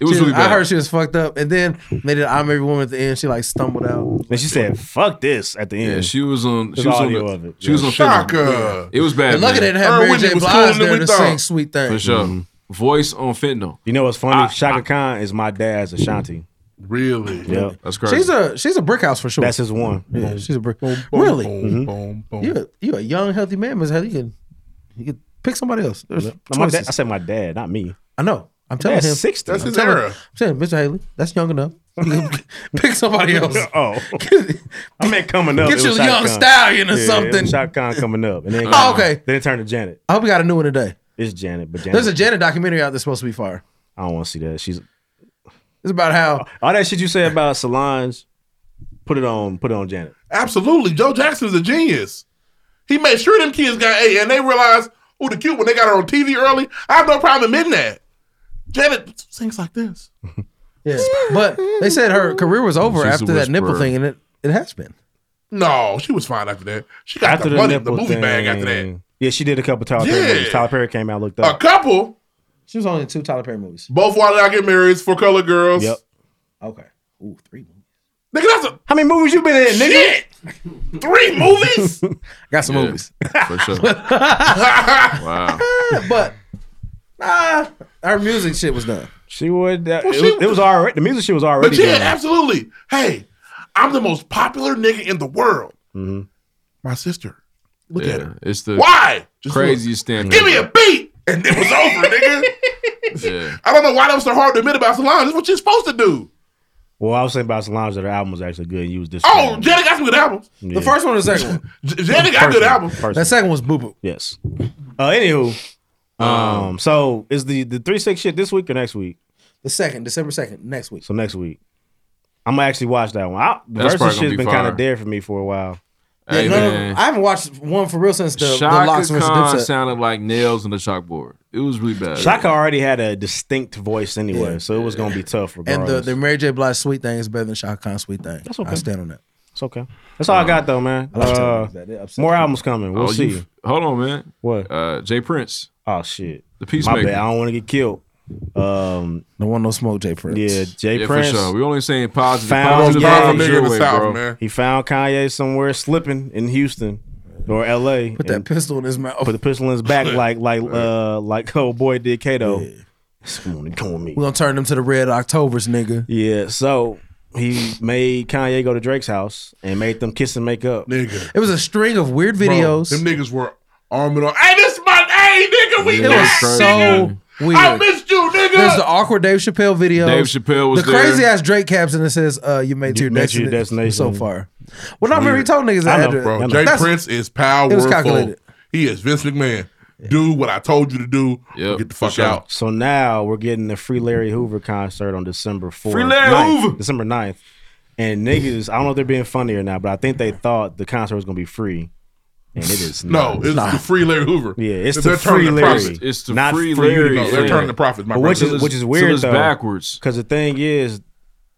S2: It was
S4: She-
S2: really
S4: I
S2: bad.
S4: heard she was fucked up, and then they did "I'm Every Woman" at the end. She like stumbled out.
S5: And she said, "Fuck this!" At the end,
S2: Yeah, she was on.
S5: There's
S2: She was on.
S5: audio
S2: the-
S5: of it.
S2: She was on.
S3: Shaka.
S2: fentanyl. It was bad.
S4: And lucky they
S2: man.
S4: didn't have Mary J. Blige there to sing "Sweet Thing."
S2: For sure.
S3: Mm-hmm.
S2: Voice on fentanyl.
S5: You know what's funny? Shaka Khan is my dad's Ashanti.
S3: Really?
S5: Yeah,
S2: That's crazy.
S4: She's a she's a brick house for sure.
S5: That's his one.
S4: Yeah, she's a brick. really?
S5: Mm-hmm.
S4: You a, you a young healthy man, Miss Heather. You can you can pick somebody else. There's
S5: No, my dad,
S4: choices.
S5: I said my dad, not me.
S4: I know. I'm telling
S5: That's
S4: him
S5: 60. That's
S4: I'm
S5: his
S4: telling-
S5: era.
S4: I'm saying, Mr. Haley, that's young enough. Pick somebody else.
S5: oh, I meant coming up.
S4: Get
S5: it
S4: your
S5: was Shaka
S4: young
S5: Khan.
S4: stallion or
S5: Yeah, it
S4: something.
S5: was Shaka Khan coming up, and then
S4: Oh,
S5: okay.
S4: okay.
S5: Then it turned to Janet.
S4: I hope we got a new one today.
S5: It's Janet, but Janet.
S4: There's a Janet documentary out that's supposed to be fire.
S5: I don't want to see that. She's
S4: It's about how
S5: all that shit you say about Solange. Put it on. Put it on Janet.
S3: Absolutely. Joe Jackson's a genius. He made sure them kids got A and they realized, oh, the cute when they got her on TV early. I have no problem admitting that. Janet sings like this.
S4: Yeah, but they said her career was over
S3: She's a
S4: after that nipple
S3: whisperer.
S4: thing, and it, it has been.
S3: No, she was fine after that. She got the, money, the
S5: nipple
S3: movie bag after that.
S5: thing. Yeah, she did a couple Tyler Perry
S3: Yeah. Uh,
S5: movies. Tyler Perry came out, looked
S3: A
S5: up.
S3: couple,
S4: She was only in two Tyler Perry movies.
S3: both Why Did I Get Married, for Color Girls.
S5: Yep.
S4: Okay. Ooh, three.
S3: Nigga, that's a
S5: How many movies you been in, nigga?
S3: Shit. Three movies?
S4: Got some movies.
S2: For sure. wow.
S4: but nah, her music shit was done.
S5: She would. Uh,
S4: Well,
S5: it,
S4: she-
S5: was, it was already. The music shit was already.
S3: But yeah,
S5: done.
S3: absolutely. Hey, I'm the most popular nigga in the world.
S5: Mm-hmm.
S3: My sister. Look
S2: yeah,
S3: at her.
S2: It's the
S3: Why? Just
S2: craziest thing.
S3: Give me a beat. And it was over, nigga.
S2: Yeah.
S3: I don't know why that was so hard to admit about Solange. That's what you're supposed to do.
S5: Well, I was saying about Solange that her album was actually good. and You was this.
S3: Oh, Janet got some good albums.
S5: Yeah. first
S4: one or the second one?
S3: Janet got good albums.
S4: That second one's Boo Boo.
S5: Yes. Uh, anywho, um, so is the the three six shit this week or next week?
S4: The second, December second, next week.
S5: So next week, I'm gonna actually watch that one. I, the
S2: That's
S5: versus
S2: probably
S5: shit's
S2: gonna be
S5: been kind
S2: fire.
S5: of dead for me for a while.
S4: Yeah,
S2: Hey,
S4: none of-
S2: man.
S4: I haven't watched one for real since the, the
S2: Shaka
S4: locks versus
S2: Khan
S4: Dipset.
S2: sounded like nails on the chalkboard. It was really bad.
S5: Shaka already had a distinct voice anyway,
S4: Yeah.
S5: so it was gonna be tough.
S4: And
S5: Regardless.
S4: the, the Mary J. Blige sweet thing is better than Shaka Khan's sweet thing.
S5: That's okay.
S4: I stand on that.
S5: It's okay. That's all I got though, man.
S4: I like
S5: Uh,
S4: telling you that. It upsets
S5: more
S4: me.
S5: albums coming. We'll
S2: Oh,
S5: see.
S2: you- hold on, man.
S5: What?
S2: Uh, Jay Prince.
S5: Oh shit.
S2: The
S5: My
S2: Peacemaker.
S5: bad. I don't want to get killed. Um,
S4: no one no smoke, Jay Prince.
S5: Yeah, Jay
S2: yeah,
S5: Prince.
S2: for sure. We only saying positive.
S5: Found
S2: positive
S5: Kanye.
S2: vibes your way, bro.
S5: He found Kanye somewhere slipping in Houston or L.A.
S4: Put that
S5: and
S4: pistol in his mouth.
S5: put the pistol in his back like like uh like old boy did Kato. Come on, come with me.
S4: We're gonna turn them to the Red Octobers, nigga.
S5: Yeah, so he made Kanye go to Drake's house and made them kiss and make up.
S3: Nigga.
S4: It was a string of weird videos.
S3: Them niggas were arming on. Hey, this my hey, nigga. We
S4: It was
S3: back,
S4: so
S3: nigga.
S4: weird.
S3: I missed you, nigga.
S4: There's the awkward Dave Chappelle video.
S2: Dave Chappelle was
S4: the
S2: there.
S4: crazy ass Drake caption that says, uh, "You made it to your,
S5: You made it to your
S4: destination, so
S5: destination.
S4: far." Well, not remember he told niggas
S5: I
S4: that.
S5: know,
S4: address.
S3: Bro,
S5: bro. I know.
S3: Jay
S4: That's-
S3: Prince is
S4: It was calculated.
S3: powerful. He is Vince McMahon. Do what I told you to do. Get the fuck out.
S5: So now we're getting the Free Larry Hoover concert on December 4th.
S3: Free Larry
S5: 9th,
S3: Hoover!
S5: December 9th. And niggas, I don't know if they're being funny or not, but I think they thought the concert was going to be free. And it is
S3: No,
S5: not.
S3: it's the free Larry Hoover.
S5: Yeah, it's
S3: They're
S5: the
S3: turning
S5: free
S3: the
S5: Larry.
S3: profit.
S2: It's the
S5: not
S2: free
S5: free
S2: Larry.
S5: Larry.
S3: No, they're turning the profit, my
S5: But which
S3: brother.
S5: is which is
S2: So
S5: weird
S2: it's
S5: though,
S2: backwards.
S5: Because the thing is,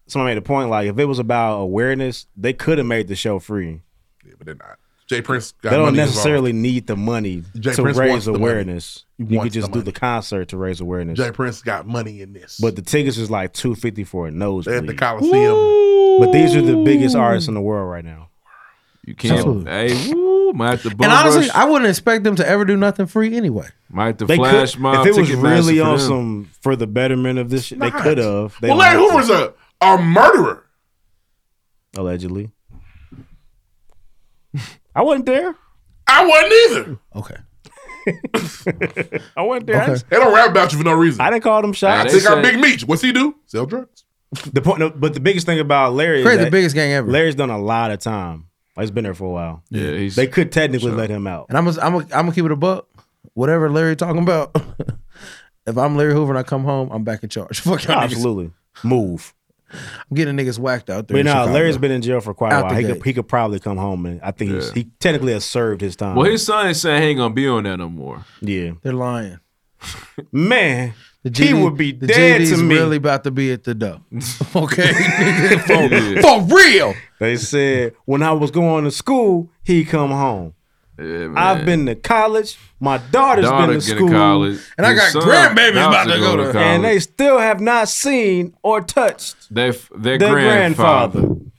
S5: somebody made a point. Like if it was about awareness, they could have made the show free.
S3: Yeah, but they're not. Jay Prince got
S5: they don't
S3: money
S5: necessarily need the money
S3: Jay
S5: to
S3: Prince wants
S5: raise
S3: the money.
S5: awareness.
S3: He
S5: You could
S3: wants the
S5: just do the concert to raise awareness.
S3: involved. Jay Prince got money in this.
S5: But the tickets is like two fifty for a
S3: They at the
S5: nosebleed.
S3: Coliseum.
S5: But these are the biggest artists in the world right now.
S2: You can't.
S5: Absolutely.
S2: Hey, woo, might have to bum
S4: And honestly,
S2: rush.
S4: I wouldn't expect them to ever do nothing free anyway.
S2: might have to
S5: They
S2: flash
S5: could,
S2: mob.
S5: if it was
S2: Ticketmaster
S5: really
S2: for
S5: on
S2: them.
S5: some for the betterment of this, shit, they
S3: Not.
S5: could have. They
S3: Well, Larry
S5: don't have
S3: Hoover's a, uh, a murderer.
S5: to, allegedly. I wasn't there.
S3: I wasn't either.
S4: Okay.
S5: I wasn't there. I,
S4: Okay.
S5: just-
S3: They don't rap about you for no reason.
S5: I didn't call them
S3: I
S5: shots.
S3: think I'm Big Meech. What's he do? Sell drugs.
S5: The point, no, but the biggest thing about Larry,
S4: Crazy
S5: is that
S4: biggest gang ever.
S5: Larry's done a lot of time. Like, he's been there for a while.
S2: Yeah, he's,
S5: They could technically let him out.
S4: And I'm gonna I'm gonna- I'm gonna keep it a buck. Whatever Larry talking about. if I'm Larry Hoover and I come home, I'm back in charge. Fuck y'all. niggas.
S5: Absolutely, move.
S4: I'm getting niggas whacked out there.
S5: But
S4: in
S5: no,
S4: Chicago.
S5: Larry's been in jail for quite a
S4: Out
S5: while.
S4: the
S5: He could,
S4: gate.
S5: he could probably come home, and I think he's, he technically has served his time.
S2: well, his son is saying he ain't gonna be on that no more.
S5: yeah,
S4: They're lying.
S5: man,
S4: The
S5: he
S4: GD
S5: would be
S4: the
S5: dead
S4: GD's
S5: to me.
S4: really about to be at the door. okay.
S2: Yeah.
S4: nigga, for, for real.
S5: They said when I was going to school, he come home.
S2: Yeah, man.
S5: I've been to college. My daughter's
S2: Daughter
S5: been to
S2: get in
S5: school,
S2: college.
S4: And I
S2: His
S4: got
S2: son
S4: grandbabies
S2: about
S4: about
S2: to
S4: to
S2: go
S4: go
S2: to
S4: to
S2: college.
S5: and they still have not seen or touched
S2: Their their,
S5: their grandfather.
S2: grandfather,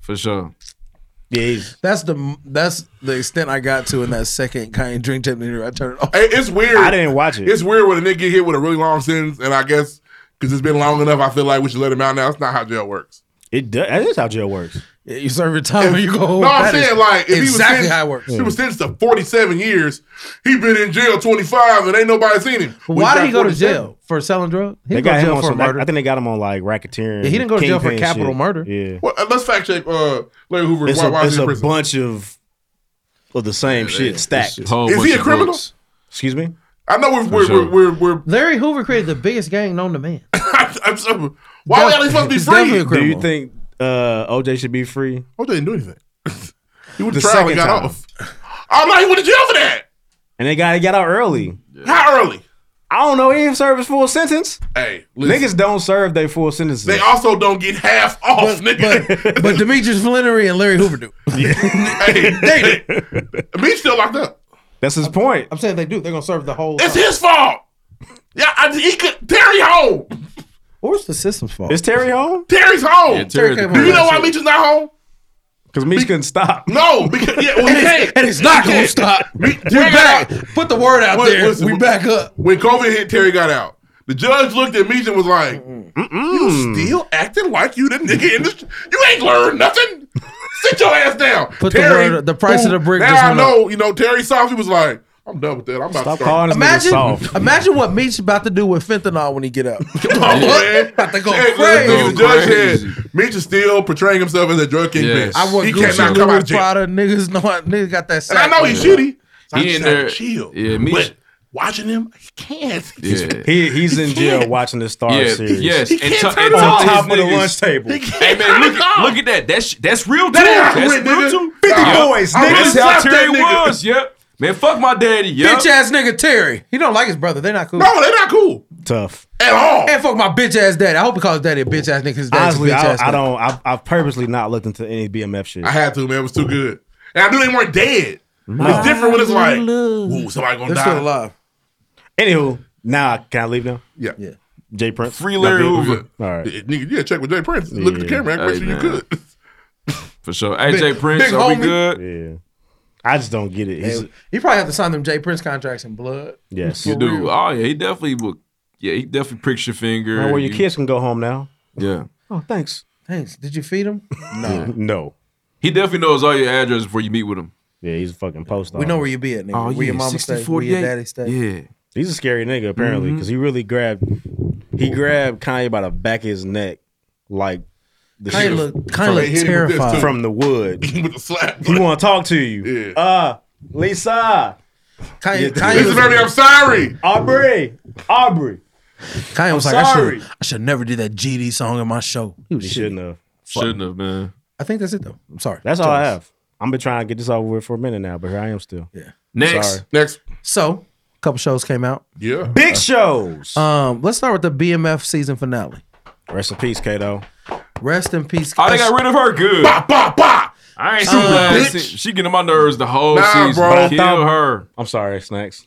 S2: for sure.
S5: Yeah, he's-
S4: That's the that's the extent I got to in that second kind of drink tip interview. I turned it off.
S3: Hey, it's weird.
S5: I didn't watch it.
S3: It's weird when a nigga get hit with a really long sentence, and I guess because it's been long enough, I feel like we should let him out now. It's not how jail works.
S5: It does. That is how jail works.
S4: You serve your time when you go home.
S3: No, I'm
S4: That is
S3: saying like if
S4: exactly
S3: he was sentenced,
S4: how it works.
S3: He was sentenced to 47 years. He been in jail 25 and ain't nobody seen him.
S16: But
S3: Well,
S16: why
S3: got
S16: did he go to
S3: 47.
S16: jail for selling drugs?
S5: They
S16: He didn't go
S5: got
S16: to
S5: him
S16: jail
S5: on
S16: for
S5: some, I,
S16: murder.
S5: I think they got him on like racketeering.
S16: Yeah, he didn't go to jail for
S5: kingpin
S16: capital
S5: shit.
S16: murder.
S5: Yeah,
S3: Well, uh, let's fact check uh, Larry Hoover.
S5: it's
S3: why,
S5: a,
S3: why is
S5: it's
S3: he
S5: a
S3: in prison?
S5: bunch of of the same shit stacked.
S3: Is he a criminal?
S5: Excuse me.
S3: I know we're we're,
S5: sure.
S3: we're, we're, we're
S16: Larry Hoover created the biggest gang known to man.
S3: I'm so, why are they supposed to be free?
S5: Do you think uh, OJ should be free?
S3: OJ didn't do anything. he
S5: The
S3: went to trial
S5: second
S3: and got
S5: time.
S3: off. Oh no, he went to jail for that.
S5: And they got he got out early.
S3: How early?
S5: I don't know. He didn't serve his full sentence.
S3: Hey, listen.
S5: niggas don't serve their full sentences.
S3: They also don't get half off, nigga.
S4: But Demetrius Flannery and Larry Hoover do.
S3: hey, they did. Me still locked up.
S5: That's his point.
S16: I'm saying they do. They're gonna serve the whole.
S3: It's his fault. Yeah, I, he could Terry home.
S16: Where's the system's fault?
S5: Is Terry home?
S3: Terry's home.
S5: Yeah, Terry came
S3: Do
S5: home
S3: you know
S5: last
S3: why Meech is not home?
S5: Because Meech couldn't stop.
S3: No, because yeah, well, he can't.
S4: And it's not
S3: He
S4: gonna
S3: can't.
S4: stop.
S3: Me,
S4: We're back. Put the word out
S3: Wait,
S4: there.
S3: listen,
S4: we
S3: when-
S4: back up.
S3: When COVID hit, Terry got out. The judge looked at Meech and was like, "You still acting like you the nigga in this? You ain't learned nothing. Sit your ass down."
S16: Put the word- the price of the brick
S3: Now
S16: just
S3: I
S16: went
S3: know. You know, Terry Softly was like, "I'm done with that. I'm about to start."
S16: imagine, imagine what Meach about to do with fentanyl when he get up. Come
S3: Oh,
S16: on,
S3: man.
S16: boy. about to go
S3: Hey,
S16: crazy.
S3: listen, the judge said Meech is still portraying himself as a drug kingpin.
S16: I want
S3: he
S16: Gucci,
S3: cannot come out
S16: Louis
S3: of jail.
S16: Prada. Niggas know I, niggas got that.
S3: And I know he's
S16: sack.
S3: shitty. So I
S16: He
S3: just
S16: in
S3: had to
S16: there-
S3: Chill.
S2: Yeah, Meech-
S3: But watching him, he can't.
S2: Yeah.
S5: He, he's in jail watching the Star
S2: yeah,
S5: series.
S2: yes.
S5: He
S2: and
S5: can't
S2: to-
S5: turn
S2: and
S5: it
S2: to
S5: off.
S2: these
S5: Top of the
S2: niggas-
S5: lunch table. He
S2: Hey man, look, at- look at that. That's that's real too.
S3: That ain't
S2: that's
S3: how it went,
S2: real
S3: nigga.
S2: too.
S3: 50
S2: Yeah.
S3: boys,
S2: I
S3: nigga.
S2: really That's
S3: Just slap
S2: how
S3: that
S2: Terry
S3: nigga.
S2: was. Yep. Man, fuck my daddy. Yep.
S4: Bitch ass nigga Terry. He don't like his brother. They're not cool.
S3: No, they're not cool.
S5: Tough.
S3: At all.
S4: And fuck my bitch ass daddy. I hope he calls daddy a bitch ass nigga. 'cause his daddy's a
S5: Honestly,
S4: bitch
S5: I,
S4: ass
S5: I
S4: nigga.
S5: don't. I've, I've purposely not looked into any BMF shit.
S3: I had to, man. It was too good. And I knew they weren't dead. It's different when it's like, ooh, somebody gonna die.
S4: alive.
S5: Anywho, now can I leave now?
S3: Yeah.
S5: Yeah. Jay Prince.
S2: Free Larry
S5: Y'all good?
S2: Hoover.
S5: All right.
S3: Yeah, Nigga, yeah, check with Jay Prince. Look at the camera, act, make
S2: Hey,
S3: sure you
S2: man.
S3: good.
S2: For sure. Hey,
S3: Big-
S2: Jay Prince,
S3: big
S2: are
S3: homie.
S2: we good?
S5: Yeah. I just don't get it. He's-
S4: Hey, you probably have to sign them Jay Prince contracts in blood.
S5: yes.
S2: You do. Oh yeah, he definitely would. Yeah, he definitely pricks your finger.
S5: Man, where your
S2: You-
S5: kids can go home now.
S2: Yeah.
S4: Oh, thanks. Thanks. Did you feed him? No.
S5: No.
S2: He definitely knows all your addresses before you meet with him.
S5: Yeah, he's a fucking post.
S4: we know where you be at, nigga.
S5: Oh,
S4: where
S5: yeah,
S4: your mama stay, where your
S5: 6048.
S4: daddy stay.
S2: Yeah.
S5: He's a scary nigga
S4: Mm-hmm.
S5: apparently because he really grabbed. He grabbed Kanye by the back of his neck, like the
S4: Kanye
S5: shit
S4: look-
S5: from-
S4: Kanye look
S5: from-
S4: terrified.
S5: from the wood.
S3: with the slap.
S5: He want to talk to you. Uh, Lisa.
S4: Kanye,
S5: Yeah.
S4: Kanye,
S3: Listen,
S4: was,
S3: baby, I'm sorry.
S5: Aubrey. Aubrey.
S4: Kanye was
S5: I'm
S4: like, I
S5: sorry.
S4: should, I should never do that GD song in my show. He was
S5: You
S4: shit.
S5: shouldn't have.
S2: Shouldn't have, man.
S4: I think that's it though. I'm sorry.
S5: That's all I
S4: Jealous.
S5: have. I've been trying to get this over with for a minute now, but here I am still.
S4: Yeah.
S2: Next.
S5: Sorry.
S3: Next.
S4: So, a couple shows came out.
S3: Yeah.
S5: Big shows.
S4: Um, let's start with the BMF season finale.
S5: uh, Rest in peace, Kato.
S4: Rest in peace.
S2: Oh, they got rid of her good.
S3: Bah, bah, bah.
S2: I ain't
S3: Shoot,
S2: too glad.
S3: bitch.
S2: She- She getting on my nerves the whole
S3: Nah,
S2: season.
S3: bro. But I
S2: Kill
S5: thought-
S2: her.
S5: I'm sorry, Snacks.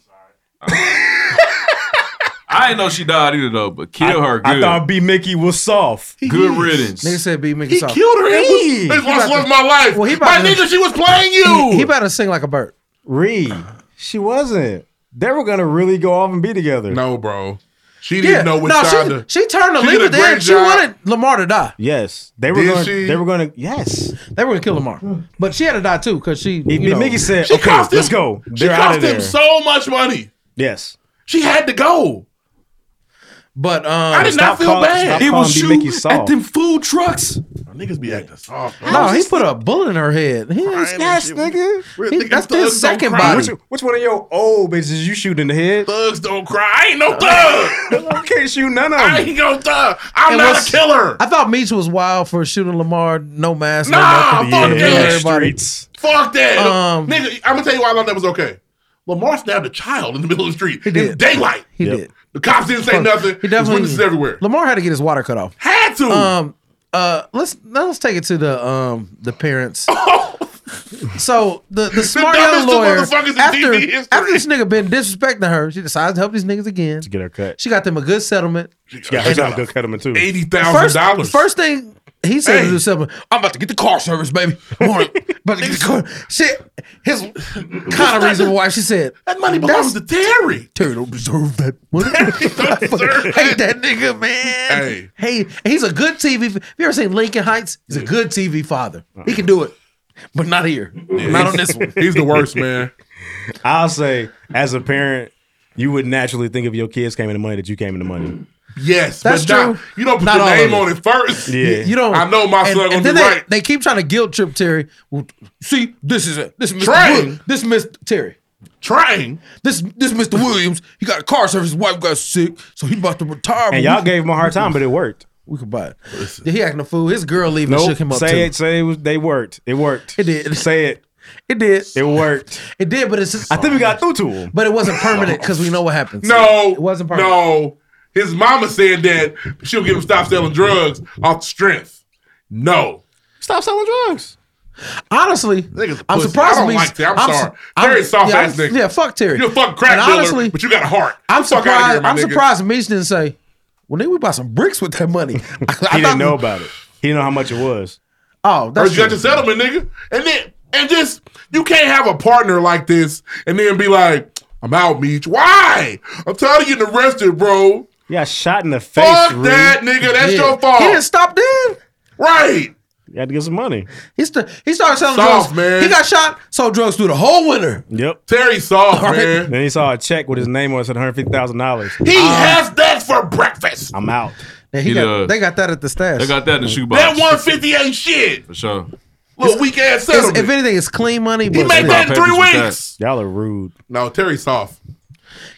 S2: I didn't know she died either though, but kill her
S5: I
S2: good.
S5: thought B Mickey was soft.
S2: good riddance.
S4: Nigga said B Mickey
S3: He
S4: Soft.
S3: killed her.
S5: Hey.
S3: It was, it was
S4: He about
S3: love
S4: to-
S3: my life.
S4: Well,
S3: my
S4: he about to-
S3: nigga, she was playing
S4: He,
S3: you.
S4: he about to sing like a bird.
S5: Reed. She wasn't. They were gonna really go off and be together.
S3: no, bro. She didn't know which side
S4: no,
S3: to.
S4: she, she turned the
S3: She
S4: leader
S3: did a
S4: there.
S3: great
S4: She
S3: job.
S4: wanted Lamar to die.
S5: Yes. They were
S3: Did
S5: gonna
S3: she?
S5: they were gonna Yes.
S4: They were gonna kill Lamar, but she had to die too because she.
S5: B
S4: you know,
S5: Mickey said,
S3: She
S5: okay,
S3: cost him-
S5: let's go.
S3: She
S5: They're out
S3: cost
S5: of there.
S3: him so much money.
S5: yes.
S3: She had to go.
S4: But um,
S3: I did
S5: stop
S3: not feel
S5: calling-
S3: bad.
S5: stop-
S2: It was
S5: Calling B.
S2: you
S5: Mickey
S2: at
S5: soft.
S2: them food trucks.
S3: Niggas be acting soft. bro.
S4: no, he put a bullet in her head. He was
S5: Yes, nigga.
S3: Real
S4: He-
S3: niggas,
S4: that's the
S3: thugs don't
S4: second
S3: cry.
S4: body.
S5: Which, which one of your old bitches you shoot in the head?
S3: Thugs don't cry. I ain't no thug.
S5: I can't shoot none of
S3: I
S5: them.
S3: ain't no thug. I'm
S4: And
S3: not
S4: what's-
S3: a killer.
S4: I thought Meach was wild for shooting Lamar, no mask, no
S3: Nah,
S4: nothing.
S3: fuck
S5: Yeah,
S3: that.
S4: everybody.
S5: streets.
S3: Fuck that.
S4: Um,
S3: Nigga, I'm gonna tell you why I thought that was okay. Lamar stabbed a child in the middle of the street. He
S4: did.
S3: Daylight.
S4: He
S5: Yep.
S4: did.
S3: The cops didn't say nothing.
S4: He
S3: He
S4: definitely-
S3: definitely witnesses everywhere.
S4: Lamar had to get his water cut off.
S3: Had to.
S4: Um, uh, let's now let's take it to the um the parents. So the the smart young
S3: Oh. dumbest two
S4: lawyer
S3: motherfuckers in
S4: after,
S3: TV history.
S4: after this nigga been disrespecting her, she decides to help these niggas again.
S5: To get her cut.
S4: She got them a good settlement.
S5: She got her shot good cut him in two.
S3: Eighty thousand
S4: First,
S3: dollars.
S4: first thing He said to himself, "I'm about to get the car service, baby. Morning, about to get the car." Shit, his kind of reason why she said
S3: that money belongs
S4: "That's-
S3: to Terry.
S4: Terry don't deserve that money. I fucking hate that nigga, man. Hey, he's a good TV. If you ever seen Lincoln Heights? He's a good TV father. He can do it, but not here. Not on this one.
S3: man.
S5: I'll say, as a parent, you would naturally think if your kids came into money that you came into money.
S3: Yes,
S5: That's
S3: that's but not-
S5: true.
S3: you don't put
S5: Not
S3: your
S5: all
S3: name
S5: of
S3: on
S5: it.
S3: it first.
S5: Yeah.
S4: You don't.
S3: I know my
S4: and-
S3: son gonna
S4: and
S3: do
S4: then they,
S3: right.
S4: They keep trying to guilt trip Terry. Well, see, this is it. This is Mr.
S3: Train.
S4: Wood. This is Mr. Terry.
S3: Train.
S4: This this Mr. Williams. He got a car service. His wife got sick, so he about to retire. but
S5: And y'all
S4: we-
S5: gave him a hard time, but it worked.
S4: We could buy it. He acting a fool. His girl even
S5: Nope.
S4: shook him up
S5: say
S4: too.
S5: it. Say it was, they worked. It worked. It
S4: did.
S5: Say it.
S4: It did.
S5: It worked.
S4: It did, but it's. Just,
S5: I think we got through to him.
S4: But it wasn't permanent because we know what happens.
S3: No,
S4: it wasn't permanent.
S3: no. His mama said that she'll get him to stop selling drugs off the strength. No,
S5: Stop selling drugs.
S4: Honestly,
S3: Nigga's a
S4: I'm
S3: pussy.
S4: surprised.
S3: I don't
S4: we-
S3: like Terry. I'm,
S4: I'm
S3: sorry.
S4: su- I'm-
S3: Terry's soft
S4: yeah,
S3: ass
S4: I'm-
S3: nigga.
S4: yeah, fuck Terry.
S3: You're a fucking crack
S4: And
S3: dealer,
S4: honestly,
S3: but you got a heart.
S4: I'm
S3: Fuck outta
S4: surprised.
S3: here, my
S4: I'm
S3: nigga.
S4: surprised Meach didn't say, "Well, then we buy some bricks with that money."
S5: He didn't know about it. He didn't know how much it was.
S4: Oh,
S3: Or
S4: that's
S3: you got
S4: true.
S3: your settlement, nigga. And then and just you can't have a partner like this and then be like, I'm out, Meech. Why? I'm tired of getting arrested, bro.
S5: Yeah, shot in the face.
S3: Fuck
S5: Reed.
S3: that, nigga. That's
S5: Yeah.
S3: your fault.
S4: He didn't stop then.
S3: Right.
S5: You had to get some money.
S4: He st- he started selling
S5: Soft,
S4: drugs.
S5: man.
S4: He got shot, sold drugs through the whole winter.
S5: Yep.
S3: Terry soft, man.
S5: Then he saw a check with his name on it said $150,000.
S3: He has that for breakfast.
S5: I'm out.
S4: And he
S2: He
S4: got,
S2: does.
S4: They got that at the stash.
S2: They got that in the shoebox.
S3: That 150 ain't shit.
S2: For sure.
S3: Little weak ass
S4: It's-
S3: settlement.
S4: if anything, it's clean money. But
S3: he made that in three
S5: Papers with
S3: weeks.
S5: Y'all are rude.
S3: No, Terry soft.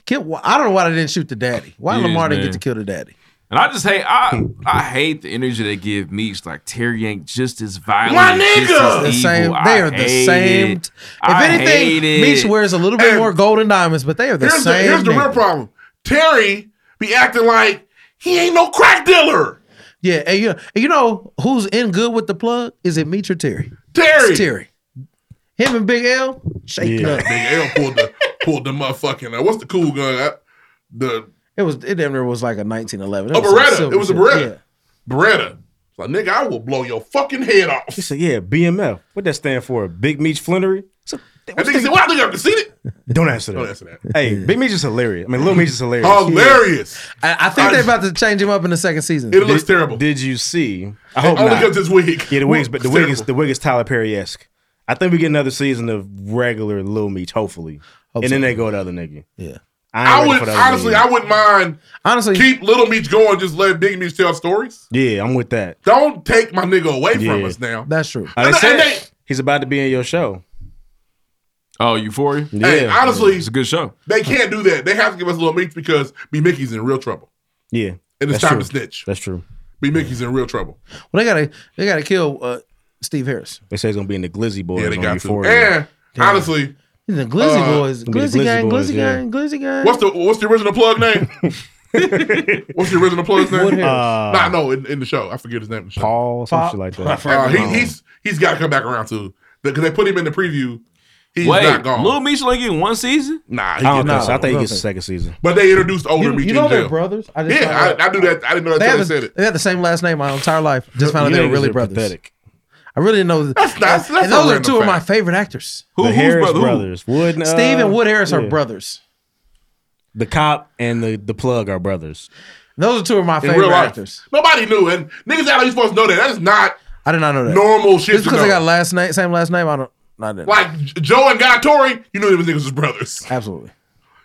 S4: Kid, wh- I don't know why they didn't shoot the daddy. Why
S2: Yes,
S4: Lamar didn't
S2: man.
S4: get to kill the daddy?
S2: And I just hate I I hate the energy they give Meeks. Like Terry ain't just as violent.
S4: My
S2: just
S4: nigga!
S2: as
S4: The same-
S2: evil.
S4: they
S2: I
S4: are the
S2: hate
S4: same-
S2: it.
S4: If
S2: I
S4: if anything,
S2: hate it.
S4: Meach wears a little bit more gold and diamonds, but they are the
S3: here's the,
S4: same.
S3: here's the
S4: nigga.
S3: real problem. Terry be acting like he ain't no crack dealer.
S4: Yeah, and you, and you know who's in good with the plug? Is it Meach or Terry?
S3: Terry.
S4: It's Terry. Him and Big L shaking
S3: Yeah.
S4: up.
S3: Big L pulled the pulled the motherfucking uh, what's the cool gun? Uh, The
S4: It was it damn near was like a
S3: a
S4: 1911. It was some
S3: Beretta.
S4: silver
S3: It was a
S4: shit.
S3: Beretta. Beretta. It's Like nigga, I will blow your fucking head off.
S5: He said, yeah, BMF. What that stand for? Big Meech Flannery? So,
S3: And nigga said, "Well, I think I can see it."
S5: don't answer that.
S3: Don't answer that.
S5: Hey, Big Meech is hilarious. I mean, Little Meech is hilarious.
S3: Oh, Hilarious.
S4: Yeah. I, I think they're about to change him up in the second season.
S5: Did- Did you see? I hope
S3: oh,
S4: I
S5: not.
S4: look up
S3: this wig.
S5: Yeah, the wig's, but the
S4: It's
S5: wig is
S4: terrible.
S5: the wig is Tyler Perry esque. I think we get another season of regular Lil Meech, hopefully, and then they go to other nigga.
S4: Yeah,
S5: I,
S3: I would honestly, I wouldn't mind.
S4: Honestly,
S3: keep Little Meech going. Just let Big Meech tell stories.
S5: Yeah, I'm with that.
S3: Don't take my nigga away from
S5: Yeah.
S3: us now.
S4: That's true.
S5: Uh, they
S3: And-
S5: said
S3: and they-
S5: he's about to be in your show.
S2: Oh, Euphoria.
S5: Yeah,
S3: Hey, honestly,
S2: it's a good show.
S3: They can't do that. They have to give us Little Meech because B Mickey's in real trouble.
S5: Yeah,
S3: And it's
S5: that's
S3: time
S5: true.
S3: to snitch.
S5: That's true.
S3: B Mickey's in real trouble.
S4: Well, they gotta they gotta kill uh, Steve Harris.
S5: They say he's gonna be in the Glizzy Boys.
S3: Yeah, they
S5: on
S3: got to.
S5: Euphoria.
S3: And honestly,
S4: He's in Glizzy
S3: uh,
S4: Boys,
S5: Gonna be the
S4: Glizzy
S5: Glizzy
S4: Gang,
S5: Boys,
S4: Glizzy
S5: yeah.
S4: Gang, Glizzy Gang.
S3: What's the what's the original plug name? what's the original plug name?
S4: Wood Harris.
S5: Uh,
S3: nah, no, in, in the show, I forget his name. In the show.
S5: Paul, some shit like that.
S3: Uh, he, he's he's got to come back around too because they put him in the preview. He's
S2: Wait,
S3: not gone.
S2: Little Meech only getting one season?
S3: Nah,
S5: I
S3: he
S5: don't
S3: gets
S5: know. I think he
S3: out.
S5: gets a second season.
S3: But they introduced older
S4: You,
S3: Meech
S4: you
S3: in
S4: know they're
S3: jail.
S4: brothers? I just found
S3: yeah,
S4: out.
S3: I, I knew that. I didn't know that until
S4: they, have
S3: they
S4: the,
S3: said it.
S4: they had the same last name my entire life. Just found out
S5: You
S4: they were
S5: niggas
S4: really
S5: are
S4: brothers.
S5: pathetic.
S4: I really didn't know. That's
S3: that's- that's
S4: and
S3: a
S4: those are
S3: random
S4: two of my
S3: fact.
S4: favorite actors.
S5: the Harris brothers, Wood, and, uh,
S4: Steve and Wood Harris are
S5: yeah.
S4: brothers.
S5: The cop and the the plug are brothers.
S4: Those are two of my
S3: in
S4: favorite
S3: real life.
S4: actors.
S3: Nobody knew, and niggas out you supposed to know that. That is not
S4: I did not know that.
S3: normal shit.
S4: Just
S3: to
S4: because they
S3: know.
S4: got last name, same last name. I don't. I didn't.
S3: like J- Joe and Guy Tori, you knew them niggas was brothers.
S4: Absolutely.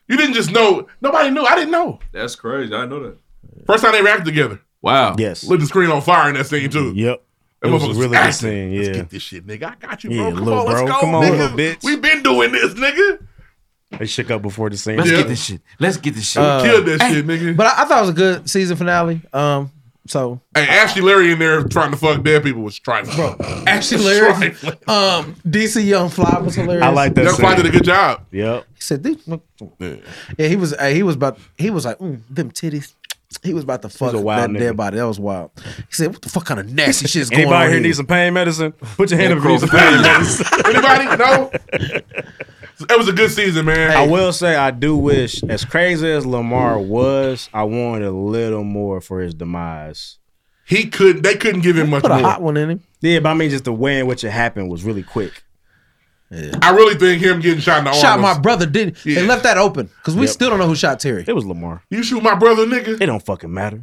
S3: You didn't just know. Nobody knew. I didn't know.
S2: That's crazy. I didn't know that.
S3: First time they ever acted together.
S2: Wow.
S5: Yes.
S3: Lit the screen on fire in that scene too.
S5: Yep.
S3: That
S5: It was a
S3: motherfucker's
S5: really good
S3: acting.
S5: scene.
S3: Let's
S5: Yeah.
S3: get this shit, nigga. I got you,
S5: Yeah,
S3: bro. Come
S5: little
S3: on, let's
S5: bro.
S3: go,
S5: Come on,
S3: nigga.
S5: little bitch.
S3: We been doing this, nigga.
S5: They shook up before the scene.
S2: Let's get this shit. Let's get this shit.
S4: Uh,
S3: Killed that
S4: hey,
S3: shit, nigga.
S4: But I, I thought it was a good season finale. Um. So
S3: Hey, Ashley Larry in there trying to fuck dead people was trifling. Bro,
S4: actually, Larry, um, DC Young Fly was hilarious.
S5: I like that.
S3: That's why I
S5: scene.
S3: did a good job.
S5: Yep.
S4: He said, "These- look." "Yeah, he was. hey, he was about. He was like, mm, them titties." He was about to fuck
S5: a wild
S4: that
S5: nigga.
S4: dead body. That was wild. He said, "What the fuck kind of nasty shit is going on
S5: Anybody here
S4: here?"
S5: need some pain medicine? Put your hand up if you need some
S2: Necrophilia.
S5: pain medicine.
S3: Anybody? No. It was a good season, man.
S5: I will say I do wish, as crazy as Lamar was, I wanted a little more for his demise.
S3: He could. They couldn't give him much more.
S5: one in him. Yeah, but I mean, just the way in which it happened was really quick.
S3: I really think him getting shot in the
S5: Shot
S3: arm.
S5: my
S3: was-
S4: brother didn't.
S3: Yeah.
S4: They left that open because we
S5: Yep.
S4: still don't know who shot Terry.
S5: It was Lamar.
S3: You shoot my brother, nigga.
S5: It don't fucking matter.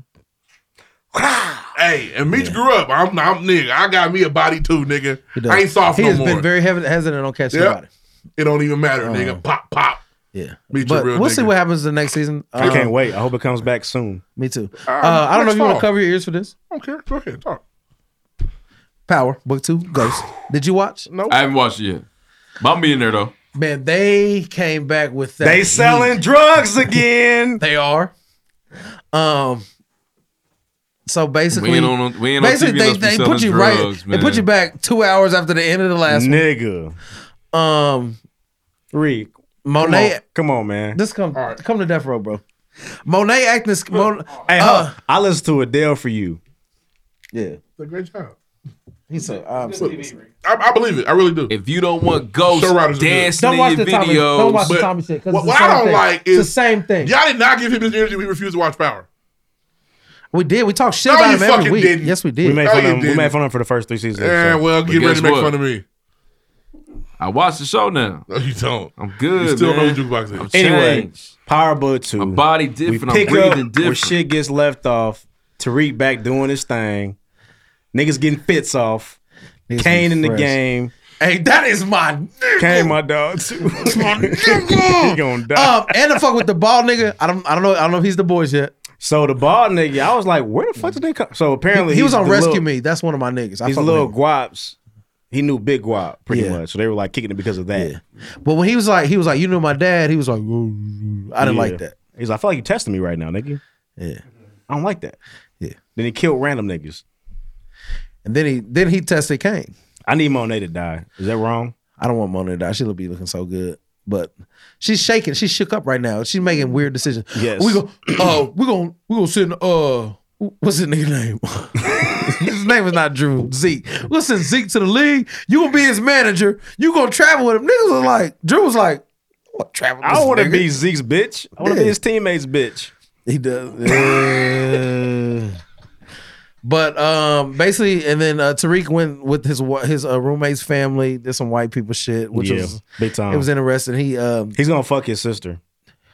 S3: Hey, and Meach grew up. I'm, I'm nigga. I got me a body too, nigga.
S4: He does.
S3: I ain't soft
S4: He
S3: no
S4: has
S3: more.
S4: been very heav- hesitant on catching
S3: Yep.
S4: body.
S3: It don't even matter, nigga. Pop, pop.
S4: Yeah,
S3: Meach a
S4: But
S3: real
S4: we'll see
S3: nigga.
S4: what happens the next season.
S5: I can't
S4: Um,
S5: wait. I hope it comes back soon.
S4: Me too. Uh, I don't know if you want to cover your ears for this.
S3: I don't care. Go ahead. Talk.
S4: Power book two Ghost. Did you watch? No.
S2: I haven't watched it yet. But I'm being there though.
S4: Man, they came back with that.
S5: They selling drugs again.
S4: they are. Um. So basically,
S2: We ain't on- we ain't on TV
S4: basically they,
S2: unless we
S4: they put you
S2: selling drugs,
S4: right. They put
S2: man.
S4: you back two hours after the end of the last one.
S5: Nigga.
S4: Um,
S5: Reek.
S4: Monet.
S5: Come on, come on man.
S4: This come come to death row, bro. Monet acting. sc- Mon-
S5: Hey,
S4: uh,
S5: hold- I listened to Adele for you.
S4: Yeah.
S3: Did a great job.
S4: He said, uh, "I'm
S3: I, I believe it. I really do.
S2: If you don't want ghosts
S3: Show writers are good.
S2: dancing in your videos,
S4: don't watch the
S2: but-
S4: Tommy shit. 'cause
S3: What,
S4: it's the
S3: what I
S4: same
S3: don't
S4: thing.
S3: like
S4: It's
S3: is
S4: the same thing.
S3: Y'all did not give him his energy. We refused to watch Power.
S4: We did. We talked shit
S3: No,
S4: about
S3: you
S4: him every
S3: fucking
S4: week.
S3: didn't.
S4: Yes, we
S5: We
S4: did.
S5: made,
S3: No,
S5: fun
S3: you
S5: of him. we
S3: didn't.
S5: made fun of him for the first three seasons.
S3: Yeah,
S5: so.
S3: well,
S2: But
S3: get ready
S2: guess
S3: to make
S2: what?
S3: fun of me.
S2: I watched the show now.
S3: No, you don't.
S2: I'm good.
S3: You still know
S2: man.
S3: who Jukebox is.
S2: I'm
S5: Anyway,
S2: changed.
S5: Powerbud 2.
S2: My body different.
S5: We
S2: I'm
S5: pick
S2: breathing
S5: up where
S2: different.
S5: shit gets left off. Tariq back doing his thing. Niggas getting fits off.
S4: Niggas
S5: Kane
S4: be
S5: in the
S4: fresh.
S5: game.
S4: Hey, that is my
S5: Kane, my dog, too. he gonna die.
S4: um, and the fuck with the ball nigga. I don't. I don't know. I don't know if he's the boys yet.
S5: so the ball nigga, I was like, where the fuck did they come? So apparently
S4: he, he was
S5: he's
S4: on
S5: the
S4: Rescue
S5: little-
S4: Me. That's one of my niggas. I
S5: These
S4: fuck with
S5: little
S4: him.
S5: guaps, he knew Big Guap pretty
S4: Yeah.
S5: much. So they were like kicking it because of that.
S4: But when he was like, he was like, you know my dad. He was like, "Whoa, whoa, whoa." I didn't like
S5: Yeah.
S4: that.
S5: He's like, I feel like you testing me right now, nigga.
S4: Yeah.
S5: I don't like that.
S4: Yeah.
S5: Then he killed random niggas.
S4: And then he then he tested Kane.
S5: I need Monet to die. Is that wrong?
S4: I don't want Mona to die. She'll be looking so good. But she's shaking. She's shook up right now. She's making weird decisions.
S5: Yes.
S4: We go uh we gonna we gonna send uh what's his nigga name? his name is not Drew. Zeke. We'll send Zeke to the league. You gonna be his manager. You gonna travel with him. Niggas was like, Drew was like, what travel? with
S5: I
S4: this
S5: don't want to
S4: nigga?"
S5: be Zeke's bitch. I want to
S4: Yeah.
S5: be his teammates' bitch.
S4: He does. Uh, but um, basically, and then uh, Tariq went with his wa- his uh, roommate's family. Did some white people shit, which
S5: Yeah, Uh-huh.
S4: was
S5: big time.
S4: It was interesting. He um,
S5: He's gonna fuck his sister.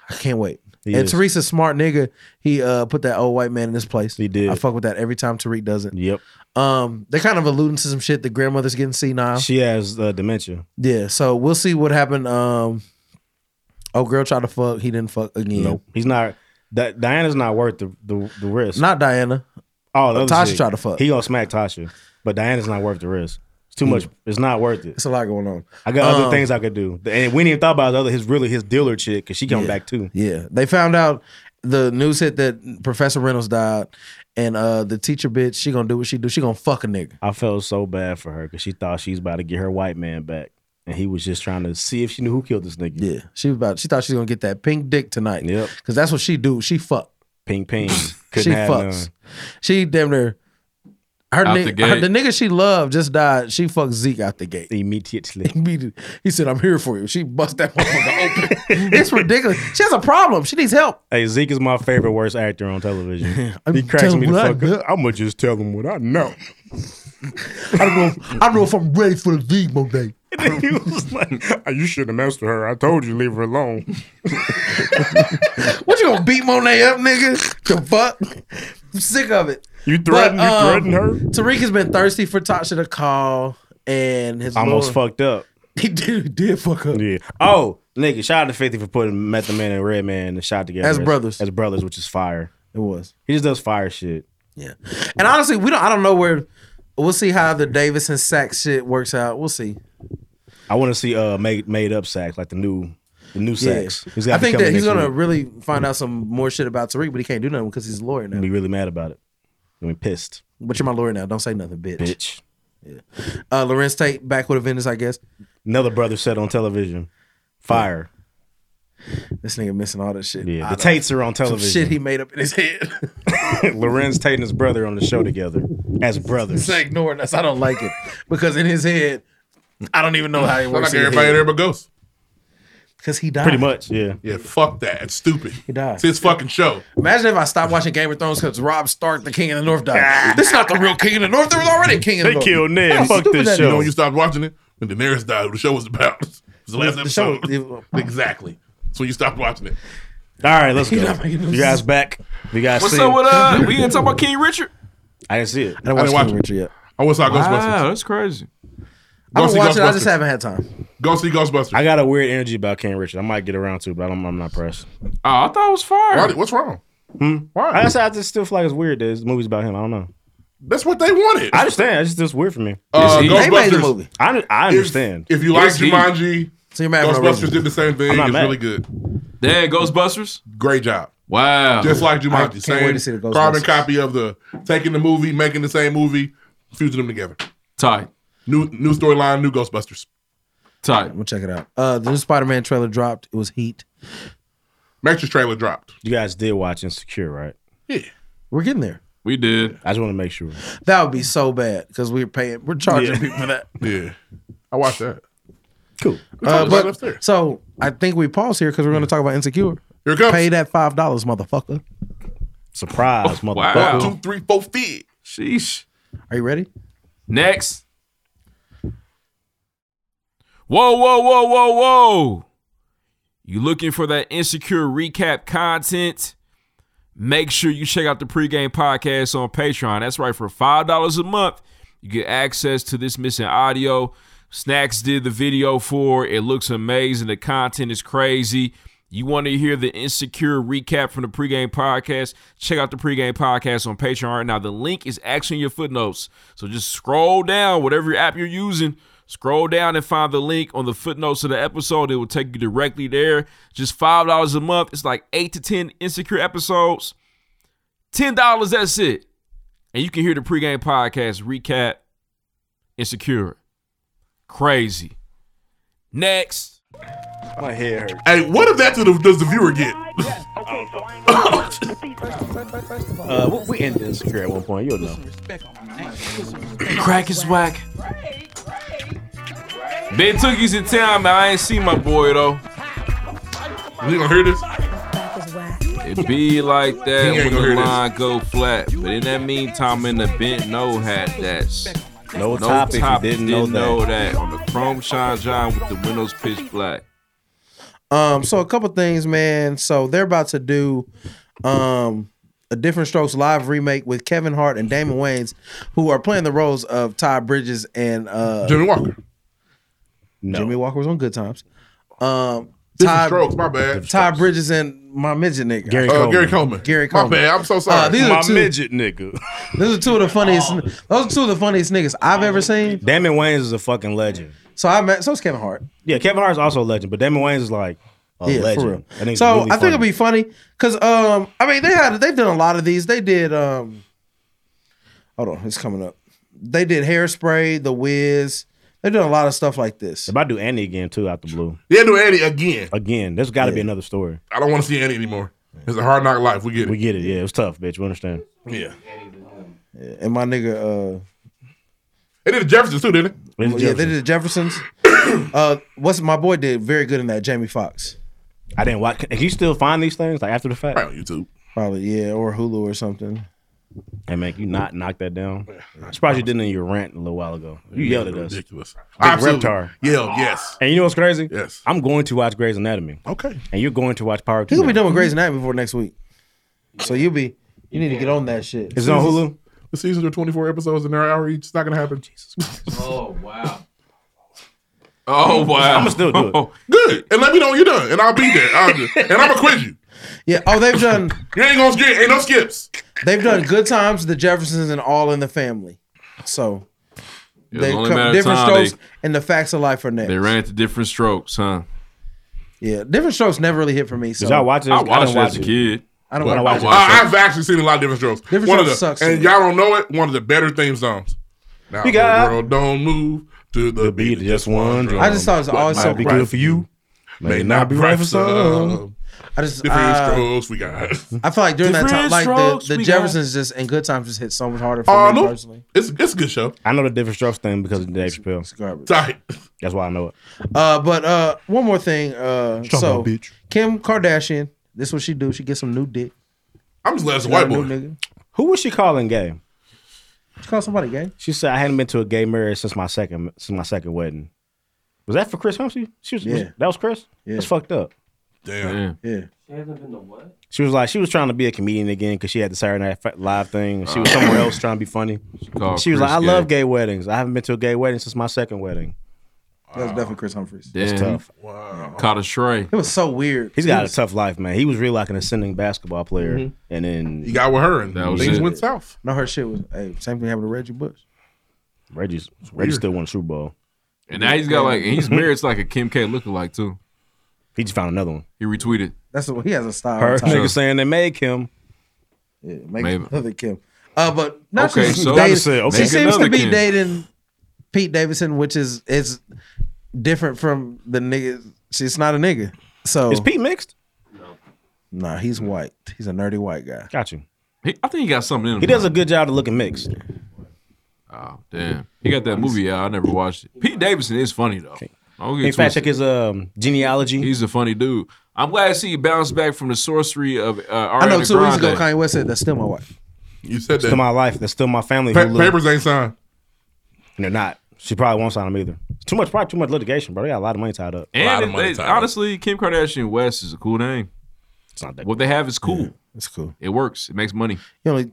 S4: I can't wait.
S5: He
S4: and
S5: is.
S4: Tariq's a smart nigga. He uh, put that old white man in his place. He
S5: did.
S4: I fuck with that every time Tariq does it.
S5: Yep.
S4: Um, they're kind of alluding to some shit. The grandmother's getting senile.
S5: She has uh, dementia.
S4: yeah. So we'll see what happened. Um, oh, girl tried to fuck. He didn't fuck again.
S5: Nope. He's not. Di- Diana's not worth the the, the risk.
S4: Not Diana.
S5: oh, the other
S4: Tasha
S5: chick.
S4: tried to fuck.
S5: He gonna smack Tasha, but Diana's not worth the risk. It's too much. It's not worth it.
S4: It's a lot going on.
S5: I got other
S4: Um,
S5: things I could do, and we didn't even thought about the other. His really his dealer chick because she come back too.
S4: Yeah, they found out the news hit that Professor Reynolds died, and uh the teacher bitch, she gonna do what she do. She gonna fuck a nigga.
S5: I felt so bad for her because she thought she's about to get her white man back, and he was just trying to see if she knew who killed this nigga.
S4: Yeah, she was about. She thought she was gonna get that pink dick tonight.
S5: Yep.
S4: because that's what she do. She fuck.
S5: Ping ping. Couldn't
S4: she
S5: have
S4: fucks.
S5: none.
S4: She damn near. Her,
S5: Out
S4: ni-
S5: the gate.
S4: her- the nigga she loved just died. She fucked Zeke out the gate.
S5: Immediately.
S4: Immediately. He said, I'm here for you. She bust that motherfucker open. it's ridiculous. She has a problem. She needs help.
S5: Hey, Zeke is my favorite worst actor on television.
S4: I'm
S5: he cracks
S4: telling
S5: me the
S4: what I
S5: fuck up. I'm gonna just tell him what I know.
S4: I don't know if, I don't know if I'm ready for the league Monet.
S5: he was like, "Oh, "You shouldn't have messed with her. I told you leave her alone."
S4: What you gonna beat Monet up, nigga? The fuck? I'm sick of it. um,
S5: You threaten- you threaten her?
S4: Tariq has been thirsty for Tasha to call, and his
S5: Almost
S4: little-
S5: fucked up.
S4: He did, he did fuck up.
S5: Yeah. Oh, nigga, shout out to Fifty for putting Method Man and Red Man in the shot together
S4: As brothers.
S5: as brothers, which is fire.
S4: It was.
S5: He just does fire shit.
S4: Yeah. And honestly, we don't. I don't know where. We'll see how the Davis and Sachs shit works out. We'll see.
S5: I want to see uh made made up sacks like the new the new sacks.
S4: Yeah.
S5: He's gotta
S4: I
S5: be
S4: think
S5: coming
S4: that he's
S5: next
S4: gonna
S5: week.
S4: really find out some more shit about Tariq, but he can't do nothing because he's a lawyer now.
S5: be really mad about it. I mean, pissed.
S4: But you're my lawyer now. Don't say nothing, bitch.
S5: Mm-hmm. Bitch.
S4: Uh, Lorenz Tate back with a vengeance, I guess.
S5: Another brother said on television, fire.
S4: This nigga missing all that shit.
S5: Yeah,
S4: I
S5: the
S4: don't-
S5: Tates are on
S4: some
S5: television.
S4: Shit he made up in his head.
S5: Lorenz Tate and his brother on the show together as brothers.
S4: Say ignoring us. I don't like it because in his head, I don't even know how it
S3: Sound
S4: works.
S3: like
S4: in his
S3: everybody
S4: head.
S3: there but Ghost.
S4: Because he died.
S5: Pretty much, yeah.
S3: Yeah, fuck that. It's stupid.
S4: He died.
S3: It's his fucking show.
S4: Imagine if I stopped watching Game of Thrones because Rob Stark, the King of the North, died. this is not the real King of the North. There was already a King of the North. How stupid that
S3: You know
S4: is.
S3: when you stopped watching it? When Daenerys died, who the show was about. It was the last
S4: The show-
S3: episode. exactly. That's when you stopped watching it.
S5: All right, let's go.
S3: You're not making no
S5: You guys back? You guys
S2: What's
S5: see
S2: up
S5: it?
S2: with uh? We didn't talk about King Richard.
S5: I didn't see it. I
S3: didn't watch I didn't watch King it. Richard
S5: yet.
S3: I wish I saw
S2: Wow,
S3: Ghostbusters.
S2: that's crazy.
S5: I'm
S3: Go see
S5: watching.
S3: Ghostbusters.
S4: had time.
S3: Go see Ghostbusters.
S5: I got a weird energy about King Richard. I might get around to, it, but I'm, I'm not pressed.
S2: Oh, I thought it was fire.
S3: Why- what's wrong?
S5: Hmm?
S3: Why?
S5: I just, I just still feel like it's weird. That this movie's about him. I don't know.
S3: That's what they wanted.
S5: I understand. It's just it's weird for me.
S3: Uh, It's he. They made the Ghostbusters. movie.
S5: I, I
S3: If-
S5: understand.
S3: If, you like Jumanji,
S4: so you're
S5: mad for no reason.
S3: Ghostbusters did the same thing.
S5: I'm
S3: It's
S5: not mad.
S3: really good.
S2: Damn, Ghostbusters.
S3: Great job.
S2: Wow.
S3: Just like
S2: I can't
S3: Jumanji.
S2: wait to see the
S3: Same
S2: Ghostbusters.
S3: carbon copy of the taking the movie, making the same movie, fusing them together.
S2: Tight.
S3: New new storyline, new Ghostbusters.
S2: Tight.
S4: We'll check it out. Uh, the new Spider Man trailer dropped. It was Heat.
S3: Matrix trailer dropped.
S5: You guys did watch Insecure, right?
S3: Yeah.
S4: We're getting there.
S2: We did.
S5: I just want to make sure.
S4: That would be so bad because we're paying, we're charging
S5: Yeah.
S4: people for that.
S3: Yeah. I watched that.
S5: Cool.
S4: Uh,
S3: about it
S4: but, so I think we pause here because we're going to talk about Insecure.
S3: Here comes.
S4: Pay that $5, motherfucker.
S5: Surprise,
S2: Wow.
S4: motherfucker.
S3: Two, three, four, five.
S2: Sheesh.
S4: Are you ready?
S2: Next. Whoa, whoa, whoa, whoa, whoa. You looking for that insecure recap content? Make sure you check out the pregame podcast on Patreon. That's right, for $5 a month, you get access to this missing audio. Snacks did the video for it. It looks amazing. The content is crazy. You want to hear the insecure recap from the pregame podcast? Check out the pregame podcast on Patreon right now. The link is actually in your footnotes. So just scroll down, whatever app you're using, Scroll down and find the link on the footnotes of the episode. It will take you directly there. Just five dollars a month. It's like eight to ten insecure episodes. Ten dollars. That's it. And you can hear the pregame podcast recap. Insecure. Crazy. Next.
S5: My hair hurts.
S3: Hey, what if that's what the, does the viewer get? Oh,
S5: Uh, we- we ended Insecure at one point. You'll know.
S2: Crack is whack. Ben Tookie's in town, man. I ain't seen my boy though.
S3: You gonna hear this?
S2: It be like that
S3: He ain't
S2: when
S3: gonna
S2: the
S3: hear this.
S2: line go flat. But in that meantime, in the bent no hat that's
S5: No top if you didn't know
S2: that. On the chrome shine shine with the windows pitch black.
S4: Um, so a couple things, man. So they're about to do um a Different Strokes live remake with Kevin Hart and Damon Wayans, who are playing the roles of Ty Bridges and uh
S3: Jimmy Walker.
S4: Jimmy Walker was on Good Times. Um,
S3: Different Strokes, my bad.
S4: Ty Bridges and my midget nigga.
S5: Gary
S3: Uh, Gary Coleman.
S4: Gary
S3: My
S4: Coleman.
S3: bad, I'm so sorry.
S4: Uh, these are
S5: My
S4: two,
S5: midget nigga.
S4: Those are two of the funniest. Those are two of the funniest niggas I've ever seen.
S5: Damon Wayans is a fucking legend.
S4: So I met. So it's Kevin Hart.
S5: Yeah, Kevin Hart's also a legend, but Damon Wayans is like a
S4: yeah,
S5: legend.
S4: for real.
S5: That nigga's
S4: so
S5: really
S4: I think
S5: funny.
S4: it'll be funny because um, I mean they had they've done a lot of these. They did um, hold on, it's coming up. They did hairspray, The Wiz. They've done a lot of stuff like this.
S5: If I do Andy again too, out the blue.
S3: Yeah, do Andy again.
S5: Again, there's got to be another story.
S3: I don't want to see Andy anymore. It's a hard knock life. We get it.
S5: We get it. Yeah, it was tough, bitch. We understand.
S3: Yeah.
S4: Yeah, And my nigga, uh,
S3: They did the Jeffersons too, didn't
S5: they?
S4: yeah, they did the Jeffersons. uh, what's my boy did very good in that Jamie Foxx.
S5: I didn't watch. Can you still find these things like after the fact?
S3: Probably on YouTube.
S4: Probably yeah, or Hulu or something.
S5: Hey man, can you not knock that down. I'm surprised you didn't in your rant a little while ago. You yelled at us.
S3: Ridiculous.
S5: Big
S3: Absolutely.
S5: Reptar.
S3: Yelled, yes.
S5: And you know what's crazy?
S3: Yes.
S5: I'm going to watch Grey's Anatomy.
S3: Okay.
S5: And you're going to watch Power.
S4: He's gonna be done with Grey's Anatomy before next week. So you'll be you need to get on that shit.
S5: Is it on Hulu?
S3: The seasons are 24 episodes and they're an hour each. It's not gonna happen. Jesus
S2: Oh wow. Oh wow.
S5: I'ma still do it.
S3: Good. And let me know when you're done, and I'll be there. I'll just- and I'm gonna quiz you.
S4: Yeah. Oh, they've done.
S3: You ain't gonna skip. Ain't no skips.
S4: They've done good times, the Jeffersons, and all in the family. So
S2: It was
S4: they
S2: only a matter
S4: come
S2: of
S4: different
S2: time
S4: strokes,
S2: they-
S4: and the facts of life are next.
S2: They ran into different strokes, huh?
S4: Yeah, different strokes never really hit for me. So
S2: I watched it as a kid.
S4: I don't wanna watch it.
S3: I, have actually seen a lot of different strokes.
S4: Different
S3: one of the,
S4: Strokes sucks,
S3: And
S4: too.
S3: y'all don't know it. One of the better theme songs. Now
S4: We got-
S3: the world don't move to the, beat of just one drum.
S4: I just thought it was
S3: What
S4: always
S3: might
S4: so
S3: be good
S4: bright.
S5: for you.
S3: May not be right for some.
S4: I just
S3: Different
S4: I-
S3: strokes we got.
S4: I feel like during that time,
S3: Different
S4: like
S3: strokes
S4: the, the
S3: we Oh,
S4: Jeffersons just and Good Times just hit so much harder for me
S3: Arnold.
S4: personally.
S3: It's it's a good show.
S5: I know the different strokes thing because of Dave Chappelle. That's why I know it.
S4: Uh, but uh, one more thing. Uh,
S5: Strong
S4: so
S5: out, bitch.
S4: Kim Kardashian, this what she do. She get some new dick.
S3: I'm just glad it's a
S4: She got
S3: white
S4: new
S3: boy.
S4: nigga.
S5: Who was she calling gay?
S4: She called somebody gay.
S5: She said I hadn't been to a gay marriage since my second since my second wedding. Was that for Chris Hemsey? She was,
S4: Yeah.
S5: that was Chris. That's fucked up.
S3: Damn.
S4: Yeah.
S17: She hasn't been the what?
S5: She was like she was trying to be a comedian again because she had the Saturday Night Fa- Live thing. and She was somewhere else trying to be funny. She,
S2: called
S5: was
S2: Chris
S5: like, I
S2: gay.
S5: love gay weddings. I haven't been to a gay wedding since my second wedding.
S4: That was definitely Chris Humphries.
S5: That's tough.
S2: Wow. Caught a stray.
S4: It was so weird.
S5: He's got
S4: He was-
S5: a tough life, man. He was really like an ascending basketball player,
S4: Mhm.
S5: and then
S3: he got with her, and things went south.
S4: No, her shit was hey, same thing happened to Reggie Bush.
S5: Reggie's
S2: weird.
S5: Reggie still won a Super Bowl.
S2: And now he's got like and he's married to like a Kim K lookalike too.
S5: He just found another one.
S2: He retweeted.
S4: That's what he has a style.
S5: Her
S4: type.
S5: nigga saying they make him.
S4: Yeah, make
S5: Maybe.
S4: another Kim. Uh, but now
S5: Okay,
S4: she's
S5: so-
S4: dating,
S5: That's it. Okay.
S4: she
S5: Make
S4: seems to
S5: another
S4: be
S5: Kim.
S4: dating Pete Davidson, which is is different from the nigga. She's not a nigga. So
S5: Is Pete mixed?
S4: Nah, he's white. He's a nerdy white guy.
S5: Got you.
S2: He, I think he got something in him.
S5: He does a good job of looking mixed.
S2: Oh damn, he got that movie out. I never watched it. Pete Davidson is funny though. I don't get
S5: Hey,
S2: twisted.
S5: fact check his um, genealogy.
S2: He's a funny dude. I'm glad to see you bounce back from the sorcery of uh, Ariana
S4: I know two weeks
S2: Grande.
S4: ago Kanye West said that's still my wife.
S3: You said
S5: Still my life. That's still my family.
S3: Pa-
S5: who live-
S3: papers ain't signed.
S5: And they're not. She probably won't sign them either. It's too much, probably too much litigation, bro. They got a lot of money tied up.
S2: And it- they- honestly, Kim Kardashian West is a cool name.
S5: It's not that.
S2: What they have is cool.
S4: it's cool.
S2: It works. It makes money.
S4: You know,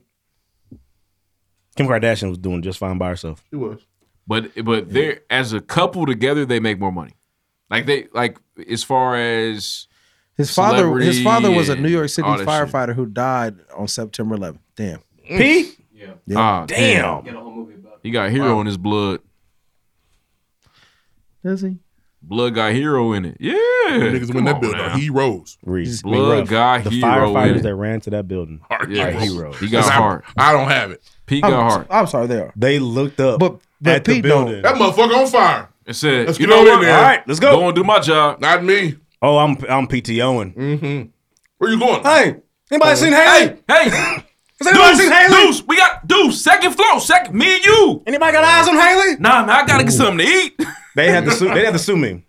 S5: Kim Kardashian was doing just fine by herself.
S3: It was.
S2: But but they're as a couple together, they make more money. Like they like as far as
S4: his father, his
S2: celebrity
S4: father was a
S2: and
S4: New York City
S2: all that shit.
S4: firefighter who died on September 11th. Damn.
S5: Pete?
S17: Yeah.
S2: Ah, Mm. damn.
S17: Get a whole movie about
S2: He got hero in his blood.
S4: Does he?
S2: Blood got hero in it. Yeah.
S3: Them niggas win that building. Heroes.
S5: Reese.
S2: Blood got
S5: the
S2: hero in
S5: firefighters
S2: it.
S5: that ran to that building
S3: Heart
S5: are
S3: heroes.
S5: heroes.
S2: He got
S3: Cause I-
S2: heart.
S3: I don't have it.
S2: Pete
S4: I'm,
S2: got heart.
S4: I'm sorry, they are.
S5: They looked up but,
S4: but
S5: at
S4: Pete
S5: the
S4: don't.
S5: building.
S3: That motherfucker on fire.
S2: It said,
S3: Let's
S2: you
S3: get
S2: know
S3: on in
S2: what?
S3: there.
S2: All right, let's go.
S5: Go
S2: and do my job.
S3: Not me.
S5: Oh, I'm I'm PTOing.
S3: Mm-hmm. Where you going?
S5: Hey, anybody seen Haley?
S2: Hey, hey.
S5: Has anybody seen Haley?
S2: Deuce, we got Deuce, second floor, second, me and you.
S5: Anybody got eyes on Haley?
S2: Nah, man, I gotta get something to eat.
S5: They had to sue. They had to sue me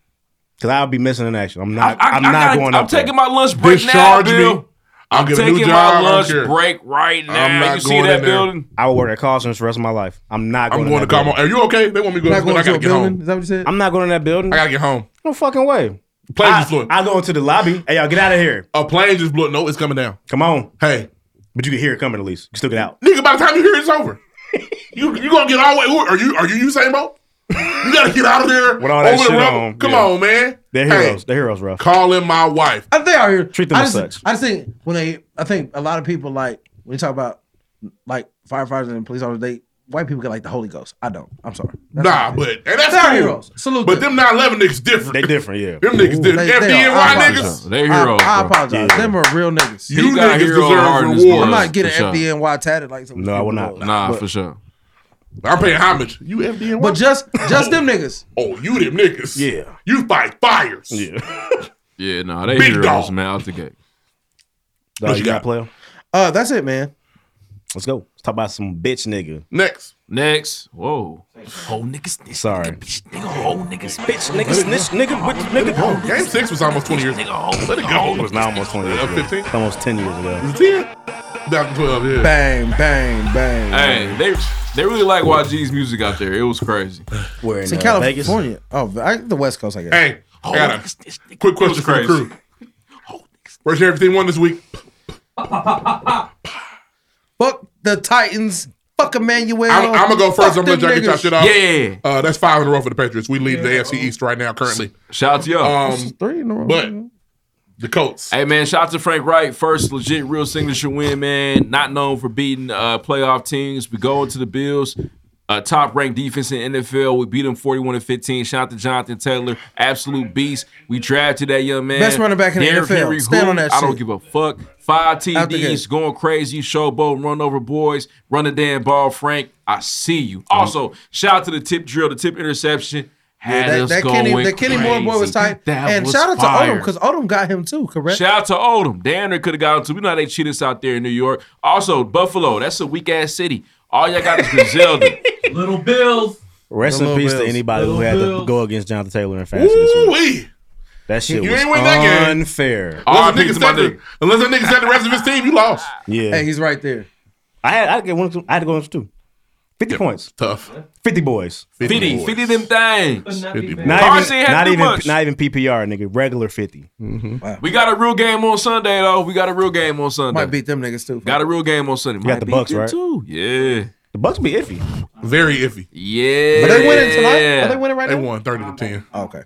S5: because I'll be missing an action. I'm not. I,
S2: I,
S5: am not
S2: gotta-
S5: going
S2: I'm
S5: up.
S2: taking
S5: there.
S2: my lunch break
S3: Discharge
S2: now,
S3: me.
S2: Bill.
S3: I'll
S2: I'm
S3: get a new
S2: taking
S3: job, I
S2: my
S3: don't
S2: lunch
S3: care.
S2: break right now.
S3: I'm not
S2: you see
S3: going
S2: that
S3: in there.
S2: builders?
S5: I will work at call centers for the rest of my life. I'm not. Going
S3: I'm going to
S5: in that
S3: call.
S5: building.
S3: my- Are you okay? They want me to go.
S4: Not
S3: to school.
S4: going
S3: I
S4: to
S3: gotta
S4: a
S3: get
S4: building.
S3: home.
S4: Is that what you said?
S5: I'm not going in that building.
S3: I gotta get home.
S5: no fucking way.
S3: Plane
S5: I,
S3: just flew. in.
S5: I go into the lobby. Hey, y'all, get out of here.
S3: A plane just blew. No, it's coming down.
S5: Come on.
S3: Hey,
S5: But you can hear it coming at least. You can still get out.
S3: nigga. By the time you hear it, it's over. you you gonna get all the way? Are you are you Usain Bolt? You gotta get out of there.
S5: With all that
S3: over the
S5: shit
S3: rubber.
S5: on,
S3: Come
S5: yeah.
S3: on, man.
S5: They're
S3: Hey,
S5: heroes. They're heroes, rough.
S3: calling my wife.
S4: I think out here
S5: Treat them
S4: I
S5: as
S4: just,
S5: such.
S4: I just think when they, I think a lot of people like when you talk about like firefighters and police officers, they white people get like the Holy Ghost. I don't. I'm sorry. That's how I
S3: Nah,
S4: feel.
S3: but and that's
S4: They're
S3: cool.
S4: heroes. Salute
S3: But
S4: them.
S3: them 911 niggas different.
S5: They different, yeah.
S3: Them niggas
S4: They-
S3: different.
S4: they are.
S3: FDNY
S4: I
S3: niggas.
S2: They
S4: I,
S2: heroes.
S4: I
S2: bro.
S4: apologize.
S5: Yeah.
S4: Them are real niggas.
S3: You
S2: He got
S3: niggas
S2: hero hard in
S3: deserve
S2: his
S3: reward.
S2: blood.
S4: I'm not getting
S2: For sure.
S4: FDNY tatted like some
S5: No, I will
S4: people.
S5: not.
S2: Nah,
S5: But-
S2: for sure.
S3: I'm paying homage. You FDNY.
S4: But just just them niggas.
S3: oh, you them niggas.
S5: Yeah.
S3: You fight fires.
S5: Yeah.
S2: Yeah, nah, they
S3: Big
S2: heroes,
S3: dog.
S2: man, out the gate.
S5: Dog,
S3: you
S5: you got
S3: got?
S5: player.
S4: Uh, that's it, man.
S5: Let's go. Let's talk about some bitch nigga.
S3: Next.
S2: Next. Whoa. Whole niggas,
S5: Sorry.
S2: nigga, whole niggas,
S5: Bitch nigga, snitch nigga, witch nigga.
S3: Game six was almost 20 years ago. Let it go.
S5: It was now almost 20 years
S3: Uh,
S5: ago.
S3: 15?
S5: It's Almost 10 years ago.
S3: 10? 2012, yeah.
S4: Bang, bang, bang.
S2: Hey, they they really like YG's music out there. It was crazy.
S5: We're in
S4: It's in
S5: uh, Vegas.
S4: California. Oh, I, the West Coast, I guess.
S3: Hey, I got a quick question for the
S2: crazy.
S3: crew. First everything won this week.
S4: Fuck the Titans. Fuck Emmanuel.
S3: I'm, I'm gonna go first. I'm gonna let y'all get y'all shit off.
S2: Yeah, yeah, yeah.
S3: Uh, that's five in a row for the Patriots. We lead the AFC East right now, currently.
S2: Shout out to y'all.
S3: Um,
S4: Three in a row.
S3: but the Colts.
S2: Hey man, shout out to Frank Wright. First legit real signature win, man. Not known for beating uh, playoff teams. We go into the Bills, uh, top ranked defense in NFL. We beat them 41 to 15. Shout out to Jonathan Taylor, absolute beast. We drafted that young man.
S4: Best running back in the
S2: Derrick
S4: NFL.
S2: Henry,
S4: Stand
S2: who?
S4: on that
S2: I don't
S4: shit.
S2: give a fuck. Five
S4: Out the gate.
S2: TDs, going crazy, showboat, run over boys, run the damn ball, Frank. I see you. Also, shout out to the tip drill, the tip interception. Had
S12: that,
S2: us
S12: that
S2: going
S12: Kenny, that Kenny Moore boy was
S2: crazy.
S12: tight.
S2: That
S12: and
S2: was
S12: shout out to
S2: fire.
S12: Odom because Odom got him too. Correct.
S2: Shout out to Oldham. Damn, they could have gotten to. We know how they cheat us out there in New York. Also, Buffalo. That's a weak ass city. All y'all got is Griselda.
S15: Little Bills.
S5: Rest in
S2: Little
S5: peace to
S2: Bills.
S5: anybody who
S2: Little
S5: had to
S2: Bills.
S5: go against Jonathan Taylor and fashion this
S3: week.
S5: That shit
S3: You
S5: was
S3: ain't win that game.
S5: unfair.
S3: Unless, that nigga set the, unless that nigga set the rest of his team, you lost.
S5: Yeah.
S12: Hey, he's right there.
S5: I had I had to get one. I had to go into two. Fifty points.
S3: Tough.
S5: Fifty boys.
S2: 50, 50 them things.
S5: Not
S2: Carson
S5: even,
S2: had
S5: not,
S2: too
S5: even,
S2: much.
S5: not even PPR, nigga. Regular 50. Wow.
S2: We got a real game on Sunday, though. We got a real game on Sunday. Might
S12: beat them niggas too.
S2: Got a real game on Sunday. You
S5: got the Bucks, right?
S2: Too. Yeah.
S5: The Bucks be iffy.
S3: Very iffy.
S2: Yeah.
S12: But they winning tonight? Are they winning right
S3: They
S12: now?
S3: won 30 to 10.
S12: Okay.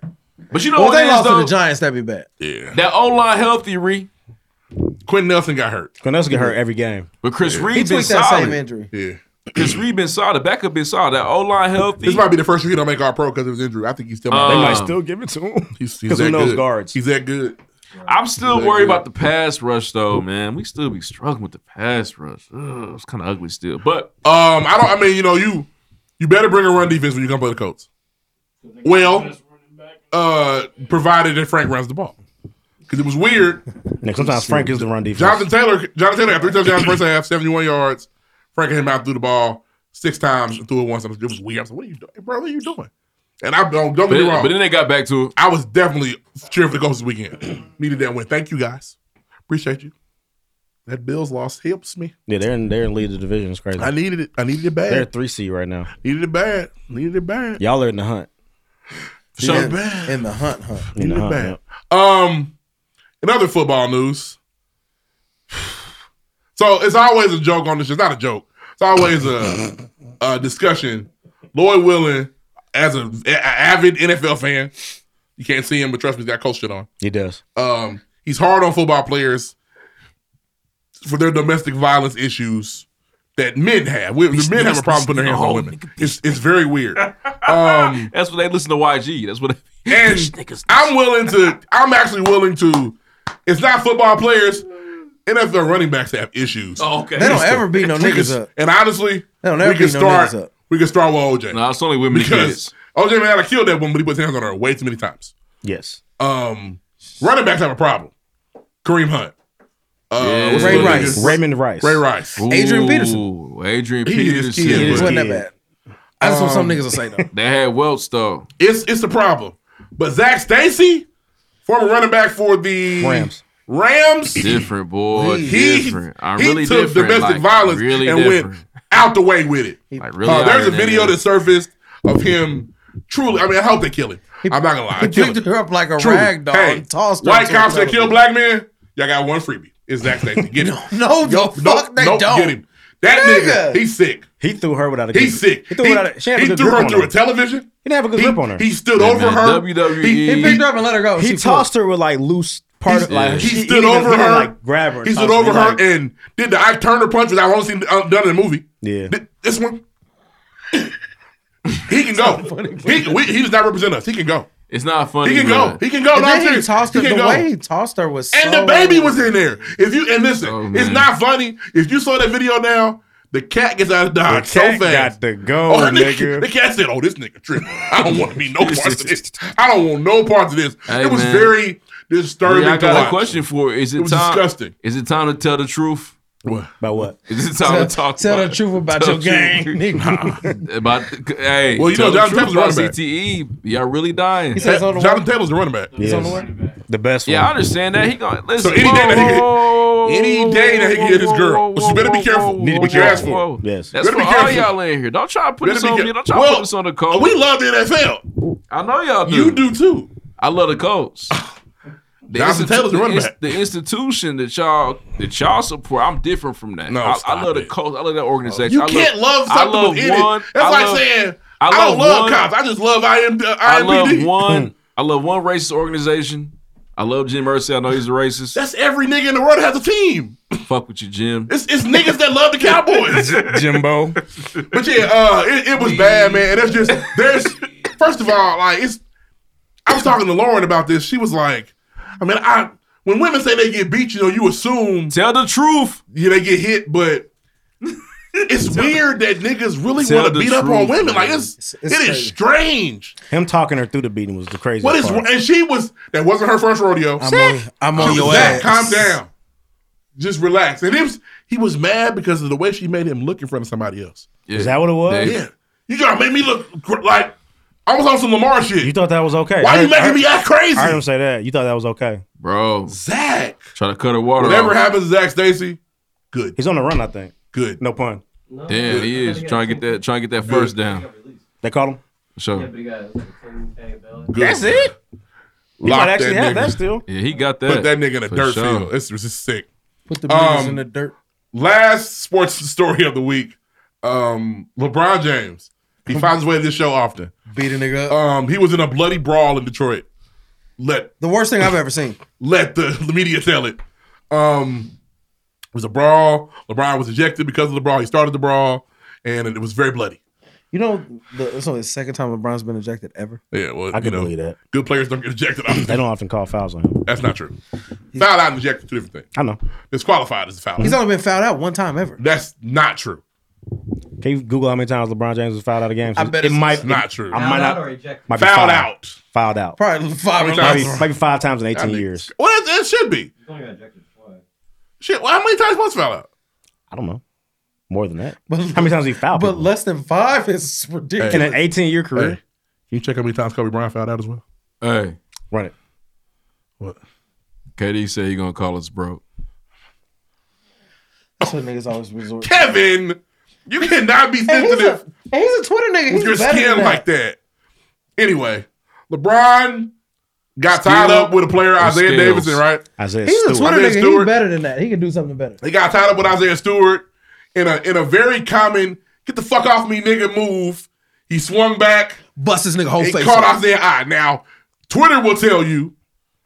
S2: But you know
S12: well,
S2: what
S12: if they
S2: it is,
S12: lost to the
S2: though?
S12: Giants. That'd be bad.
S3: Yeah.
S2: That O line healthy, Ree.
S3: Quentin Nelson got hurt.
S5: Quentin Nelson get hurt every game.
S2: But Chris
S3: Yeah.
S2: Reed
S3: He
S2: been
S3: tweaked that
S2: solid.
S3: same injury. Yeah.
S2: Chris Reed been solid. The backup been solid. That O line healthy.
S3: This might be the first year he don't make our pro because of his injury. I think he's still.
S2: Um, They might
S5: still give it to him.
S3: He's, he's
S5: Because who
S3: that
S5: knows
S3: good.
S5: guards?
S3: He's that good.
S2: I'm still
S3: Exactly.
S2: worried about the pass rush though, man. We still be struggling with the pass rush. Ugh, it's kind of ugly still. But
S3: Um, I don't. I mean, you know, you you better bring a run defense when you come play the Colts. Well, uh, provided that Frank runs the ball, because it was weird.
S5: Nigga, sometimes Frank is the run defense.
S3: Jonathan Taylor, Jonathan Taylor had three touchdowns first half, seventy-one yards. Frank came out threw the ball six times, and threw it once. It was weird. I was like, "What are you doing, bro? What are you doing?" And I don't don't
S2: but,
S3: get me wrong.
S2: but then they got back to it.
S3: I was definitely cheering for the Colts this weekend. Needed that win. Thank you guys. Appreciate you. That Bills loss helps me.
S5: Yeah, they're in, they're in lead of the division. It's crazy.
S3: I needed it. I needed it bad.
S5: They're 3 C right now.
S3: Needed it bad. Needed it bad.
S5: Y'all are in the hunt.
S3: So
S12: in,
S3: bad.
S12: in the hunt, hunt.
S5: In the
S3: Needed it
S5: hunt,
S3: bad. Um, in other football news. So it's always a joke on this. It's not a joke. It's always a, a discussion. Lloyd Willing, as a, a avid NFL fan, you can't see him, but trust me, he's got coach shit on.
S5: He does.
S3: Um, he's hard on football players for their domestic violence issues that men have. We, the men have a problem putting their hands on women. It's it's very weird. Um,
S2: That's what they listen to YG. That's what. They,
S3: and I'm willing to. I'm actually willing to. It's not football players. NFL running backs have issues.
S2: Oh, okay.
S12: They don't ever beat no
S3: We can-
S12: niggas up.
S3: And honestly,
S12: They don't ever
S3: we can
S12: beat no
S3: start.
S12: niggas up.
S3: We can start with OJ.
S2: nah, it's only women and kids.
S3: because OJ man had killed that woman, but he put his hands on her way too many times.
S5: Yes.
S3: Um, running backs have a problem. Kareem Hunt. Uh,
S2: Yeah.
S3: what's the
S2: Ray
S3: other
S2: Rice.
S3: nigga?
S5: Raymond Rice.
S3: Ray Rice.
S12: Adrian Peterson.
S2: Ooh, Adrian
S3: He is
S2: Peterson.
S3: kid,
S12: It
S3: but-
S12: wasn't that bad. That's what
S2: Um,
S12: some niggas will say though.
S2: They had welts though.
S3: It's it's a problem. But Zach Stacy, former running back for the
S2: Rams.
S3: Rams,
S2: Different boy.
S3: He-
S2: different. I'm
S3: he
S2: really
S3: took
S2: different.
S3: domestic
S2: like,
S3: violence
S2: Really
S3: and
S2: different.
S3: went out the way with it.
S2: Like, really
S3: Uh, there's a
S2: out there.
S3: video that surfaced of him truly. I mean, I hope they kill him. I'm not gonna lie.
S12: He
S3: Kill him.
S12: picked her up like a
S3: Truly.
S12: rag doll
S3: Hey,
S12: and tossed her.
S3: white
S12: to a
S3: cops that kill
S12: television.
S3: black men, y'all got one freebie. It's Zach Stacy. Get him.
S12: No, the fuck they
S3: nope,
S12: don't.
S3: Get him. That nigga,
S12: Nigga.
S3: he's sick.
S5: He threw her without a
S3: He's sick.
S5: He threw, her, without a, she had a
S3: he
S5: good
S3: threw
S5: grip
S3: her
S5: on
S3: through a television.
S5: He didn't have a good
S3: He-
S5: grip on her.
S3: He stood over her.
S2: WWE.
S12: He picked her up and let her go.
S5: He
S12: Oh, She
S5: tossed her with like loose part of like
S3: He
S5: she-
S3: stood
S5: didn't-
S3: over
S5: he didn't,
S3: her.
S5: like grab her.
S3: He stood
S5: tossed her,
S3: over her
S5: like-
S3: and did the I Turner punch, which I've only seen uh, done in the movie.
S5: yeah.
S3: Th- This one, he can go. he, can- we, he does not represent us. He can go.
S2: It's not funny.
S3: He can
S2: bro.
S3: go. He can go.
S12: And
S3: No, I'm
S12: then he
S3: serious.
S12: tossed her.
S3: He
S12: The
S3: can
S12: way
S3: go.
S12: he tossed her was
S3: And
S12: so
S4: Oh,
S3: the baby was in there. If you and listen, it's
S2: man.
S3: not funny. If you saw that video now, the cat gets out of dodge so
S5: cat
S3: fast.
S5: got to go,
S3: Oh, the nigga-
S5: nigga.
S3: The cat said, "Oh, this nigga tripping. I don't want to be no part of this. I don't want no parts of this."
S2: Hey,
S3: it was
S2: man.
S3: very disturbing.
S2: Yeah, I
S3: to
S2: got
S3: watch.
S2: a question for it. Is it,
S3: It was
S2: time?
S3: disgusting.
S2: Is it time to tell the truth?
S3: What?
S5: About what?
S2: Is it time to talk?
S12: Tell
S2: about
S12: the truth about
S2: Tell
S12: your
S2: the
S12: gang,
S2: truth.
S12: nigga.
S2: About hey,
S3: Well, you
S2: tell
S3: know,
S2: the
S3: Jonathan
S2: truth
S3: Taylor's running
S2: about
S3: back.
S2: CTE. E. Y'all really dying.
S12: He says on the
S3: Jonathan
S12: way.
S3: Taylor's the running back.
S12: He's on the
S5: Yes.
S12: way.
S5: The best
S2: yeah, I
S5: one.
S2: understand that. He gonna
S3: So
S2: listen.
S3: any day
S2: whoa,
S3: that he can-
S2: whoa,
S3: any day that he can get his girl. But you better be careful
S2: Need to
S3: what you ask for.
S5: Yes.
S2: That's
S3: Better
S2: for
S3: be
S2: all
S3: careful.
S2: y'all in here. Don't try to put
S3: Better
S2: this
S3: be
S2: on
S3: care-
S2: me. Don't try to
S3: Well,
S2: put this on the Colts.
S3: We love the NFL.
S2: I know y'all do.
S3: You do too.
S2: I love the Colts. The
S3: Jonathan Taylor's the running
S2: ins-
S3: back.
S2: the institution that y'all that y'all support, I'm different from that.
S3: No,
S2: I, I
S3: stop
S2: love the
S3: it.
S2: Colts. I love that organization.
S3: You
S2: I
S3: can't love
S2: I
S3: something within
S2: one.
S3: it. That's
S2: I
S3: like
S2: love-
S3: saying
S2: I
S3: I, don't
S2: love
S3: love
S2: one.
S3: cops. I just love IM, uh,
S2: I love
S3: IMPD.
S2: one. I love one racist organization. I love Jim Mercy. I know he's a racist.
S3: That's every nigga in the world has a team.
S2: Fuck with you, Jim.
S3: It's, it's niggas that love the Cowboys.
S5: Jimbo.
S3: but yeah, uh, it, it was bad, man. And that's just there's first of all, like it's. I was talking to Lauren about this. She was like, I mean, I when women say they get beat, you know, you assume
S2: Tell the truth.
S3: yeah they get hit, but It's weird that niggas really
S5: Tell
S3: want
S5: the
S3: to beat up
S5: truth,
S3: on women. Like
S5: man.
S3: it's,
S5: It's- it's
S3: it is
S5: crazy.
S3: strange.
S5: Him talking her through the beating was the craziest.
S3: What is
S5: part.
S3: and she was that wasn't her first rodeo.
S5: I'm on- I'm on
S3: She-
S5: your
S3: Zach,
S5: ass.
S3: Calm down. Just relax. And it was, he was mad because of the way she made him look in front of somebody else.
S5: Is that what it was?
S3: Yeah. You gotta make me look gr- like I was on some Lamar shit.
S5: You thought that was okay?
S3: Why
S5: I
S3: you
S5: heard- I
S3: making me
S5: heard-
S3: act crazy?
S5: I heard him say that. You thought that was okay,
S2: bro?
S3: Zach,
S2: try to cut her water.
S3: Whatever
S2: off.
S3: happens to Zach Stacy, good.
S5: He's on the run, I think.
S3: Good.
S5: No pun.
S2: Damn, he is trying to get that, trying to get that first down.
S5: They caught him.
S2: So
S5: That's it. You might
S3: Lock
S5: actually
S3: that
S5: have
S3: nigga.
S5: that still.
S2: Yeah, he got that.
S3: Put that nigga in a
S2: for
S3: dirt
S2: sure.
S3: field. It's, it's sick.
S4: Put the beaters
S12: Um,
S4: in the dirt.
S3: Last sports story of the week. Um, LeBron James. He finds his way to this show often.
S4: Beat a nigga up.
S3: Um, he was in a bloody brawl in Detroit. Let
S4: the worst thing I've ever seen.
S3: Let the, the media tell it. Um, it was a brawl. LeBron was ejected because of the brawl. He started the brawl, and it was very bloody.
S4: You know, the, it's only the second time LeBron's been ejected ever.
S3: Yeah, well,
S5: I
S3: you
S5: can
S3: know,
S5: believe that.
S3: Good players don't get ejected. often.
S5: They don't often call fouls on him.
S3: That's not true. Fouled out and ejected, two different things.
S5: I know.
S3: Disqualified is a foul.
S4: He's only been fouled out one time ever.
S3: That's not true.
S5: Can you Google how many times LeBron James was fouled out of games?
S4: I bet
S5: it
S4: it's-
S5: might
S4: it's not
S3: true.
S5: I might
S4: Fouled out
S5: not.
S4: or ejected?
S5: might be
S3: Fouled out.
S5: Fouled out.
S4: Probably five
S5: Maybe-
S4: times.
S5: Maybe, five times in
S3: That
S5: eighteen
S3: nigga's-
S5: years.
S3: Well, that, that should be. Shit, well, how many times was fouled out?
S5: I don't know. More than that. how many times he fouled?
S4: But less than five is ridiculous.
S5: in an eighteen year career?
S3: Hey, can you check how many times Kobe Bryant fouled out as well?
S2: Hey,
S5: run it.
S3: What?
S2: KD said he gonna call us broke.
S4: That's what niggas always resort. to.
S3: Kevin, you cannot be
S4: Hey, he's,
S3: sensitive
S4: a, hey, he's a Twitter nigga. He's
S3: with your
S4: better
S3: skin
S4: than
S3: like that. Anyway, LeBron got tied
S4: Skill
S3: up with a player,
S4: or
S3: Isaiah
S4: skills?
S3: Davidson, right?
S5: Isaiah
S4: He's a Twitter
S3: Isaiah
S4: nigga. He's
S3: Stewart.
S4: better than that. He can do something better.
S3: They got tied up with Isaiah Stewart in a in a very common get the fuck off me nigga move. He swung back,
S4: bust his nigga whole
S3: he
S4: face
S3: Caught
S4: off.
S3: Isaiah eye. Now Twitter will tell you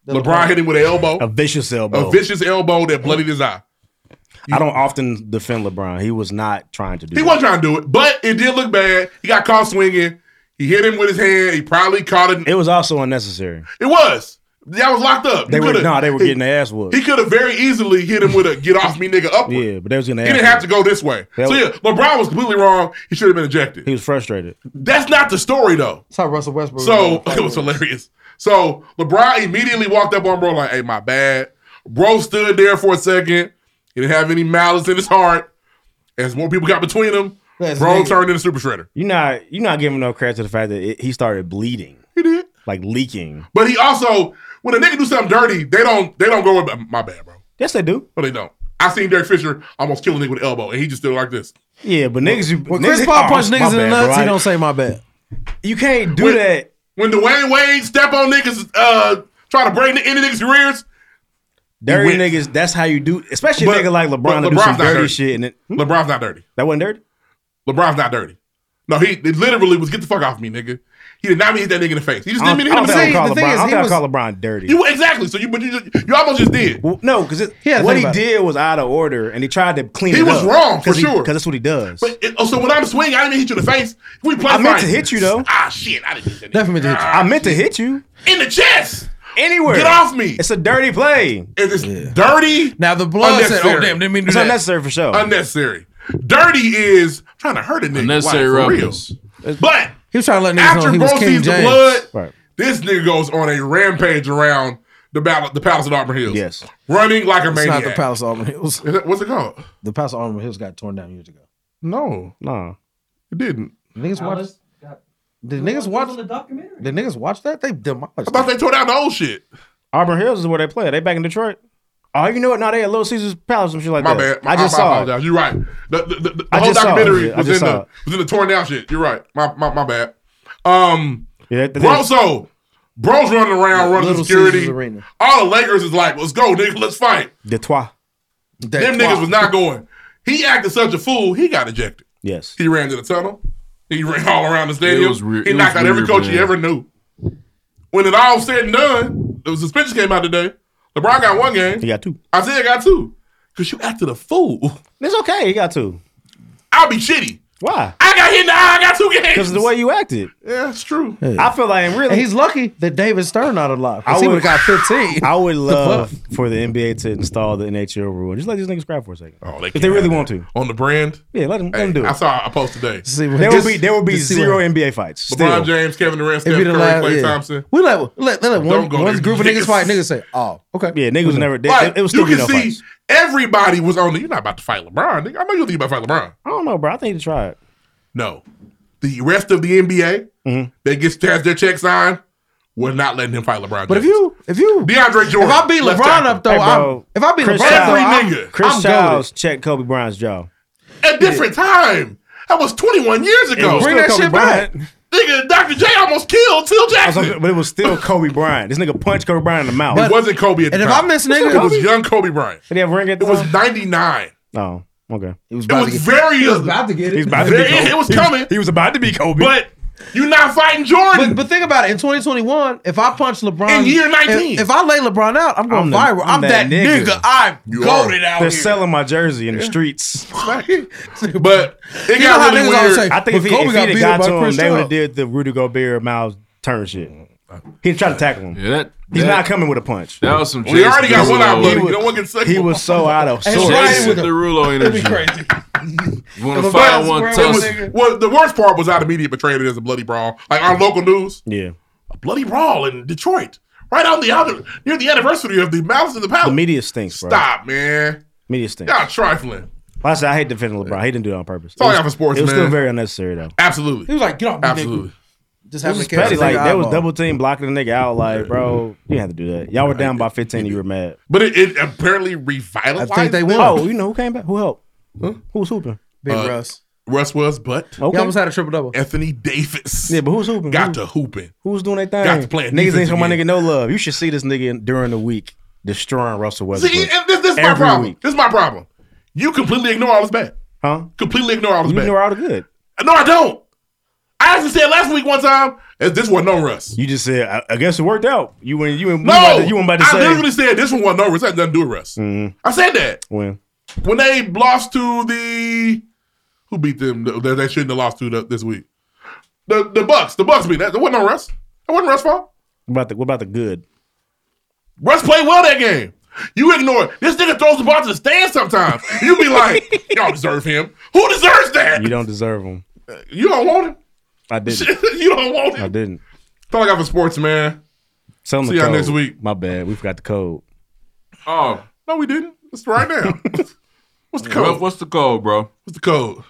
S3: LeBron, hit him with an elbow,
S5: A vicious elbow.
S3: a vicious elbow that bloodied his eye.
S5: I don't often defend LeBron. He was not trying to do.
S3: He
S5: that.
S3: wasn't trying to do it, but it did look bad. He got caught swinging. He hit him with his hand. He probably caught it.
S5: It was also unnecessary.
S3: It was. Y'all was locked up.
S5: They
S3: You
S5: were no,
S3: coulda-
S5: they were
S3: he-
S5: getting their ass whooped.
S3: He could have very easily hit him with a get off me nigga upward.
S5: Yeah, but they was getting
S3: He
S5: their ass
S3: didn't have to go this way.
S5: That
S3: so
S5: was-
S3: yeah, LeBron was completely wrong. He should have been ejected.
S5: He was frustrated.
S3: That's not the story though.
S4: That's how Russell Westbrook.
S3: So it was hilarious. So LeBron immediately walked up on bro like, "Hey, my bad." Bro stood there for a second. He didn't have any malice in his heart. As more people got between them,
S5: That's
S3: bro
S5: nigga.
S3: turned into Super Shredder.
S5: You're not you're not giving no credit to the fact that it, he started bleeding.
S3: He did.
S5: Like leaking.
S3: But he also, when a nigga do something dirty, they don't they don't go with my bad, bro.
S5: Yes, they do.
S3: No, they don't. I seen Derek Fisher almost kill a nigga with an elbow, and he just did it like this.
S5: Yeah, but niggas you
S4: When Chris
S5: niggas-
S4: Paul
S5: oh,
S4: punch
S5: my
S4: niggas in the
S5: bad,
S4: nuts,
S5: bro.
S4: he
S5: I-
S4: don't say my bad.
S5: You can't do
S3: when,
S5: that.
S3: When Dwayne Wade step on niggas, uh, try to break any niggas' careers.
S5: Dirty
S3: He went.
S5: niggas, that's how you do especially
S3: But-
S5: a nigga like LeBron
S3: but
S5: to do some
S3: LeBron's not
S5: dirty
S3: dirty.
S5: shit and it, hmm?
S3: LeBron's not dirty.
S5: That wasn't dirty?
S3: LeBron's not dirty. No, he it literally was get the fuck off me, nigga. He did not mean to hit that nigga in the face. He just
S5: I
S3: didn't
S5: don't,
S3: mean
S5: I
S3: to hit
S5: don't
S3: him in
S5: think
S3: the
S5: I
S3: face.
S5: would call LeBron. I don't think I
S3: was-
S5: would call LeBron dirty.
S3: You exactly. So you but you just, you almost just did.
S5: Well, no, because
S3: He had to
S5: what
S3: think
S5: he
S3: about it.
S5: did was out of order, and he tried to clean.
S3: He
S5: it
S3: was
S5: up.
S3: wrong, for
S5: Cause he-
S3: sure.
S5: Cause that's what he does.
S3: But it, oh, so when I'm swinging, I didn't mean to hit you in the face. We play
S5: I meant to
S3: fight.
S5: hit you, though.
S3: Ah shit, I didn't hit that.
S5: Definitely hit you. I meant to hit you
S3: nigga. In the chest.
S5: anywhere.
S3: Get off me.
S5: It's a dirty play.
S3: It is dirty.
S4: Now the blood said, "Oh damn, didn't mean to
S5: It's
S4: do that."
S5: unnecessary for sure.
S3: Unnecessary. Dirty is trying to hurt a nigga.
S2: Unnecessary
S3: like, for real.
S2: roughness.
S3: But
S4: He was trying to let niggas
S3: after
S4: know he
S3: bro
S4: was King
S3: sees the
S4: James.
S3: blood,
S5: Right.
S3: this nigga goes on a rampage around the battle, the Palace of Auburn Hills.
S5: Yes.
S3: running like a
S4: It's
S3: maniac.
S4: not the Palace of Auburn Hills.
S3: Is that- what's it called?
S4: The Palace of Auburn Hills got torn down years ago.
S3: No,
S5: no,
S3: it didn't.
S4: Niggas watch. Did niggas watch the documentary? Did niggas watch that? They demolished. I
S3: thought they tore down the old shit.
S5: Auburn Hills is where they play. They back in Detroit. Oh, you know what? Now they at Little Caesars Palace and shit like
S3: My
S5: that.
S3: bad. My,
S5: I just
S3: I,
S5: saw. it.
S3: apologize. You're right. The, the, the, the
S5: I
S3: whole
S5: just saw it.
S3: documentary
S5: Yeah, I
S3: was in
S5: just saw
S3: the
S5: it.
S3: was in the torn down shit. You're right. My my, my bad. Um,
S5: yeah,
S3: bro, so bro's running around, running
S4: Little
S3: security.
S4: Caesars Arena.
S3: All the Lakers is like, let's go, nigga, let's fight.
S5: The Trois.
S3: Them niggas was not going. He acted such a fool. He got ejected.
S5: Yes.
S3: He ran to the tunnel. He ran all around the stadium.
S2: It was weird-
S3: He
S2: it
S3: knocked
S2: was
S3: out every
S2: weird,
S3: coach he
S2: man.
S3: ever knew. When it all said and done, the suspensions came out today. LeBron got one game.
S5: He got two.
S3: Isaiah got two. Cause you acted a fool.
S5: It's okay. He got two.
S3: I'll be shitty.
S5: Why?
S3: I got hit in the eye. I got two games.
S5: Because the way you acted.
S3: Yeah, it's true.
S5: I feel like really.
S4: And he's lucky that David Stern not alive. 'cause
S5: I
S4: he
S5: would-
S4: would have got 15.
S5: I would love for the NBA to install the NHL rule. Just let these niggas grab for a second.
S3: Oh, they
S5: if they
S3: can.
S5: really want to.
S3: On the brand?
S5: Yeah, let them, let
S3: Hey,
S5: them do it.
S3: I saw a post today.
S5: there will be there will be
S3: Just see
S5: zero
S3: what-
S5: NBA fights.
S3: LeBron
S5: Still.
S3: James, Kevin Durant, Steph
S4: It'd be
S3: Curry,
S4: the last.
S3: Klay
S4: yeah.
S3: Thompson.
S4: We let, let, let
S3: Don't
S4: one,
S3: go
S4: one
S3: there,
S4: group of
S3: niggas.
S4: niggas fight. Niggas say, oh, okay.
S5: Yeah, niggas never. They,
S3: Like,
S5: it was
S3: you
S5: stupid.
S3: can
S5: no
S3: see
S5: fights.
S3: everybody was on the. You're not about to fight LeBron. Nigga. I know you think you're about to fight LeBron.
S5: I don't know, bro. I think he tried.
S3: No, the rest of the NBA
S4: Mm-hmm.
S3: that gets has their check signed, we're not letting him fight LeBron.
S4: But if you, if you,
S3: DeAndre Jordan,
S4: if I beat
S3: left
S4: LeBron
S3: tackle.
S4: up though, I'm, if I beat
S5: Chris
S4: LeBron,
S5: Childs-
S4: though, I'm-
S3: nigga.
S5: Chris
S4: I'm
S5: Childs checked Kobe Bryant's jaw.
S3: a different time. That was 21 years
S5: It
S3: ago.
S5: was still Kobe Bryant.
S3: Nigga, Dr. J almost killed Phil
S5: I was
S3: Jackson.
S5: like, But it was still Kobe Bryant. This nigga punched Kobe Bryant in the mouth.
S3: it wasn't Kobe at the
S4: And if
S3: time.
S4: I miss
S3: It was
S4: nigga-
S3: still Kobe. it was young Kobe Bryant.
S5: Did he have a ring at
S3: It was 99.
S5: Oh, okay.
S3: It
S5: He
S3: was very.
S4: to get
S5: He's about to be
S3: Very-
S5: Kobe.
S3: it was
S5: He
S3: coming.
S5: He was about to be Kobe.
S3: But you're not fighting
S4: But,
S3: Jordan.
S4: but think about it. In 2021, if I punch LeBron
S3: In year 19.
S4: if, if I lay LeBron out, I'm going
S5: the-
S4: viral. I'm, that, nigga. I'm
S5: You
S4: goaded
S5: are.
S4: out
S5: They're
S4: here.
S5: selling my jersey in the streets.
S3: but it got really weird.
S5: I think if, he,
S4: Kobe
S5: if
S4: got
S5: he'd have
S4: beat
S5: got
S4: up
S5: to
S4: by
S5: him,
S4: Chris
S5: they would have
S4: Tuck.
S5: did the Rudy Gobert Miles turn shit.
S3: Mm.
S5: He tried to tackle him.
S2: Yeah, that,
S5: He's
S2: that-
S5: not coming with a punch.
S2: That was some.
S3: We already got
S2: Jason
S3: one out,
S2: Derulo.
S3: buddy. No one can say
S5: He was so out of
S3: And
S5: sorts.
S3: Ryan
S2: Jason Derulo energy. You want to fight one
S3: It
S2: tough?
S3: was- Well, the worst part was out of media portrayed it as a bloody brawl. Like on local news,
S5: Yeah.
S3: a bloody brawl in Detroit, right on the other near the anniversary of the Malice in the Palace.
S5: The media stinks, bro.
S3: Stop, man.
S5: Media stinks.
S3: Y'all trifling.
S5: Like I said I hate defending LeBron. He didn't do it on purpose.
S3: Sorry,
S5: It was-
S3: I'm a sports
S5: It was
S3: man.
S5: still very unnecessary though.
S3: Absolutely.
S4: He was like, get off me, nigga.
S3: Absolutely.
S4: Just
S5: It
S4: having
S5: was
S4: to catch
S5: petty.
S4: the
S5: Like
S4: nigga
S5: there was
S4: eyeball.
S5: double team blocking the nigga out. Like, bro, you didn't have to do that. Y'all were down by 15. and You were mad.
S3: But it, it apparently revitalized. them.
S5: Oh, you know who came back? Who helped? Who was hooping?
S4: Big
S3: Uh,
S4: Russ.
S3: Russ was, but
S5: Okay.
S4: He almost had a triple double.
S3: Anthony Davis
S5: Yeah, but who's hooping?
S3: got
S5: Who-
S3: to hooping.
S5: Who's doing that thing?
S3: Got to play
S5: Niggas ain't
S3: defense
S5: showing my
S3: again.
S5: nigga no love. You should see this nigga in- during the week destroying Russell Westbrook.
S3: See, and this, this is my
S5: Every
S3: problem.
S5: week.
S3: This is my problem. You completely ignore all this bad.
S5: Huh?
S3: Completely ignore all this
S5: You
S3: bad.
S5: ignore all the good.
S3: No, I don't. I actually said last week one time, eh, this one no Russ.
S5: You just said, I, I guess it worked out. You went, you went,
S3: No,
S5: you went about to, you went about to
S3: I
S5: say,
S3: literally said this one was no Russ. That doesn't do with Russ.
S5: Mhm.
S3: I said that
S5: when?
S3: when they lost to the who beat them that they shouldn't have lost to the, this week. The the Bucks, the Bucks beat that. It wasn't no Russ. It wasn't Russ' fault.
S5: What about the, what about the good?
S3: Russ played well that game. You ignore it. This nigga throws the ball to the stand sometimes. You be like, y'all deserve him. Who deserves that?
S5: You don't deserve them.
S3: You don't want him.
S5: I didn't.
S3: you don't want
S5: I
S3: him.
S5: didn't.
S3: Thought I got for sports, man.
S5: Tell them
S3: See
S5: the
S3: y'all
S5: code.
S3: next week.
S5: My bad. We forgot the code.
S3: Oh, no, we didn't. It's right now. What's
S2: Ruff,
S3: the code?
S2: What's the code, bro?
S3: What's the code?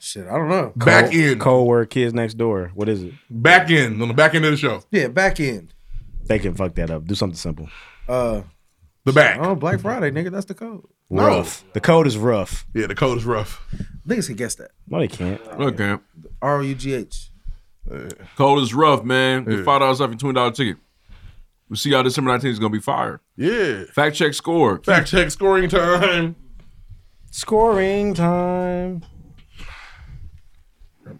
S4: Shit, I don't know.
S3: Back
S5: Code-
S3: end.
S5: Code word kids next door. What is it?
S3: Back end. On the back end of the show.
S4: Yeah, back end.
S5: They can fuck that up. Do something simple.
S4: Uh,
S3: The back.
S4: oh, Black Friday, nigga. That's the code.
S3: No.
S5: Rough. The code is rough.
S3: Yeah, the code is rough.
S4: Niggas can guess that.
S5: No, they can't.
S2: Okay.
S4: R O U G H.
S2: Cold is rough, man. Get
S3: Yeah.
S2: five dollars off your twenty dollar ticket. We see y'all December nineteenth is gonna be fire.
S3: Yeah.
S2: Fact check score.
S3: Fact check scoring time.
S5: Scoring time.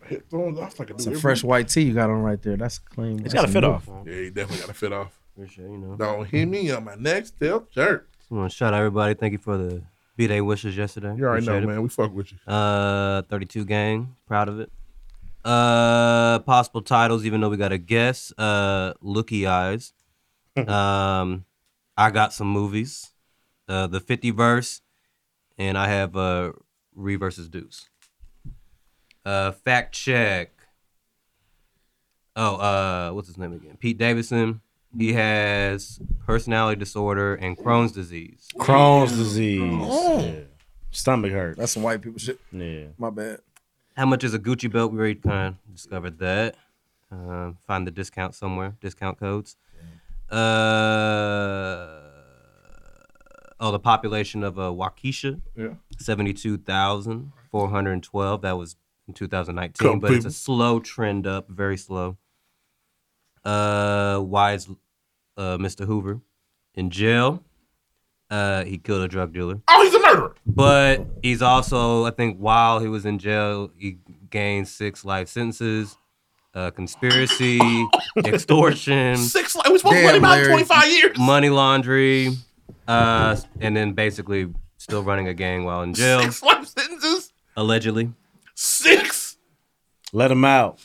S3: Hit throws off like a
S4: It's a fresh white tee you got on right there. That's clean.
S5: It's got
S4: That's
S5: to fit
S4: new.
S5: off.
S3: Yeah, you definitely got to fit off.
S16: Appreciate you know.
S3: Don't hit me on my next tip shirt.
S16: Just want to shout out everybody. Thank you for the B Day wishes yesterday.
S3: You already know,
S16: Appreciate it.
S3: man. We fuck with you.
S16: Uh, 32 gang. Proud of it. Uh, possible titles, even though we got a guess. Uh, Looky Eyes. um, I got some movies. Uh, the 50 verse. And I have uh, Re versus Deuce. Uh, fact check. Oh, uh, what's his name again? Pete Davidson. He has personality disorder and Crohn's disease.
S5: Crohn's disease.
S4: Oh.
S5: Yeah. Stomach hurt.
S4: That's some white people shit.
S5: Yeah.
S4: My bad.
S16: How much is a Gucci belt? We already kind of discovered that. Um, find the discount somewhere. Discount codes. Uh, oh, the population of uh, Waukesha.
S3: Yeah.
S16: Seventy-two thousand four hundred twelve. That was in two thousand nineteen,
S3: Come
S16: but it's
S3: people.
S16: a slow trend up. Very slow. Uh, why is uh, Mr. Hoover in jail? Uh, he killed a drug dealer.
S3: Oh, he's a murderer.
S16: But he's also, I think, while he was in jail, he gained six life sentences, uh, conspiracy, extortion,
S3: Six. Like, we supposed to let him out in 25 years.
S16: money laundry, uh, and then basically still running a gang while in jail,
S3: Six life sentences.
S16: allegedly.
S3: Six
S5: Let him out.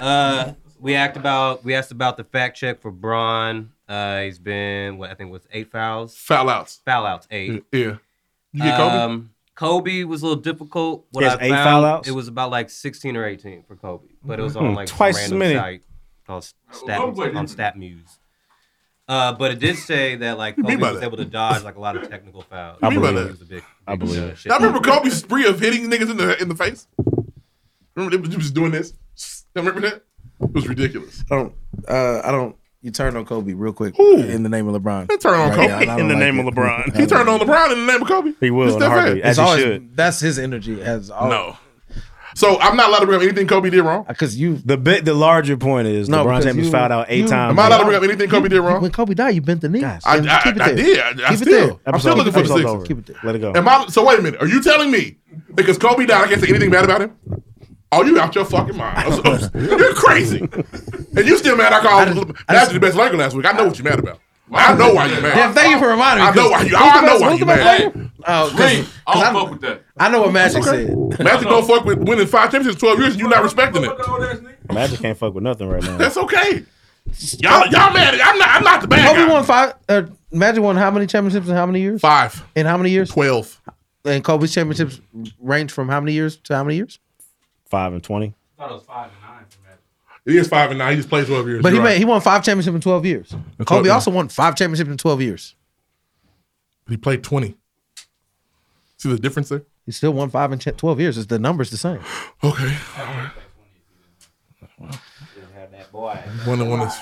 S16: Uh, we asked about we asked about the fact check for Braun. Uh, he's been what I think was eight fouls.
S3: Foul outs.
S16: Foul outs. Eight.
S3: Yeah. You get Kobe?
S16: Um, Kobe was a little difficult. What
S5: He has
S16: I
S5: eight
S16: found,
S5: foul outs?
S16: it was about like sixteen or eighteen for Kobe, but it was
S5: Hmm,
S16: on like some
S5: twice as
S16: random
S5: many.
S16: site called Stat
S5: Oh, wait.
S16: on StatMuse. Uh, but it did say that like
S3: What do
S16: Kobe
S3: you mean by
S16: was
S3: that?
S16: able to dodge like a lot of technical fouls.
S3: What do you mean by
S16: He
S3: that?
S16: was a big-
S5: I
S16: big,
S5: believe
S16: uh,
S5: it.
S16: shit
S3: Now, remember Kobe's spree of hitting niggas in the in the face? Remember they was just doing this? Y'all remember that? It was ridiculous.
S4: I don't. Uh, I don't. You turn on Kobe real quick in the name of LeBron.
S3: They turn on Kobe. In the name of LeBron. He turned on LeBron in the name of Kobe.
S4: He
S3: will It's in a that heartbeat, fast. as he should.
S4: That's his energy. As always.
S3: No. Oh. So I'm not allowed to bring up anything Kobe did wrong.
S4: Because Uh, you
S5: the bit the larger point is
S4: No,
S5: LeBron
S4: because
S5: James was
S4: you-
S5: fouled out eight
S4: you-
S5: times.
S3: Am I allowed to bring up anything Kobe did wrong?
S4: When Kobe died, you bent the knee.
S3: I, I,
S4: And
S3: I,
S4: keep it there.
S3: did. I, I
S4: Keep it there.
S3: still, I'm
S5: Episode-
S3: still looking for the
S5: episode's
S3: sixes.
S5: over. Let it go.
S3: Am I, so wait a minute. Are you telling me because Kobe died, I can't say anything bad about him? Are you out your fucking mind? You're crazy, and you still mad? I called him that's the best Laker last week. I know what you're mad about. I know why you're mad.
S4: Damn, thank you for reminding me.
S3: I know why you.
S4: Who's
S3: I
S4: the
S3: know
S4: best-
S3: why
S4: who's
S3: you
S4: the best
S3: mad.
S4: player? Oh,
S3: Ring.
S4: 'cause-
S3: I
S4: 'cause
S3: don't
S4: I'm-
S3: fuck with that.
S4: I know what Magic
S3: Okay.
S4: said.
S3: Magic don't fuck with winning five championships in 12 years and you not respecting it.
S5: Magic can't fuck with nothing right now.
S3: That's okay. Y'all, y'all mad. I'm not. I'm not the bad
S4: Kobe
S3: guy.
S4: won five. Uh, Magic won how many championships in how many years?
S3: Five.
S4: In how many years?
S3: Twelve.
S4: And Kobe's championships range from how many years to how many years?
S5: Five and twenty.
S3: He is five and nine. He just plays 12 years.
S4: But he
S3: You're
S4: made, he won five championships in twelve years.
S3: what-
S4: Kobe also won five championships in twelve years.
S3: He played twenty. See the difference there?
S4: He still won five in ch- twelve years. It's the numbers the same.
S3: Okay. One of one is.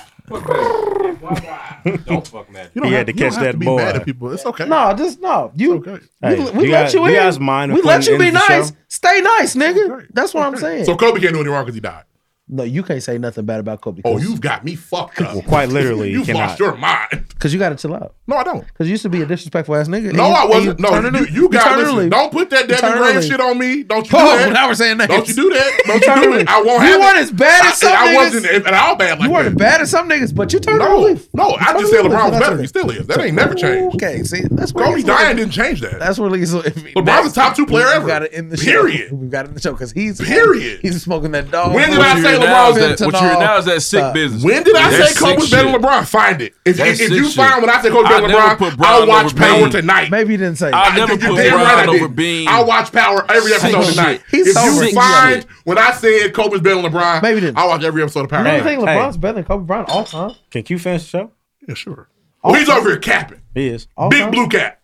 S16: Don't fuck Magic.
S3: You don't
S5: He
S3: have,
S5: had to
S3: you don't
S5: catch
S3: have
S5: that
S3: to be
S5: ball.
S3: mad at people. It's okay.
S4: No, just no. You, we,
S5: Hey,
S4: we let
S5: do guys-
S4: you
S5: do
S4: in.
S5: you guys mind
S4: we
S5: if
S4: let
S5: we
S4: you be
S5: end the
S4: nice.
S5: show?
S4: Stay nice, nigga. That's what I'm saying.
S3: So Kobe can't do anything wrong because he died.
S4: no, you can't say nothing bad about Kobe.
S3: Oh, you've got me fucked up.
S5: Well, quite literally,
S3: you've
S5: he
S3: lost
S5: cannot.
S3: your mind.
S4: because you got to chill out.
S3: No, I don't.
S4: Because you used to be a disrespectful ass nigga. and
S3: No,
S4: you-
S3: I
S4: and
S3: wasn't. No,
S4: turned it-
S3: you, you got
S4: turned it
S3: listen.
S4: loose.
S3: Don't put that
S4: You
S3: Devin
S4: turned it
S3: Graham
S4: loose.
S3: shit on me. Don't you do
S4: Oh,
S3: that.
S4: now we're saying names.
S3: Don't you do that. Don't you
S4: Turned it
S3: do it.
S4: loose.
S3: I won't
S4: You
S3: have
S4: weren't
S3: it.
S4: as bad as
S3: I,
S4: some
S3: I
S4: niggas.
S3: wasn't at all bad like
S4: You
S3: that.
S4: weren't bad at some niggas, but you turned it
S3: No,
S4: loose.
S3: no, I
S4: Turned
S3: just
S4: it
S3: said
S4: loose.
S3: LeBron was
S4: That's
S3: better.
S4: okay.
S3: He still is. That ain't never changed.
S4: Okay, see, that's where
S3: Kobe
S4: it's a little-
S3: dying didn't change that.
S4: That's where he's.
S3: LeBron's the top two player ever.
S4: We got it in the show.
S3: Period.
S4: We got it in the show because he's
S3: Period.
S4: He's smoking that dog.
S3: When did
S2: What
S3: I
S2: you
S3: say
S2: hear now
S3: LeBron
S2: is that- what you hear
S4: fentanyl.
S2: now is that sick
S4: Stop.
S2: business.
S3: uh, When did I
S2: That's
S3: say Kobe
S2: sick
S3: was better
S2: shit.
S3: than LeBron? Find it. If,
S2: That's
S3: if, if
S2: sick
S3: you
S2: shit.
S3: find when I say Kobe
S2: I
S3: better than
S2: never
S3: LeBron,
S2: put
S3: I'll
S2: Brown
S3: watch
S2: over
S3: Power
S2: Bean.
S3: tonight.
S4: Maybe he didn't say.
S2: I
S4: that.
S2: never
S3: You're
S2: put
S3: damn right I
S2: Brown
S3: did.
S2: over Bean.
S3: I'll watch Power every
S2: Sick
S3: episode
S2: shit.
S3: tonight.
S4: He's
S3: if
S4: so
S3: you
S4: sick
S3: find
S2: shit.
S3: when I said Kobe's better than LeBron,
S4: Maybe he didn't.
S3: I'll watch every episode of Power.
S4: You don't
S5: Hey,
S4: think
S5: hey.
S4: LeBron's better than Kobe Bryant all time?
S5: Can Q finish the show? Oh,
S3: Yeah, sure.
S4: Oh.
S3: Well, he's over here capping.
S5: He is.
S4: All
S3: Big
S4: time?
S3: blue cat.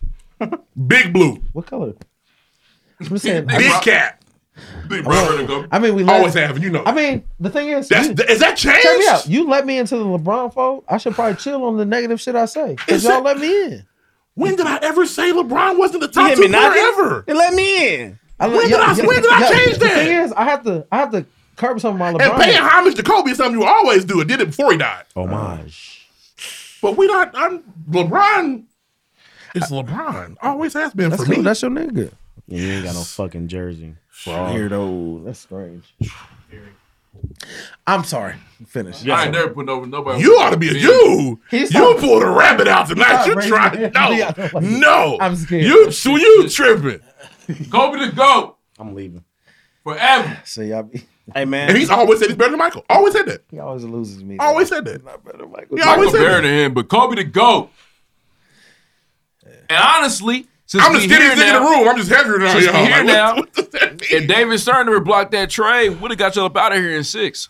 S3: Big blue.
S4: What color? I'm just saying.
S3: Big cat. Big brother than Kobe.
S4: I mean, we let-
S3: always have. You know.
S4: I mean, the thing is,
S3: That's,
S4: you-
S3: is that changed?
S4: check me out. You let me into the LeBron fold. I should probably chill on the negative shit I say because
S3: Is
S4: y'all
S3: it-
S4: let me in.
S3: When did I ever say LeBron wasn't the
S5: You
S3: top
S5: hit
S3: two
S5: me
S3: player
S5: knocking?
S3: ever?
S5: They let me in.
S4: I let-
S3: When did
S4: y'all-
S3: I-
S4: y'all-
S3: when did I
S4: y'all-
S3: change
S4: The
S3: that?
S4: thing is, I have to, I have to curb some of my LeBron.
S3: And paying homage to Kobe is something you always do. It did it before he died.
S5: Oh,
S3: Oh.
S5: Homage.
S3: But we not. I'm LeBron. It's LeBron. Always has been
S4: that's,
S3: for me.
S4: your, that's your nigga.
S5: Yeah, you ain't got no fucking jersey.
S4: Weirdo. That's strange. I'm sorry. Finish.
S2: I ain't never put over nobody.
S3: you ought to be a you.
S4: He's
S3: you
S4: not-
S3: pulled a rabbit out tonight.
S4: Stop
S3: You
S4: raising
S3: tried
S4: your
S3: to
S4: hand. Yeah,
S3: no,
S4: I don't like it.
S3: no.
S4: I'm scared.
S3: You so you tripping,
S2: Kobe the goat
S5: I'm leaving.
S2: forever.
S4: See, I be,
S5: Hey man.
S3: and he's always said he's better than Michael. Always said that.
S4: he always loses me.
S3: Always said that.
S4: not better, Michael.
S3: He
S2: Michael
S3: always said
S2: Barron
S3: that.
S2: to him, but Kobe the goat. And honestly, since
S3: I'm
S2: we
S3: the skinniest
S2: here
S3: nigga in the
S2: now,
S3: room. I'm just heavier than all
S2: Since
S3: y'all.
S2: we here
S3: Like,
S2: now,
S3: what- what does that mean?
S2: if David Stern never blocked that trade, would have got y'all up out of here in six.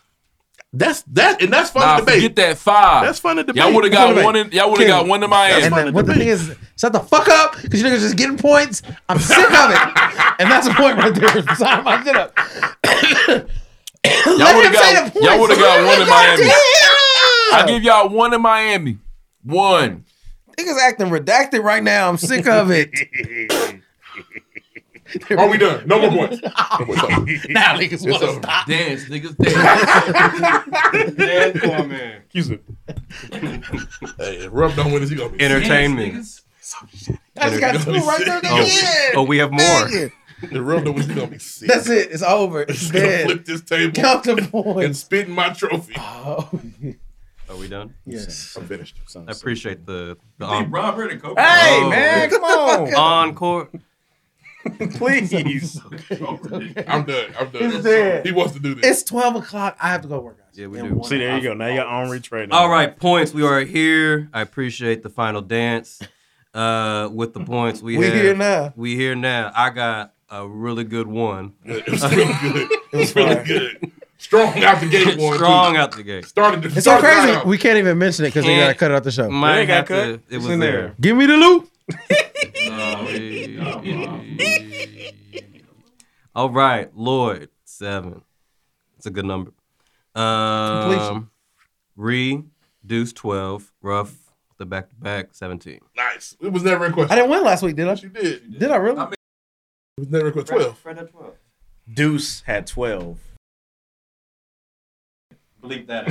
S3: That's that, and that's fun
S2: Nah,
S3: to debate.
S2: forget that five.
S3: That's fun to debate.
S2: Y'all would have
S3: That's fun
S2: got
S3: to
S2: one.
S3: debate.
S2: In, y'all would have got one to Miami.
S4: And
S3: fun
S4: then
S3: to
S4: what the
S3: debate.
S4: thing is, shut the fuck up because you niggas just getting points. I'm sick of it. And that's the point right there. Sign my shit up.
S2: Y'all
S4: Let
S2: would
S4: him
S2: have
S4: say the
S2: got.
S4: points.
S2: Y'all would have got one in Miami. I
S4: Goddamn.
S2: give y'all one in Miami. One.
S4: Niggas acting redacted right now. I'm sick of it.
S3: Are we done? No more points.
S4: now niggas want to
S3: over.
S4: stop.
S2: Dance, niggas, dance.
S15: Dead poor man.
S3: hey, Rub don't win this. He gonna be
S16: Entertain me.
S4: I just got two right there. Nigga.
S16: Oh, we have
S4: Yeah.
S16: more.
S4: Nigga.
S3: sick. The Rub don't win. He gonna be sick.
S4: That's it. It's over. It's
S3: He's gonna
S4: dead.
S3: flip this table
S4: Count the
S3: and
S4: points.
S3: spit in my trophy.
S4: Oh,
S16: Are we done?
S4: yes.
S3: I'm finished.
S16: I appreciate the, the
S2: Hey,
S16: en-
S3: Oh,
S2: Robert and Kobe.
S5: Hey
S16: Oh.
S5: man, come on.
S16: encore.
S3: Please. I'm done. I'm done.
S4: It's dead.
S3: He wants to do this.
S4: It's 12 o'clock. I have to go work out.
S18: Yeah, we
S4: And
S18: do.
S4: one hour.
S18: own
S5: retraining.
S18: All right, points. We are here. I appreciate the final dance. Uh, with the points, we
S4: We
S18: have-
S4: here now.
S18: We here now. I got a really good one.
S3: It was really good. It was really good. Strong out the gate one, too.
S18: Strong out the gate.
S3: Started the-
S4: It's so
S3: started
S4: crazy.
S3: out.
S4: We can't even mention it because they
S18: Can't-
S4: gotta cut it out the show.
S18: Might It got have to- cut. it It's was in there. there.
S4: Give me the loop.
S18: All right, Lloyd seven. It's a good number. Um,
S3: Completion.
S18: Ree, Deuce twelve, Ruff the back to back seventeen.
S3: Nice. It was never in question.
S4: I didn't win last week, did I? You
S3: did.
S4: Did I really?
S3: I mean, it was never in question. 12.
S5: Deuce had 12.
S18: Bleep that.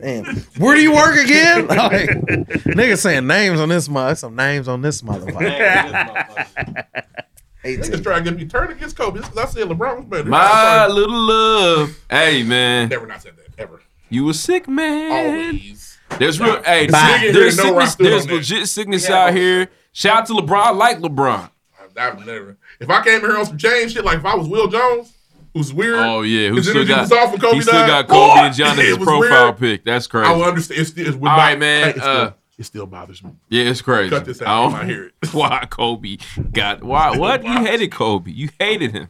S4: Damn. Where do you work again? Like, nigga saying names on this mother. Some names on this motherfucker.
S3: Niggas trying to get me turned against Kobe because I said LeBron was better.
S2: My little love. Hey man.
S3: Never not said that ever.
S2: You a sick man.
S3: Always.
S2: There's real. Hey,
S3: Bye.
S2: sick-
S3: Nigga
S2: there's
S3: didn't know where I
S2: sickness.
S3: stood
S2: There's
S3: on that.
S2: legit sickness out here. Shout out to LeBron. I like LeBron.
S3: I would never. If I came here on some change shit, like if I was Will Jones, who's weird.
S2: Oh yeah, who
S3: his
S2: still
S3: energy
S2: got?
S3: was off when Kobe
S2: he still got
S3: died,
S2: Kobe
S3: boy,
S2: and John as
S3: it
S2: his
S3: was
S2: profile
S3: weird.
S2: pick. That's crazy.
S3: I would understand. It's still, it's
S2: All right, man,
S3: It
S2: uh, Oh.
S3: still, it still bothers me.
S2: Yeah, it's crazy.
S3: Cut this out
S2: I
S3: when I hear
S2: it. Why Kobe got? Why? What? You hated Kobe. You hated him.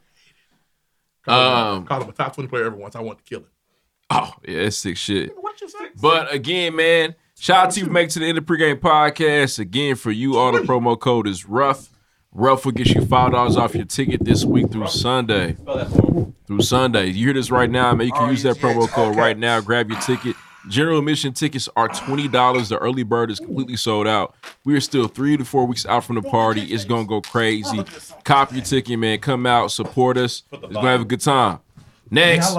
S2: Um.
S3: Call him a top twenty player ever once. I want to kill him.
S2: Oh yeah, it's sick shit. But again, man, shout out to you for making it to the end of the pregame podcast. Again, for you, all the promo code is rough. Rough will get you five dollars off your ticket this week through Sunday. Through Sunday, you hear this right now, man. You can use that promo code right now. Grab your ticket. General admission tickets are twenty dollars. The early bird is completely sold out. We are still three to four weeks out from the party. It's gonna go crazy. Cop your ticket, man. Come out, support us. It's gonna have a good time. Next.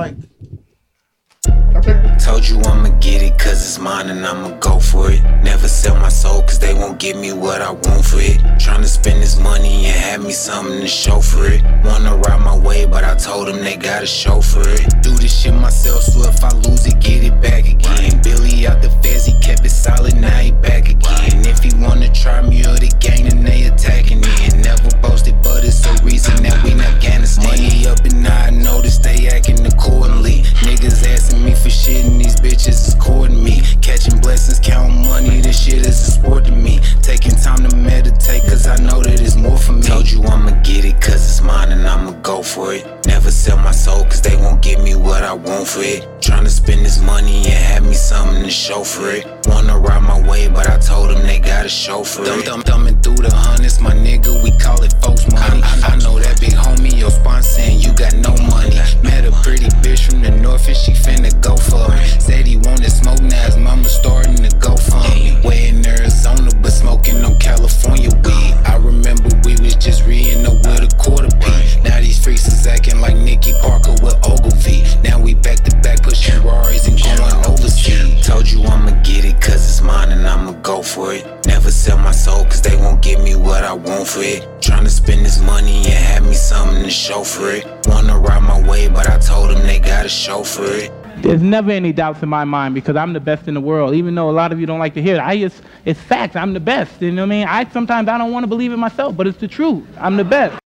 S16: Told you I'ma get it cause it's mine and I'ma go for it. Never sell my soul cause they won't give me what I want for it. Tryna spend this money and have me something to show for it. Wanna ride my way, but I told them they gotta show for it. Do this shit myself, so if I lose it, get it back again. Billy out the feds, he kept it solid, now he back again. If he wanna try me or the gang, then they attacking it. Never boasted, but it's a reason that we in Afghanistan. Money up and I notice they acting accordingly. Niggas asking me for shit and these bitches is courting me. Catching blessings, counting money, this shit is a sport to me. Taking time to meditate, cause I know that it's more for me. Told you I'ma get it, cause it's mine and I'ma go for it. Never sell my soul, cause they won't give me what I want for it. Tryna spend this money and have me something to show for it. Wanna ride my way, but I told them they gotta show for it. Thumb, thumb, thumbing through the hundreds, my nigga, we call it folks money. I, I know that big homie, your sponsor, and you got no money. Met a pretty bitch from the north, and she finna go for me. Said he wanted smoke, now his mama starting to go for me. Way in Arizona, but smoking on California weed. I remember we was just reeing up with a quarter beat. Now these freaks is acting like Nicky Parker with Ogilvy. Now we back to back pushing Rari's and going overseas. Told you I'ma get it cause it's mine and I'ma go for it. Never sell my soul cause they won't give me what I want for it. Tryna spend this money and have me something to show for it. Wanna ride my way, but I told them they gotta show for it.
S7: There's never any doubts in my mind because I'm the best in the world. Even though a lot of you don't like to hear it, I just it's fact. I'm the best. You know what I mean? I sometimes I don't want to believe it myself, but it's the truth. I'm the best.